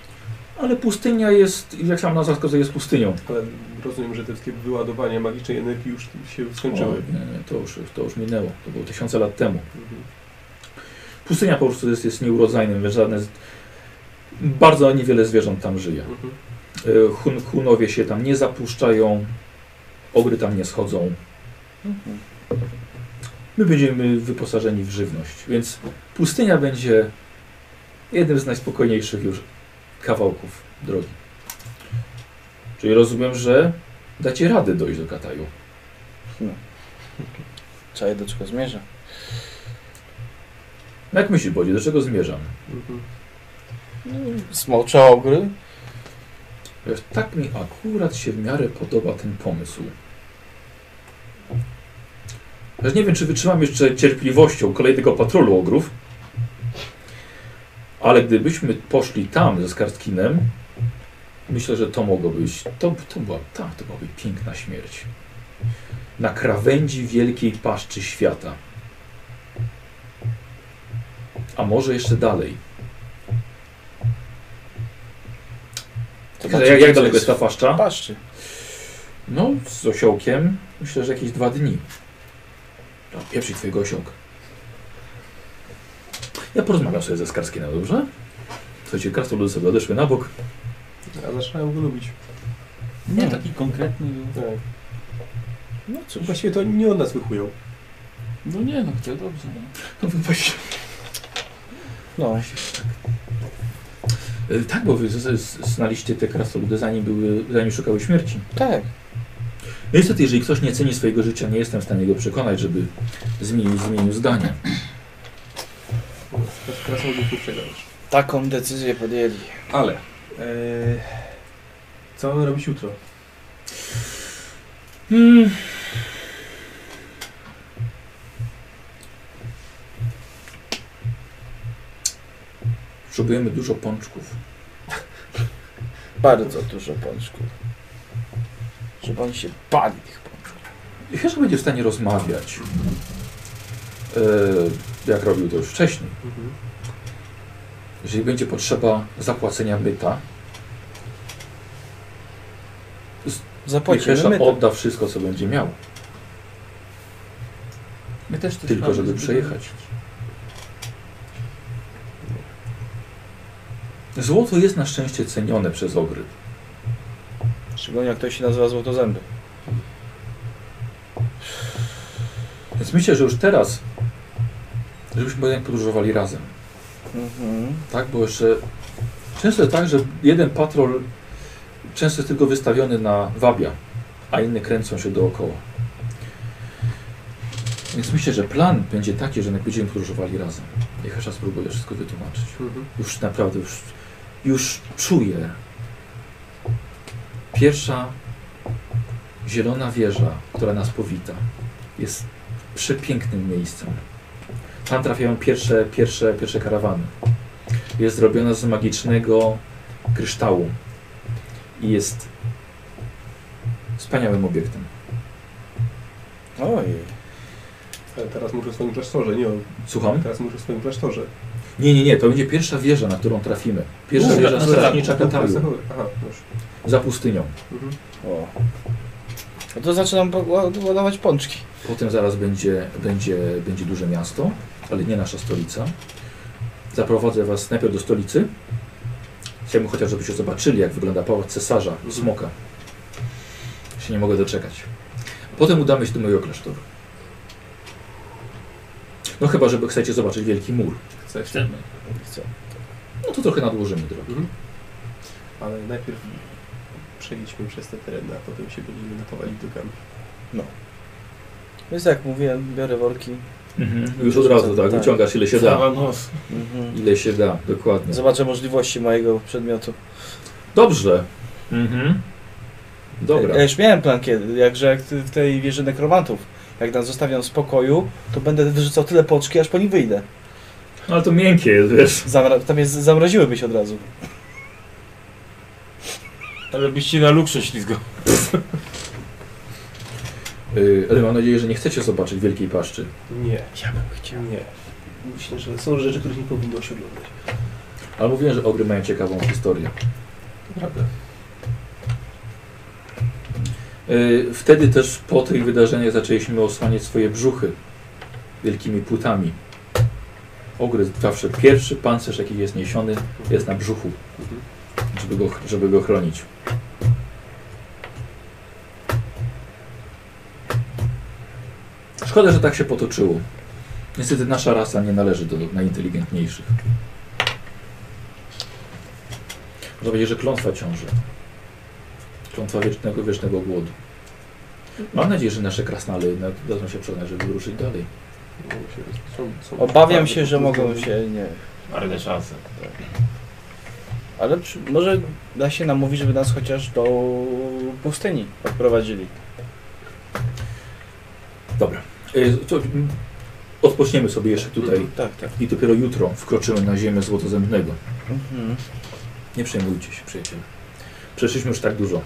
Speaker 2: Ale pustynia jest, jak sama nazwa wskazuje, jest pustynią.
Speaker 6: Ale rozumiem, że te wszystkie wyładowania magicznej energii już się
Speaker 2: O,
Speaker 6: skończyły.
Speaker 2: nie, nie, to, już, to już minęło, to było tysiące lat temu.
Speaker 6: Mhm.
Speaker 2: Pustynia po prostu jest, jest nieurodzajnym, więc żadne, z- bardzo niewiele zwierząt tam żyje.
Speaker 6: Mhm.
Speaker 2: Y, Hun, Hunowie się tam nie zapuszczają, ogry tam nie schodzą. Mhm. My będziemy wyposażeni w żywność, więc pustynia będzie jednym z najspokojniejszych już kawałków drogi. Czyli rozumiem, że dacie radę dojść do Kataju.
Speaker 1: Czaję do czego zmierza.
Speaker 2: No Jak myślisz, Bodzie, do czego zmierzam?
Speaker 6: Mhm.
Speaker 1: Smocze ogry.
Speaker 2: Wiesz, tak mi akurat się w miarę podoba ten pomysł. Wiesz, nie wiem, czy wytrzymam jeszcze cierpliwością kolejnego patrolu ogrów, ale gdybyśmy poszli tam ze Skartkinem, myślę, że to mogło być, to, to była, tak, to byłaby piękna śmierć. Na krawędzi wielkiej paszczy świata. A może jeszcze dalej.
Speaker 1: Zobaczymy,
Speaker 2: Znaczy, Jak, jak
Speaker 1: co
Speaker 2: daleko jest ta paszcza?
Speaker 1: Paszczy.
Speaker 2: No, z osiołkiem myślę, że jakieś dwa dni. No, pieprzyć twojego osiołka. Ja porozmawiam sobie ze Skarskinem, dobrze? Słuchajcie, krasnoludy sobie odeszły na bok.
Speaker 6: A zaczynałem go lubić.
Speaker 3: Nie taki konkretny.
Speaker 6: Tak.
Speaker 1: No cóż.
Speaker 6: Właściwie to nie od nas wychują.
Speaker 3: No nie, no chciał dobrze. No.
Speaker 2: No, właśnie.
Speaker 1: No.
Speaker 2: E, Tak, bo wy z- z- znaliście te krasnoludy zanim, były, zanim szukały śmierci.
Speaker 1: Tak.
Speaker 2: No Niestety, jeżeli ktoś nie ceni swojego życia, nie jestem w stanie go przekonać, żeby zmienił, zmienił zdanie.
Speaker 6: Teraz mogę przegadać.
Speaker 1: Taką decyzję podjęli.
Speaker 6: Ale. E, co mamy robić jutro?
Speaker 2: Hmm. Potrzebujemy dużo pączków.
Speaker 1: Bardzo dużo pączków. Żeby oni się bali tych pączków.
Speaker 2: Chyba, że będzie w stanie rozmawiać. E, jak robił to już wcześniej.
Speaker 6: Mhm.
Speaker 2: Jeżeli będzie potrzeba zapłacenia byta,
Speaker 1: Zapłacimy
Speaker 2: Michesza
Speaker 1: my to.
Speaker 2: odda wszystko, co będzie miał.
Speaker 15: My też coś
Speaker 2: Tylko,
Speaker 15: mamy,
Speaker 2: żeby przejechać. Złoto jest na szczęście cenione przez ogry.
Speaker 1: Szczególnie jak ktoś się nazywa Złotozęby.
Speaker 2: Więc myślę, że już teraz, żebyśmy jednak podróżowali razem.
Speaker 1: Mhm.
Speaker 2: Tak, bo jeszcze często jest tak, że jeden patrol często jest tylko wystawiony na wabia, a inne kręcą się dookoła. Więc myślę, że plan będzie taki, że jak będziemy podróżowali razem. Niech Hesza spróbuje wszystko wytłumaczyć.
Speaker 6: Mhm.
Speaker 2: Już naprawdę, już, już czuję. Pierwsza zielona wieża, która nas powita, jest przepięknym miejscem. Tam trafiają pierwsze, pierwsze, pierwsze karawany. Jest zrobiona z magicznego kryształu i jest wspaniałym obiektem.
Speaker 1: Oj.
Speaker 6: Ale teraz mówię o swoim klasztorze, nie o...
Speaker 2: Słucham?
Speaker 6: Teraz mówię o swoim klasztorze.
Speaker 2: Nie, nie, nie, to będzie pierwsza wieża, na którą trafimy. Pierwsza
Speaker 6: Dobra,
Speaker 2: wieża
Speaker 6: no tak,
Speaker 2: strażnicza
Speaker 6: tak,
Speaker 2: Kataju,
Speaker 6: tak, Aha, dobrze.
Speaker 2: za pustynią.
Speaker 6: Mhm.
Speaker 1: O. No to zaczynam po- ład- ładować pączki.
Speaker 2: Potem zaraz będzie, będzie, będzie duże miasto, ale nie nasza stolica. Zaprowadzę Was najpierw do stolicy. Chciałbym chociaż, żebyście zobaczyli, jak wygląda pałac cesarza
Speaker 1: Mhm.
Speaker 2: Smoka. Się nie mogę doczekać. Potem udamy się do mojego klasztoru. No chyba, żeby chcecie zobaczyć Wielki Mur.
Speaker 15: Chcemy.
Speaker 1: Chcę.
Speaker 2: No to trochę nadłożymy drogę.
Speaker 6: Mhm. Ale najpierw przejdźmy przez te tereny, a potem się będziemy napawali dukami.
Speaker 1: Więc jak mówiłem, biorę worki.
Speaker 6: Mhm,
Speaker 2: Już od razu, tak,
Speaker 1: Tak.
Speaker 2: wyciągasz ile się da.
Speaker 5: Cały nos.
Speaker 1: Mhm.
Speaker 2: Ile się da, dokładnie.
Speaker 1: Zobaczę możliwości mojego przedmiotu.
Speaker 2: Dobrze. Mhm. Dobra.
Speaker 1: Ja już miałem plan kiedy, jakże jak ty- w tej wieży nekromantów. Jak nas zostawiam w spokoju, to będę wyrzucał tyle poczki, aż po nich wyjdę.
Speaker 2: No, ale to miękkie jest, wiesz.
Speaker 1: Zamra- tam jest, zamroziłyby się od razu.
Speaker 5: Ale byście na lukrze ślizgo.
Speaker 2: Yy, ale mam nadzieję, że nie chcecie zobaczyć Wielkiej Paszczy.
Speaker 6: Nie. Ja bym chciał. Nie. Myślę, że są rzeczy, których nie powinno się oglądać.
Speaker 2: Ale mówiłem, że ogry mają ciekawą historię. Prawda. Yy, wtedy też po tych wydarzeniach zaczęliśmy osłaniać swoje brzuchy wielkimi płytami. Ogry zawsze pierwszy pancerz, jaki jest niesiony, jest na brzuchu,
Speaker 6: Mhm.
Speaker 2: żeby go, żeby go chronić. Szkoda, że tak się potoczyło. Niestety nasza rasa nie należy do najinteligentniejszych. Można powiedzieć, że klątwa ciąży. Klątwa wiecznego, wiecznego głodu. Mam nadzieję, że nasze krasnale jednak dadzą się przekonać, żeby ruszyć dalej.
Speaker 1: Obawiam się, że mogą się nie.
Speaker 5: Marne szanse.
Speaker 1: Ale przy, może da się namówić, żeby nas chociaż do pustyni odprowadzili.
Speaker 2: Dobra. Y, To mm, odpoczniemy sobie jeszcze tutaj
Speaker 1: Tak, tak.
Speaker 2: i dopiero jutro wkroczymy na ziemię złotozębnego.
Speaker 1: Mhm.
Speaker 2: Nie przejmujcie się, przyjaciele. Przeszliśmy już tak dużo.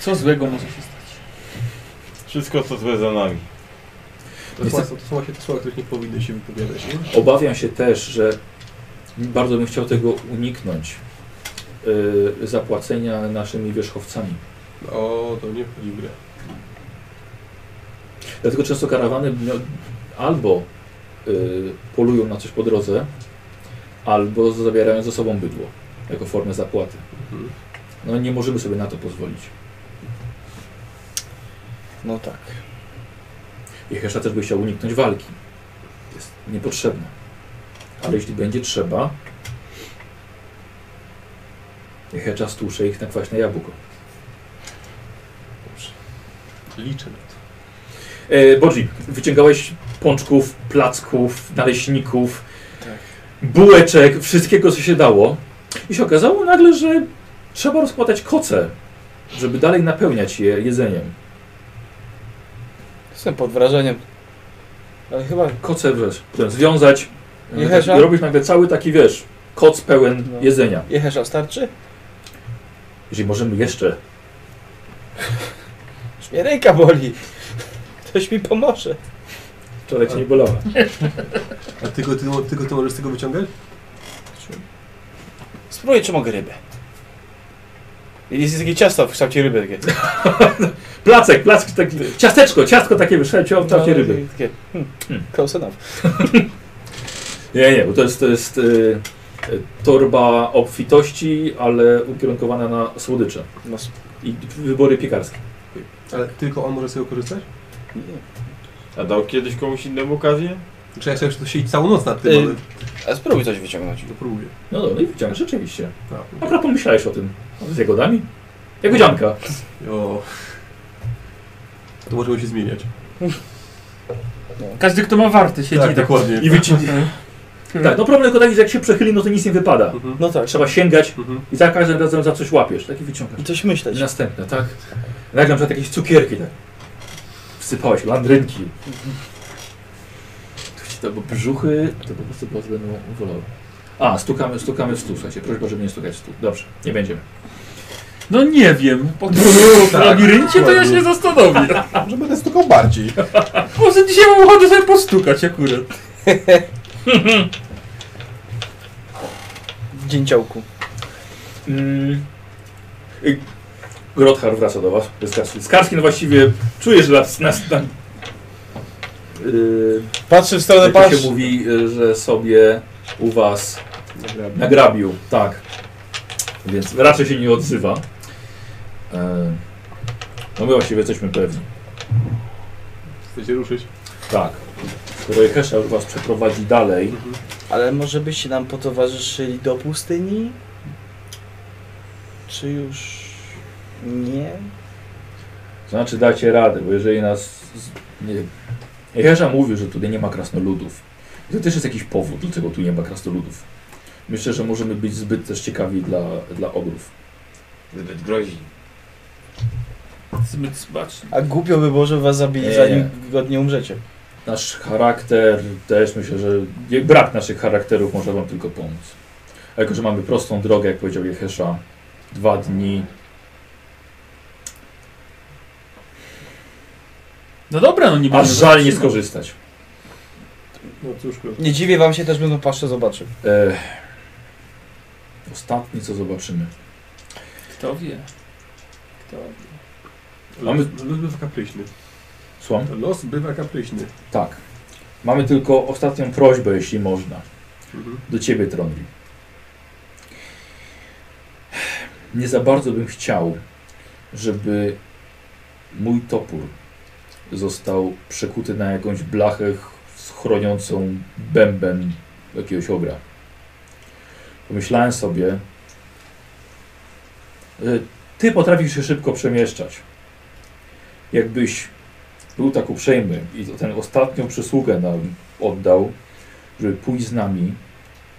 Speaker 15: Co złego może się stać?
Speaker 5: Wszystko co złe za nami.
Speaker 6: To są, to są właśnie te słowa, których nie powinny się wypowiadać. Nie?
Speaker 2: Obawiam się też, że bardzo bym chciał tego uniknąć. y, Zapłacenia naszymi wierzchowcami.
Speaker 6: O, to nie wchodzi w grę.
Speaker 2: Dlatego często karawany mio- albo y, polują na coś po drodze, albo zabierają ze sobą bydło jako formę zapłaty.
Speaker 6: Mhm.
Speaker 2: No nie możemy sobie na to pozwolić.
Speaker 1: No tak.
Speaker 2: Jechesza też by chciał uniknąć walki. Jest niepotrzebna. Ale jeśli będzie trzeba, niech ja czas tłucze ich na kwaśne jabłko.
Speaker 3: Liczę na to.
Speaker 2: E, Bodzi, wyciągałeś pączków, placków, naleśników, bułeczek, wszystkiego co się dało. I się okazało nagle, że trzeba rozkładać koce, żeby dalej napełniać je jedzeniem.
Speaker 1: Jestem pod wrażeniem. Ale chyba
Speaker 2: Koce, wiesz, potem związać
Speaker 1: I
Speaker 2: e,
Speaker 1: hesza?
Speaker 2: i robisz nagle cały taki, wiesz, koc pełen
Speaker 1: No.
Speaker 2: jedzenia.
Speaker 1: jechesza starczy?
Speaker 2: Jeżeli możemy jeszcze
Speaker 1: Już mnie ręka boli. Ktoś mi pomoże.
Speaker 2: Wczoraj cię nie bolała.
Speaker 6: A ty, go- ty, ty, go- ty możesz z tego wyciągać?
Speaker 1: Spróbuję, czy mogę rybę. Jest takie ciasto w kształcie ryby. Takie.
Speaker 2: Placek, placek, taki, ciasteczko, ciastko takie wyszedłem w tafcie ryby.
Speaker 1: No, Takie, hmm,
Speaker 2: Hmm.
Speaker 1: Close enough.
Speaker 2: Nie, nie, bo to jest, to jest y, y, torba obfitości, ale ukierunkowana na słodycze
Speaker 1: No, s-
Speaker 2: i wybory piekarskie.
Speaker 6: Ale tylko on może z tego korzystać?
Speaker 1: nie.
Speaker 5: A dał kiedyś komuś innemu okazję?
Speaker 6: Czy ja chciałem że to siedzieć całą noc nad tym,
Speaker 1: Y.
Speaker 6: ale
Speaker 1: A spróbuj coś wyciągnąć.
Speaker 6: no, próbuję.
Speaker 2: No dobra, no i widziałem, rzeczywiście.
Speaker 6: No.
Speaker 2: A propos myślałeś o tym, z jagodami? Jagodzianka.
Speaker 6: Mhm. O. To możemy się zmieniać.
Speaker 15: Każdy, kto ma warty, siedzi
Speaker 6: tak,
Speaker 15: tak.
Speaker 6: dokładnie.
Speaker 2: I wyci... tak, no problem tylko taki, że jak się przechyli, no to nic nie wypada.
Speaker 6: Mhm.
Speaker 1: No tak.
Speaker 2: Trzeba sięgać
Speaker 6: Mhm.
Speaker 2: i za każdym razem za coś łapiesz, taki wyciągasz.
Speaker 1: I coś
Speaker 2: I
Speaker 1: myśleć.
Speaker 2: następne, tak? Nagle na przykład jakieś cukierki, tak? Wsypałeś, landrynki. To były brzuchy, to po prostu głos będą wolały. A, stukamy, stukamy w stół, słuchajcie. Prośba, żeby nie stukać w stół. Dobrze, nie będziemy.
Speaker 3: No nie wiem, po tym
Speaker 6: Brrr,
Speaker 3: w
Speaker 6: tak,
Speaker 3: labiryncie to ja
Speaker 6: dokładnie.
Speaker 3: się zastanowię.
Speaker 4: Może będę stukał bardziej.
Speaker 3: Może dzisiaj mam ochotę sobie postukać akurat.
Speaker 1: Dzięciołku.
Speaker 2: Mm. Y, Grothar wraca do was, bez Skarskin. Skarskin no właściwie czujesz, że nas... nas, nas yy,
Speaker 1: Patrzy w stronę,
Speaker 2: jak to
Speaker 1: patrz.
Speaker 2: się mówi, y, że sobie u was Nagrabił, tak. Więc raczej się nie odzywa. E, No my właściwie jesteśmy pewni.
Speaker 6: Chcecie ruszyć?
Speaker 2: Tak. Skoro Jehesza już was przeprowadzi dalej,
Speaker 6: Mhm.
Speaker 1: Ale może byście nam potowarzyszyli do pustyni? Czy już nie?
Speaker 2: to znaczy dacie radę, bo jeżeli nas... z- Nie, Jehesza mówił, że tutaj nie ma krasnoludów. I to też jest jakiś powód, dlaczego tu nie ma krasnoludów. Myślę, że możemy być zbyt też ciekawi dla, dla ogrów.
Speaker 5: Zbyt grozi.
Speaker 15: Zbyt smaczny.
Speaker 1: A głupio by było, żeby was zabili,
Speaker 2: Nie.
Speaker 1: zanim godnie umrzecie.
Speaker 2: Nasz charakter też myślę, że nie- brak naszych charakterów może Wam tylko pomóc. A jako, że mamy prostą drogę, jak powiedział Jehesza, dwa dni.
Speaker 15: No dobra, no nie
Speaker 2: Aż
Speaker 15: będziemy
Speaker 2: żal nie
Speaker 15: zatrzymać.
Speaker 2: skorzystać.
Speaker 6: No cóż, no.
Speaker 1: Nie dziwię wam się też, będą paszczę zobaczył.
Speaker 2: Ech. Ostatni co zobaczymy.
Speaker 15: Kto wie? Kto wie?
Speaker 6: Los, los bywa kapryśny.
Speaker 2: Słucham?
Speaker 6: Los bywa kapryśny.
Speaker 2: Tak. Mamy tylko ostatnią prośbę, jeśli można.
Speaker 6: Mhm.
Speaker 2: Do ciebie, Trondri. Nie za bardzo bym chciał, żeby mój topór został przekuty na jakąś blachę ch- chroniącą bęben jakiegoś ogra. Pomyślałem sobie, że ty potrafisz się szybko przemieszczać. Jakbyś był tak uprzejmy i tę ostatnią przysługę nam oddał, żeby pójść z nami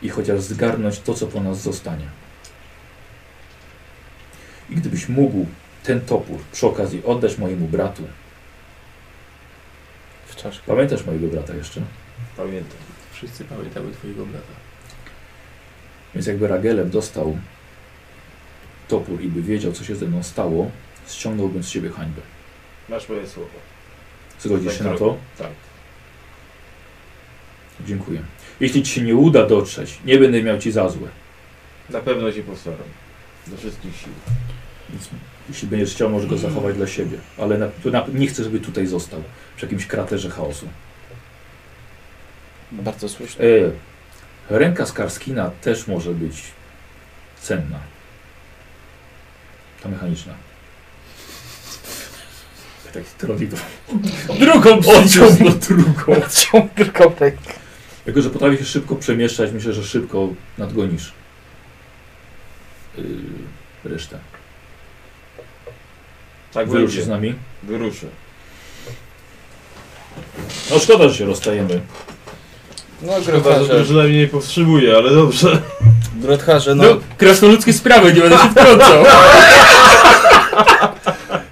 Speaker 2: i chociaż zgarnąć to, co po nas zostanie. I gdybyś mógł ten topór przy okazji oddać mojemu bratu.
Speaker 1: W czaszkę.
Speaker 2: Pamiętasz mojego brata jeszcze?
Speaker 5: Pamiętam.
Speaker 6: Wszyscy pamiętamy twojego brata.
Speaker 2: Więc jakby Ragelem dostał topór i by wiedział, co się ze mną stało, ściągnąłbym z siebie hańbę.
Speaker 5: Masz moje słowo.
Speaker 2: Zgodzisz się na to?
Speaker 5: Tak.
Speaker 2: Dziękuję. Jeśli ci się nie uda dotrzeć, nie będę miał ci za złe.
Speaker 5: Na pewno się postaram. Do wszystkich sił.
Speaker 2: Więc jeśli będziesz chciał, możesz go zachować dla siebie. Ale na, tu na, nie chcę, żeby tutaj został przy jakimś kraterze chaosu.
Speaker 1: Bardzo słusznie.
Speaker 2: E, ręka Skarskina też może być cenna. Ta mechaniczna. Tak, troli to.
Speaker 3: Drugą
Speaker 2: Odciął
Speaker 3: przyciągnę.
Speaker 2: do drugą.
Speaker 1: Ciągle kopek.
Speaker 2: Jako, że potrafi się szybko przemieszczać, myślę, że szybko nadgonisz yy, resztę.
Speaker 5: Tak
Speaker 2: Wyruszysz z
Speaker 5: wyruszy.
Speaker 2: nami?
Speaker 5: Wyruszy.
Speaker 2: No szkoda, że się rozstajemy.
Speaker 1: No,
Speaker 5: Chyba, że
Speaker 1: grotharze,
Speaker 5: drużyna mnie nie powstrzymuje, ale dobrze.
Speaker 1: grotharze, no,
Speaker 3: No, krasnoludzkie sprawy, nie będę się wtrącał.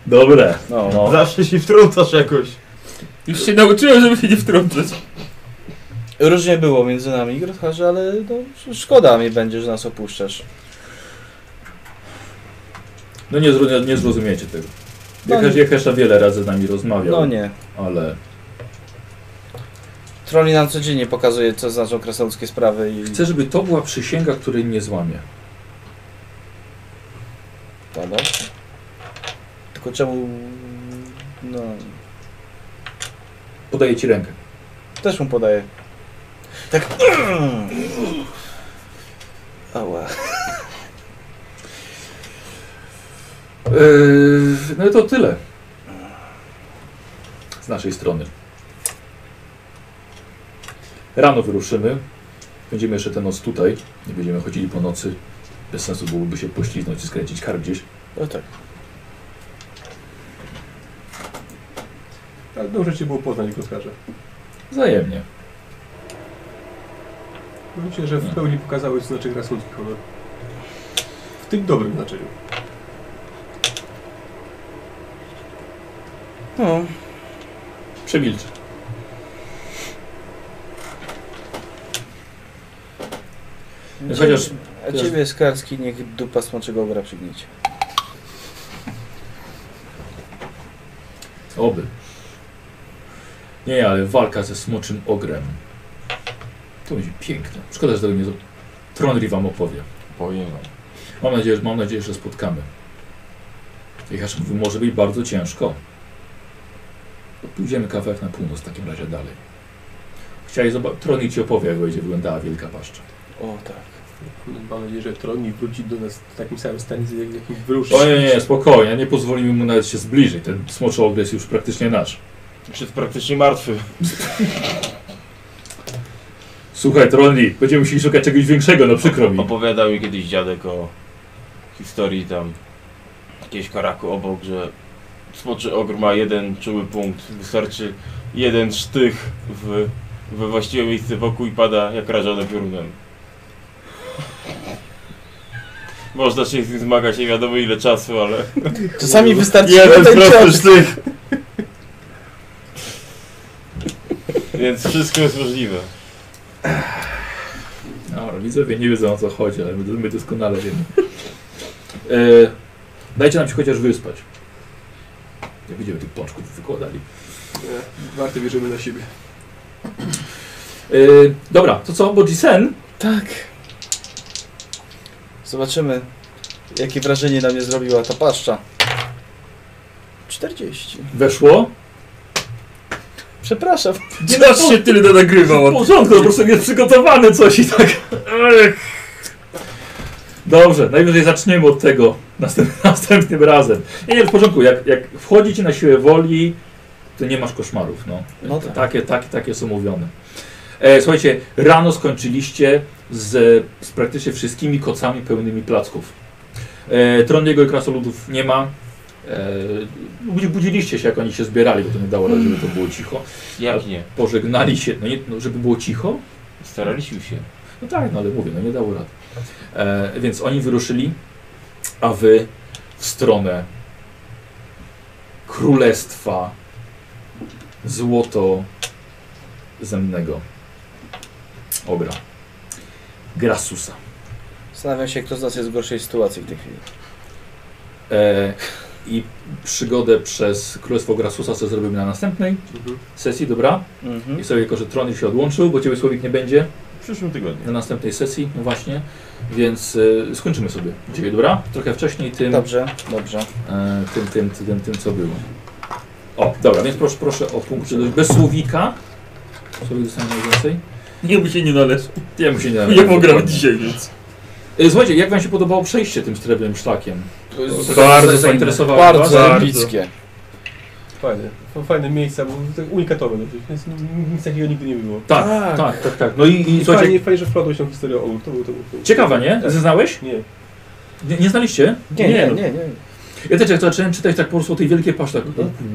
Speaker 2: Dobre.
Speaker 1: no.
Speaker 2: No.
Speaker 5: Zawsze się wtrącasz jakoś.
Speaker 3: Już się nauczyłem, żeby się nie wtrącać.
Speaker 1: Różnie było między nami, grotharze, ale no, sz- szkoda mi będzie, że nas opuszczasz.
Speaker 2: No nie, zrozum- nie zrozumiecie tego.
Speaker 1: No
Speaker 2: Jakaś,
Speaker 1: nie.
Speaker 2: jakaś wiele razy z nami rozmawiał,
Speaker 1: No nie.
Speaker 2: ale
Speaker 1: Troli nam codziennie pokazuje, co znaczą krasnoludzkie sprawy i...
Speaker 2: chcę, żeby to była przysięga, której nie złamie.
Speaker 1: Dobra. Tylko czemu... No...
Speaker 2: Podaję ci rękę.
Speaker 1: Też mu podaję. Tak... Ała.
Speaker 2: Yy, no to tyle. Z naszej strony. Rano wyruszymy. Będziemy jeszcze tę noc tutaj. Nie będziemy chodzili po nocy. Bez sensu byłoby się pośliznąć i skręcić kar gdzieś.
Speaker 1: No tak.
Speaker 6: Ale Tak, dobrze cię było poznać, Gotkarze.
Speaker 2: Wzajemnie.
Speaker 6: Myślę, że w pełni pokazałeś znaczek rasunki honor. W tym dobrym znaczeniu.
Speaker 1: No.
Speaker 2: Przemilczę.
Speaker 5: No
Speaker 2: Chociaż-
Speaker 1: A ciebie, Skarski, niech dupa smoczego obra przygniecie.
Speaker 2: Oby. Nie, ale walka ze smoczym ogrem. To będzie piękne. Szkoda, że tego nie... zro- Tronri wam opowie.
Speaker 16: Powiem wam.
Speaker 2: Mam nadzieję, mam nadzieję, że spotkamy. Jechać może być bardzo ciężko. Pójdziemy kawałek na północ w takim razie dalej. Chciałeś zobaczyć, Troni ci opowie, jak będzie wyglądała Wielka Paszcza.
Speaker 1: O tak.
Speaker 6: Mam nadzieję, że Troni wróci do nas w takim samym stanie, jak- jakim wyruszył.
Speaker 2: O nie, nie, spokojnie, nie pozwolimy mu nawet się zbliżyć. Ten smoczy ogres jest już praktycznie nasz.
Speaker 5: Już jest praktycznie martwy.
Speaker 2: Słuchaj, Troni, będziemy musieli szukać czegoś większego, no przykro mi.
Speaker 5: Opowiadał mi kiedyś dziadek o historii tam jakiegoś karaku obok, że smoczy ogr ma jeden czuły punkt. Wystarczy jeden sztych w, we właściwe miejsce wokół i pada jak rażony piorunem. Można się z nim zmagać nie wiadomo ile czasu, ale
Speaker 1: Czasami wystarczy
Speaker 5: Jeden
Speaker 1: jeden
Speaker 5: prosty
Speaker 1: cios.
Speaker 5: sztych. Więc wszystko jest możliwe.
Speaker 2: No, widzowie nie wiedzą o co chodzi, ale my, my doskonale wiemy. E, dajcie nam się chociaż wyspać. Nie będziemy tych pączków wykładali.
Speaker 6: E, Warto wierzymy na siebie.
Speaker 2: E, dobra, to co? Bo Jisen
Speaker 1: Tak. Zobaczymy, jakie wrażenie na mnie zrobiła ta paszcza. 40.
Speaker 2: weszło.
Speaker 1: Przepraszam.
Speaker 3: Gdzie nas się tyle
Speaker 2: W
Speaker 3: nagrywał?
Speaker 2: No, porządku, po prostu jest przygotowany coś i tak. Ech. Dobrze, najwyżej zaczniemy od tego następ, następnym razem. Nie, nie, w porządku, jak, jak wchodzicie na siłę woli, to nie masz koszmarów. No.
Speaker 1: No tak.
Speaker 2: Takie, takie, takie są mówione. E, słuchajcie, rano skończyliście z, z praktycznie wszystkimi kocami pełnymi placków. E, Troniego i krasoludów nie ma. E, budzi- budziliście się, jak oni się zbierali, bo to nie dało rady, żeby to było cicho.
Speaker 5: Jak nie?
Speaker 2: Pożegnali się, no, nie, no żeby było cicho,
Speaker 5: Staraliśmy się.
Speaker 2: no tak, no ale mówię, no nie dało rady. E, więc oni wyruszyli, a wy w stronę królestwa złoto zemnego obra. Grasusa.
Speaker 1: Zastanawiam się, kto z nas jest w gorszej sytuacji w tej chwili.
Speaker 2: E, I przygodę przez królestwo Grasusa sobie zrobimy na następnej
Speaker 6: Mhm.
Speaker 2: sesji, dobra? I
Speaker 1: Mhm.
Speaker 2: sobie jako, że Tron już się odłączył, bo Ciebie Słowik nie będzie
Speaker 5: W przyszłym tygodniu.
Speaker 2: na następnej sesji, no właśnie. Więc e, skończymy sobie dzisiaj, dobra? Trochę wcześniej tym...
Speaker 1: Mhm. Dobrze, dobrze.
Speaker 2: E, tym, tym, tym, tym, co było. O, dobra, więc proszę, proszę o punkt dość bez słowika. Słowik dostanie najwięcej.
Speaker 3: Nie mu się nie należy.
Speaker 2: Ja mu się nie
Speaker 3: Ja pograł dzisiaj, więc.
Speaker 2: E, Słuchajcie, jak wam się podobało przejście tym srebrnym szlakiem?
Speaker 3: bardzo fajne.
Speaker 2: zainteresowało
Speaker 1: Bardzo
Speaker 2: was?
Speaker 1: epickie.
Speaker 6: Fajne, F- fajne miejsca, bo tak unikatowe, no, więc nic takiego nigdy nie było.
Speaker 2: Tak, tak, tak, tak. No i, i
Speaker 6: I
Speaker 2: słuchajcie,
Speaker 6: fajnie, fajnie, że wpadłeś tą historię o ogór, to było to. Było,
Speaker 2: ciekawa, nie?
Speaker 6: Tak.
Speaker 2: Zeznałeś?
Speaker 6: Nie.
Speaker 2: Nie, nie znaliście?
Speaker 1: Nie, nie,
Speaker 2: no.
Speaker 1: nie, nie.
Speaker 2: Ja też jak zacząłem czytać tak po prostu o tej wielkiej paszce, tak,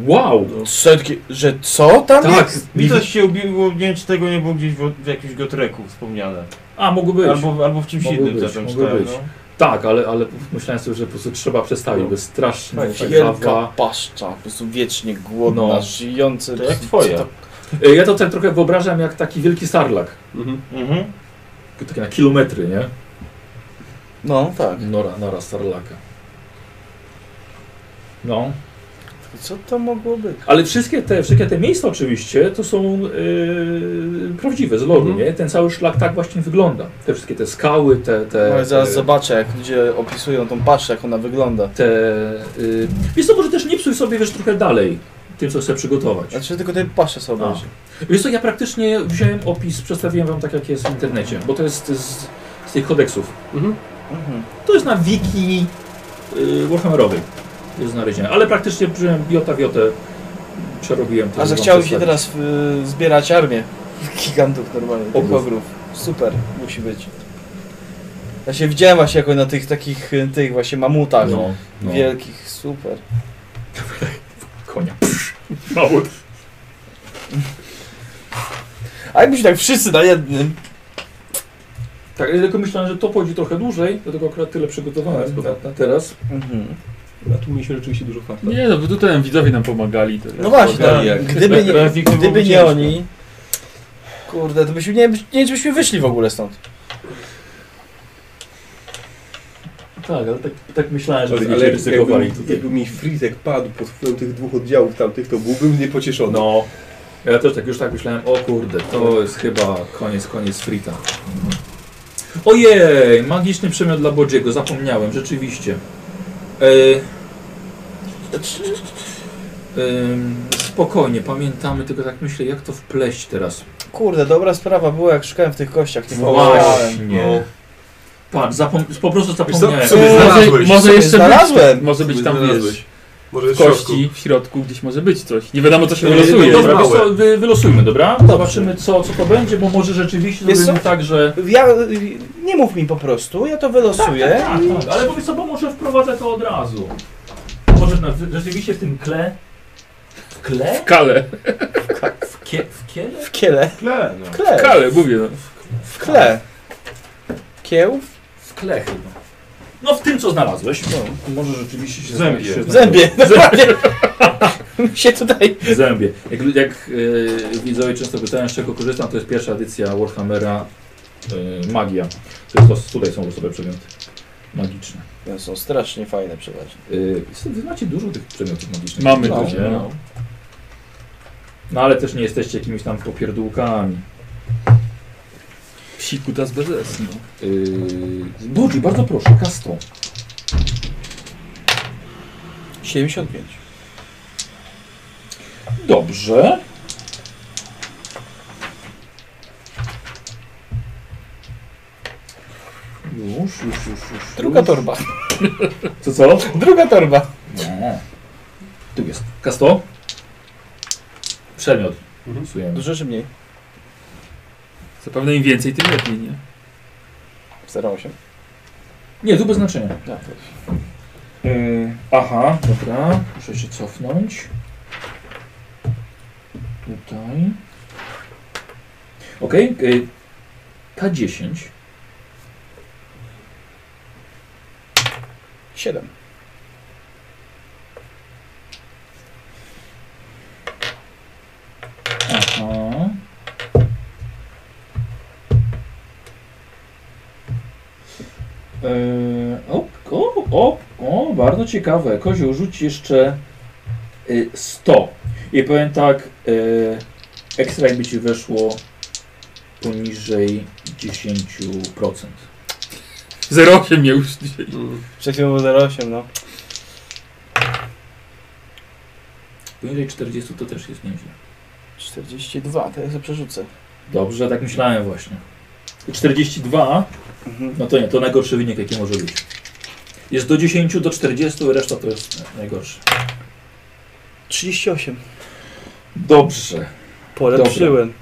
Speaker 2: wow!
Speaker 1: Setki, że co tam
Speaker 2: Tak,
Speaker 1: jest?
Speaker 5: Mi coś się ubiegło, nie wiem czy tego nie było gdzieś w, w jakimś gotreku wspomniane.
Speaker 2: A, mogło być.
Speaker 5: Albo, albo w czymś
Speaker 2: Mogło
Speaker 5: innym
Speaker 2: być,
Speaker 5: zatem
Speaker 2: mogło
Speaker 5: czytałem.
Speaker 2: być.
Speaker 5: No.
Speaker 2: Tak, ale, ale myślałem sobie, że po prostu trzeba przestawić, bo jest strasznie
Speaker 1: Tak, Wielka
Speaker 2: ciekawa.
Speaker 1: paszcza, po prostu wiecznie głodna,
Speaker 2: No.
Speaker 1: żyjący.
Speaker 5: To jak twoja.
Speaker 1: To-
Speaker 2: E, Ja to tak trochę wyobrażam jak taki wielki sarlak.
Speaker 6: Mhm.
Speaker 5: Mhm.
Speaker 2: Takie na kilometry, nie?
Speaker 1: No tak.
Speaker 2: Nora, nora sarlaka. No.
Speaker 1: Co to mogło być?
Speaker 2: Ale wszystkie te, wszystkie te miejsca oczywiście to są yy, prawdziwe z lodu,
Speaker 6: Mhm.
Speaker 2: nie? Ten cały szlak tak właśnie wygląda. Te wszystkie te skały, te... te
Speaker 1: No i zaraz
Speaker 2: te-
Speaker 1: zobaczę, jak ludzie opisują tą paszczę, jak ona wygląda.
Speaker 2: te y, Wiesz co, może też nie psuj sobie, wiesz, trochę dalej tym, co chcę przygotować.
Speaker 1: Znaczy tylko tej paszę sobie
Speaker 2: A.
Speaker 1: obejrzy.
Speaker 2: Wiesz co, ja praktycznie wziąłem opis, przedstawiłem wam tak, jak jest w internecie, bo to jest z, z tych kodeksów.
Speaker 6: Mhm.
Speaker 1: Mhm.
Speaker 2: To jest na wiki y, Warhammerowej, jest znalezione, ale praktycznie wziąłem biota, biotę, przerobiłem to.
Speaker 1: A
Speaker 2: żeby
Speaker 1: że
Speaker 2: wam
Speaker 1: chciałoby się
Speaker 2: przedstawić.
Speaker 1: teraz y, zbierać armię gigantów normalnie, tych
Speaker 2: Ogrów.
Speaker 1: ogrów. Super, musi być. Ja się widziałem właśnie jako na tych takich, y, tych właśnie mamutach
Speaker 2: No, no.
Speaker 1: wielkich, super.
Speaker 2: Konia. Mały.
Speaker 1: A jakbyśmy tak wszyscy na jednym.
Speaker 2: Tak, ja tylko myślałem, że to pójdzie trochę dłużej, dlatego akurat tyle przygotowałem
Speaker 1: No.
Speaker 2: na, na teraz.
Speaker 1: Mhm.
Speaker 6: A tu mieliśmy rzeczywiście dużo farta.
Speaker 3: Nie, no bo tutaj widzowie nam pomagali. to-
Speaker 1: No właśnie,
Speaker 5: tak,
Speaker 1: no,
Speaker 5: jak-
Speaker 1: gdyby nie,
Speaker 5: Raz nikt nie
Speaker 1: gdyby
Speaker 5: byłby
Speaker 1: nie
Speaker 5: ciężko.
Speaker 1: oni, kurde, to byśmy nie, nie wiem, czy byśmy wyszli w ogóle stąd.
Speaker 2: Tak, ale tak, tak myślałem, że
Speaker 6: Ale
Speaker 2: będziecie ryzykowali
Speaker 6: jakby,
Speaker 2: tutaj.
Speaker 6: jakby mi Frizek padł pod wpływem tych dwóch oddziałów tamtych, to byłbym niepocieszony.
Speaker 2: No. Ja też tak już tak myślałem, o kurde, to jest chyba koniec, koniec Frita. Ojej, magiczny przemiot dla Bodziego, zapomniałem, rzeczywiście. E, em, spokojnie, pamiętamy, tylko tak myślę, jak to wpleść teraz.
Speaker 1: Kurde, dobra sprawa była, jak szukałem w tych kościach, nie pomagałem.
Speaker 2: No
Speaker 6: No.
Speaker 2: Właśnie. Patrz, zapom- po prostu
Speaker 17: co,
Speaker 2: zapomniałem.
Speaker 17: co by
Speaker 1: Eee,
Speaker 3: Może,
Speaker 17: znalazłeś?
Speaker 3: może jeszcze
Speaker 1: znalazłem.
Speaker 3: być, może być
Speaker 17: Co by
Speaker 3: tam
Speaker 17: znalazłeś?
Speaker 3: wiesz,
Speaker 17: Może
Speaker 3: w
Speaker 17: jest
Speaker 3: kości, w środku, gdzieś może być coś. Nie wiadomo co się
Speaker 17: Nie, nie,
Speaker 3: wylosuje.
Speaker 17: nie,
Speaker 2: E, Dobra,
Speaker 17: Małe.
Speaker 2: wiesz co, wy, wylosujmy, dobra? Zobaczymy, co, co to będzie, bo może rzeczywiście
Speaker 1: Wiesz
Speaker 2: zrobimy
Speaker 1: co?
Speaker 2: tak, że...
Speaker 1: Ja, y, nie mów mi po prostu, ja to wylosuję.
Speaker 2: Tak, tak, ale powiedz co, bo może wprowadzę to od razu. Może na, rzeczywiście w tym kle... W kle?
Speaker 3: W kale,
Speaker 2: W, kie, w kiele?
Speaker 1: W kiele.
Speaker 5: Kle, no.
Speaker 1: W kle.
Speaker 3: w kale, mówię. No.
Speaker 1: W kle. Kieł?
Speaker 2: W kle chyba. No w tym, co znalazłeś.
Speaker 18: Może rzeczywiście się
Speaker 5: Zębie.
Speaker 18: znajdzie.
Speaker 1: W No. zębie. Dokładnie. Mi się tutaj...
Speaker 2: W zębie. Jak, lu- jak yy, widzowie często pytają, z czego korzystam, to jest pierwsza edycja Warhammera yy, Magia. To jest to, tutaj są losowe przedmioty magiczne.
Speaker 1: One są strasznie fajne przeważnie.
Speaker 2: Yy, wy macie dużo tych przedmiotów magicznych.
Speaker 3: Mamy
Speaker 2: no,
Speaker 3: dużo,
Speaker 2: nie?
Speaker 3: no.
Speaker 2: No ale też nie jesteście jakimiś tam popierdółkami.
Speaker 3: Psi kutas bez S, no.
Speaker 2: Yy, Bodzi, bardzo proszę, kasto.
Speaker 1: 75.
Speaker 2: Dobrze. Już, już, już, już.
Speaker 1: Druga
Speaker 2: już.
Speaker 1: torba.
Speaker 2: Co, co?
Speaker 1: Druga torba.
Speaker 2: Nie. Tu jest. Kasto. Przedmiot.
Speaker 6: Mhm.
Speaker 2: Psujemy.
Speaker 1: Dużo czy mniej?
Speaker 3: Zapewne im więcej, tym lepiej, nie?
Speaker 1: 08.
Speaker 2: Nie, tu bez znaczenia.
Speaker 1: No,
Speaker 2: Yy, aha, dobra, muszę się cofnąć. Tutaj. Ok, yy, K10.
Speaker 1: 7.
Speaker 2: Aha. Yy, o, o, o, o, bardzo ciekawe. Kozioł, rzuć jeszcze yy, 100. I powiem tak, yy, ekstra jakby ci weszło poniżej 10%.
Speaker 3: 0,8 mnie już dzisiaj.
Speaker 6: Mm.
Speaker 1: Przed chwilą było 08, no.
Speaker 2: Poniżej 40 to też jest nieźle.
Speaker 1: 42, to ja sobie przerzucę.
Speaker 2: Dobrze, tak myślałem właśnie. 42,
Speaker 1: Mhm.
Speaker 2: no to nie, to najgorszy wynik jaki może być. Jest do 10, do 40, reszta to jest najgorszy.
Speaker 1: 38.
Speaker 2: Dobrze,
Speaker 1: Polepszyłem.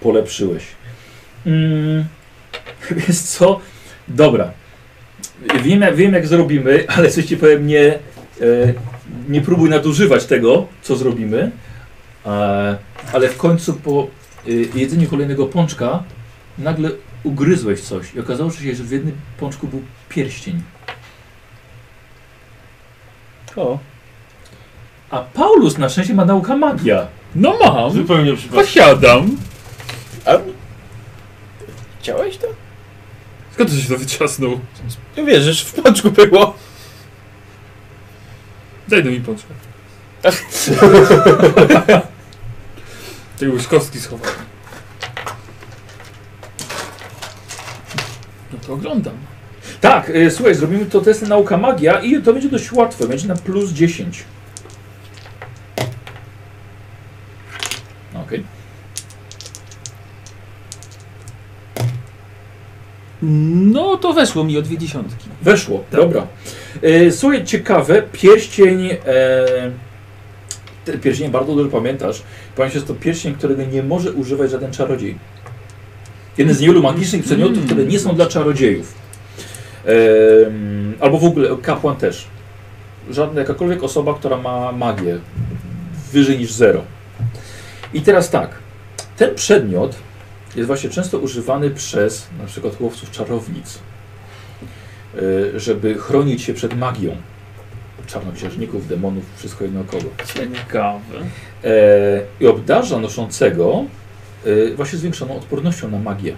Speaker 2: polepszyłeś. Mm, wiesz co? Dobra. Wiem, jak- wiem jak zrobimy, ale coś ci powiem, nie, e, nie próbuj nadużywać tego, co zrobimy. E, ale w końcu po e, jedzeniu kolejnego pączka nagle ugryzłeś coś i okazało się, że w jednym pączku był pierścień.
Speaker 1: O,
Speaker 2: A Paulus na szczęście ma nauka magia.
Speaker 7: No mam,
Speaker 5: Zupełnie przypadkowo.
Speaker 7: posiadam.
Speaker 1: chciałeś to?
Speaker 7: Skąd ty się to wytrzasnął?
Speaker 1: No wiesz, że w pączku było.
Speaker 7: Daj do mi pączkę. Ty już kostki schowałem. No to oglądam.
Speaker 2: Tak, e, słuchaj, zrobimy to test nauka magia i to będzie dość łatwe, będzie na plus 10. Okej.
Speaker 1: Mm.
Speaker 15: No to weszło mi o dwie dziesiątki.
Speaker 2: Weszło, dobra. E, Słuchaj, ciekawe, pierścień. E, ten pierścień bardzo dobrze pamiętasz. Pamiętasz, jest to pierścień, którego nie może używać żaden czarodziej. Jeden z niewielu magicznych przedmiotów,
Speaker 15: Mm.
Speaker 2: które nie są dla czarodziejów. E, albo w ogóle kapłan też. Żadna jakakolwiek osoba, która ma magię wyżej niż zero. I teraz tak. Ten przedmiot jest właśnie często używany przez na przykład łowców czarownic y, żeby chronić się przed magią czarnoksiężników, demonów, wszystko jedno kogo.
Speaker 7: Ciekawe.
Speaker 2: E, I obdarza noszącego e, właśnie zwiększoną odpornością na magię.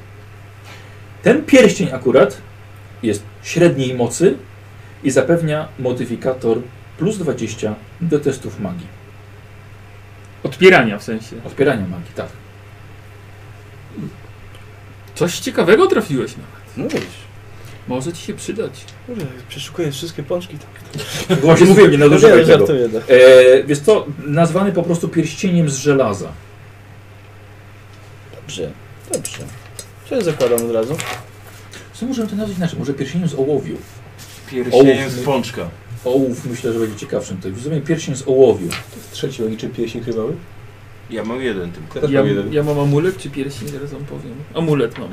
Speaker 2: Ten pierścień akurat jest średniej mocy i zapewnia modyfikator plus 20 do testów magii.
Speaker 7: Odpierania w sensie.
Speaker 2: Odpierania magii, tak.
Speaker 7: Coś ciekawego trafiłeś nawet.
Speaker 1: No wiesz.
Speaker 7: Może ci się przydać.
Speaker 1: Kurde, przeszukuję wszystkie pączki. Tak.
Speaker 2: Właśnie mówiłem, nie nadużywaj
Speaker 1: nie,
Speaker 2: tego.
Speaker 1: żartuję, no.
Speaker 2: E, wiesz co, nazwany po prostu pierścieniem z żelaza.
Speaker 1: Dobrze, dobrze. Co ja zakładam od razu?
Speaker 2: Co możemy to nazwać inaczej? Może pierścieniem z ołowiu.
Speaker 5: Pierścieniem z pączka.
Speaker 2: Ołów myślę, że będzie ciekawszym. To jest pierścień z ołowiu.
Speaker 6: Trzeci o niczym pierścień chrybały?
Speaker 5: Ja mam jeden tylko.
Speaker 6: Teraz
Speaker 15: Ja,
Speaker 6: mam jeden.
Speaker 15: ja mam amulet czy pierścień, zaraz wam powiem. Amulet mam.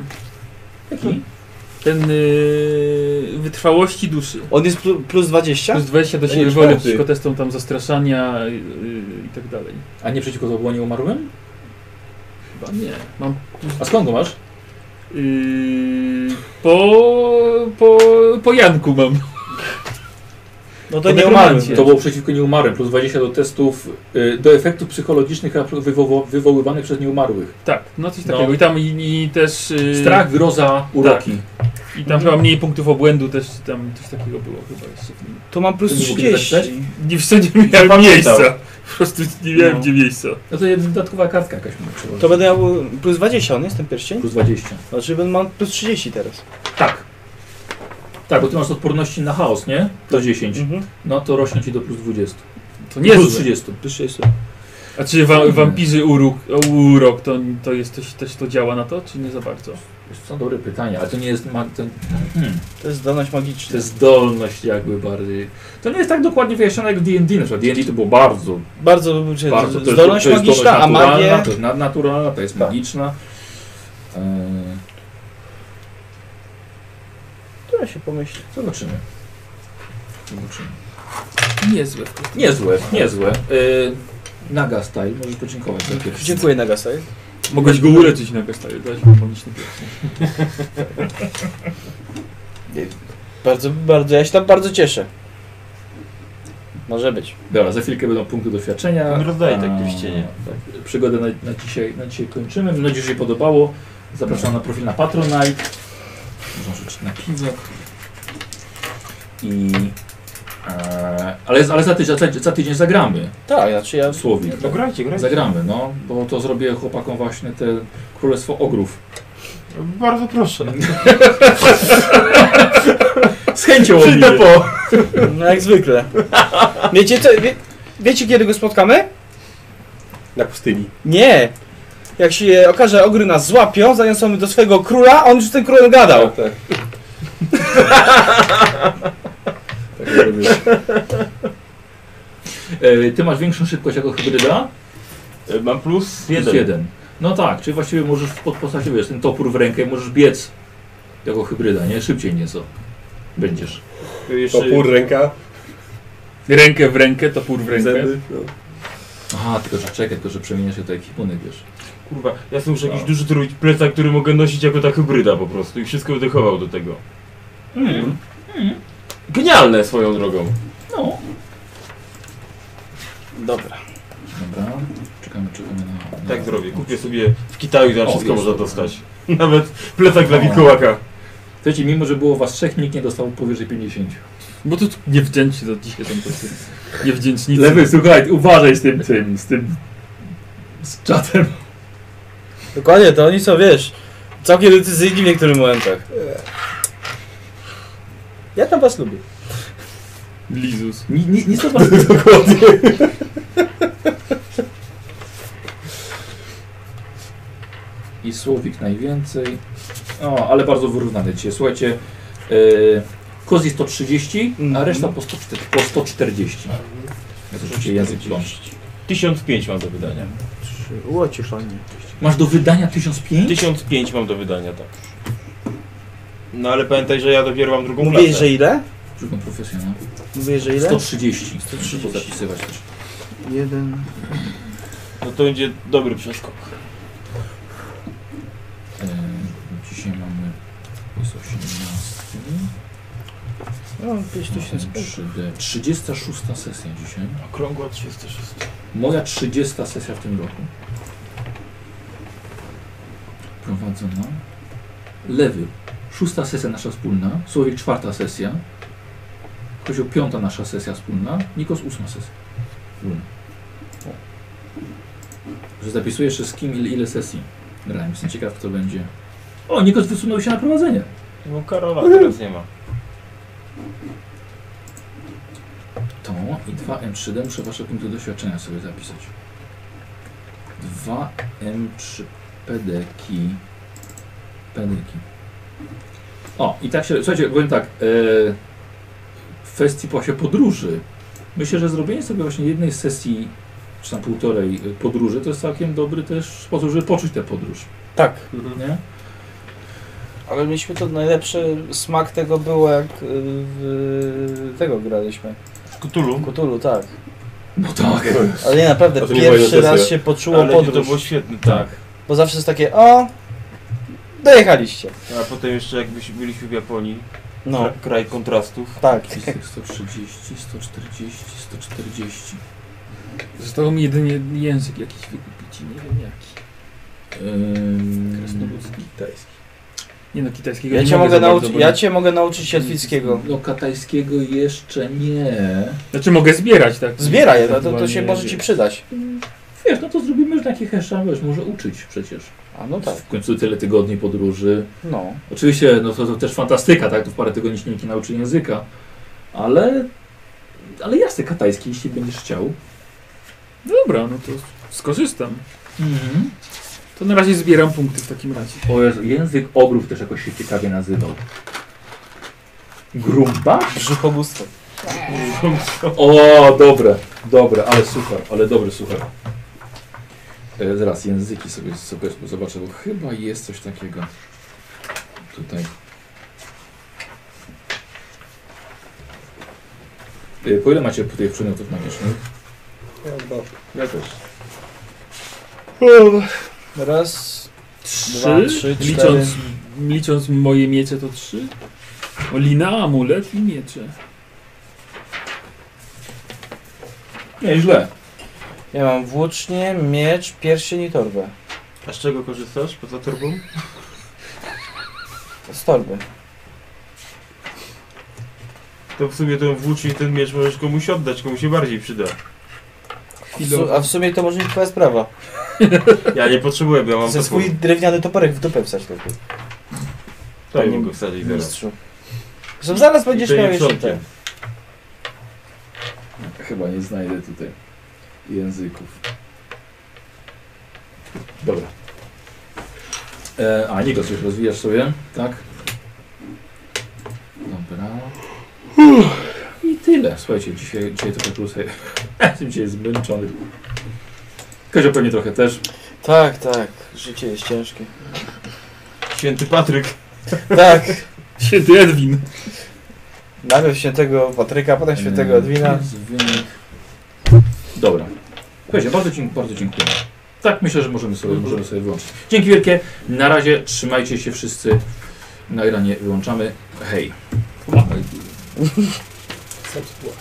Speaker 2: Jaki?
Speaker 15: Ten yy, wytrwałości duszy.
Speaker 1: On jest plu- plus 20?
Speaker 15: Plus 20 do
Speaker 6: Tak? Ja
Speaker 15: siebie
Speaker 6: nie
Speaker 15: woli,
Speaker 6: wiem, ty.
Speaker 15: przeciwko testom tam zastraszania yy, i tak dalej.
Speaker 2: A nie przeciwko to było nieumarłym?
Speaker 15: Chyba nie. Mam
Speaker 2: A skąd go masz?
Speaker 15: Yy, po, po, po Janku mam.
Speaker 1: No to
Speaker 15: To
Speaker 1: nie umarłem.
Speaker 15: nekromancja.
Speaker 2: To tak było przeciwko nieumarłym, plus 20 do testów, y, do efektów psychologicznych na przykład wywoło- wywoływanych przez nieumarłych.
Speaker 15: Tak, no coś
Speaker 2: No.
Speaker 15: takiego. I tam i, i też.
Speaker 1: Y,
Speaker 15: Yy,
Speaker 2: Strach, groza,
Speaker 1: tak.
Speaker 2: uroki.
Speaker 15: I tam chyba mniej punktów obłędu też tam coś takiego było chyba jeszcze w nim.
Speaker 1: To mam plus
Speaker 2: To nie było kiedy
Speaker 1: 30.
Speaker 7: Nie wszędzie miałem
Speaker 5: Zapamiętał.
Speaker 7: miejsca. Po prostu nie miałem
Speaker 15: No.
Speaker 7: gdzie miejsca.
Speaker 2: No to jest dodatkowa kartka jakaś mi przychodzi.
Speaker 1: To będę miał y, plus 20, on jest ten pierścień?
Speaker 2: Plus 20.
Speaker 1: Znaczy będę mam plus 30 teraz.
Speaker 2: Tak. Tak, bo ty masz odporności na chaos, nie? Do 10.
Speaker 1: Mhm.
Speaker 2: No to rośnie ci do plus 20.
Speaker 15: To nie
Speaker 2: plus
Speaker 15: jest.
Speaker 2: 30.
Speaker 1: Plus 30.
Speaker 15: A czy wa wampirzy urok, urok to, to jest też, też to działa na to, czy nie za bardzo?
Speaker 2: To są dobre pytania, ale to nie jest... Ma- to, hmm.
Speaker 1: To jest zdolność
Speaker 2: To
Speaker 1: magiczna.
Speaker 2: jest zdolność jakby bardziej... To nie jest tak dokładnie wyjaśnione jak w D&D. Na przykład D&D to było bardzo
Speaker 1: Bardzo, bardzo
Speaker 2: Bardzo, to jest-
Speaker 1: zdolność
Speaker 2: to jest
Speaker 1: magiczna,
Speaker 2: zdolność
Speaker 1: a
Speaker 2: naturalna,
Speaker 1: magię...
Speaker 2: To jest nadnaturalna, to jest
Speaker 1: Tak.
Speaker 2: magiczna. Eee,
Speaker 1: Która się pomyśli?
Speaker 2: zobaczymy. zobaczymy.
Speaker 15: Niezłe.
Speaker 2: Niezłe, niezłe. Eee, naga style, możesz podziękować za pierwszy.
Speaker 1: Dziękuję Nagasaj.
Speaker 15: Mogłeś go uleczyć na Gestaje, dać mu magiczny pierścień.
Speaker 1: Bardzo, bardzo, ja się tam bardzo cieszę. Może być.
Speaker 2: Dobra, za chwilkę będą punkty doświadczenia.
Speaker 5: Tam rozdaję tak
Speaker 2: Eee,
Speaker 5: pierścienie.
Speaker 2: tak, Przygodę na, na, dzisiaj, na dzisiaj kończymy. Mam nadzieję, że się podobało. Zapraszam na profil na Patronite. Można rzucić na piwo. I... eee, ale, ale za, tydzień, za, za tydzień zagramy
Speaker 1: Tak, znaczy ja...
Speaker 2: słowik.
Speaker 5: No grajcie, grajcie.
Speaker 2: Zagramy, no, bo to zrobię chłopakom właśnie te Królestwo Ogrów.
Speaker 5: Bardzo proszę.
Speaker 2: Z chęcią obiję.
Speaker 1: No jak zwykle. Wiecie co, wie, wiecie kiedy go spotkamy?
Speaker 6: Na pustyni.
Speaker 1: Nie. Jak się okaże, ogry nas złapią, zaniosą do swojego króla, a on już z tym królem gadał.
Speaker 6: tak. tak robię.
Speaker 2: E, ty masz większą szybkość jako hybryda?
Speaker 5: E, Mam plus
Speaker 2: Plus
Speaker 5: jeden.
Speaker 2: jeden. No tak, czyli właściwie możesz pod postacią, wiesz, ten topór w rękę, możesz biec jako hybryda, nie? Szybciej nieco będziesz.
Speaker 5: E, Jeszcze
Speaker 6: Topór, ręka,
Speaker 3: Rękę w rękę, topór w rękę.
Speaker 6: zęby. No.
Speaker 2: Aha, tylko że czekaj, tylko że przemieniasz się tutaj ekwipunek, wiesz.
Speaker 5: Kurwa, ja sobie muszę jakiś duży trój plecak, który mogę nosić jako ta hybryda po prostu i wszystko będę chował do tego. Hmm.
Speaker 2: Mm.
Speaker 5: Genialne swoją drogą.
Speaker 2: No.
Speaker 1: Dobra.
Speaker 2: Dobra, czekamy, czekamy na... na
Speaker 5: Tak zrobię. Kupię sobie w Kitaju, tam
Speaker 2: O,
Speaker 5: wszystko
Speaker 2: jest.
Speaker 5: można dostać. Nawet plecak dla Wikołaka.
Speaker 2: Słuchajcie, mimo że było was trzech, nikt nie dostał powyżej 50.
Speaker 3: Bo tu niewdzięczni to dzisiaj tam tacy. Niewdzięcznicy.
Speaker 2: Lewy, słuchaj, uważaj z tym, tym, z tym... z czatem.
Speaker 1: Dokładnie, to oni są, wiesz, całkiem decyzyjni w niektórych momentach. E, Ja tam was lubię.
Speaker 3: Lizus.
Speaker 2: Ni, ni, nic od was I słowik najwięcej. O, ale bardzo wyrównany dzisiaj. Słuchajcie, yy, Kozi 130, a
Speaker 1: Mhm.
Speaker 2: reszta po, 104, po 140. Jak oczywiście język plącz.
Speaker 5: 1005 mam do wydania.
Speaker 1: Łocie fajnie.
Speaker 2: Masz do wydania 1005?
Speaker 5: 1005 mam do wydania, tak. No ale pamiętaj, że ja dopiero mam drugą
Speaker 1: Mówiłeś,
Speaker 5: klasę.
Speaker 1: że ile?
Speaker 2: Drugą profesję, no.
Speaker 1: Mówiłeś, że ile?
Speaker 2: 130. 130. Muszę zapisywać też.
Speaker 1: Jeden.
Speaker 5: No to będzie dobry przeskok.
Speaker 2: Yy, dzisiaj mamy... Jest 18.
Speaker 1: No, gdzieś tu się
Speaker 2: Ten 3D. 36 sesja dzisiaj.
Speaker 5: Okrągła 306.
Speaker 2: Moja 30 sesja w tym roku. Prowadzona. Lewy. Szósta sesja nasza wspólna. Słowik czwarta sesja. Kozioł piąta nasza sesja wspólna. Nikos ósma sesja. Wspólna. O. Że zapisuję jeszcze z kim ile, ile sesji. Grałem. Jestem ciekaw kto będzie. O, Nikos wysunął się na prowadzenie.
Speaker 5: No Karola teraz nie ma.
Speaker 2: To i 2M3D muszę Wasze punkty doświadczenia sobie zapisać. 2M3 pedeki. Pedeki. O, i tak się. Słuchajcie, powiem tak. E, w kwestii właśnie podróży. Myślę, że zrobienie sobie właśnie jednej sesji, czy tam półtorej y, podróży, to jest całkiem dobry też sposób, żeby poczuć tę podróż.
Speaker 1: Tak.
Speaker 6: Mhm.
Speaker 2: Nie?
Speaker 1: Ale mieliśmy to najlepszy smak tego było jak y, w tego graliśmy.
Speaker 5: W Cthulhu?
Speaker 1: Kutulu, tak.
Speaker 2: No tak.
Speaker 1: Ale nie naprawdę
Speaker 6: A to nie
Speaker 1: pierwszy
Speaker 6: była
Speaker 1: raz
Speaker 6: sesja.
Speaker 1: się poczuło
Speaker 5: Ale nie, to
Speaker 1: podróż.
Speaker 5: było świetne, tak.
Speaker 1: Bo zawsze jest takie o dojechaliście.
Speaker 5: A potem jeszcze jakbyśmy byliśmy w Japonii,
Speaker 1: Tak. No,
Speaker 5: kra- kraj kontrastów.
Speaker 1: tak.
Speaker 2: 130, 140, 140.
Speaker 19: Zostało mi jedynie język jakiś wykupić i nie wiem jaki.
Speaker 2: Ym...
Speaker 19: Krasnoludzki. Kitajski. Nie no, kitajskiego
Speaker 1: Ja
Speaker 19: nie
Speaker 1: cię
Speaker 19: mogę
Speaker 1: mogę
Speaker 19: za bardzo,
Speaker 1: nauczyć,
Speaker 19: bo
Speaker 1: ja
Speaker 19: nie-
Speaker 1: cię mogę nauczyć jatwickiego.
Speaker 2: No katajskiego jeszcze nie.
Speaker 3: Znaczy mogę zbierać, tak?
Speaker 1: Zbieraj, no to, to, to się
Speaker 3: Ewentualnie
Speaker 1: może ci
Speaker 3: zbierać.
Speaker 1: przydać.
Speaker 2: Wiesz, no to zrobimy już taki hesza, wiesz, może uczyć przecież.
Speaker 1: A no tak,
Speaker 2: W końcu tyle tygodni podróży.
Speaker 1: no.
Speaker 2: Oczywiście, no to, to też fantastyka, tak? To w parę tygodni się nikt nie nauczy języka. Ale, ale jasne, katajski, jeśli będziesz chciał.
Speaker 3: Dobra, no to skorzystam.
Speaker 2: Mhm.
Speaker 3: To na razie zbieram punkty w takim razie.
Speaker 2: O Jezu, język obrów też jakoś się ciekawie nazywał. Grumbasz?
Speaker 1: Brzuchobóstwo.
Speaker 2: O, dobre, dobre, ale super, ale dobry super. E, zaraz języki sobie, sobie zobaczę, bo chyba jest coś takiego tutaj. E, po ile macie tutaj przedmiotów na wierzchu?
Speaker 6: Chyba.
Speaker 5: Ja też.
Speaker 1: Raz,
Speaker 3: Trzy?
Speaker 1: Dwa, trzy, cztery.
Speaker 3: licząc, licząc moje miecze to trzy. O, lina, amulet i miecze.
Speaker 2: Nie, źle.
Speaker 1: ja mam włócznie, miecz, pierścień i torbę.
Speaker 5: A z czego korzystasz poza torbą?
Speaker 1: Z torby.
Speaker 5: To w sumie ten włócznie, ten miecz możesz komuś oddać, komu się bardziej przyda.
Speaker 1: W su- a w sumie to może być twoja sprawa.
Speaker 5: Ja nie potrzebuję, bo ja mam
Speaker 1: Ze
Speaker 5: topór.
Speaker 1: swój drewniany toporek w dupę wsać lepiej,
Speaker 5: To nie mogę wsadzić teraz.
Speaker 1: mistrzu. Zresztą zaraz będziesz
Speaker 5: I to nie
Speaker 1: miał jeszcze
Speaker 5: przodkiem.
Speaker 1: ten.
Speaker 2: Chyba nie znajdę tutaj języków. Dobra. E, a, Nikos, już rozwijasz sobie, tak? Dobra. I ty tyle. Słuchajcie, dzisiaj, dzisiaj trochę plusy. Jestem dzisiaj zmęczony. Kozio pewnie trochę też.
Speaker 1: Tak, tak. Życie jest ciężkie.
Speaker 6: Święty Patryk.
Speaker 1: Tak.
Speaker 3: Święty Edwin.
Speaker 1: Najpierw świętego Patryka, potem
Speaker 5: Mm.
Speaker 1: świętego Edwina.
Speaker 2: Mm, Jest wynik. Dobra. Słuchajcie, bardzo, dziękuję, bardzo dziękuję. Tak, myślę, że możemy sobie, możemy sobie wyłączyć. Dzięki wielkie. Na razie trzymajcie się wszyscy. Na Iranie wyłączamy. Hej.
Speaker 20: Sam spłacz.